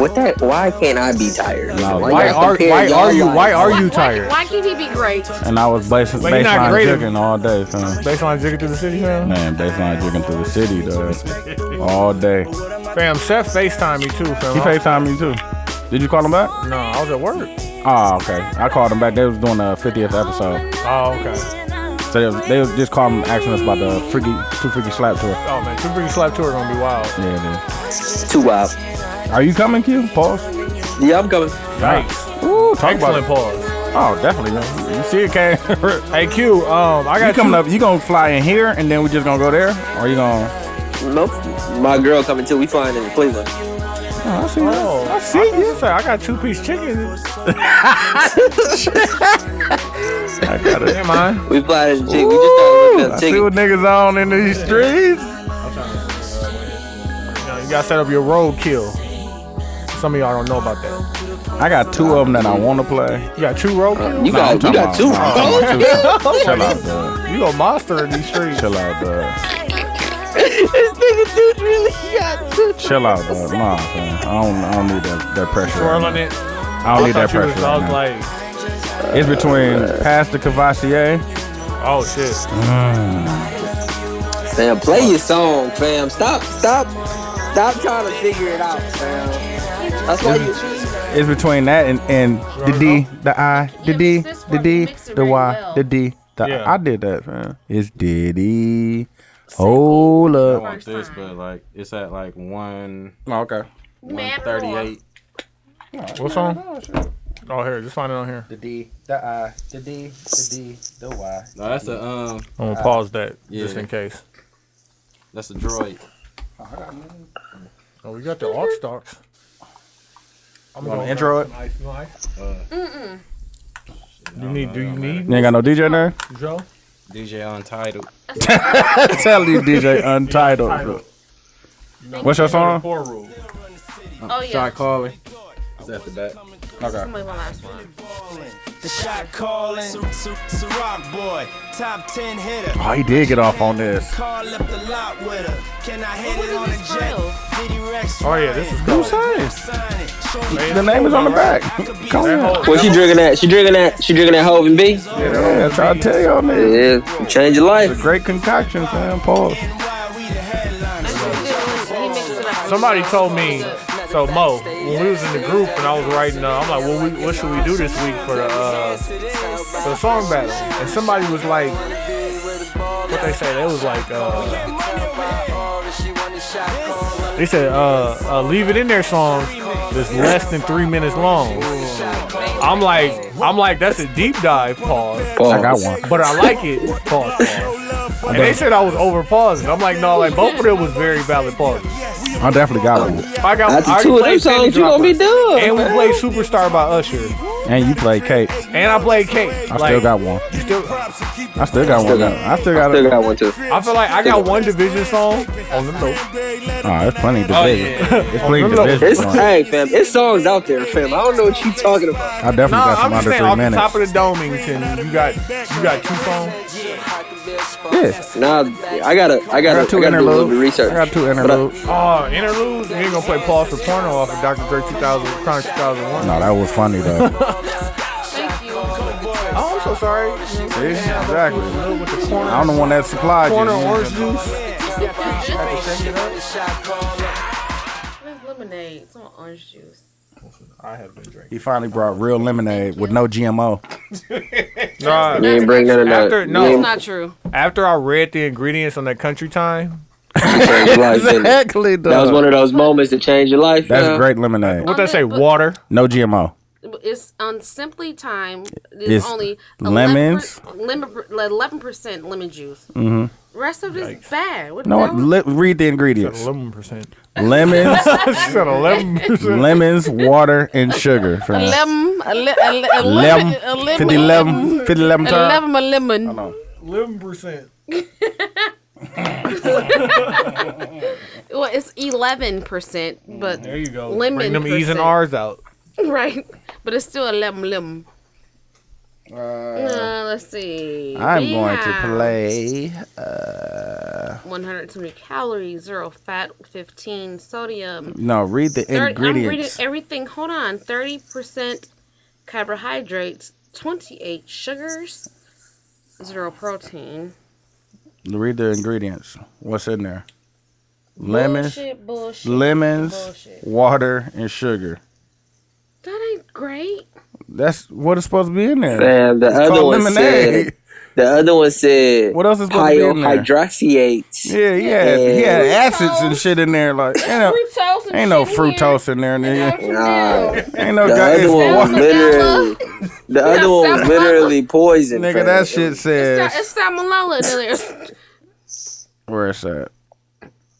Speaker 8: What that? Why can't I be tired?
Speaker 2: No,
Speaker 8: Why,
Speaker 4: Why
Speaker 8: y'all
Speaker 4: are
Speaker 8: compare
Speaker 4: why
Speaker 8: y'all
Speaker 4: are you
Speaker 8: lives?
Speaker 4: why are you
Speaker 6: Why-
Speaker 4: tired?
Speaker 6: Why, can't he be great?
Speaker 2: And I was bas-
Speaker 4: you're not
Speaker 2: baseline
Speaker 4: great at-
Speaker 2: jigging all day, fam.
Speaker 4: Baseline jigging through the city, fam.
Speaker 2: Man, baseline jigging through the city, dog. All day.
Speaker 4: Fam, Seth FaceTime me too, fam.
Speaker 2: He
Speaker 4: I was-
Speaker 2: FaceTime me too. Did you call him back?
Speaker 4: No, I was at work.
Speaker 2: Oh, okay. I called him back. They was doing the 50th episode.
Speaker 4: Oh, okay.
Speaker 2: So they, was, they was just called him asking us about the freaky, two freaky slap tour.
Speaker 4: Oh man, two pretty slap tour gonna be wild.
Speaker 2: Yeah,
Speaker 8: Too wild.
Speaker 2: dude. Are you coming, Q? Pause.
Speaker 8: Yeah, I'm coming.
Speaker 4: Nice.
Speaker 2: Ooh, talk about
Speaker 4: Excellent
Speaker 2: it.
Speaker 4: pause.
Speaker 2: Oh, definitely. man. You see it, K?
Speaker 4: [LAUGHS] Hey Q, um, I got
Speaker 2: you coming
Speaker 4: two-
Speaker 2: up? You gonna fly in here, and then we just gonna go there, or you gonna?
Speaker 8: Nope. My girl coming too. We flying into Cleveland.
Speaker 2: Oh, I see you.
Speaker 4: Oh,
Speaker 2: I see you.
Speaker 4: Say, I got two piece chicken.
Speaker 2: I got it.
Speaker 4: Ain't mine.
Speaker 8: We flying into Cleveland. We just started looking
Speaker 2: Ooh,
Speaker 8: up
Speaker 2: I see what
Speaker 8: tickets.
Speaker 2: niggas on in these streets.
Speaker 4: You, know, you gotta set up your roadkill. Some of y'all don't know about that.
Speaker 2: I got two of them that I want to play.
Speaker 4: You got two roadkill.
Speaker 8: You
Speaker 2: Nah, I'm
Speaker 8: got,
Speaker 2: talking
Speaker 8: you got two.
Speaker 2: about- nah, I'm talking about
Speaker 8: [LAUGHS]
Speaker 2: two. Chill out, dog.
Speaker 4: You a monster in these streets.
Speaker 2: Chill out, dog.
Speaker 8: this nigga dude really got two.
Speaker 2: Chill out, dog. Nah, man. I don't, I don't need that, that pressure. right
Speaker 4: Twirling it.
Speaker 2: now. I don't
Speaker 4: I
Speaker 2: need that
Speaker 4: thought you
Speaker 2: pressure.
Speaker 4: was,
Speaker 2: right
Speaker 4: I was
Speaker 2: now.
Speaker 4: like,
Speaker 2: it's between Pastor Cavassier.
Speaker 4: oh shit.
Speaker 8: Fam, play your song, fam. Stop, stop, stop trying to figure it out, fam. That's why you.
Speaker 2: it's between that and, and the D, the I, the
Speaker 6: Yeah,
Speaker 2: D,
Speaker 6: but this
Speaker 2: the
Speaker 6: work,
Speaker 2: D,
Speaker 6: you mix it
Speaker 2: the
Speaker 6: very
Speaker 2: Y,
Speaker 6: well.
Speaker 2: the D. The
Speaker 4: Yeah.
Speaker 2: I. I did that, man. It's Diddy. Hold
Speaker 1: I
Speaker 2: up.
Speaker 1: want this, but like it's at like one
Speaker 2: Okay.
Speaker 6: Mad
Speaker 1: thirty eight.
Speaker 4: What song? Oh, here, just find it on here.
Speaker 2: The D, the I, the D, the D, the Y.
Speaker 1: No, that's a um,
Speaker 4: I'm gonna pause that just
Speaker 1: Yeah.
Speaker 4: in case.
Speaker 1: that's a droid.
Speaker 4: Oh, we got the aux stocks. I'm
Speaker 2: You wanna intro it?
Speaker 4: Ice, you want ice? You need? Do you need
Speaker 2: You ain't got no DJ name?
Speaker 4: Joe?
Speaker 1: DJ Untitled.
Speaker 2: [LAUGHS] Tell you DJ Untitled.
Speaker 4: Untitled.
Speaker 2: What's your song?
Speaker 4: Four rule.
Speaker 6: Oh yeah.
Speaker 1: Shot caller. It's after that.
Speaker 6: Somebody want last one.
Speaker 3: The shot calling. Ciroc boy, top 10 hitter.
Speaker 2: Oh, he did get off on this.
Speaker 3: Call up the lot with her. Can I hit
Speaker 6: Who
Speaker 3: it
Speaker 6: is
Speaker 3: on a
Speaker 6: this
Speaker 3: jet?
Speaker 6: file?
Speaker 3: Diddy Rex.
Speaker 4: Oh, yeah, this is
Speaker 3: Ryan.
Speaker 4: dope.
Speaker 2: Who's that?
Speaker 3: Sign it. Show me
Speaker 2: The name is on the back. Come
Speaker 4: That
Speaker 2: on.
Speaker 4: whole-
Speaker 8: What she drinking at? She drinking at? She drinking at Hov and B?
Speaker 2: Yeah, try to tell y'all, man.
Speaker 8: Yeah, change your life.
Speaker 2: Great concoction, fam. Pause.
Speaker 3: and why we the headlines.
Speaker 6: He mixed it up.
Speaker 4: Somebody told me, so Mo, when we was in the group and I was writing, uh, I'm like, well, we, what should we do this week for the, uh, for the song battle? And somebody was like, what they say? They was like, uh, they said, uh, uh, leave it in there song that's less than three minutes long. I'm like, I'm like, that's a deep dive pause,
Speaker 2: I got one.
Speaker 4: but I like it. Pause, pause. And they said I was over pausing. I'm like, no, like both of them was very valid pauses.
Speaker 2: I definitely got one.
Speaker 4: I got I already
Speaker 8: After two of them
Speaker 4: played Penny
Speaker 8: songs, you gonna be
Speaker 4: Dropper.
Speaker 8: done.
Speaker 4: And we
Speaker 8: man.
Speaker 4: played Superstar by Usher.
Speaker 2: And you play Kate.
Speaker 4: And I played Kate.
Speaker 2: I still got one.
Speaker 4: You still,
Speaker 2: I still got one. I still got
Speaker 8: Still
Speaker 2: it.
Speaker 8: got one too.
Speaker 4: I feel like I got one division song on them though.
Speaker 2: Oh, it's plenty of division. It's plenty of
Speaker 4: Oh, no, no.
Speaker 2: division.
Speaker 8: It's
Speaker 2: bro.
Speaker 8: hey fam, it's songs out there, fam. I don't know what you talking about.
Speaker 2: I definitely
Speaker 4: No,
Speaker 2: got some
Speaker 4: I'm just
Speaker 2: under
Speaker 4: saying off
Speaker 2: three
Speaker 4: the top
Speaker 2: minutes.
Speaker 4: of the Domington, you got you got two songs.
Speaker 2: Yes.
Speaker 8: Nah, I gotta, I
Speaker 2: I
Speaker 8: gotta, I
Speaker 2: got two
Speaker 8: gotta do a little
Speaker 2: interludes.
Speaker 8: bit of research.
Speaker 2: I got two
Speaker 8: But I-
Speaker 2: interludes.
Speaker 4: Oh, interludes. You ain't gonna play Pause for Porno off of Dr. Dre 2000, Chronic 2001.
Speaker 2: No, that was funny though.
Speaker 6: Thank you.
Speaker 4: Oh, I'm so sorry. You know,
Speaker 2: See? Exactly.
Speaker 4: With the corner,
Speaker 2: I don't the one that supplied
Speaker 4: corner
Speaker 2: you.
Speaker 4: orange juice.
Speaker 6: That's lemonade. It's on orange juice.
Speaker 4: I have been drinking.
Speaker 2: He finally brought real lemonade with no GMO.
Speaker 4: Nah,
Speaker 8: You ain't bring none of that.
Speaker 4: After-
Speaker 8: You
Speaker 4: no.
Speaker 8: ain't
Speaker 6: It's not true.
Speaker 4: after I read the ingredients on that Country Time,
Speaker 8: changed your life, did [LAUGHS] it?
Speaker 2: Exactly.
Speaker 8: That was one of those moments that changed your life.
Speaker 2: That's
Speaker 8: fam.
Speaker 2: great lemonade.
Speaker 4: what they say, water.
Speaker 2: No GMO.
Speaker 6: It's on Simply Time. It's,
Speaker 2: It's
Speaker 6: only
Speaker 2: lemons?
Speaker 6: eleven percent lemon juice. Rest of this is bad. What
Speaker 2: No,
Speaker 6: the hell?
Speaker 2: li- read the ingredients.
Speaker 4: 11%.
Speaker 2: Lemons,
Speaker 4: said 11%. [LAUGHS]
Speaker 2: lemons, water, and sugar. Fam.
Speaker 6: Lemon, a le- a le- a
Speaker 2: Lemon,
Speaker 6: lemon, a lemon,
Speaker 2: 50 lemon, 50 lemon
Speaker 6: a
Speaker 2: time.
Speaker 6: lemon, a lemon.
Speaker 4: Eleven percent.
Speaker 6: Well, it's eleven percent, but
Speaker 4: Mm, There you go.
Speaker 6: Lemon
Speaker 4: Bring them E's and
Speaker 6: percent.
Speaker 4: R's out.
Speaker 6: [LAUGHS] right, but it's still a lemon, lemon. Uh, let's see.
Speaker 2: I'm going to
Speaker 6: Yeah.
Speaker 2: play.
Speaker 6: 120 calories, zero fat, 15 sodium.
Speaker 2: No, read the
Speaker 6: 30, I'm reading
Speaker 2: ingredients.
Speaker 6: everything. Hold on. 30% carbohydrates, 28 sugars, zero protein.
Speaker 2: Read the ingredients. What's in there? Lemons,
Speaker 6: Bullshit, bullshit.
Speaker 2: lemons,
Speaker 6: Bullshit.
Speaker 2: water, and sugar.
Speaker 6: that ain't great.
Speaker 2: That's what is supposed to be in there.
Speaker 8: Fam, the
Speaker 2: It's
Speaker 8: other
Speaker 2: called
Speaker 8: one
Speaker 2: lemonade.
Speaker 8: said. The other one said.
Speaker 2: What else is supposed to be in there?
Speaker 8: Hydroxyates.
Speaker 2: [LAUGHS] Yeah, he had, he had acids and shit in there. Like, ain't no,
Speaker 6: Fructose and
Speaker 2: ain't no
Speaker 6: shit in
Speaker 2: fructose in there, nigga. [LAUGHS]
Speaker 6: here.
Speaker 8: Nah.
Speaker 2: Ain't no
Speaker 8: The other one
Speaker 2: goddamn
Speaker 8: was
Speaker 2: water.
Speaker 8: literally. The other one was literally poison.
Speaker 2: Nigga,
Speaker 8: fam.
Speaker 2: that shit
Speaker 6: It's,
Speaker 2: says.
Speaker 6: it's salmonella in there.
Speaker 2: Where it's at.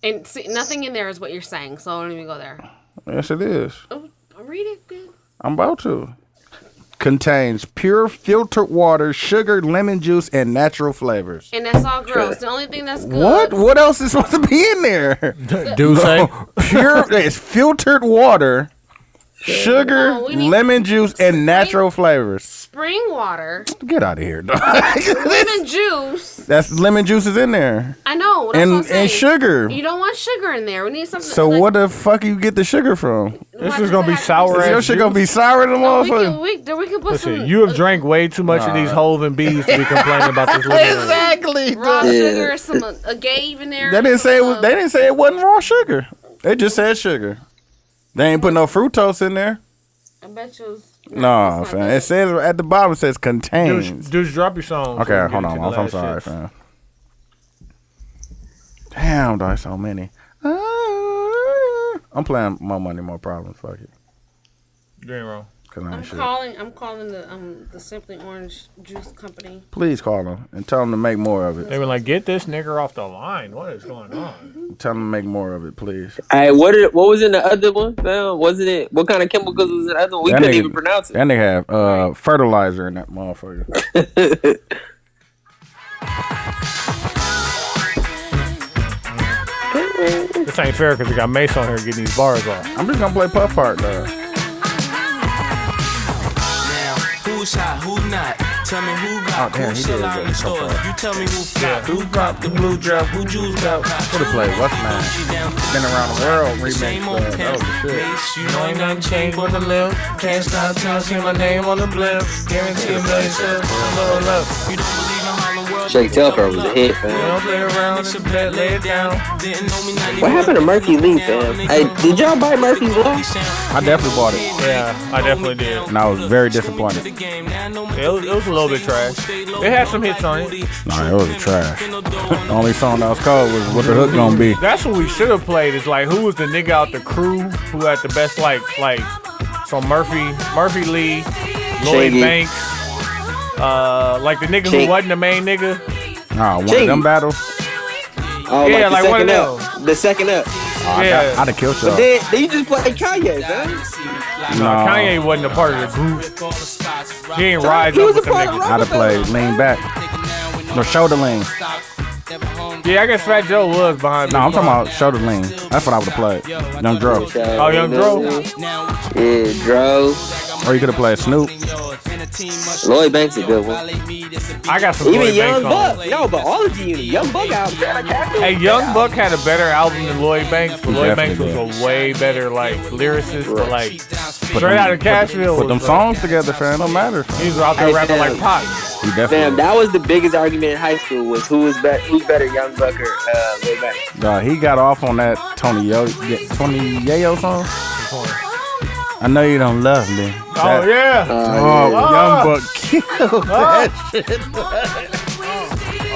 Speaker 6: and see, nothing in there is what you're saying, so I don't even go there.
Speaker 2: Yes, it is.
Speaker 6: Oh, read it, then.
Speaker 2: I'm about to. Contains pure filtered water, sugar, lemon juice, and natural flavors.
Speaker 6: And that's all gross. The only thing that's good.
Speaker 2: What? What else is supposed to be in there?
Speaker 4: Do say
Speaker 2: Pure, [LAUGHS] it's filtered water, sugar,
Speaker 6: No, we need-
Speaker 2: lemon juice, and natural flavors.
Speaker 6: Spring water,
Speaker 2: Get out of here, dog. [LAUGHS]
Speaker 6: lemon juice.
Speaker 2: That's lemon juice is in there,
Speaker 6: I know. That's what I'm
Speaker 2: and
Speaker 6: saying.
Speaker 2: and sugar.
Speaker 6: You don't want sugar in there. We need something.
Speaker 2: So
Speaker 6: like-
Speaker 2: what the fuck you get the sugar from?
Speaker 4: this
Speaker 6: Why
Speaker 4: is
Speaker 6: does
Speaker 4: gonna
Speaker 6: it
Speaker 4: be
Speaker 6: have to
Speaker 4: sour
Speaker 2: Is
Speaker 4: ass.
Speaker 2: your shit gonna be sour in the
Speaker 6: We can,
Speaker 2: motherfucker?
Speaker 6: we, then we can put
Speaker 4: Listen,
Speaker 6: some
Speaker 4: you have drank way too much of these Hove and B's to be complaining about this lemonade.
Speaker 2: Exactly.
Speaker 6: raw
Speaker 8: Yeah.
Speaker 6: sugar, some uh, agave in there.
Speaker 2: They didn't say it was,
Speaker 6: some,
Speaker 2: they didn't say it wasn't raw sugar. They just said sugar. They ain't put no fructose in there.
Speaker 6: uh, I bet you. it's-
Speaker 2: No,
Speaker 6: it's not
Speaker 2: fam.
Speaker 6: good.
Speaker 2: It says at the bottom it says contains.
Speaker 4: Dudes, dudes, drop your song.
Speaker 2: okay, hold on. I'm, I'm sorry, fam. Damn, there's so many. Ah, I'm playing my money, more problems. Fuck it,
Speaker 4: You ain't wrong.
Speaker 2: cause I
Speaker 6: I'm
Speaker 2: ain't shit.
Speaker 6: calling. I'm calling the um the Simply Orange Juice Company.
Speaker 2: Please call them and tell them to make more of it.
Speaker 4: They were like, get this nigga off the line. What is going on?
Speaker 2: Tell them to make more of it, please.
Speaker 8: Hey, what did, what was in the other one? Fam? Wasn't it what kind of chemicals was in the other one? We
Speaker 2: That
Speaker 8: couldn't
Speaker 2: nigga-
Speaker 8: even pronounce it.
Speaker 2: That nigga have uh, fertilizer in that motherfucker.
Speaker 4: This ain't fair because we got Mace on here getting these bars off.
Speaker 2: I'm just gonna play Puff Part though.
Speaker 3: Now, who's hot, who not? Tell me who got
Speaker 2: Oh, damn,
Speaker 3: who
Speaker 2: he
Speaker 3: sell
Speaker 2: did
Speaker 3: out
Speaker 2: good
Speaker 3: in
Speaker 2: so
Speaker 3: stores.
Speaker 2: far.
Speaker 3: You tell me who flop, who
Speaker 2: dropped
Speaker 3: the blue drop, who jewels got.
Speaker 2: What a play, what's man? Been around the world remix.
Speaker 3: Same
Speaker 2: though.
Speaker 3: old
Speaker 2: That
Speaker 3: pimp,
Speaker 2: was the shit.
Speaker 3: Mace, you ain't nothing changed but the lip. Can't stop till I see my name on the blip. Guarantee a million sales, put a little up. You don't believe in Harlem World,
Speaker 8: Shake Telfer was a hit, fam.
Speaker 3: don't play around, it's a bet, lay it down. Didn't know me, now you
Speaker 8: What happened to
Speaker 3: know.
Speaker 8: Murphy Lee, fam? Hey, did y'all buy Murphy's Law?
Speaker 2: I definitely bought it,
Speaker 4: Yeah, I definitely did.
Speaker 2: and I was very disappointed.
Speaker 4: It was, it was a little bit trash. It had some hits on it.
Speaker 2: Nah, it was trash. [LAUGHS] The only song that was cold was "What the Hook Gonna Be."
Speaker 4: That's what we should have played. Is like who was the nigga out the crew who had the best like like so Murphy Murphy Lee, Lloyd
Speaker 8: Shaggy.
Speaker 4: Banks, uh like the nigga
Speaker 8: Shaggy.
Speaker 4: who wasn't the main nigga.
Speaker 2: Nah, one of
Speaker 8: Gee.
Speaker 2: them battles.
Speaker 8: Oh,
Speaker 4: Yeah, like
Speaker 8: the
Speaker 4: one of
Speaker 8: second up. The second up.
Speaker 2: Oh,
Speaker 4: Yeah.
Speaker 2: I, I'd have killed y'all.
Speaker 8: Then, then you just play Kanye, fam.
Speaker 2: No,
Speaker 4: Nah, Kanye wasn't a part of the group. He ain't rise
Speaker 8: He
Speaker 4: up
Speaker 8: was a
Speaker 4: with the
Speaker 8: part of
Speaker 4: nigga.
Speaker 2: I'd have played "Lean Back." No, shoulder lean.
Speaker 4: Yeah, I guess Fat Joe was behind.
Speaker 2: No,
Speaker 4: me.
Speaker 2: I'm talking about shoulder lean. That's what I would have played. Young Dro.
Speaker 4: Oh, Young Dro?
Speaker 8: Yeah, Dro.
Speaker 2: Or you could have played Snoop.
Speaker 8: Lloyd Banks a good one.
Speaker 4: I got some
Speaker 8: Even
Speaker 4: Lloyd
Speaker 8: Young
Speaker 4: Banks on.
Speaker 8: Buck. Yo, but all of you, Young Buck out there.
Speaker 4: Hey, Young Buck had a better album than Lloyd Banks, but Lloyd Banks
Speaker 2: Definitely
Speaker 4: was a way better like lyricist, but like
Speaker 2: Put
Speaker 4: straight
Speaker 2: them-
Speaker 4: out of Cashville.
Speaker 2: Put them
Speaker 4: was, uh,
Speaker 2: songs together, fam. Don't matter. Fam.
Speaker 4: He was out there
Speaker 8: Hey,
Speaker 4: rapping
Speaker 8: fam.
Speaker 4: like Pac.
Speaker 2: You definitely.
Speaker 8: Fam, that was the biggest argument in high school was who was better, who's better, Young Buck or uh, Lloyd Banks.
Speaker 2: Nah, he got off on that Tony Yo, yeah, Tony Yayo song. I know you don't love me.
Speaker 4: Oh
Speaker 2: That-
Speaker 4: yeah.
Speaker 8: Uh,
Speaker 2: Oh,
Speaker 4: Ah.
Speaker 2: Young [LAUGHS] Buck killed that shit.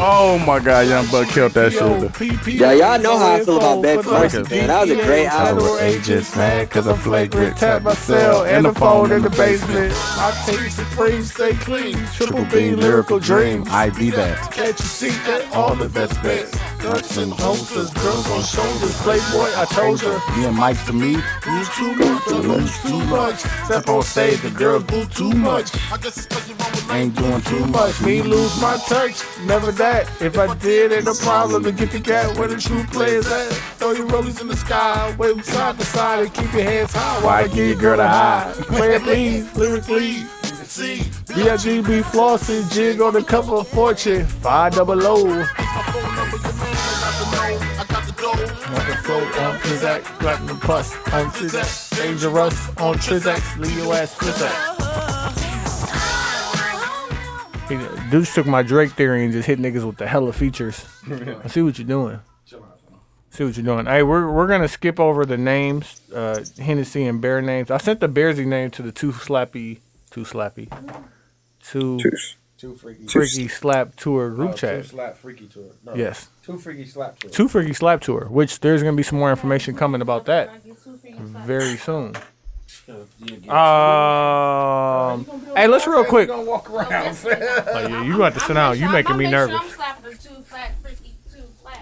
Speaker 2: Oh my God, Young Buck killed that shit.
Speaker 8: Yeah, y'all know how I feel about Bad Mercy, man. That was a great
Speaker 2: I
Speaker 8: album.
Speaker 2: was ages mad cause I'm flagrant. Tap myself and the phone in the basement.
Speaker 3: I take supreme, stay clean.
Speaker 2: Triple B lyrical dream. I be that.
Speaker 3: Can't you see that all the best bets? Guts and holsters, girls on shoulders, playboy, I told ya.
Speaker 2: Me and Mike to me.
Speaker 3: Use too much, to lose too much. Step on stage, the girls boo too much. I guess it's cause you run with
Speaker 2: Ain't doing too
Speaker 3: too
Speaker 2: much.
Speaker 3: much. Me lose my touch, never that. If I did, ain't a problem to get the cat where the true players at. Throw your rollies in the sky, wave them side to side and keep your hands high while I give your girl a
Speaker 2: Ah.
Speaker 3: high. Play it please, lyrically. See, B.I.G.B. Flossin, jig on the cover of Fortune, 5 double O. Like a flow on Pizzac, platinum plus on Trizac, dangerous on Trizac, leave your ass Trizac.
Speaker 4: He, dudes took my Drake theory and just hit niggas with the hella features. I see what you're doing. See what you're doing. Hey, we're, we're gonna skip over the names, uh, Hennessy and Bear names. I sent the Bearsy name to the two slappy, two slappy, two
Speaker 9: Two freaky.
Speaker 4: freaky slap tour group
Speaker 9: Oh, two
Speaker 4: chat.
Speaker 9: slap freaky tour. No,
Speaker 4: Yes,
Speaker 9: Two freaky slap tour.
Speaker 4: two freaky slap tour. Which there's gonna be some more information coming about that very soon. Um, hey, let's real quick.
Speaker 9: You gonna walk around, fam.
Speaker 4: Oh, yeah, you got to sit down. You making me nervous.
Speaker 6: I'm slapping the two flat, freaky two flat.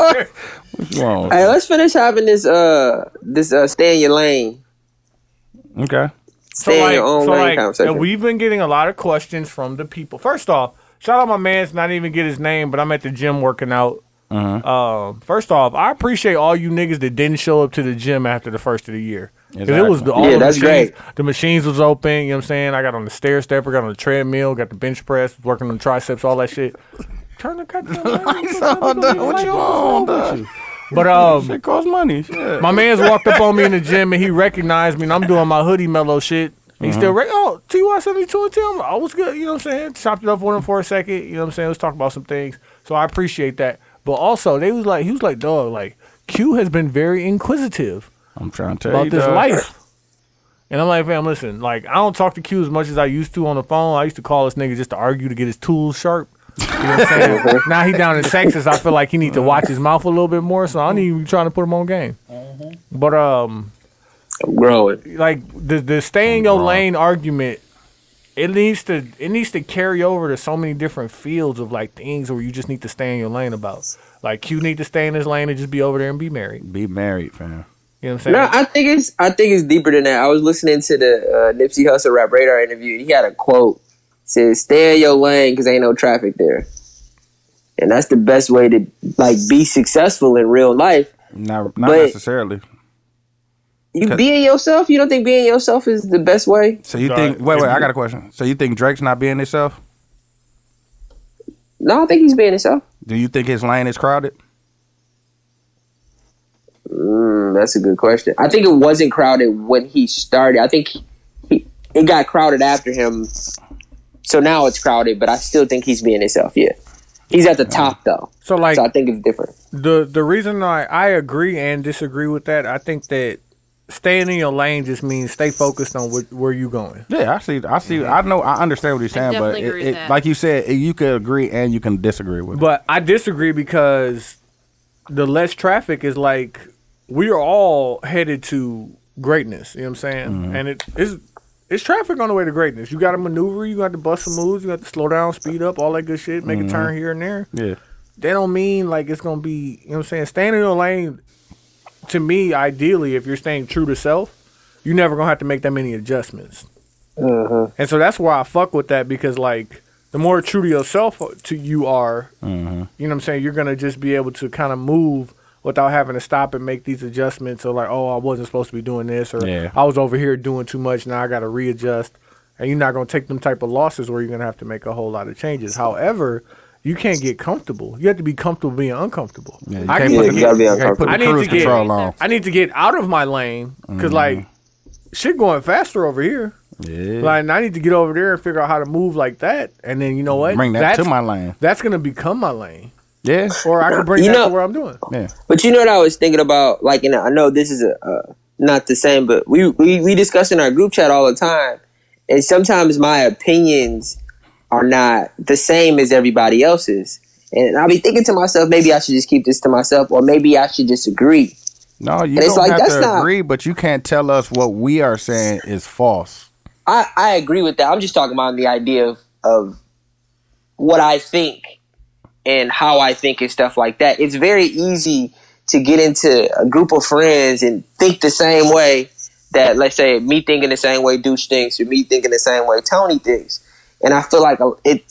Speaker 2: Whoa.
Speaker 8: Hey, let's finish having this uh this uh stay in your lane.
Speaker 2: Okay.
Speaker 8: Stay in your own lane conversation.
Speaker 4: and we've been getting a lot of questions from the people. First off, shout out my man's not even get his name, but I'm at the gym working out. Um, first off, I appreciate all you niggas that didn't show up to the gym after the first of the year. 'Cause It was the, all
Speaker 8: Yeah,
Speaker 4: the
Speaker 8: that's
Speaker 4: machines,
Speaker 8: great.
Speaker 4: The machines was open. You know what I'm saying? I got on the stair stepper, got on the treadmill, got the bench press, working on the triceps, all that shit. Turn the goddamn [LAUGHS] light.
Speaker 2: Oh, What you on?
Speaker 4: But um,
Speaker 2: It costs money. Shit.
Speaker 4: my man's walked up on me in the gym and he recognized me and I'm doing my hoodie mellow shit. He still re- oh TY seventy two and ten. I'm like, Oh, what's good? You know what I'm saying? Chopped it up with him for a second. You know what I'm saying? Let's talk about some things. So I appreciate that. But also they was like he was like, dog, like Q has been very inquisitive
Speaker 2: I'm trying to tell
Speaker 4: about
Speaker 2: you
Speaker 4: this
Speaker 2: dog.
Speaker 4: life. And I'm like, fam, listen, like I don't talk to Q as much as I used to on the phone. I used to call this nigga just to argue to get his tools sharp. You know what
Speaker 8: [LAUGHS]
Speaker 4: I'm saying?
Speaker 8: Uh-huh.
Speaker 4: now he down in Texas. I feel like he need to watch his mouth a little bit more. So I
Speaker 8: Uh-huh.
Speaker 4: need trying to put him on game. But um,
Speaker 8: Grow it.
Speaker 4: like the the stay in your lane argument it needs to it needs to carry over to so many different fields of like things where you just need to stay in your lane about like you need to stay in his lane and just be over there and be married
Speaker 2: Be married, fam.
Speaker 4: you know what i'm saying
Speaker 8: No, I think it's I think it's deeper than that. I was listening to the uh, Nipsey Hussle Rap Radar interview. And he had a quote says, "Stay in your lane because ain't no traffic there," and that's the best way to like be successful in real life.
Speaker 2: Not not
Speaker 8: But-
Speaker 2: necessarily.
Speaker 8: You being yourself. You don't think being yourself is the best way?
Speaker 2: So you
Speaker 4: Sorry.
Speaker 2: think? Wait, wait. I got a question. So you think Drake's not being himself?
Speaker 8: No, I think he's being himself.
Speaker 2: Do you think his lane is crowded?
Speaker 8: Mm, that's a good question. I think it wasn't crowded when he started. I think he, he, it got crowded after him. So now it's crowded, but I still think he's being himself. Yeah, he's at the top though,
Speaker 4: so like
Speaker 8: so I think it's different.
Speaker 4: the the reason I, I agree and disagree with that i think that staying in your lane just means stay focused on what, where you going
Speaker 2: Yeah, I see. I see. I know. I understand what he's saying, but
Speaker 6: definitely
Speaker 2: it,
Speaker 6: agree with
Speaker 2: it-
Speaker 6: that.
Speaker 2: like you said, it, you could agree and you can disagree with.
Speaker 4: But I disagree because the less traffic is like we are all headed to greatness. You know what I'm saying? And it is it's traffic on the way to greatness. You got to maneuver. You got to bust some moves. You got to slow down, speed up, all that good shit. Make a turn here and there.
Speaker 2: it. Yeah.
Speaker 4: They don't mean like it's gonna be. You know what I'm saying? Staying in your lane. To me, ideally, if you're staying true to self, you're never gonna have to make that many adjustments. And so that's why I fuck with that because like the more true to yourself to you are,
Speaker 2: Mm-hmm.
Speaker 4: you know what I'm saying, you're gonna just be able to kind of move without having to stop and make these adjustments or like, oh, I wasn't supposed to be doing this or
Speaker 2: Yeah.
Speaker 4: I was over here doing too much, now I gotta readjust. And you're not gonna take them type of losses where you're gonna have to make a whole lot of changes. However, you can't get comfortable. You have to be comfortable being uncomfortable.
Speaker 2: Yeah, you
Speaker 4: I
Speaker 2: can't
Speaker 4: need
Speaker 8: Yeah,
Speaker 4: to
Speaker 8: you
Speaker 4: get-
Speaker 8: gotta be
Speaker 2: You can't put
Speaker 8: uncomfortable.
Speaker 4: I
Speaker 2: the
Speaker 4: need to
Speaker 2: cruise
Speaker 4: get-
Speaker 2: control Mm-hmm. on.
Speaker 4: I need to get out of my lane because like shit going faster over here.
Speaker 2: Yeah.
Speaker 4: Like, and I need to get over there and figure out how to move like that. And then you know what?
Speaker 2: Bring that
Speaker 4: that's,
Speaker 2: to my lane.
Speaker 4: That's gonna become my lane,
Speaker 2: Yeah.
Speaker 4: or I could bring
Speaker 8: You
Speaker 4: that
Speaker 8: know-
Speaker 4: to where I'm doing.
Speaker 2: Yeah.
Speaker 8: But you know what I was thinking about? Like, you know, I know this is a uh, not the same, but we, we we discuss in our group chat all the time, and sometimes my opinions are not the same as everybody else's, and I'll be thinking to myself, maybe I should just keep this to myself, or maybe I should just agree.
Speaker 2: No, you
Speaker 8: And it's
Speaker 2: don't
Speaker 8: like,
Speaker 2: have
Speaker 8: that's
Speaker 2: to
Speaker 8: not-
Speaker 2: agree, but you can't tell us what we are saying is false.
Speaker 8: I, I agree with that. I'm just talking about the idea of, of what I think and how I think and stuff like that. It's very easy to get into a group of friends and think the same way that, let's say, me thinking the same way Deuce thinks or me thinking the same way Tony thinks. And I feel like uh, it,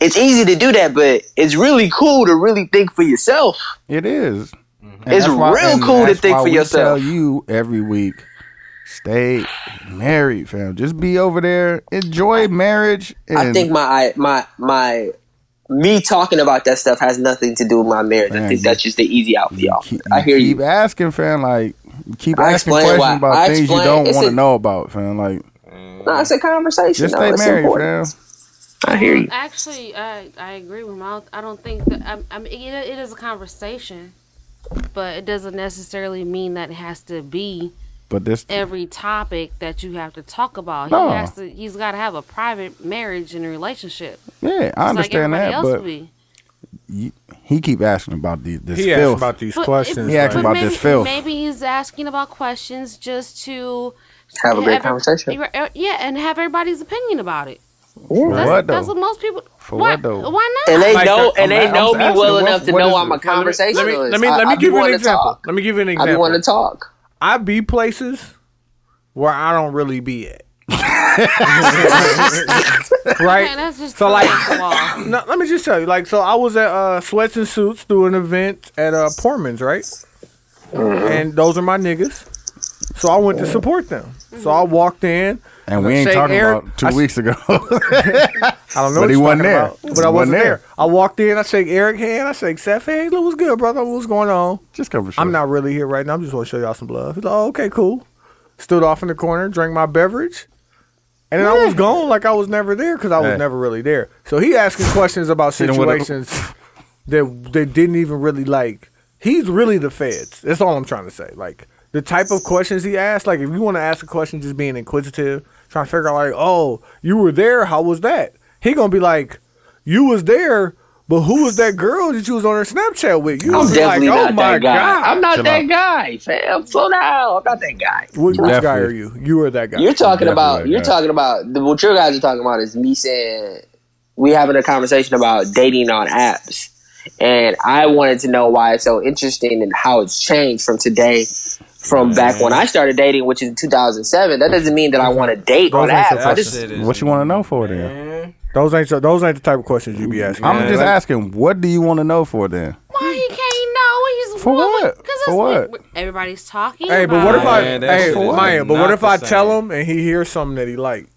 Speaker 8: it's easy to do that, but it's really cool to really think for yourself.
Speaker 2: It is. And
Speaker 8: It's
Speaker 2: that's
Speaker 8: real
Speaker 2: and
Speaker 8: cool to
Speaker 2: that's
Speaker 8: think
Speaker 2: why
Speaker 8: for
Speaker 2: we
Speaker 8: yourself.
Speaker 2: Tell you every week, stay married, fam. Just be over there, enjoy marriage. And
Speaker 8: I think my my my me talking about that stuff has nothing to do with my marriage.
Speaker 2: Man,
Speaker 8: I think
Speaker 2: you-
Speaker 8: that's just the easy out for y'all.
Speaker 2: keep,
Speaker 8: I hear
Speaker 2: keep
Speaker 8: you.
Speaker 2: asking, fam. Like you keep
Speaker 8: I
Speaker 2: asking
Speaker 8: explain
Speaker 2: questions
Speaker 8: why.
Speaker 2: about
Speaker 8: I
Speaker 2: things you
Speaker 8: explain-
Speaker 2: don't
Speaker 8: it's
Speaker 2: want to
Speaker 8: a-
Speaker 2: know about, fam. Like
Speaker 8: No, it's a conversation.
Speaker 2: just
Speaker 8: though.
Speaker 2: stay
Speaker 8: It's
Speaker 2: married,
Speaker 8: important.
Speaker 2: fam.
Speaker 8: I hear you.
Speaker 6: Actually, I I agree with Mal. I don't think that I, I mean it, it is a conversation, but it doesn't necessarily mean that it has to be
Speaker 2: But this,
Speaker 6: every topic that you have to talk about.
Speaker 2: No.
Speaker 6: He has to. He's got to have a private marriage and relationship.
Speaker 2: yeah, I
Speaker 6: just
Speaker 2: understand
Speaker 6: like everybody
Speaker 2: that,
Speaker 6: else
Speaker 2: but
Speaker 6: be.
Speaker 2: he keep asking about these, this
Speaker 4: He asked
Speaker 2: filth.
Speaker 4: about these
Speaker 6: But if-
Speaker 4: questions.
Speaker 2: He asked
Speaker 4: like-
Speaker 6: but
Speaker 2: about
Speaker 6: maybe,
Speaker 2: this filth.
Speaker 6: Maybe he's asking about questions just to
Speaker 8: Have a great
Speaker 6: every-
Speaker 8: conversation.
Speaker 6: Yeah, and have everybody's opinion about it.
Speaker 2: For
Speaker 6: That's,
Speaker 2: what
Speaker 6: that's
Speaker 2: though?
Speaker 6: what most people.
Speaker 2: For
Speaker 6: why,
Speaker 2: what though?
Speaker 6: Why not?
Speaker 8: And they
Speaker 4: Like,
Speaker 8: know,
Speaker 4: I'm-
Speaker 8: and they
Speaker 2: I'm
Speaker 8: know me
Speaker 2: asking,
Speaker 8: well
Speaker 2: what-
Speaker 8: enough to
Speaker 2: what
Speaker 8: know
Speaker 2: is
Speaker 8: I'm a
Speaker 2: it? Well,
Speaker 4: Let me-
Speaker 8: conversationalist.
Speaker 4: Let me
Speaker 8: I-
Speaker 4: let me
Speaker 8: I be
Speaker 4: give you an
Speaker 8: wanting to
Speaker 4: example.
Speaker 8: talk.
Speaker 4: Let me give you an
Speaker 8: I be
Speaker 4: example.
Speaker 8: wanting to talk.
Speaker 4: I be places where I don't really be
Speaker 8: [LAUGHS]
Speaker 4: at. right.
Speaker 6: Okay, that's just
Speaker 4: So,
Speaker 6: so
Speaker 4: like-
Speaker 6: like the wall.
Speaker 4: No, let me just tell you. Like, so I was at uh, Sweats and Suits doing an event at uh, Portman's, right?
Speaker 2: Mm-hmm.
Speaker 4: And those are my niggas. So I went to support them. So I walked in.
Speaker 2: And we ain't
Speaker 4: Shake
Speaker 2: talking
Speaker 4: Aaron-
Speaker 2: about two
Speaker 4: I-
Speaker 2: weeks ago. [LAUGHS]
Speaker 4: I don't
Speaker 2: But
Speaker 4: know what
Speaker 2: he
Speaker 4: you're
Speaker 2: wasn't
Speaker 4: talking
Speaker 2: there.
Speaker 4: about,
Speaker 2: He
Speaker 4: but I
Speaker 2: wasn't
Speaker 4: wasn't
Speaker 2: there.
Speaker 4: there. I walked in. I shake Eric hand. I shake Seth hand. Look, what's good, brother? What's going on?
Speaker 2: just come for sure.
Speaker 4: I'm not really here right now. I'm just want to show y'all some love. He's like, oh, okay, cool. Stood off in the corner, drank my beverage, and then I was gone like I was never there because I was
Speaker 2: Yeah.
Speaker 4: never really there. So he asking questions about
Speaker 2: done with it.
Speaker 4: situations that that didn't even really like. He's really the feds. That's all I'm trying to say. Like the type of questions he asked, like if you want to ask a question, just being inquisitive, trying to figure out like, oh, you were there, how was that? He gonna be like, you was there, but who was that girl that you was on her Snapchat with? You
Speaker 8: I'm
Speaker 4: was like,
Speaker 8: definitely
Speaker 4: oh
Speaker 8: not
Speaker 4: my
Speaker 8: that guy.
Speaker 4: god,
Speaker 8: I'm not
Speaker 2: Chill
Speaker 8: that
Speaker 2: out.
Speaker 8: guy, fam. Slow down. I'm not that guy.
Speaker 4: What, which guy
Speaker 2: Definitely.
Speaker 4: are you? You are that guy.
Speaker 8: You're talking
Speaker 2: Definitely
Speaker 8: about.
Speaker 2: that
Speaker 8: You're
Speaker 2: guy.
Speaker 8: talking about. The, what your guys are talking about is me saying we having a conversation about dating on apps, and I wanted to know why it's so interesting and how it's changed from today. From back when I started dating, which is 2007, that doesn't mean that I want to date
Speaker 4: ain't
Speaker 8: on
Speaker 4: your
Speaker 8: apps. I
Speaker 4: questions.
Speaker 8: just
Speaker 2: What you want to know for then?
Speaker 4: Those ain't so, those ain't the type of questions you be asking.
Speaker 2: I'm just
Speaker 4: Like,
Speaker 2: asking, what do you want to know for then?
Speaker 6: [LAUGHS] Why he can't know? He's
Speaker 2: For what?
Speaker 6: Because
Speaker 2: For what?
Speaker 6: that's what everybody's talking.
Speaker 4: Hey, but what if
Speaker 6: about.
Speaker 4: I?
Speaker 1: Man, that
Speaker 4: hey,
Speaker 1: shit is
Speaker 4: Maya, but
Speaker 1: not
Speaker 4: what if
Speaker 1: the
Speaker 4: I
Speaker 1: same.
Speaker 4: tell him and he hears something that he like?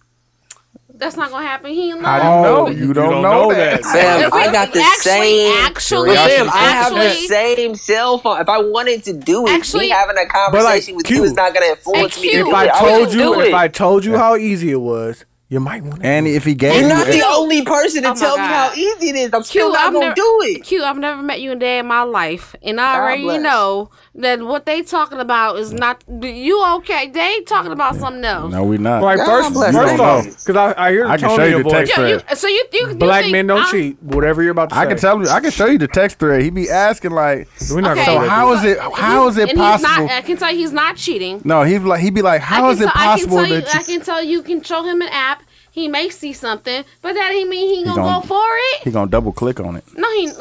Speaker 6: That's not gonna happen. He ain't
Speaker 2: How do
Speaker 6: lying.
Speaker 2: you know? Oh, You don't, know, that.
Speaker 8: Fam,
Speaker 6: If we
Speaker 8: I got the
Speaker 6: actually,
Speaker 8: same.
Speaker 6: Actually,
Speaker 8: Fam, I have
Speaker 6: actually,
Speaker 8: the same cell phone. If I wanted to do it,
Speaker 6: Actually-
Speaker 8: me having a conversation with you
Speaker 4: cute.
Speaker 8: is not going to influence
Speaker 6: Hey,
Speaker 8: me.
Speaker 6: cute.
Speaker 8: To
Speaker 4: If
Speaker 8: do
Speaker 4: I
Speaker 8: it.
Speaker 4: told
Speaker 8: wouldn't do
Speaker 4: you,
Speaker 8: it.
Speaker 4: if I told you how easy it was, you might want to.
Speaker 2: And if he gave
Speaker 8: You're
Speaker 2: you,
Speaker 8: not the
Speaker 2: a-
Speaker 8: only person to
Speaker 6: Oh my
Speaker 8: tell me
Speaker 6: God.
Speaker 8: how easy it is. I'm still
Speaker 6: Q,
Speaker 8: not
Speaker 6: I've
Speaker 8: gonna
Speaker 6: never-
Speaker 8: do it.
Speaker 6: Q, I've never met you a day in my life, and I
Speaker 8: God
Speaker 6: already
Speaker 8: bless.
Speaker 6: know that what they talking about is not you. Okay, they talking about something else.
Speaker 2: no, we not.
Speaker 4: Like
Speaker 8: God
Speaker 4: first,
Speaker 8: bless
Speaker 4: first
Speaker 2: you.
Speaker 4: off, because I, I hear the
Speaker 2: I can
Speaker 4: tone
Speaker 2: show
Speaker 4: of
Speaker 2: you the
Speaker 4: your voice.
Speaker 2: text
Speaker 6: Yeah, you,
Speaker 2: thread.
Speaker 6: so you, you, you
Speaker 4: Black
Speaker 6: think
Speaker 4: men don't
Speaker 6: I'm-
Speaker 4: cheat. Whatever you're about to say,
Speaker 2: I can tell you. I can show you the text thread. He be asking like,
Speaker 4: We're not gonna
Speaker 6: Okay.
Speaker 2: so
Speaker 4: do that.
Speaker 2: how is it? How is it
Speaker 6: and He's
Speaker 2: possible?
Speaker 6: not, I can tell you he's not cheating.
Speaker 2: No, he like he be like, how
Speaker 6: I
Speaker 2: is
Speaker 6: can
Speaker 2: it
Speaker 6: tell-
Speaker 2: possible
Speaker 6: I can tell
Speaker 2: that
Speaker 6: you, I
Speaker 2: you-
Speaker 6: can tell you can show him an app. He may see something, but that ain't mean he gonna,
Speaker 2: gonna-
Speaker 6: go for it.
Speaker 2: he gonna double click on it?
Speaker 6: No, he
Speaker 2: [LAUGHS]
Speaker 6: some,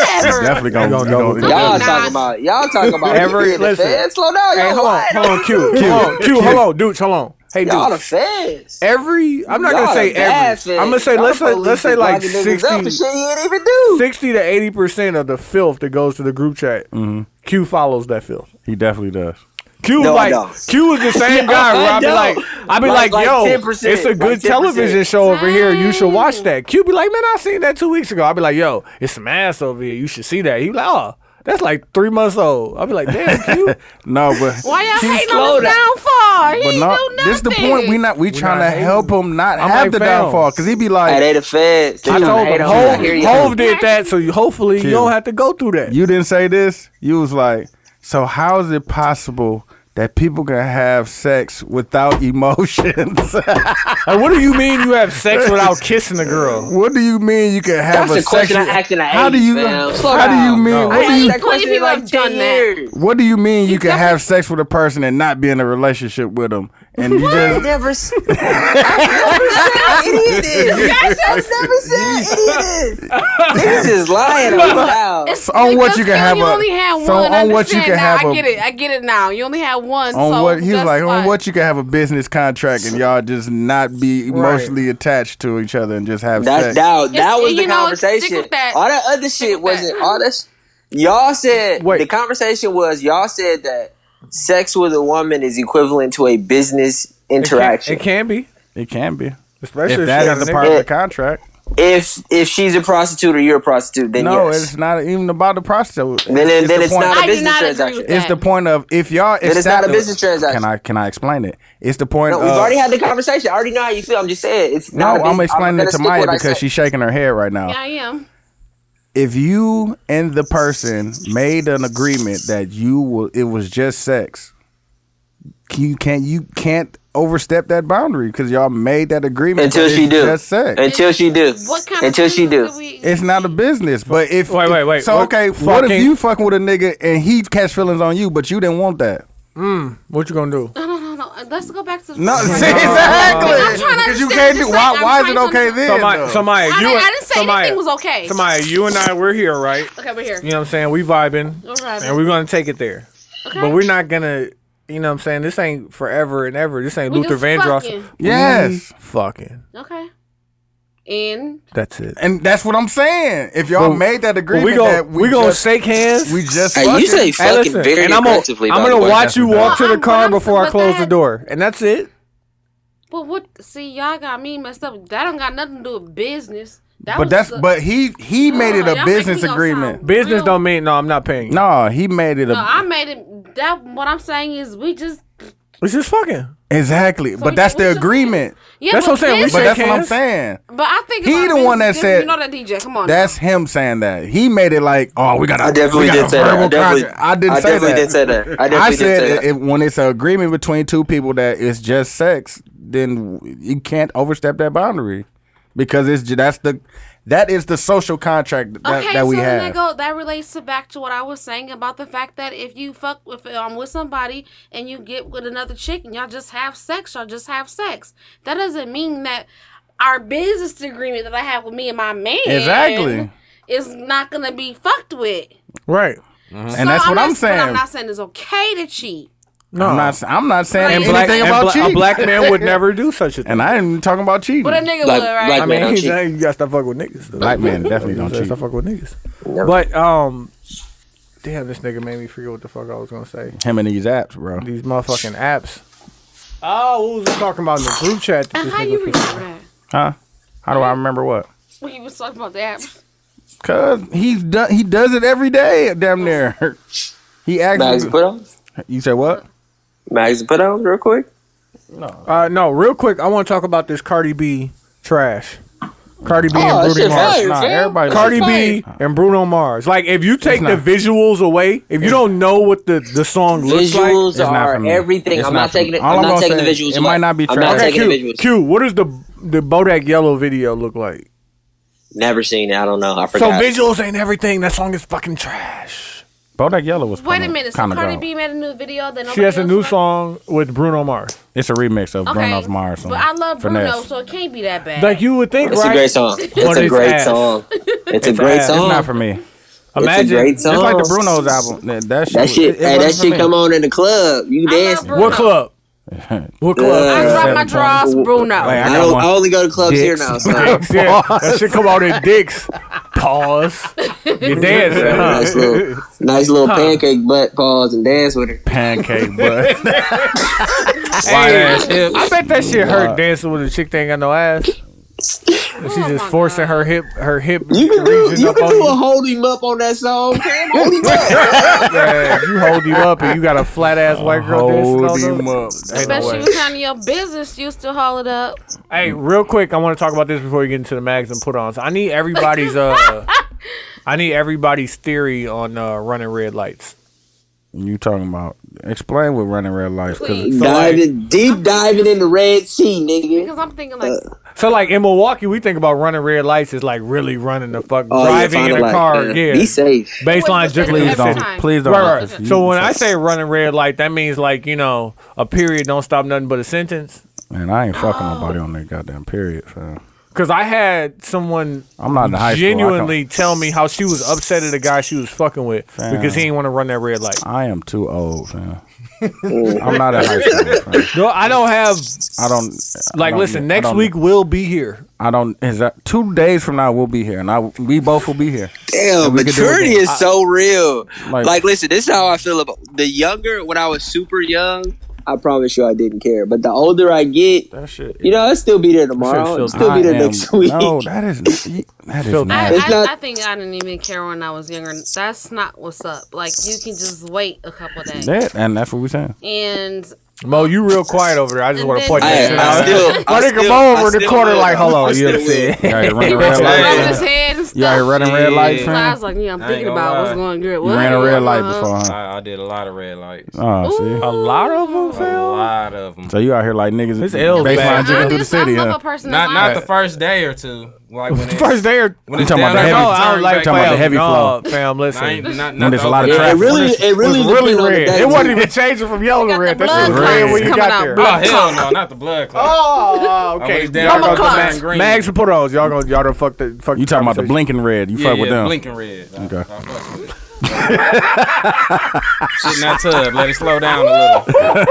Speaker 6: whatever.
Speaker 2: Definitely gonna,
Speaker 4: gonna
Speaker 2: he
Speaker 4: double
Speaker 2: gonna-
Speaker 4: click.
Speaker 8: Y'all
Speaker 6: Nah.
Speaker 8: talking about y'all talking about
Speaker 4: Every-
Speaker 8: you being the
Speaker 4: listen.
Speaker 8: feds. Slow down,
Speaker 4: Hey,
Speaker 8: y'all
Speaker 4: hold on,
Speaker 8: lying.
Speaker 4: hold on, Q, Q, hold on, Q, hold on, dude, hold on. Hey,
Speaker 8: Y'all the
Speaker 4: dude,
Speaker 8: feds.
Speaker 4: every I'm not
Speaker 8: Y'all
Speaker 4: gonna say
Speaker 8: the bad
Speaker 4: every.
Speaker 8: feds.
Speaker 4: I'm gonna say
Speaker 8: Y'all
Speaker 4: let's
Speaker 8: the
Speaker 4: say
Speaker 8: police
Speaker 4: let's say
Speaker 8: is
Speaker 4: like
Speaker 8: locking niggas up for
Speaker 4: 60,
Speaker 8: shit you didn't even do.
Speaker 4: 60 to eighty percent of the filth that goes to the group chat.
Speaker 2: Mm-hmm.
Speaker 4: Q follows that filth.
Speaker 2: He definitely does.
Speaker 4: Q
Speaker 8: No,
Speaker 4: like
Speaker 8: no.
Speaker 4: Q is the
Speaker 8: [LAUGHS]
Speaker 4: same guy
Speaker 8: No,
Speaker 4: where I be
Speaker 8: no.
Speaker 4: like I be
Speaker 8: Like-
Speaker 4: like,
Speaker 8: like
Speaker 4: yo
Speaker 8: 10%,
Speaker 4: it's a
Speaker 8: like
Speaker 4: good
Speaker 8: 10%.
Speaker 4: television show over here you should watch that Q be like man I seen that two weeks ago I be like yo it's some ass over here you should see that he be like oh that's like three months old I be like
Speaker 8: [LAUGHS]
Speaker 4: damn Q
Speaker 2: No, but
Speaker 6: Why y'all
Speaker 2: He
Speaker 6: hating
Speaker 2: slow
Speaker 6: on his
Speaker 2: down.
Speaker 6: downfall? He
Speaker 2: but
Speaker 6: ain't
Speaker 2: not.
Speaker 6: do nothing.
Speaker 2: This the point. We not. We trying
Speaker 4: not
Speaker 2: to help him not
Speaker 4: I'm
Speaker 2: have
Speaker 4: like,
Speaker 2: the
Speaker 4: fam.
Speaker 2: downfall because he be
Speaker 8: Hey,
Speaker 2: like,
Speaker 8: they the feds. They
Speaker 4: I
Speaker 8: tryna
Speaker 4: told
Speaker 8: hate
Speaker 4: him
Speaker 8: on us. I
Speaker 4: Hove,
Speaker 8: hear you.
Speaker 4: Hove did that so you, hopefully you don't have to go through that
Speaker 2: you didn't say this. You was like, so how is it possible? That people can have sex without [LAUGHS] emotions. [LAUGHS]
Speaker 4: like what do you mean you have
Speaker 8: [LAUGHS]
Speaker 4: sex without kissing a girl
Speaker 2: what do you mean you can have
Speaker 8: That's
Speaker 2: a
Speaker 8: the question
Speaker 2: sexual-
Speaker 8: I asked in the
Speaker 2: How do
Speaker 8: 80s,
Speaker 2: you?
Speaker 8: fam. Slow
Speaker 2: How do you
Speaker 8: down.
Speaker 2: mean?
Speaker 4: No. [LAUGHS]
Speaker 2: What do you?
Speaker 8: That question
Speaker 6: people
Speaker 8: is like
Speaker 6: have done
Speaker 8: 10
Speaker 6: that. [LAUGHS]
Speaker 8: years.
Speaker 2: What do you mean you can
Speaker 6: definitely-
Speaker 2: have sex with a person and not be in a relationship with them? And
Speaker 8: [LAUGHS]
Speaker 2: you just
Speaker 8: Never. s- I've never said any of
Speaker 6: [LAUGHS]
Speaker 8: this. I've never
Speaker 4: [LAUGHS]
Speaker 8: said any of this. Niggas is lying out loud.
Speaker 6: It's
Speaker 2: on what
Speaker 6: because
Speaker 2: you can have
Speaker 6: You
Speaker 2: a-
Speaker 6: only had
Speaker 2: so
Speaker 6: one.
Speaker 2: on what you
Speaker 6: understand
Speaker 2: can
Speaker 6: now.
Speaker 2: have a-
Speaker 6: I get it. I get it now. You only had one.
Speaker 2: on
Speaker 6: so
Speaker 2: what he was
Speaker 6: that's
Speaker 2: like on
Speaker 6: fine.
Speaker 2: what you can have a business contract and y'all just not be emotionally attached to each other and just have
Speaker 8: That
Speaker 2: sex.
Speaker 8: that, that
Speaker 6: It's-
Speaker 8: was the
Speaker 6: you know, stick
Speaker 8: conversation.
Speaker 6: with that.
Speaker 8: All that other shit
Speaker 6: with that.
Speaker 8: wasn't all this. Y'all said
Speaker 4: Wait.
Speaker 8: the conversation was y'all said that sex with a woman is equivalent to a business
Speaker 4: It can-
Speaker 8: interaction.
Speaker 4: it can be
Speaker 2: It can be.
Speaker 4: especially
Speaker 2: if
Speaker 4: if
Speaker 2: that
Speaker 4: she
Speaker 2: is
Speaker 4: has
Speaker 2: a
Speaker 4: a
Speaker 2: part
Speaker 4: nigga.
Speaker 2: of the contract.
Speaker 8: If if she's a prostitute or you're a prostitute, then
Speaker 2: No,
Speaker 8: yes.
Speaker 2: it's not even about the prostitute.
Speaker 8: then then, then
Speaker 2: the
Speaker 8: it's
Speaker 2: point-
Speaker 8: not
Speaker 6: I
Speaker 8: a
Speaker 6: do
Speaker 8: business
Speaker 6: not agree with
Speaker 8: transaction.
Speaker 6: that.
Speaker 2: it's the point of if y'all
Speaker 8: Then it's not a
Speaker 2: estab-
Speaker 8: business transaction.
Speaker 2: Can I can I explain it? It's the point
Speaker 8: no, we've
Speaker 2: of
Speaker 8: already had the conversation. I already know how you feel. I'm just saying it's
Speaker 2: No,
Speaker 8: not. a business.
Speaker 2: I'm explaining
Speaker 8: gonna
Speaker 2: it to
Speaker 8: stick
Speaker 2: Maya
Speaker 8: what I
Speaker 2: because
Speaker 8: said.
Speaker 2: she's shaking her head right now.
Speaker 6: Yeah, I am.
Speaker 2: if you and the person made an agreement that you will it was just sex you can't you can't overstep that boundary because y'all made that agreement
Speaker 8: until
Speaker 2: that
Speaker 8: she
Speaker 2: it's
Speaker 8: do
Speaker 2: just sex
Speaker 8: until she do
Speaker 6: What kind
Speaker 8: until
Speaker 6: of
Speaker 8: she do.
Speaker 6: business do we-
Speaker 2: it's not a business but if
Speaker 4: Wait, wait, wait.
Speaker 2: so
Speaker 4: What-
Speaker 2: okay what if
Speaker 4: fucking-
Speaker 2: you fucking with a nigga and he catch feelings on you but you didn't want that
Speaker 4: what you gonna do
Speaker 6: No, no, no, no. Let's go back to
Speaker 2: [LAUGHS]
Speaker 6: the
Speaker 2: no
Speaker 6: first
Speaker 2: see,
Speaker 6: one. I'm
Speaker 2: exactly
Speaker 6: trying
Speaker 2: because
Speaker 6: to
Speaker 2: you
Speaker 6: understand,
Speaker 2: can't do
Speaker 6: just
Speaker 2: why,
Speaker 6: like
Speaker 2: why
Speaker 6: I'm
Speaker 2: is it
Speaker 6: trying
Speaker 2: okay
Speaker 6: to
Speaker 2: then
Speaker 6: understand-
Speaker 4: Somebody,
Speaker 2: though?
Speaker 4: somebody,
Speaker 6: I
Speaker 4: you
Speaker 6: didn't-
Speaker 4: and-
Speaker 6: I didn't say
Speaker 4: somebody-
Speaker 6: anything was okay.
Speaker 4: Somebody, you and I, we're here, right?
Speaker 6: Okay, we're here.
Speaker 4: You know what I'm saying? We vibing,
Speaker 6: We're vibing.
Speaker 4: and we're gonna take it there.
Speaker 6: Okay.
Speaker 4: But we're not gonna, you know what I'm saying? This ain't forever and ever. This ain't
Speaker 6: We
Speaker 4: Luther
Speaker 6: just
Speaker 4: Vandross.
Speaker 6: fucking.
Speaker 4: Mm-hmm.
Speaker 2: yes
Speaker 4: Fucking.
Speaker 6: Okay. And
Speaker 4: That's it.
Speaker 2: and that's what i'm saying if y'all
Speaker 4: But-
Speaker 2: made that
Speaker 4: But
Speaker 2: agreement
Speaker 4: we gonna
Speaker 2: that
Speaker 4: we gonna
Speaker 2: just,
Speaker 4: shake hands.
Speaker 2: we just
Speaker 8: Hey, you
Speaker 2: fucking-
Speaker 8: say
Speaker 4: Hey,
Speaker 8: fucking
Speaker 4: listen,
Speaker 8: very
Speaker 4: and I'm gonna,
Speaker 8: aggressively.
Speaker 4: I'm
Speaker 8: by
Speaker 4: gonna
Speaker 8: the way.
Speaker 4: watch you
Speaker 2: Well,
Speaker 4: walk to the
Speaker 6: I'm-
Speaker 4: car
Speaker 6: I'm-
Speaker 4: before I
Speaker 6: but
Speaker 4: close the
Speaker 6: that-
Speaker 4: door, and that's it.
Speaker 6: but what? See, y'all got me messed up. That don't got nothing to do with business. That
Speaker 2: But
Speaker 6: was
Speaker 2: that's
Speaker 6: the-
Speaker 2: but he he made it a
Speaker 6: Y'all make me
Speaker 2: business
Speaker 6: go
Speaker 2: agreement.
Speaker 6: sound
Speaker 4: Business
Speaker 6: real-
Speaker 4: don't mean no. I'm not paying. you.
Speaker 2: No, he made it a
Speaker 6: No, I made it. That what I'm saying is we just
Speaker 4: It's just fucking.
Speaker 2: Exactly, but
Speaker 6: we
Speaker 2: that's
Speaker 6: should- we
Speaker 2: the
Speaker 6: should-
Speaker 2: agreement.
Speaker 6: Yeah,
Speaker 4: That's
Speaker 6: but
Speaker 4: what I'm saying. We
Speaker 6: this-
Speaker 2: But
Speaker 4: Shake
Speaker 2: that's what I'm
Speaker 4: hands.
Speaker 2: saying.
Speaker 6: But I think
Speaker 2: He
Speaker 6: about
Speaker 2: the
Speaker 6: this
Speaker 2: one that
Speaker 6: different.
Speaker 2: said-
Speaker 6: you know that DJ. Come on,
Speaker 2: That's him saying that. He made it like, oh, we got. a-
Speaker 8: I definitely
Speaker 2: we got a
Speaker 8: did say that. I
Speaker 2: verbal
Speaker 8: definitely,
Speaker 2: contract. I didn't
Speaker 8: I
Speaker 2: say
Speaker 8: definitely
Speaker 2: that.
Speaker 8: did say that. I definitely
Speaker 2: I
Speaker 8: did
Speaker 2: said
Speaker 8: say that.
Speaker 2: i- if, when it's an agreement between two people that it's just sex, then you can't overstep that boundary because it's ju- that's the that is the social contract that,
Speaker 6: okay,
Speaker 2: that we
Speaker 6: so then
Speaker 2: have.
Speaker 6: that go that relates to back to what I was saying about the fact that if you fuck with um with somebody and you get with another chick and y'all just have sex, y'all just have sex. That doesn't mean that our business agreement that I have with me and my man
Speaker 2: Exactly.
Speaker 6: is not gonna be fucked with.
Speaker 4: Right.
Speaker 2: Mm-hmm. and that's what
Speaker 6: not-
Speaker 2: I'm saying.
Speaker 6: But I'm not saying it's okay to cheat.
Speaker 4: No.
Speaker 2: I'm not. I'm not saying
Speaker 6: And
Speaker 2: anything
Speaker 6: black-
Speaker 2: about
Speaker 4: bla-
Speaker 2: cheating.
Speaker 4: a black man [LAUGHS] would never do such a
Speaker 2: [LAUGHS]
Speaker 4: thing.
Speaker 2: and I ain't even talking about cheating.
Speaker 6: But a nigga
Speaker 8: Like-
Speaker 6: would, right?
Speaker 8: like
Speaker 4: I
Speaker 8: Man,
Speaker 4: mean,
Speaker 8: don't
Speaker 4: he,
Speaker 8: cheat.
Speaker 4: now you gotta stop fucking with niggas. though.
Speaker 2: [LAUGHS] black man definitely don't
Speaker 4: You gotta
Speaker 2: cheat.
Speaker 4: Stop fucking with niggas. But um, damn, this nigga made me forget what the fuck I was gonna say.
Speaker 2: Him and these apps, bro.
Speaker 4: These motherfucking apps. Oh, what was I talking about in the group chat? that
Speaker 6: and
Speaker 4: this
Speaker 6: Uh, how
Speaker 4: nigga
Speaker 6: you
Speaker 4: was-
Speaker 6: remember that?
Speaker 2: Huh? How do I remember what?
Speaker 6: We was talking about that.
Speaker 2: Cause he's do- he does it every day, damn near. [LAUGHS] He
Speaker 8: Mags
Speaker 2: actually.
Speaker 8: put on.
Speaker 2: you said what?
Speaker 8: Mags put on real quick.
Speaker 4: Uh, no, real quick, I want to talk about this Cardi B trash. Cardi B
Speaker 8: Oh, that
Speaker 4: and Bruno
Speaker 8: shit
Speaker 4: Mars.
Speaker 8: fire,
Speaker 2: Nah,
Speaker 8: fam.
Speaker 2: everybody-
Speaker 4: Cardi
Speaker 8: Fire.
Speaker 4: B and Bruno Mars. Like, if you take the
Speaker 2: not-
Speaker 4: visuals away, if you don't know what the, the song looks like,
Speaker 8: Visuals
Speaker 2: not for
Speaker 8: are
Speaker 2: me.
Speaker 8: everything.
Speaker 2: It's
Speaker 8: I'm
Speaker 2: not
Speaker 8: not,
Speaker 2: for
Speaker 8: taking
Speaker 2: me.
Speaker 8: it.
Speaker 2: All
Speaker 8: I'm
Speaker 2: I'm
Speaker 8: not
Speaker 2: gonna
Speaker 8: taking
Speaker 2: say,
Speaker 8: the visuals.
Speaker 2: it
Speaker 8: away.
Speaker 2: might not be
Speaker 8: I'm not
Speaker 2: trash.
Speaker 8: taking the
Speaker 4: Q,
Speaker 8: visuals.
Speaker 4: Q, what does the the Bodak Yellow video look like?
Speaker 8: Never seen it. I don't know. I
Speaker 4: So
Speaker 8: forgot.
Speaker 4: visuals ain't everything. That song is fucking trash.
Speaker 2: Bodak Yellow was.
Speaker 6: Wait a
Speaker 2: kinda-
Speaker 6: minute. So
Speaker 2: kinda
Speaker 6: Cardi
Speaker 2: dope.
Speaker 6: B made a new video that nobody
Speaker 4: She has a
Speaker 6: else
Speaker 4: new
Speaker 6: made?
Speaker 4: song with Bruno Mars.
Speaker 2: It's a remix of
Speaker 6: Okay,
Speaker 2: Bruno Mars.
Speaker 6: but I love
Speaker 2: Finesse.
Speaker 6: Bruno, so it can't be that bad.
Speaker 4: Like you would think,
Speaker 8: It's
Speaker 4: right?
Speaker 8: a great song. It's a
Speaker 4: it's
Speaker 8: great
Speaker 4: ass.
Speaker 8: song. It's a great
Speaker 4: ass.
Speaker 2: It's
Speaker 8: song.
Speaker 2: not for me.
Speaker 8: It's a
Speaker 4: Imagine
Speaker 8: great
Speaker 4: it's
Speaker 8: song.
Speaker 2: It's like the Bruno's album. That, that shit.
Speaker 8: That shit.
Speaker 2: it- it
Speaker 8: hey, that
Speaker 2: wasn't for
Speaker 8: shit
Speaker 2: me.
Speaker 8: come on in the club. You
Speaker 6: I love
Speaker 8: dance.
Speaker 6: Bruno.
Speaker 4: what club? What
Speaker 2: [LAUGHS]
Speaker 6: I
Speaker 4: club?
Speaker 8: Uh,
Speaker 6: dropped my drawers, Bruno.
Speaker 2: Like, I
Speaker 8: I,
Speaker 2: got
Speaker 8: don't,
Speaker 2: one.
Speaker 8: I only go to clubs here now. So.
Speaker 4: Dicks, [LAUGHS] yeah. That [LAUGHS] shit come out in dicks. Pause. [LAUGHS] You dance. huh?
Speaker 8: nice little, nice little pancake butt pause and dance with her.
Speaker 2: Pancake butt.
Speaker 4: Hey,
Speaker 1: ass hips.
Speaker 4: I bet that shit hurt dancing with a chick that ain't got no ass. And she's
Speaker 6: Oh
Speaker 4: just
Speaker 6: my
Speaker 4: forcing
Speaker 6: God.
Speaker 4: her hip, her hip.
Speaker 8: You can do,
Speaker 4: region
Speaker 8: you
Speaker 4: up
Speaker 8: can
Speaker 4: on
Speaker 8: do a hold him up on that song. Cam. Hold him up.
Speaker 4: Yeah, you hold you up and you got a flat ass white girl dancing
Speaker 2: Hold
Speaker 4: on
Speaker 2: him
Speaker 4: them.
Speaker 2: up.
Speaker 4: Ain't no
Speaker 6: Especially
Speaker 4: way.
Speaker 6: was none of your business, you still haul it up.
Speaker 4: Hey, real quick, I want to talk about this before we get into the mags and put ons. I need everybody's
Speaker 6: [LAUGHS]
Speaker 4: uh, I need everybody's theory on uh, running red lights.
Speaker 2: You talking about? Explain what running red lights. Cause
Speaker 6: Please.
Speaker 8: diving, deep diving in the Red Sea, nigga.
Speaker 6: Because I'm thinking like,
Speaker 4: So like in Milwaukee, we think about running red lights is like really running the fuck
Speaker 8: Oh, yeah,
Speaker 4: driving in
Speaker 8: find
Speaker 4: a
Speaker 8: light,
Speaker 4: car.
Speaker 8: man.
Speaker 4: Yeah,
Speaker 8: Be safe.
Speaker 4: baseline
Speaker 6: Wait, just
Speaker 4: jiggling.
Speaker 6: every
Speaker 2: please
Speaker 4: That's it.
Speaker 2: don't.
Speaker 6: time.
Speaker 2: Please don't.
Speaker 4: Right, right.
Speaker 2: Just-
Speaker 4: So when I say running red light, that means like you know a period don't stop nothing but a sentence.
Speaker 2: man, I ain't fucking
Speaker 6: Oh.
Speaker 2: nobody on that goddamn period. Fam.
Speaker 4: Because I had someone
Speaker 2: I'm not in high school. I don't-
Speaker 4: genuinely tell me how she was upset at the guy she was fucking with because he didn't want to run that red light.
Speaker 2: I am too old,
Speaker 8: [LAUGHS]
Speaker 2: fam. I'm not in high school. Fam.
Speaker 4: No, I don't have
Speaker 2: I don't I
Speaker 4: like.
Speaker 2: don't-
Speaker 4: Listen,
Speaker 2: I
Speaker 4: next
Speaker 2: don't-
Speaker 4: week we'll be here.
Speaker 2: I don't. Is that two days from now? We'll be here, and I we both will be here.
Speaker 8: Damn,
Speaker 2: we could do it
Speaker 8: maturity
Speaker 2: again.
Speaker 8: is so real.
Speaker 2: Like-
Speaker 8: Like, listen, this is how I feel about the younger. When I was super young, I promise you I didn't care. But the older I get,
Speaker 2: That shit.
Speaker 8: you know, I'll still be there tomorrow. I'll still be there
Speaker 2: [LAUGHS]
Speaker 8: next [LAUGHS] week.
Speaker 2: No, that is that is
Speaker 4: Filthy.
Speaker 2: not.
Speaker 6: I,
Speaker 8: It's not-
Speaker 6: I, I think I didn't even care when I was younger. That's not what's up. Like you can just wait a couple days.
Speaker 2: That, and that's what we saying.
Speaker 6: And
Speaker 4: Mo, you real quiet over there. I just want to point
Speaker 8: I,
Speaker 4: that shit
Speaker 8: I
Speaker 4: out.
Speaker 8: still, I
Speaker 4: My
Speaker 8: still,
Speaker 4: nigga Mo
Speaker 8: I
Speaker 4: over the
Speaker 8: still
Speaker 4: corner
Speaker 8: will.
Speaker 4: like, hold
Speaker 8: I
Speaker 4: on, you
Speaker 8: still
Speaker 4: upset.
Speaker 2: You out here running red
Speaker 6: I rubbed
Speaker 2: lights.
Speaker 6: his
Speaker 2: fam.
Speaker 6: head and stuff.
Speaker 2: You out here running red lights,
Speaker 6: So I was
Speaker 2: fam.
Speaker 6: like, yeah, I'm
Speaker 1: I ain't
Speaker 6: thinking
Speaker 1: gonna
Speaker 6: about what's
Speaker 1: lie.
Speaker 6: going good.
Speaker 2: You
Speaker 6: What?
Speaker 2: ran a red light
Speaker 6: Uh-huh.
Speaker 2: before, huh?
Speaker 1: I, I did a lot of red lights.
Speaker 2: Oh, see.
Speaker 4: A lot of them,
Speaker 1: A
Speaker 4: fam.
Speaker 1: lot of them.
Speaker 2: So you out here like niggas.
Speaker 4: It's L's
Speaker 2: baseline
Speaker 4: bad.
Speaker 2: jigging
Speaker 6: I'm
Speaker 2: through the
Speaker 6: just, I'm
Speaker 2: city,
Speaker 6: not
Speaker 2: huh?
Speaker 6: a person.
Speaker 1: Not
Speaker 6: that
Speaker 1: not
Speaker 6: lies.
Speaker 1: the first day or two. Like when it's,
Speaker 4: First day or
Speaker 1: when it's
Speaker 2: You talking about the
Speaker 1: down there,
Speaker 2: heavy-
Speaker 1: no,
Speaker 4: I don't like
Speaker 1: back
Speaker 2: talking about
Speaker 1: up.
Speaker 2: the heavy
Speaker 4: no,
Speaker 2: flow.
Speaker 4: fam. Listen,
Speaker 1: I ain't, not,
Speaker 2: When
Speaker 1: not
Speaker 2: there's
Speaker 1: the
Speaker 2: a lot of
Speaker 1: open-
Speaker 8: Yeah, it
Speaker 2: traffic.
Speaker 8: really, it really,
Speaker 4: it was really
Speaker 8: depends on the
Speaker 4: red.
Speaker 8: day.
Speaker 4: It wasn't even changing from yellow to
Speaker 6: got
Speaker 4: red.
Speaker 6: the
Speaker 4: That shit was
Speaker 2: blood
Speaker 4: red
Speaker 2: clots
Speaker 4: when you
Speaker 6: coming
Speaker 4: got
Speaker 6: out,
Speaker 4: there.
Speaker 2: [LAUGHS]
Speaker 6: bro.
Speaker 1: Oh hell no, not the blood clot.
Speaker 4: Oh,
Speaker 1: I
Speaker 4: okay.
Speaker 1: was down
Speaker 4: Y'all
Speaker 1: there
Speaker 4: gonna-
Speaker 1: with
Speaker 6: clots.
Speaker 1: Matt Green.
Speaker 4: Mags and put ons, y'all gonna y'all done fuck the fuck.
Speaker 2: You talking about the
Speaker 4: conversation.
Speaker 2: blinking red? You
Speaker 1: Yeah,
Speaker 2: fuck with
Speaker 1: yeah,
Speaker 2: them.
Speaker 1: blinking red. I-
Speaker 2: Okay.
Speaker 1: I fuck with it. Shit in that tub. Let it slow down a little.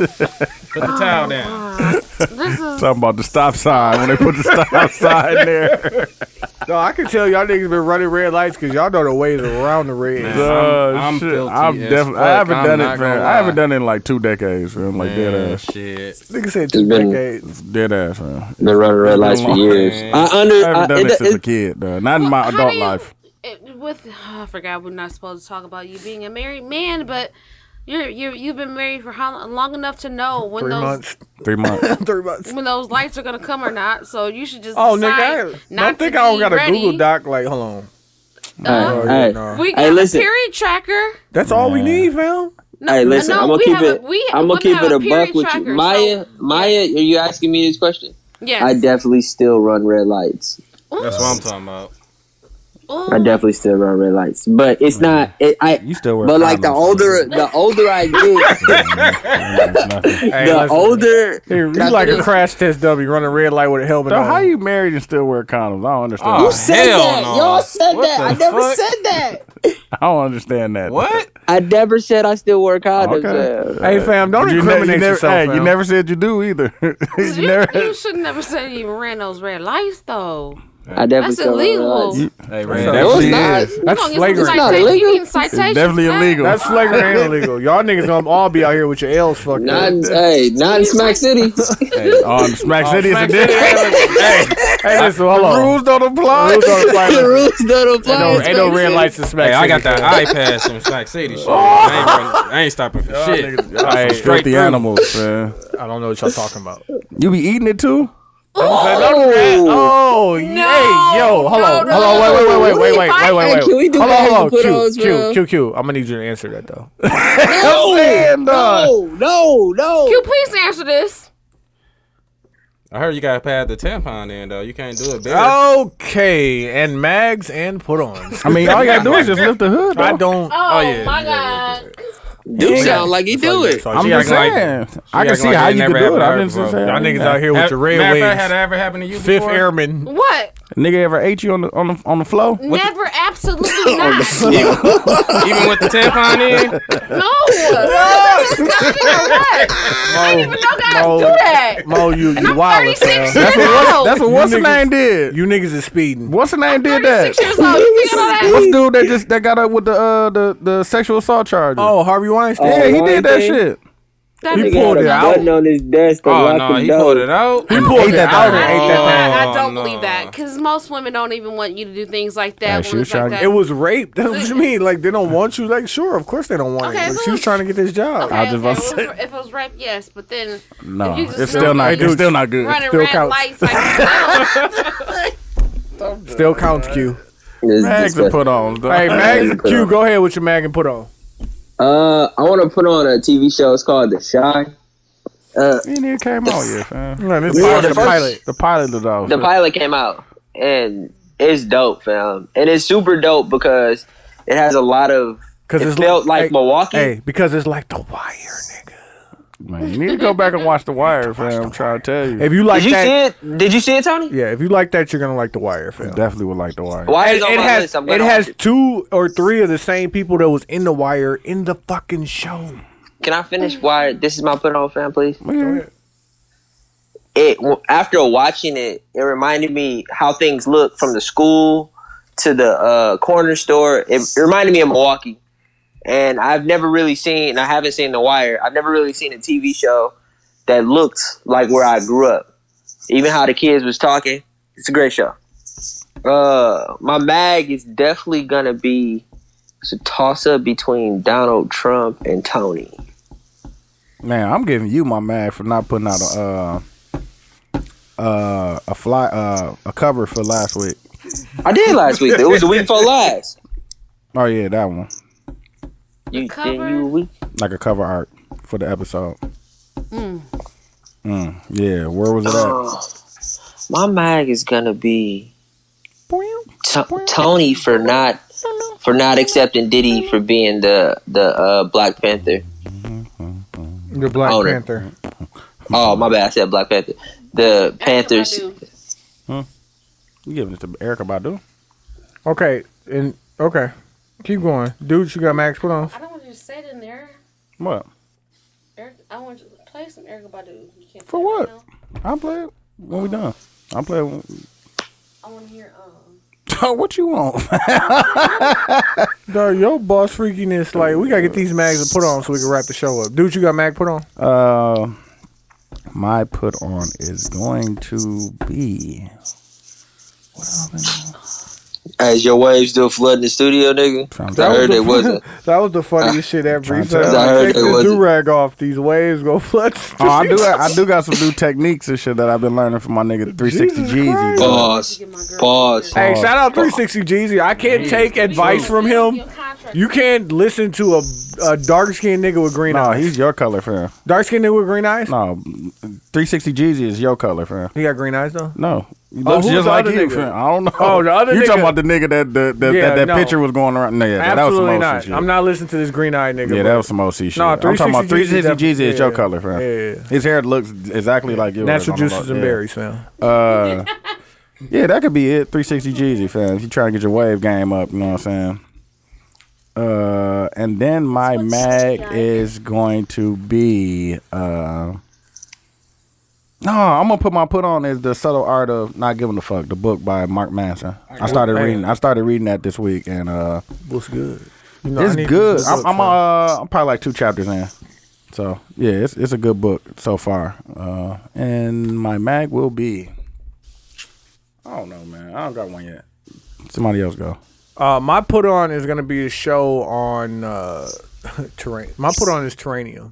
Speaker 1: Put the towel down.
Speaker 6: This is
Speaker 2: Talking about the stop sign when they put the
Speaker 1: [LAUGHS]
Speaker 2: stop sign there.
Speaker 4: No, I can tell y'all niggas been running red lights because y'all know the ways around the red.
Speaker 2: Uh,
Speaker 1: I'm
Speaker 2: shit,
Speaker 1: filthy
Speaker 2: I'm
Speaker 1: as
Speaker 2: definitely.
Speaker 1: fuck.
Speaker 2: I haven't
Speaker 1: I'm
Speaker 2: done
Speaker 1: not
Speaker 2: it,
Speaker 1: gonna
Speaker 2: man.
Speaker 1: lie.
Speaker 2: I haven't done it in like two decades, man. Like dead
Speaker 1: Man,
Speaker 2: ass,
Speaker 1: shit.
Speaker 4: Nigga said two
Speaker 8: been-
Speaker 4: decades.
Speaker 2: dead ass, man.
Speaker 8: Been running red lights for years.
Speaker 1: Man.
Speaker 8: I under,
Speaker 2: I haven't
Speaker 8: I,
Speaker 2: done it
Speaker 8: uh, it,
Speaker 2: since a
Speaker 8: it,
Speaker 2: kid, though. Not in
Speaker 6: Well,
Speaker 2: my
Speaker 6: how do
Speaker 2: adult
Speaker 6: you- oh,
Speaker 2: life.
Speaker 6: it- with I forgot we're not supposed to talk about you being a married man, but You're you you've been married for how long, long enough to know when
Speaker 4: Three
Speaker 6: those
Speaker 4: months. [LAUGHS]
Speaker 2: Three months.
Speaker 4: Three months.
Speaker 6: when those lights are gonna come or not. So you should just
Speaker 4: Oh,
Speaker 6: decide
Speaker 4: nigga, I
Speaker 6: not
Speaker 4: don't think
Speaker 6: to
Speaker 4: I don't
Speaker 6: be
Speaker 4: got a
Speaker 6: ready.
Speaker 4: Google Doc. Like, hold on.
Speaker 6: Uh,
Speaker 4: Oh, yeah,
Speaker 8: Hey.
Speaker 4: nah.
Speaker 6: We got
Speaker 8: Hey,
Speaker 6: a
Speaker 8: listen.
Speaker 6: period tracker.
Speaker 4: That's all we need, fam.
Speaker 6: No,
Speaker 8: hey, listen,
Speaker 6: no,
Speaker 8: I'm gonna
Speaker 6: we
Speaker 8: keep
Speaker 6: have
Speaker 8: it.
Speaker 6: A, we,
Speaker 8: I'm
Speaker 6: we
Speaker 8: gonna keep
Speaker 6: have
Speaker 8: it a
Speaker 6: period
Speaker 8: buck with
Speaker 6: tracker,
Speaker 8: you,
Speaker 6: so-
Speaker 8: Maya. Maya, are you asking me this question?
Speaker 6: Yes.
Speaker 8: I definitely still run red lights.
Speaker 1: That's what I'm talking about.
Speaker 8: I definitely still run red lights, but it's not. It, I
Speaker 2: You still wear
Speaker 8: but like the older, the older
Speaker 2: [LAUGHS]
Speaker 8: I get,
Speaker 1: [LAUGHS]
Speaker 4: Hey,
Speaker 8: the
Speaker 4: listen.
Speaker 8: older.
Speaker 4: Hey, you
Speaker 8: Nah,
Speaker 4: like a
Speaker 8: listen.
Speaker 4: crash test W running red light with a helmet
Speaker 2: So
Speaker 4: on.
Speaker 2: how you married and still wear condoms? I don't understand.
Speaker 1: Oh.
Speaker 8: Who said
Speaker 1: Hell
Speaker 8: that?
Speaker 1: no.
Speaker 8: Y'all said
Speaker 1: What
Speaker 8: that.
Speaker 1: the
Speaker 8: I never
Speaker 1: fuck?
Speaker 8: said that.
Speaker 2: I don't understand that.
Speaker 1: What?
Speaker 8: I never said I still wear condoms.
Speaker 2: Okay.
Speaker 8: uh,
Speaker 4: hey, fam, don't
Speaker 2: You, ne-
Speaker 4: incriminate
Speaker 2: you never,
Speaker 4: yourself.
Speaker 2: hey, you
Speaker 4: fam.
Speaker 2: never said you do either. [LAUGHS] you
Speaker 6: You,
Speaker 2: never.
Speaker 6: you should never said you even ran those red lights though.
Speaker 8: I definitely
Speaker 6: That's
Speaker 8: still run red
Speaker 6: illegal.
Speaker 8: lights.
Speaker 6: You
Speaker 1: Hey, Ray,
Speaker 4: No,
Speaker 1: that
Speaker 8: it's
Speaker 1: shit-
Speaker 8: not.
Speaker 4: is. That's
Speaker 6: gonna get some
Speaker 4: flagrant.
Speaker 8: It's not
Speaker 6: citation- you
Speaker 8: illegal.
Speaker 6: getting citations.
Speaker 2: definitely
Speaker 6: man.
Speaker 2: illegal.
Speaker 4: That's flagrant
Speaker 2: [LAUGHS]
Speaker 4: and illegal. Y'all niggas gonna all be out here with your L's fucked
Speaker 8: Not,
Speaker 4: up.
Speaker 8: in- hey, not in Smack City.
Speaker 2: On Oh, Smack City is a
Speaker 4: Oh, Smack
Speaker 2: dick.
Speaker 4: City. [LAUGHS] hey, hey, listen, hold on. Rules don't apply. Rules don't
Speaker 2: [LAUGHS]
Speaker 4: apply.
Speaker 8: the
Speaker 4: Ain't
Speaker 8: rules don't apply.
Speaker 4: no,
Speaker 8: in
Speaker 4: ain't no
Speaker 8: Smack
Speaker 4: red
Speaker 8: City.
Speaker 4: lights in Smack
Speaker 1: Hey, I
Speaker 4: City.
Speaker 1: got that iPad from Smack City shit. I
Speaker 4: Oh.
Speaker 1: ain't, run- I ain't stopping for shit.
Speaker 4: Hey,
Speaker 1: Straight
Speaker 2: Filthy
Speaker 1: through.
Speaker 2: animals, man.
Speaker 4: I don't know what y'all talking about.
Speaker 2: You be eating it too?
Speaker 4: Oh, no, hey, yo, hold on, hold on, wait, wait, wait, wait, wait, wait, wait, wait,
Speaker 8: Hey, can we do
Speaker 4: hold on,
Speaker 8: bags
Speaker 4: hold on,
Speaker 8: and put
Speaker 4: Q,
Speaker 8: those,
Speaker 4: Q,
Speaker 8: bro?
Speaker 4: Q, Q. I'm gonna need you to answer that though.
Speaker 8: No, no, no.
Speaker 6: You please answer this.
Speaker 1: I heard you got to pad the tampon in, though. You can't do it better.
Speaker 4: Oh. Okay, and mags and put ons.
Speaker 2: I mean, all you gotta do is just lift the hood.
Speaker 4: I
Speaker 2: though.
Speaker 4: don't.
Speaker 6: Oh,
Speaker 1: yeah,
Speaker 6: my
Speaker 1: yeah,
Speaker 6: god.
Speaker 8: Do sound like he do it.
Speaker 2: I'm
Speaker 1: She
Speaker 2: just
Speaker 1: acting
Speaker 2: saying.
Speaker 1: like- she
Speaker 2: I can
Speaker 1: acting
Speaker 2: see
Speaker 1: like
Speaker 2: how
Speaker 1: it
Speaker 2: you can
Speaker 1: never
Speaker 2: do it.
Speaker 1: happened
Speaker 2: I
Speaker 1: to her
Speaker 2: didn't just
Speaker 1: before.
Speaker 2: say
Speaker 1: Y'all
Speaker 4: Y'all niggas
Speaker 2: yeah.
Speaker 4: out here with
Speaker 1: Have-
Speaker 4: your red
Speaker 1: matter of fact,
Speaker 4: wings.
Speaker 1: had that ever happened to you
Speaker 4: Fifth
Speaker 1: before?
Speaker 4: airman.
Speaker 6: What?
Speaker 2: Nigga ever ate you on the on the on the floor?
Speaker 6: Never, absolutely not.
Speaker 1: Even with the
Speaker 4: [LAUGHS]
Speaker 1: tampon in?
Speaker 6: No. That's disgusting or what? I didn't even know guys
Speaker 4: Mo.
Speaker 6: do that.
Speaker 4: Mo, you you
Speaker 6: I'm
Speaker 4: wild.
Speaker 6: 36
Speaker 4: fam.
Speaker 6: years old.
Speaker 2: That's what
Speaker 4: You
Speaker 2: what's the
Speaker 4: niggas-
Speaker 2: name did.
Speaker 4: You niggas is speeding.
Speaker 2: What's the name did that?
Speaker 6: 36 years old. You think I know that?
Speaker 2: What's the dude that just that got up with the uh the the sexual assault charges?
Speaker 4: Oh, Harvey Weinstein.
Speaker 2: yeah, he
Speaker 8: Oh,
Speaker 2: did that
Speaker 8: Weinstein?
Speaker 2: shit.
Speaker 6: That
Speaker 4: You
Speaker 6: nigga
Speaker 4: pulled
Speaker 6: had
Speaker 4: it
Speaker 6: a
Speaker 4: out.
Speaker 6: button.
Speaker 8: Button on his desk to
Speaker 1: Oh,
Speaker 8: lock
Speaker 1: no,
Speaker 8: his
Speaker 1: he
Speaker 8: door.
Speaker 1: pulled it out.
Speaker 2: He pulled
Speaker 4: that
Speaker 2: that
Speaker 4: out.
Speaker 2: out.
Speaker 6: I,
Speaker 1: Oh,
Speaker 6: ate that I, I don't
Speaker 1: no.
Speaker 6: believe that because most women don't even want you to do things like
Speaker 2: Yeah,
Speaker 6: that.
Speaker 2: she
Speaker 6: when
Speaker 2: was
Speaker 6: it's like
Speaker 2: trying-
Speaker 6: that.
Speaker 4: It was rape. [LAUGHS] That's what you mean. Like they don't want you. Like sure, of course they don't want
Speaker 6: Okay,
Speaker 4: it. But
Speaker 6: so
Speaker 4: she was
Speaker 6: it's-
Speaker 4: trying to get this job.
Speaker 6: Okay,
Speaker 2: I just
Speaker 6: okay,
Speaker 2: about
Speaker 6: it was, if it was rape, yes, but then
Speaker 2: No,
Speaker 6: if you just
Speaker 2: it's still not.
Speaker 6: snuck in,
Speaker 2: It's still not good.
Speaker 6: running
Speaker 4: still
Speaker 6: red
Speaker 4: counts.
Speaker 6: lights. Like,
Speaker 4: Still counts Q.
Speaker 8: It's
Speaker 2: Mags
Speaker 8: disgusting.
Speaker 2: to put on. though.
Speaker 4: Hey Mag Q, go ahead with your mag and put on.
Speaker 8: Uh, I want to put on a TV show. It's called The Shy. Uh,
Speaker 2: He never came out yet, fam.
Speaker 4: Man, this
Speaker 8: Yeah,
Speaker 4: podcast-
Speaker 8: the
Speaker 2: The
Speaker 8: first-
Speaker 2: pilot, the pilot was out.
Speaker 8: the pilot came out and it's dope, fam. And it's super dope because it has a lot of.
Speaker 4: 'cause
Speaker 8: It
Speaker 4: it's
Speaker 8: felt like
Speaker 4: hey,
Speaker 8: Milwaukee.
Speaker 4: Hey, because it's like the wire, nigga.
Speaker 2: Man, you need to go back and watch The Wire, fam. I'm trying to tell you.
Speaker 4: If you like
Speaker 8: Did you
Speaker 4: that,
Speaker 8: see it? Did you see it, Tony?
Speaker 4: yeah. If you like that, you're gonna like the wire, fam.
Speaker 2: Definitely would like The Wire.
Speaker 8: Why
Speaker 4: It,
Speaker 8: is on
Speaker 4: it
Speaker 8: my
Speaker 4: has
Speaker 8: list? I'm
Speaker 4: it
Speaker 8: gonna
Speaker 4: has
Speaker 8: watch it.
Speaker 4: two or three of the same people that was in the wire in the fucking show.
Speaker 8: Can I finish? Why this is my put on, fam? Please.
Speaker 2: Yeah.
Speaker 8: it after watching it, it reminded me how things look from the school to the uh, corner store. It, it reminded me of Milwaukee, and I've never really seen. I haven't seen The Wire. I've never really seen a TV show that looked like where I grew up. Even how the kids was talking. It's a great show. Uh, my mag is definitely gonna be it's a toss up between Donald Trump and Tony.
Speaker 2: Man, I'm giving you my mag for not putting out a uh, uh, a fly uh, a cover for last week.
Speaker 8: I [LAUGHS] did last week. It was the week before last.
Speaker 2: Oh yeah, that one.
Speaker 8: You,
Speaker 6: cover?
Speaker 8: you weak.
Speaker 2: Like a cover art for the episode.
Speaker 6: Hmm.
Speaker 2: Mm, yeah, where was it at?
Speaker 8: My mag is gonna be To- Tony for not for not accepting Diddy for being the the uh, Black Panther.
Speaker 4: The Black
Speaker 8: Hold it.
Speaker 4: Panther.
Speaker 8: Oh my bad, I said Black Panther. The Panthers.
Speaker 2: You giving it to Erica Badu?
Speaker 4: Okay, and okay, keep going, dude. You got Max put on.
Speaker 6: I don't want you to sit in there.
Speaker 2: What?
Speaker 6: Eric, I want you to play some Eric Badu. You can't
Speaker 2: For
Speaker 6: play it
Speaker 2: what?
Speaker 6: right now.
Speaker 2: I'll play it when we done. I'll play it when...
Speaker 6: I want to hear. Um,
Speaker 2: [LAUGHS] Oh, What you want?
Speaker 4: Dog, your boss freakiness. Like we gotta get these mags to put on so we can wrap the show up. Dude, you got mag put on.
Speaker 2: Uh, my put on is going to be...
Speaker 8: As your waves still flooding the studio, nigga.
Speaker 2: Sounds
Speaker 8: I
Speaker 2: like-
Speaker 3: was
Speaker 8: heard
Speaker 3: the-
Speaker 8: they wasn't.
Speaker 4: [LAUGHS]
Speaker 3: That was the funniest shit ever. He
Speaker 2: Trying to-
Speaker 3: said,
Speaker 8: I heard
Speaker 3: "Take
Speaker 8: it
Speaker 3: this
Speaker 8: wasn't.
Speaker 3: do rag off. These waves go flood."
Speaker 2: Oh, I do. I do got some new techniques and shit that I've been learning from my nigga 360
Speaker 3: Jesus
Speaker 2: Jeezy.
Speaker 3: Christ.
Speaker 2: bro.
Speaker 8: Pause. Pause.
Speaker 4: Hey, shout out 360 Jeezy. I can't take advice from him. You can't listen to a, a dark skinned nigga with green
Speaker 2: No,
Speaker 4: eyes.
Speaker 2: he's your color, fam.
Speaker 4: dark skinned nigga with green eyes.
Speaker 2: No, 360 Jeezy is your color, fam.
Speaker 4: He got green eyes though.
Speaker 2: No. He
Speaker 4: Oh,
Speaker 2: looks
Speaker 4: who's
Speaker 2: just
Speaker 4: the
Speaker 2: like
Speaker 4: other
Speaker 2: you,
Speaker 4: nigga?
Speaker 2: fam. I don't know.
Speaker 4: Oh, the
Speaker 2: [LAUGHS]
Speaker 4: other
Speaker 2: You
Speaker 4: nigga-
Speaker 2: talking about the nigga that the, the,
Speaker 4: Yeah,
Speaker 2: that, that
Speaker 4: no.
Speaker 2: picture was going around? No, yeah, that was some
Speaker 4: Absolutely
Speaker 2: OC
Speaker 4: not.
Speaker 2: shit.
Speaker 4: I'm not listening to this green eyed nigga.
Speaker 2: yeah,
Speaker 4: bro.
Speaker 2: that was some OC shit.
Speaker 4: Nah,
Speaker 2: I'm talking about
Speaker 4: 360
Speaker 2: 360 Jeezy is your
Speaker 4: yeah,
Speaker 2: color, fam.
Speaker 4: yeah.
Speaker 2: His hair looks exactly like yours.
Speaker 4: natural
Speaker 2: I don't know,
Speaker 4: juices and
Speaker 2: yeah.
Speaker 4: berries, man.
Speaker 2: Yeah, that could be it. 360 Jeezy, fam. If you try to get your wave game up, you know what I'm saying? Uh, and then my
Speaker 6: What's
Speaker 2: mag
Speaker 6: that?
Speaker 2: is going to be. Uh, no, I'm gonna put my put on is the subtle art of not giving a fuck. The book by Mark Manson. I started reading. I started reading that this week, and uh,
Speaker 4: What's good? You know, I
Speaker 2: it's
Speaker 4: need
Speaker 2: good.
Speaker 4: this
Speaker 2: I'm
Speaker 4: book,
Speaker 2: I'm,
Speaker 4: fam.
Speaker 2: uh, I'm probably like two chapters in. So yeah, it's it's a good book so far. Uh, and my mag will be. I don't know, man. I don't got one yet. Somebody else go.
Speaker 4: Uh, my put on is gonna be a show on uh, [LAUGHS] terrain. My put on is Terranium.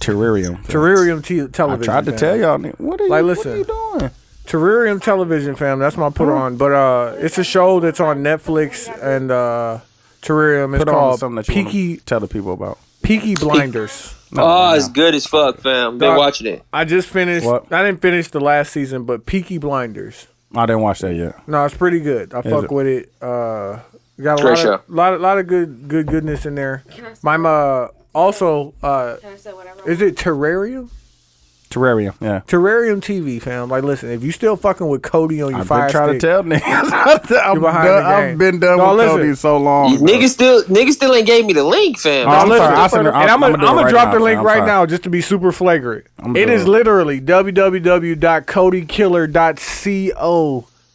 Speaker 2: Terrarium.
Speaker 4: Terrarium te-
Speaker 2: I
Speaker 4: television.
Speaker 2: tried to
Speaker 4: fam.
Speaker 2: tell y'all. nigga, What are you?
Speaker 4: Like,
Speaker 2: what are you doing?
Speaker 4: Terrarium television, fam. That's my put on. But uh, it's a show that's on Netflix and uh, Terrarium. It's
Speaker 2: Put on
Speaker 4: called
Speaker 2: something that you
Speaker 4: Peaky
Speaker 2: wanna tell the people about.
Speaker 4: Peaky Blinders.
Speaker 8: Oh, it's good as fuck, fam. Been
Speaker 4: Dog.
Speaker 8: watching it.
Speaker 4: I just finished.
Speaker 2: What?
Speaker 4: I didn't finish the last season, but Peaky Blinders.
Speaker 2: I didn't watch that yet.
Speaker 4: No, it's pretty good. I fuck
Speaker 2: it?
Speaker 4: with it. Uh, got a
Speaker 8: Great
Speaker 4: lot
Speaker 8: show.
Speaker 4: of, lot, of- lot of good good goodness in there.
Speaker 6: Can I say-
Speaker 4: My uh, also uh,
Speaker 6: Can I say whatever? I
Speaker 4: is
Speaker 6: want?
Speaker 4: it Terrarium?
Speaker 2: Terrarium. Yeah.
Speaker 4: Terrarium TV, fam. Like, listen, if you still fucking with Cody on your
Speaker 2: I've
Speaker 4: fire
Speaker 2: been trying
Speaker 4: stick,
Speaker 2: to tell [LAUGHS] niggas. I'm done-
Speaker 4: behind the
Speaker 2: I've
Speaker 4: game.
Speaker 2: been done
Speaker 4: No,
Speaker 2: with
Speaker 4: listen.
Speaker 2: Cody so long. bro.
Speaker 8: Niggas still, niggas still ain't gave me the link, fam.
Speaker 2: I'm
Speaker 4: I'm
Speaker 2: sorry.
Speaker 4: listening.
Speaker 2: I'll send her-
Speaker 4: and
Speaker 2: I'll-
Speaker 4: I'm
Speaker 2: I'ma
Speaker 4: gonna
Speaker 2: do it right
Speaker 4: drop
Speaker 2: now,
Speaker 4: the
Speaker 2: fam.
Speaker 4: link
Speaker 2: I'm
Speaker 4: right
Speaker 2: sorry.
Speaker 4: now just to be super flagrant.
Speaker 2: I'm
Speaker 4: It
Speaker 2: doing
Speaker 4: is
Speaker 2: it.
Speaker 4: literally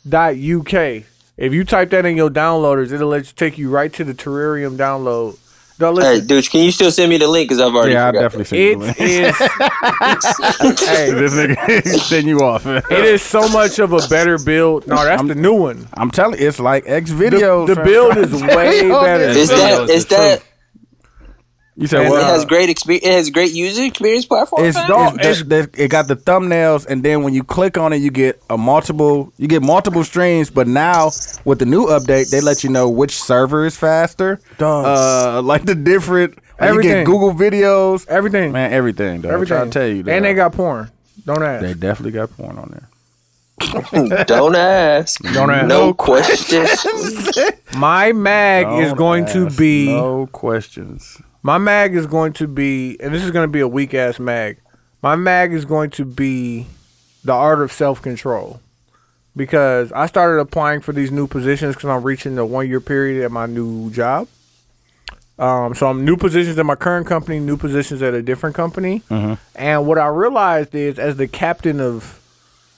Speaker 4: www.codykiller.co.uk. If you type that in your downloaders, it'll let you take you right to the Terrarium download. No,
Speaker 8: Hey,
Speaker 4: listen,
Speaker 8: dude, can you still send me the link? Cause I've already.
Speaker 2: Yeah, I
Speaker 8: forgot.
Speaker 2: definitely
Speaker 8: [LAUGHS]
Speaker 2: see you. [LAUGHS]
Speaker 4: it is. hey,
Speaker 2: this nigga send you off.
Speaker 4: [LAUGHS]
Speaker 2: man.
Speaker 4: it is so much of a better build. No, that's the new one.
Speaker 2: I'm telling you, it's like X
Speaker 4: The,
Speaker 2: videos.
Speaker 4: the
Speaker 2: fam.
Speaker 4: build is way
Speaker 2: [LAUGHS] Yo,
Speaker 4: better.
Speaker 8: It's that. It's that.
Speaker 2: You said
Speaker 4: And,
Speaker 8: It
Speaker 4: uh,
Speaker 2: what?
Speaker 8: has great experience. It has great user experience platform.
Speaker 2: It's,
Speaker 8: fam.
Speaker 2: dog,
Speaker 4: it's-
Speaker 2: it's, the- it got the thumbnails, and then when you click on it, you get a multiple. You get multiple streams, but now with the new update, they let you know which server is faster.
Speaker 4: Dog.
Speaker 2: Uh, like the different. and You
Speaker 4: Everything.
Speaker 2: get Google videos,
Speaker 4: Everything,
Speaker 2: man, everything. Dog.
Speaker 4: everything.
Speaker 2: Everything. I tell you, dog.
Speaker 4: and they got porn. Don't ask.
Speaker 2: They definitely got porn on there.
Speaker 8: [LAUGHS] Don't ask.
Speaker 4: Don't ask.
Speaker 8: No questions.
Speaker 4: My mag is
Speaker 2: Don't
Speaker 4: going to
Speaker 2: ask
Speaker 4: be.
Speaker 2: no questions.
Speaker 4: My mag is going to be, and this is going to be a weak ass mag. My mag is going to be the art of self control because I started applying for these new positions because I'm reaching the one year period at my new job. Um, so I'm new positions at my current company, new positions at a different company,
Speaker 2: Mm-hmm.
Speaker 4: and what I realized is, as the captain of,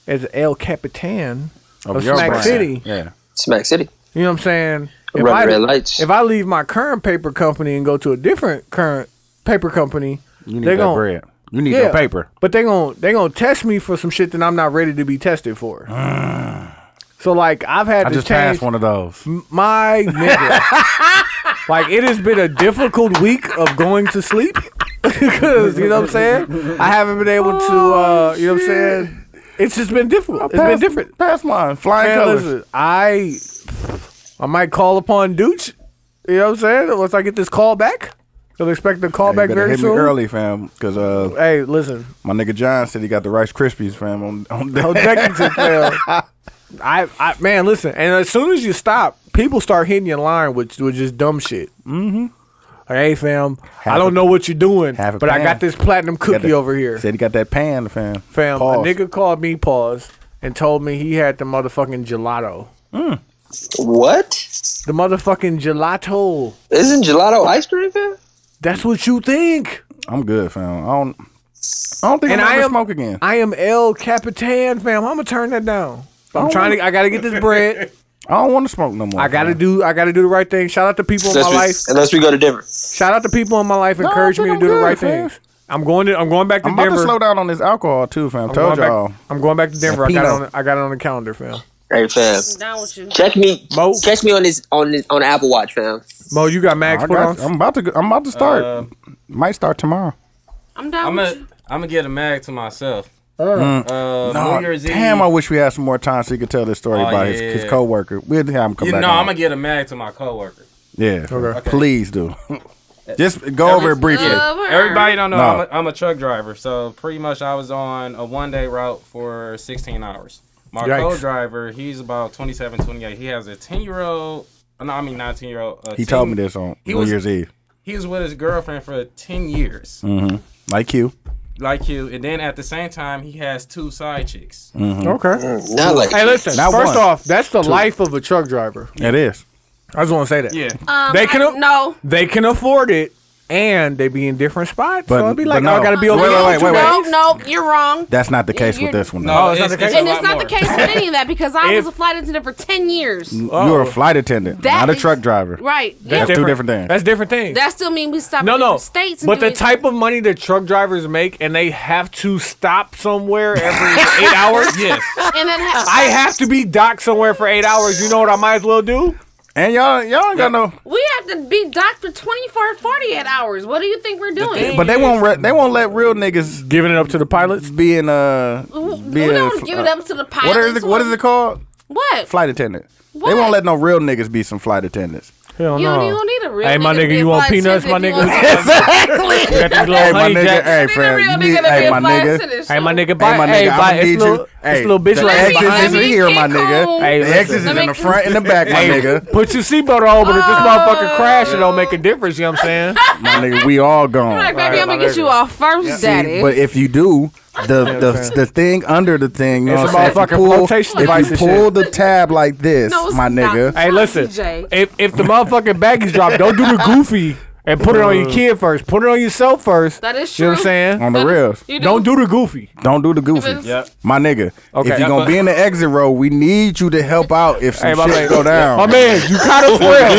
Speaker 4: as El Capitan
Speaker 2: Of
Speaker 4: of
Speaker 2: your
Speaker 4: Smack
Speaker 2: brand.
Speaker 4: City,
Speaker 2: Yeah.
Speaker 8: Smack City.
Speaker 4: you know what I'm saying? If
Speaker 8: Run
Speaker 4: I-
Speaker 8: red lights.
Speaker 4: if I leave my current paper company and go to a different current paper company,
Speaker 2: You need
Speaker 4: They
Speaker 2: that
Speaker 4: gon-
Speaker 2: bread. You need
Speaker 4: Yeah.
Speaker 2: your paper.
Speaker 4: but they gon' they gonna test me for some shit that I'm not ready to be tested for. so like I've had
Speaker 2: Mm. I
Speaker 4: to
Speaker 2: just
Speaker 4: change
Speaker 2: passed one of those.
Speaker 4: my nigga.
Speaker 2: [LAUGHS]
Speaker 4: like it has been a difficult week of going to sleep [LAUGHS] because you know what I'm saying. I haven't been able to, uh, you know what I'm saying. It's just been difficult. It's been
Speaker 2: Pass-
Speaker 4: different.
Speaker 2: Pass mine. Flying
Speaker 4: Man,
Speaker 2: colors.
Speaker 4: listen, I I might call upon Dooch. You know what I'm saying? Once I get this call back, they'll expect the call
Speaker 2: You
Speaker 4: back
Speaker 2: better
Speaker 4: very
Speaker 2: hit
Speaker 4: soon.
Speaker 2: me early, fam, because uh,
Speaker 4: Hey, listen,
Speaker 2: my nigga John said he got the Rice Krispies, fam, on, on
Speaker 4: no
Speaker 2: [LAUGHS] deck.
Speaker 4: Dickinson fail. I, I man, listen, and as soon as you stop, people start hitting your line with with just dumb shit. Mm-hmm. Like, hey, fam, I
Speaker 2: a-
Speaker 4: don't know what you're doing,
Speaker 2: half a
Speaker 4: but I
Speaker 2: pan.
Speaker 4: got this platinum
Speaker 2: Got
Speaker 4: cookie
Speaker 2: the-
Speaker 4: over here.
Speaker 2: Said he got that pan, fam.
Speaker 4: Fam,
Speaker 2: Pause.
Speaker 4: a nigga called me pause and told me he had the motherfucking gelato.
Speaker 8: What?
Speaker 4: The motherfucking gelato.
Speaker 8: Isn't gelato ice cream, fam?
Speaker 4: That's what you think.
Speaker 2: I'm good, fam. I don't, I don't think
Speaker 4: And
Speaker 2: I'm
Speaker 4: I
Speaker 2: gonna
Speaker 4: am-
Speaker 2: smoke again.
Speaker 4: I am El Capitan, fam. I'm gonna turn that down. I'm
Speaker 2: Oh.
Speaker 4: trying to. I gotta get this bread.
Speaker 2: I don't want to smoke no more.
Speaker 4: I gotta
Speaker 2: fam.
Speaker 4: do. I gotta do the right thing. Shout out to people in my
Speaker 8: Unless we,
Speaker 4: life.
Speaker 8: unless we go to Denver.
Speaker 4: Shout out to people in my life.
Speaker 2: I
Speaker 4: Encourage me
Speaker 2: think
Speaker 4: to
Speaker 2: I'm
Speaker 4: do the
Speaker 2: good,
Speaker 4: right
Speaker 2: fam.
Speaker 4: things. I'm going to. I'm going back to
Speaker 2: I'm about
Speaker 4: Denver.
Speaker 2: to slow down on this alcohol too, fam.
Speaker 4: I'm
Speaker 2: Told
Speaker 4: going
Speaker 2: y'all.
Speaker 4: Back, I'm going back to Denver. I
Speaker 2: That
Speaker 4: got it
Speaker 2: Pinot.
Speaker 4: on. I got it on the calendar, fam.
Speaker 8: Hey fam,
Speaker 6: Down with you.
Speaker 8: check me,
Speaker 4: Mo?
Speaker 8: catch me on this on this on Apple Watch, fam.
Speaker 4: Mo, you got Max
Speaker 2: I
Speaker 4: put on?
Speaker 2: got, I'm about to. go- I'm about to start.
Speaker 1: Uh,
Speaker 2: Might start tomorrow.
Speaker 6: I'm down
Speaker 1: I'm
Speaker 6: with
Speaker 1: gonna
Speaker 6: you.
Speaker 1: I'm gonna get a mag to myself. Uh,
Speaker 2: No,
Speaker 1: New Year's
Speaker 2: Mm. damn,
Speaker 1: Eve.
Speaker 2: I wish we had some more time so he could tell this story
Speaker 1: Oh,
Speaker 2: about
Speaker 1: yeah.
Speaker 2: his, his coworker. We'll have him come
Speaker 1: you
Speaker 2: back.
Speaker 1: know,
Speaker 2: on.
Speaker 1: I'm gonna get a mag to my coworker.
Speaker 2: yeah, please
Speaker 1: [LAUGHS]
Speaker 2: do. Just go over it briefly.
Speaker 6: Love her.
Speaker 1: Everybody don't know
Speaker 2: No.
Speaker 1: I'm, a, I'm a truck driver, so pretty much I was on a one day route for 16 hours. My
Speaker 4: Yikes.
Speaker 1: co-driver, he's about 27, 28. He has a 10 year old, no, I mean 19 year old.
Speaker 2: He told me this on
Speaker 1: He
Speaker 2: New
Speaker 1: was-
Speaker 2: Year's Eve,
Speaker 1: He was with his girlfriend for 10 years,
Speaker 2: Mm. like you.
Speaker 1: like you. And then at the same time, he has two side chicks.
Speaker 2: Mm.
Speaker 4: Okay.
Speaker 8: Not like
Speaker 4: Hey, listen.
Speaker 2: Not
Speaker 4: first
Speaker 2: one.
Speaker 4: off, that's the life of a truck driver.
Speaker 2: It is.
Speaker 4: I just want to say that.
Speaker 1: Yeah,
Speaker 2: Mm.
Speaker 6: Um,
Speaker 4: They can-
Speaker 6: I, no.
Speaker 4: They can afford it, and they be in different spots.
Speaker 2: But-
Speaker 4: so it'd be
Speaker 2: but
Speaker 4: like,
Speaker 2: no.
Speaker 4: oh, I gotta be
Speaker 2: Wait,
Speaker 4: over
Speaker 2: wait,
Speaker 4: here.
Speaker 2: wait, wait, wait.
Speaker 6: no, no, you're wrong.
Speaker 2: That's not the case
Speaker 6: You're-
Speaker 2: with this one.
Speaker 1: no,
Speaker 4: it's
Speaker 1: it's,
Speaker 4: not the case?
Speaker 1: a
Speaker 6: and it's
Speaker 1: lot
Speaker 6: not
Speaker 1: more.
Speaker 6: the case with any of that because I
Speaker 4: If-
Speaker 6: was a flight attendant for 10 years.
Speaker 2: though. You're a flight attendant,
Speaker 6: That
Speaker 2: not a
Speaker 6: is-
Speaker 2: truck driver.
Speaker 6: Right. Yeah.
Speaker 2: That's two different things.
Speaker 4: That's different things.
Speaker 6: That still mean we stop
Speaker 4: no,
Speaker 6: in
Speaker 4: no.
Speaker 6: different states. and
Speaker 4: But the
Speaker 6: doing-
Speaker 4: type of money that truck drivers make, and they have to stop somewhere every
Speaker 6: [LAUGHS]
Speaker 4: eight hours.
Speaker 1: Yes,
Speaker 6: [LAUGHS] and then ha-
Speaker 4: I have to be docked somewhere for eight hours. You know what I might as well do?
Speaker 2: And y'all, y'all ain't got no.
Speaker 6: we have to be docked for 24, 48 hours. What do you think we're doing?
Speaker 2: But they won't. Re- they won't let real niggas
Speaker 4: Giving it up to the pilots.
Speaker 2: be in uh.
Speaker 6: we
Speaker 2: be a
Speaker 6: don't
Speaker 2: fl-
Speaker 6: give it up to the pilots.
Speaker 2: What is it? What is it called?
Speaker 6: What?
Speaker 2: Flight attendant. They
Speaker 6: What?
Speaker 2: won't let no real niggas be some flight attendants.
Speaker 4: [LAUGHS] Hell
Speaker 6: You, don't, you
Speaker 4: no.
Speaker 6: don't need a real
Speaker 4: Hey, my
Speaker 6: nigga to
Speaker 4: nigga,
Speaker 6: be a
Speaker 4: you want
Speaker 6: flight
Speaker 4: peanuts, my
Speaker 6: attendant.
Speaker 4: [LAUGHS]
Speaker 6: You
Speaker 4: nigga?
Speaker 6: want-
Speaker 2: Exactly.
Speaker 4: Got these little
Speaker 2: hey, my
Speaker 4: honey
Speaker 2: nigga.
Speaker 4: jacks.
Speaker 2: Hey,
Speaker 6: Need a
Speaker 2: friend.
Speaker 6: real
Speaker 2: you
Speaker 6: nigga
Speaker 2: need-
Speaker 6: to be
Speaker 2: hey,
Speaker 6: a
Speaker 2: my
Speaker 6: flight
Speaker 2: nigga.
Speaker 6: attendant.
Speaker 4: Hey, my nigga,
Speaker 2: Hey,
Speaker 4: bye.
Speaker 2: my
Speaker 4: Hey,
Speaker 2: nigga,
Speaker 4: bye.
Speaker 2: I'm gonna need
Speaker 4: This
Speaker 2: you.
Speaker 4: little,
Speaker 2: Hey,
Speaker 4: this little bitch
Speaker 2: the
Speaker 4: right here
Speaker 2: exit
Speaker 4: behind
Speaker 2: is
Speaker 4: me.
Speaker 6: me.
Speaker 2: here, my
Speaker 6: Get
Speaker 2: nigga.
Speaker 6: cool.
Speaker 4: Hey,
Speaker 2: the
Speaker 4: listen.
Speaker 2: exit is
Speaker 6: Let
Speaker 2: in
Speaker 6: me-
Speaker 2: the front and the back,
Speaker 6: [LAUGHS]
Speaker 2: my nigga.
Speaker 4: Put your seatbelt on, but if this motherfucker crash, it don't make a difference. You know what
Speaker 6: [LAUGHS]
Speaker 4: I'm saying?
Speaker 2: My nigga, we all gone.
Speaker 6: All right, baby, I'm
Speaker 4: my
Speaker 6: going to get
Speaker 4: nigga.
Speaker 6: you off first, daddy.
Speaker 2: But if you do, the the, the thing under the thing,
Speaker 4: It's
Speaker 2: it's
Speaker 4: a
Speaker 2: about
Speaker 4: motherfucking
Speaker 2: fucking pull,
Speaker 4: flotation device
Speaker 2: If you
Speaker 4: and
Speaker 2: pull the tab like this,
Speaker 6: No, it's
Speaker 2: my
Speaker 6: not.
Speaker 2: nigga.
Speaker 4: Hey,
Speaker 6: Fuck
Speaker 4: listen.
Speaker 6: DJ.
Speaker 4: If if the motherfucking baggage dropped, don't do the goofy and put it on your kid first. Put it on yourself first.
Speaker 6: That is
Speaker 4: You know what I'm
Speaker 6: true.
Speaker 4: saying?
Speaker 2: On the rails,
Speaker 6: You
Speaker 4: Don't do the goofy.
Speaker 2: don't do the
Speaker 6: [LAUGHS]
Speaker 2: goofy,
Speaker 6: If it's-
Speaker 1: Yep.
Speaker 2: my nigga.
Speaker 4: Okay.
Speaker 2: If you're gonna be in the exit row, we need you to help out if some
Speaker 4: Hey, my
Speaker 2: shit
Speaker 4: man.
Speaker 2: go down.
Speaker 4: My man, you [LAUGHS] kind of frail. My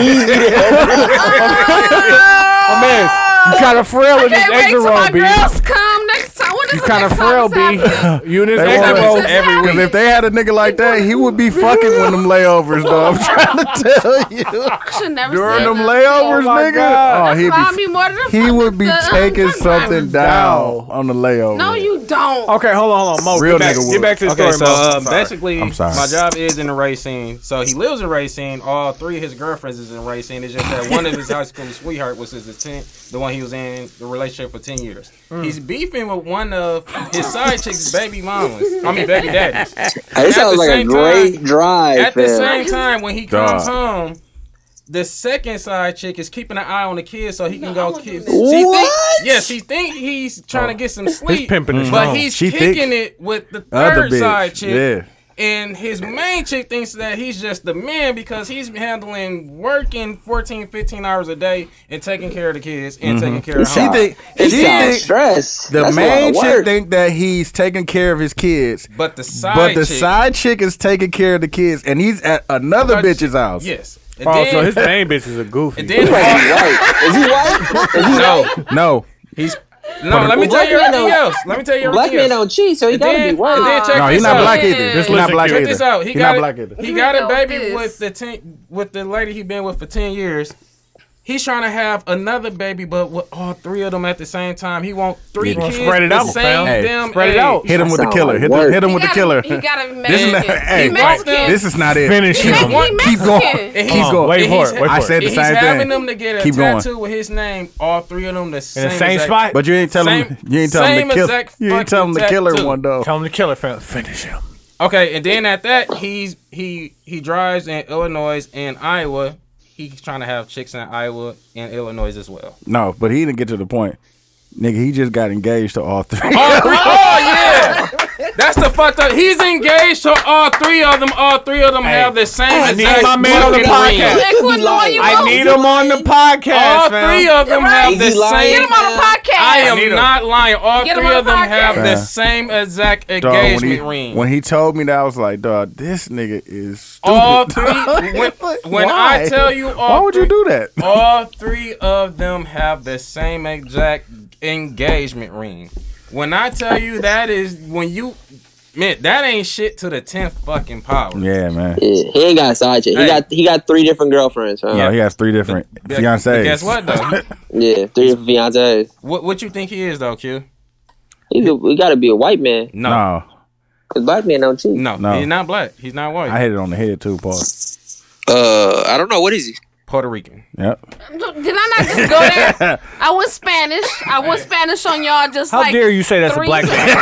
Speaker 4: man, you kind of frail in this
Speaker 6: Can't wait
Speaker 4: exit
Speaker 6: till
Speaker 4: row,
Speaker 6: my
Speaker 4: B.
Speaker 6: girls come next time. When does
Speaker 4: You
Speaker 6: the
Speaker 4: kind of
Speaker 6: next time
Speaker 4: frail,
Speaker 6: this happen?
Speaker 4: B. [LAUGHS] You in this
Speaker 2: They
Speaker 4: exit
Speaker 2: wanna-
Speaker 4: row.
Speaker 6: Every
Speaker 2: [LAUGHS] Cause
Speaker 6: week.
Speaker 2: if they had a nigga like that, he would be fucking when them layovers, though. I'm trying to tell you.
Speaker 6: I should never
Speaker 2: During
Speaker 6: said
Speaker 2: [LAUGHS] them
Speaker 6: that.
Speaker 2: layovers,
Speaker 4: my
Speaker 2: nigga.
Speaker 4: God.
Speaker 2: Oh, he'd
Speaker 6: Why
Speaker 2: be,
Speaker 6: be more than a
Speaker 2: he
Speaker 6: fucking-
Speaker 2: would be
Speaker 6: the, um,
Speaker 2: taking
Speaker 6: truck driver?
Speaker 2: something down on the layover.
Speaker 6: No, you don't.
Speaker 4: Okay, hold on, hold on, Mo.
Speaker 2: Real
Speaker 4: get, back,
Speaker 2: nigga would.
Speaker 4: get back to the
Speaker 1: Okay, so
Speaker 4: story, Mo.
Speaker 1: um, basically,
Speaker 2: I'm sorry.
Speaker 1: my job is in the racing. So he lives in racing. All three of his girlfriends is in racing. It's just that one of his high school [LAUGHS] sweetheart was his ten, the one he was in the relationship for ten years. He's beefing with one of his side chicks' baby mamas. I mean, baby daddies.
Speaker 8: Hey, this
Speaker 1: At
Speaker 8: sounds
Speaker 1: the
Speaker 8: like a
Speaker 1: same
Speaker 8: great
Speaker 1: time-
Speaker 8: drive,
Speaker 1: At the
Speaker 8: fam.
Speaker 1: same time, when he
Speaker 2: Dog.
Speaker 1: comes home, the second side chick is keeping an eye on the kids so he can go kiss. She
Speaker 8: What?
Speaker 1: think, yeah, she think he's trying to get some sleep,
Speaker 4: pimping is
Speaker 1: but
Speaker 4: strong.
Speaker 1: he's
Speaker 2: Oh. She think-
Speaker 1: kicking it with the
Speaker 2: Other
Speaker 1: third
Speaker 2: bitch.
Speaker 1: side chick.
Speaker 2: Yeah.
Speaker 1: And his main chick thinks that he's just the man because he's handling working 14, 15 hours a day and taking care of the kids and taking care of
Speaker 8: She
Speaker 1: home.
Speaker 2: think-
Speaker 8: It
Speaker 2: she
Speaker 8: sounds
Speaker 2: think
Speaker 8: stressed.
Speaker 2: the
Speaker 8: That's a lot
Speaker 2: main
Speaker 8: of
Speaker 2: chick
Speaker 8: work.
Speaker 2: think that he's taking care of his kids,
Speaker 1: but the side
Speaker 2: but the
Speaker 1: chick,
Speaker 2: side chick is taking care of the kids, and he's at another
Speaker 1: Side chick-
Speaker 2: bitch's house.
Speaker 1: yes. And
Speaker 4: Oh,
Speaker 1: then,
Speaker 4: so his main bitch is a goofy. [LAUGHS]
Speaker 1: and then
Speaker 8: Wait, he's white. Is he white? Is
Speaker 1: [LAUGHS]
Speaker 8: he
Speaker 1: no,
Speaker 2: No,
Speaker 1: he's no. Let me tell you
Speaker 8: Black man
Speaker 1: everything
Speaker 8: don't-
Speaker 1: else. Let me tell you
Speaker 8: black
Speaker 1: everything
Speaker 8: man
Speaker 1: else.
Speaker 8: don't cheat, so he
Speaker 1: And
Speaker 8: gotta
Speaker 1: then-
Speaker 8: be white.
Speaker 1: and then check
Speaker 2: no,
Speaker 1: this
Speaker 2: he's not
Speaker 1: out.
Speaker 2: black
Speaker 6: Yeah.
Speaker 2: either. He's
Speaker 6: Just
Speaker 2: not
Speaker 4: listen
Speaker 2: black
Speaker 4: to it.
Speaker 1: Check
Speaker 2: either.
Speaker 1: this out. He,
Speaker 2: He
Speaker 1: got
Speaker 2: not
Speaker 1: a-
Speaker 2: black either.
Speaker 1: He got a
Speaker 6: Look at
Speaker 1: baby
Speaker 6: this.
Speaker 1: with the ten, with the lady he been with for ten years. He's trying to have another baby, but with all three of them at the same time. He want three
Speaker 2: He wanna
Speaker 1: kids
Speaker 4: spread it
Speaker 1: the
Speaker 4: out,
Speaker 1: same
Speaker 4: fam.
Speaker 2: Hey,
Speaker 1: damn
Speaker 4: spread it
Speaker 1: age.
Speaker 4: out.
Speaker 2: Hit him with the
Speaker 8: Sound
Speaker 2: killer.
Speaker 8: like
Speaker 2: Hit, the,
Speaker 8: work.
Speaker 2: hit him
Speaker 6: He
Speaker 2: with the
Speaker 6: gotta-
Speaker 2: killer.
Speaker 6: He got to
Speaker 2: This is
Speaker 6: Mexican.
Speaker 2: not, hey,
Speaker 6: he Mexican.
Speaker 1: right.
Speaker 2: this is not it.
Speaker 4: Finish
Speaker 2: Keep,
Speaker 4: him.
Speaker 2: going.
Speaker 6: He
Speaker 2: Keep going.
Speaker 6: Mexican.
Speaker 1: And
Speaker 2: Keep
Speaker 1: he's-
Speaker 2: going.
Speaker 4: Wait
Speaker 1: and
Speaker 4: for
Speaker 1: he's-
Speaker 4: it, wait
Speaker 2: I
Speaker 4: for it.
Speaker 2: said the
Speaker 1: And he's
Speaker 2: same
Speaker 1: having
Speaker 2: thing.
Speaker 1: them to get a
Speaker 2: Keep going.
Speaker 1: tattoo with his name, all three of them the same,
Speaker 4: in the same
Speaker 1: exact-
Speaker 4: spot.
Speaker 2: But you ain't tell him.
Speaker 1: Same-
Speaker 2: You ain't tell him
Speaker 1: same
Speaker 2: to kill.
Speaker 1: exact
Speaker 2: You ain't tell him to
Speaker 1: fucking
Speaker 2: kill her
Speaker 1: tattoo.
Speaker 2: one though.
Speaker 4: Tell him to kill her. fam. Finish him.
Speaker 1: Okay, and then at that, he's he he drives in Illinois and Iowa. He's trying to have chicks in Iowa and Illinois as well.
Speaker 2: No, but he didn't get to the point. Nigga, he just got engaged to all three.
Speaker 1: All
Speaker 2: [LAUGHS]
Speaker 1: three- oh yeah, that's the fucked up. He's engaged to all three of them. All three of them have the same.
Speaker 4: I need
Speaker 1: exact
Speaker 4: my man on the
Speaker 1: fucking
Speaker 4: podcast.
Speaker 1: ring.
Speaker 6: Hey, quit lying, you
Speaker 4: I
Speaker 6: won't.
Speaker 4: need him on the podcast,
Speaker 1: All
Speaker 4: fam.
Speaker 1: three of them have the
Speaker 8: Is he lying?
Speaker 1: same.
Speaker 6: Get him on the podcast.
Speaker 1: I am
Speaker 4: Need him.
Speaker 1: not lying. All
Speaker 6: Get him
Speaker 1: three
Speaker 6: on
Speaker 1: of
Speaker 6: the
Speaker 1: them
Speaker 6: podcast.
Speaker 1: have the
Speaker 2: Yeah.
Speaker 1: same exact
Speaker 2: Dog,
Speaker 1: engagement
Speaker 2: when he,
Speaker 1: ring.
Speaker 2: When he told me that, I was like, dog, this nigga is stupid.
Speaker 1: all three.
Speaker 4: [LAUGHS]
Speaker 1: When, when I
Speaker 2: Why?
Speaker 1: tell you, all
Speaker 2: Why would
Speaker 1: three,
Speaker 2: you do that?
Speaker 1: all three of them have the same exact engagement ring. When I tell you that is when you Man, that ain't shit to the tenth fucking power.
Speaker 2: [LAUGHS] Yeah, man.
Speaker 8: Yeah, he ain't got side chick. He
Speaker 1: Hey.
Speaker 8: got he got three different girlfriends, huh?
Speaker 2: No, he has three different
Speaker 1: But-
Speaker 2: fiancées.
Speaker 1: but Guess
Speaker 2: [LAUGHS]
Speaker 1: what though?
Speaker 8: Yeah, three different fiancés.
Speaker 1: what what you think he is though, Q?
Speaker 8: He's a, he got to be a white man
Speaker 1: No, no,
Speaker 2: No,
Speaker 8: because black men don't cheat.
Speaker 2: No.
Speaker 1: he's not black. He's not white.
Speaker 2: I hit it on the head too, Paul.
Speaker 8: Uh, I don't know what is he.
Speaker 1: Puerto Rican.
Speaker 2: Yep.
Speaker 6: Did I not just go there? I was Spanish. I was Spanish on y'all. Just
Speaker 4: How
Speaker 6: like
Speaker 4: dare you say that's a
Speaker 6: three
Speaker 4: black
Speaker 6: seconds.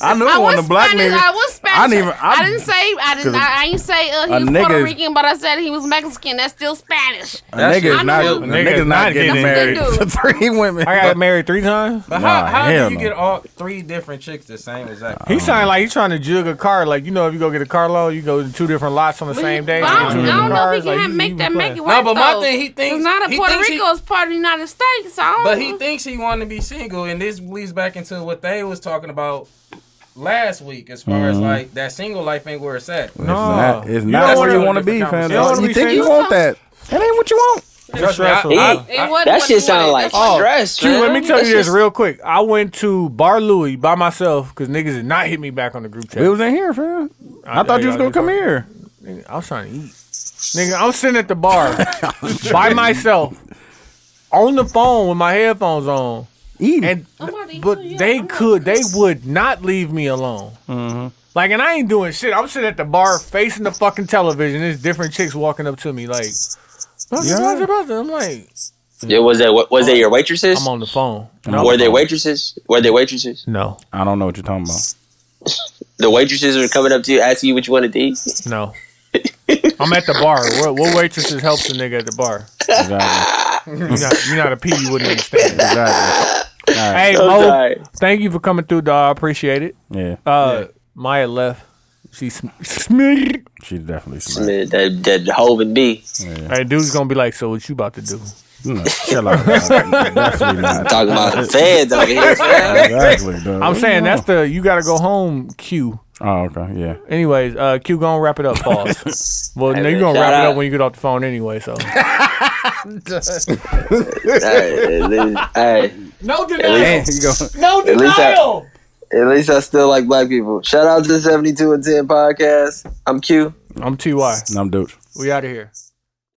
Speaker 4: man?
Speaker 2: I knew
Speaker 6: I
Speaker 2: one
Speaker 6: was
Speaker 2: of the black
Speaker 6: Spanish.
Speaker 2: niggas.
Speaker 6: I was Spanish. I
Speaker 2: I didn't
Speaker 6: didn't,
Speaker 2: even- I-
Speaker 6: say. I didn't. I, I ain't say uh,
Speaker 2: A
Speaker 6: he was
Speaker 2: nigga
Speaker 6: Puerto
Speaker 2: is-
Speaker 6: Rican, but I said he was Mexican. That's still Spanish.
Speaker 2: A nigga
Speaker 6: I
Speaker 2: is not,
Speaker 6: know.
Speaker 2: a nigga's not getting married to three women.
Speaker 4: I got married three times.
Speaker 1: But
Speaker 2: Nah,
Speaker 1: how, how
Speaker 2: hell
Speaker 1: do you
Speaker 2: no.
Speaker 1: get all three different chicks the same exact?
Speaker 4: He sounded like he's trying to jug a car. Like you know, if you go get a car loan, you go to two different lots on the
Speaker 6: But he-
Speaker 4: same day.
Speaker 6: but I don't,
Speaker 4: two
Speaker 6: I don't
Speaker 4: different
Speaker 6: know if
Speaker 4: cars,
Speaker 6: he can
Speaker 4: like,
Speaker 6: have,
Speaker 4: you-
Speaker 6: make
Speaker 4: you
Speaker 6: that
Speaker 4: playing.
Speaker 6: make it work.
Speaker 1: No, but my
Speaker 6: though.
Speaker 1: thing, he thinks-
Speaker 6: It's not a
Speaker 1: he
Speaker 6: Puerto
Speaker 1: thinks he-
Speaker 6: Rico. It's part of the United States. I don't.
Speaker 1: But he thinks he wanted to be single, and this leads back into what they was talking about last week, as far
Speaker 2: Mm-hmm.
Speaker 1: as like that single life ain't where it's at.
Speaker 2: It's not, it's
Speaker 4: You
Speaker 2: not
Speaker 4: don't
Speaker 2: where
Speaker 4: wanna-
Speaker 2: you want to be, fam.
Speaker 1: You don't
Speaker 4: wanna
Speaker 2: You
Speaker 4: be
Speaker 2: think you
Speaker 4: single.
Speaker 2: want that? That ain't what you want.
Speaker 1: Trust me,
Speaker 4: stressful.
Speaker 1: I-
Speaker 8: Hey,
Speaker 1: I- I-
Speaker 8: That shit sound like Oh, stress,
Speaker 4: Dude,
Speaker 8: man.
Speaker 4: let me tell
Speaker 8: That's
Speaker 4: you this
Speaker 8: just-
Speaker 4: real quick. I went to Bar Louie by myself because niggas did not hit me back on the group chat.
Speaker 2: It was in here, fam. I,
Speaker 4: know
Speaker 2: thought you was gonna
Speaker 4: y'all just
Speaker 2: come
Speaker 4: talking.
Speaker 2: here.
Speaker 4: Nigga, I was trying to eat. Nigga, I'm sitting at the bar by myself on the phone with my headphones on.
Speaker 2: Eat.
Speaker 4: And
Speaker 6: Somebody-
Speaker 4: but
Speaker 6: yeah,
Speaker 4: they
Speaker 6: I'm not-
Speaker 4: could, they would not leave me alone.
Speaker 2: Mm-hmm.
Speaker 4: Like, and I ain't doing shit. I'm sitting at the bar facing the fucking television. There's different chicks walking up to me, like, "Brother,
Speaker 2: Yeah.
Speaker 4: brother, brother." I'm like,
Speaker 8: Yeah, was that was they your waitresses?
Speaker 4: I'm on the phone. No,
Speaker 8: Were they waitresses? Were they waitresses?
Speaker 4: no,
Speaker 2: I don't know what you're talking [LAUGHS] about.
Speaker 8: The waitresses are coming up to you asking you what you wanted to eat.
Speaker 4: no. I'm at the bar. What, what waitresses helps a nigga at the bar?
Speaker 2: Exactly.
Speaker 4: You're not, you're not a P. You
Speaker 2: [LAUGHS]
Speaker 4: wouldn't understand.
Speaker 2: exactly. All right.
Speaker 4: Hey,
Speaker 8: I'm
Speaker 4: Mo,
Speaker 8: sorry.
Speaker 4: thank you for coming through, dog. I appreciate it.
Speaker 2: Yeah,
Speaker 4: Uh, Maya left. She sm- smeared.
Speaker 2: she definitely smart.
Speaker 8: Man, that that Hovind B.
Speaker 4: Hey, dude's gonna be like, so what you about to do?
Speaker 2: No, chill out. dog. definitely not.
Speaker 8: Talking about the feds over [LAUGHS] here. man.
Speaker 4: [LAUGHS]
Speaker 2: Exactly. dog.
Speaker 4: I'm saying that's the you gotta go home Q.
Speaker 2: Oh, okay. Yeah.
Speaker 4: Anyways, uh, Q gonna wrap it up.
Speaker 8: [LAUGHS]
Speaker 4: Pause. well, no, you
Speaker 8: man,
Speaker 4: gonna
Speaker 8: shout
Speaker 4: wrap it up
Speaker 8: out.
Speaker 4: when you get off the phone anyway. So
Speaker 8: Hey, hey,
Speaker 4: no
Speaker 8: denial.
Speaker 2: [LAUGHS] you go.
Speaker 4: no
Speaker 8: least denial. at least I still like black people. Shout out to the 72 and 10 podcast. I'm Q.
Speaker 4: I'm Ty.
Speaker 2: I'm dude.
Speaker 4: We out of here.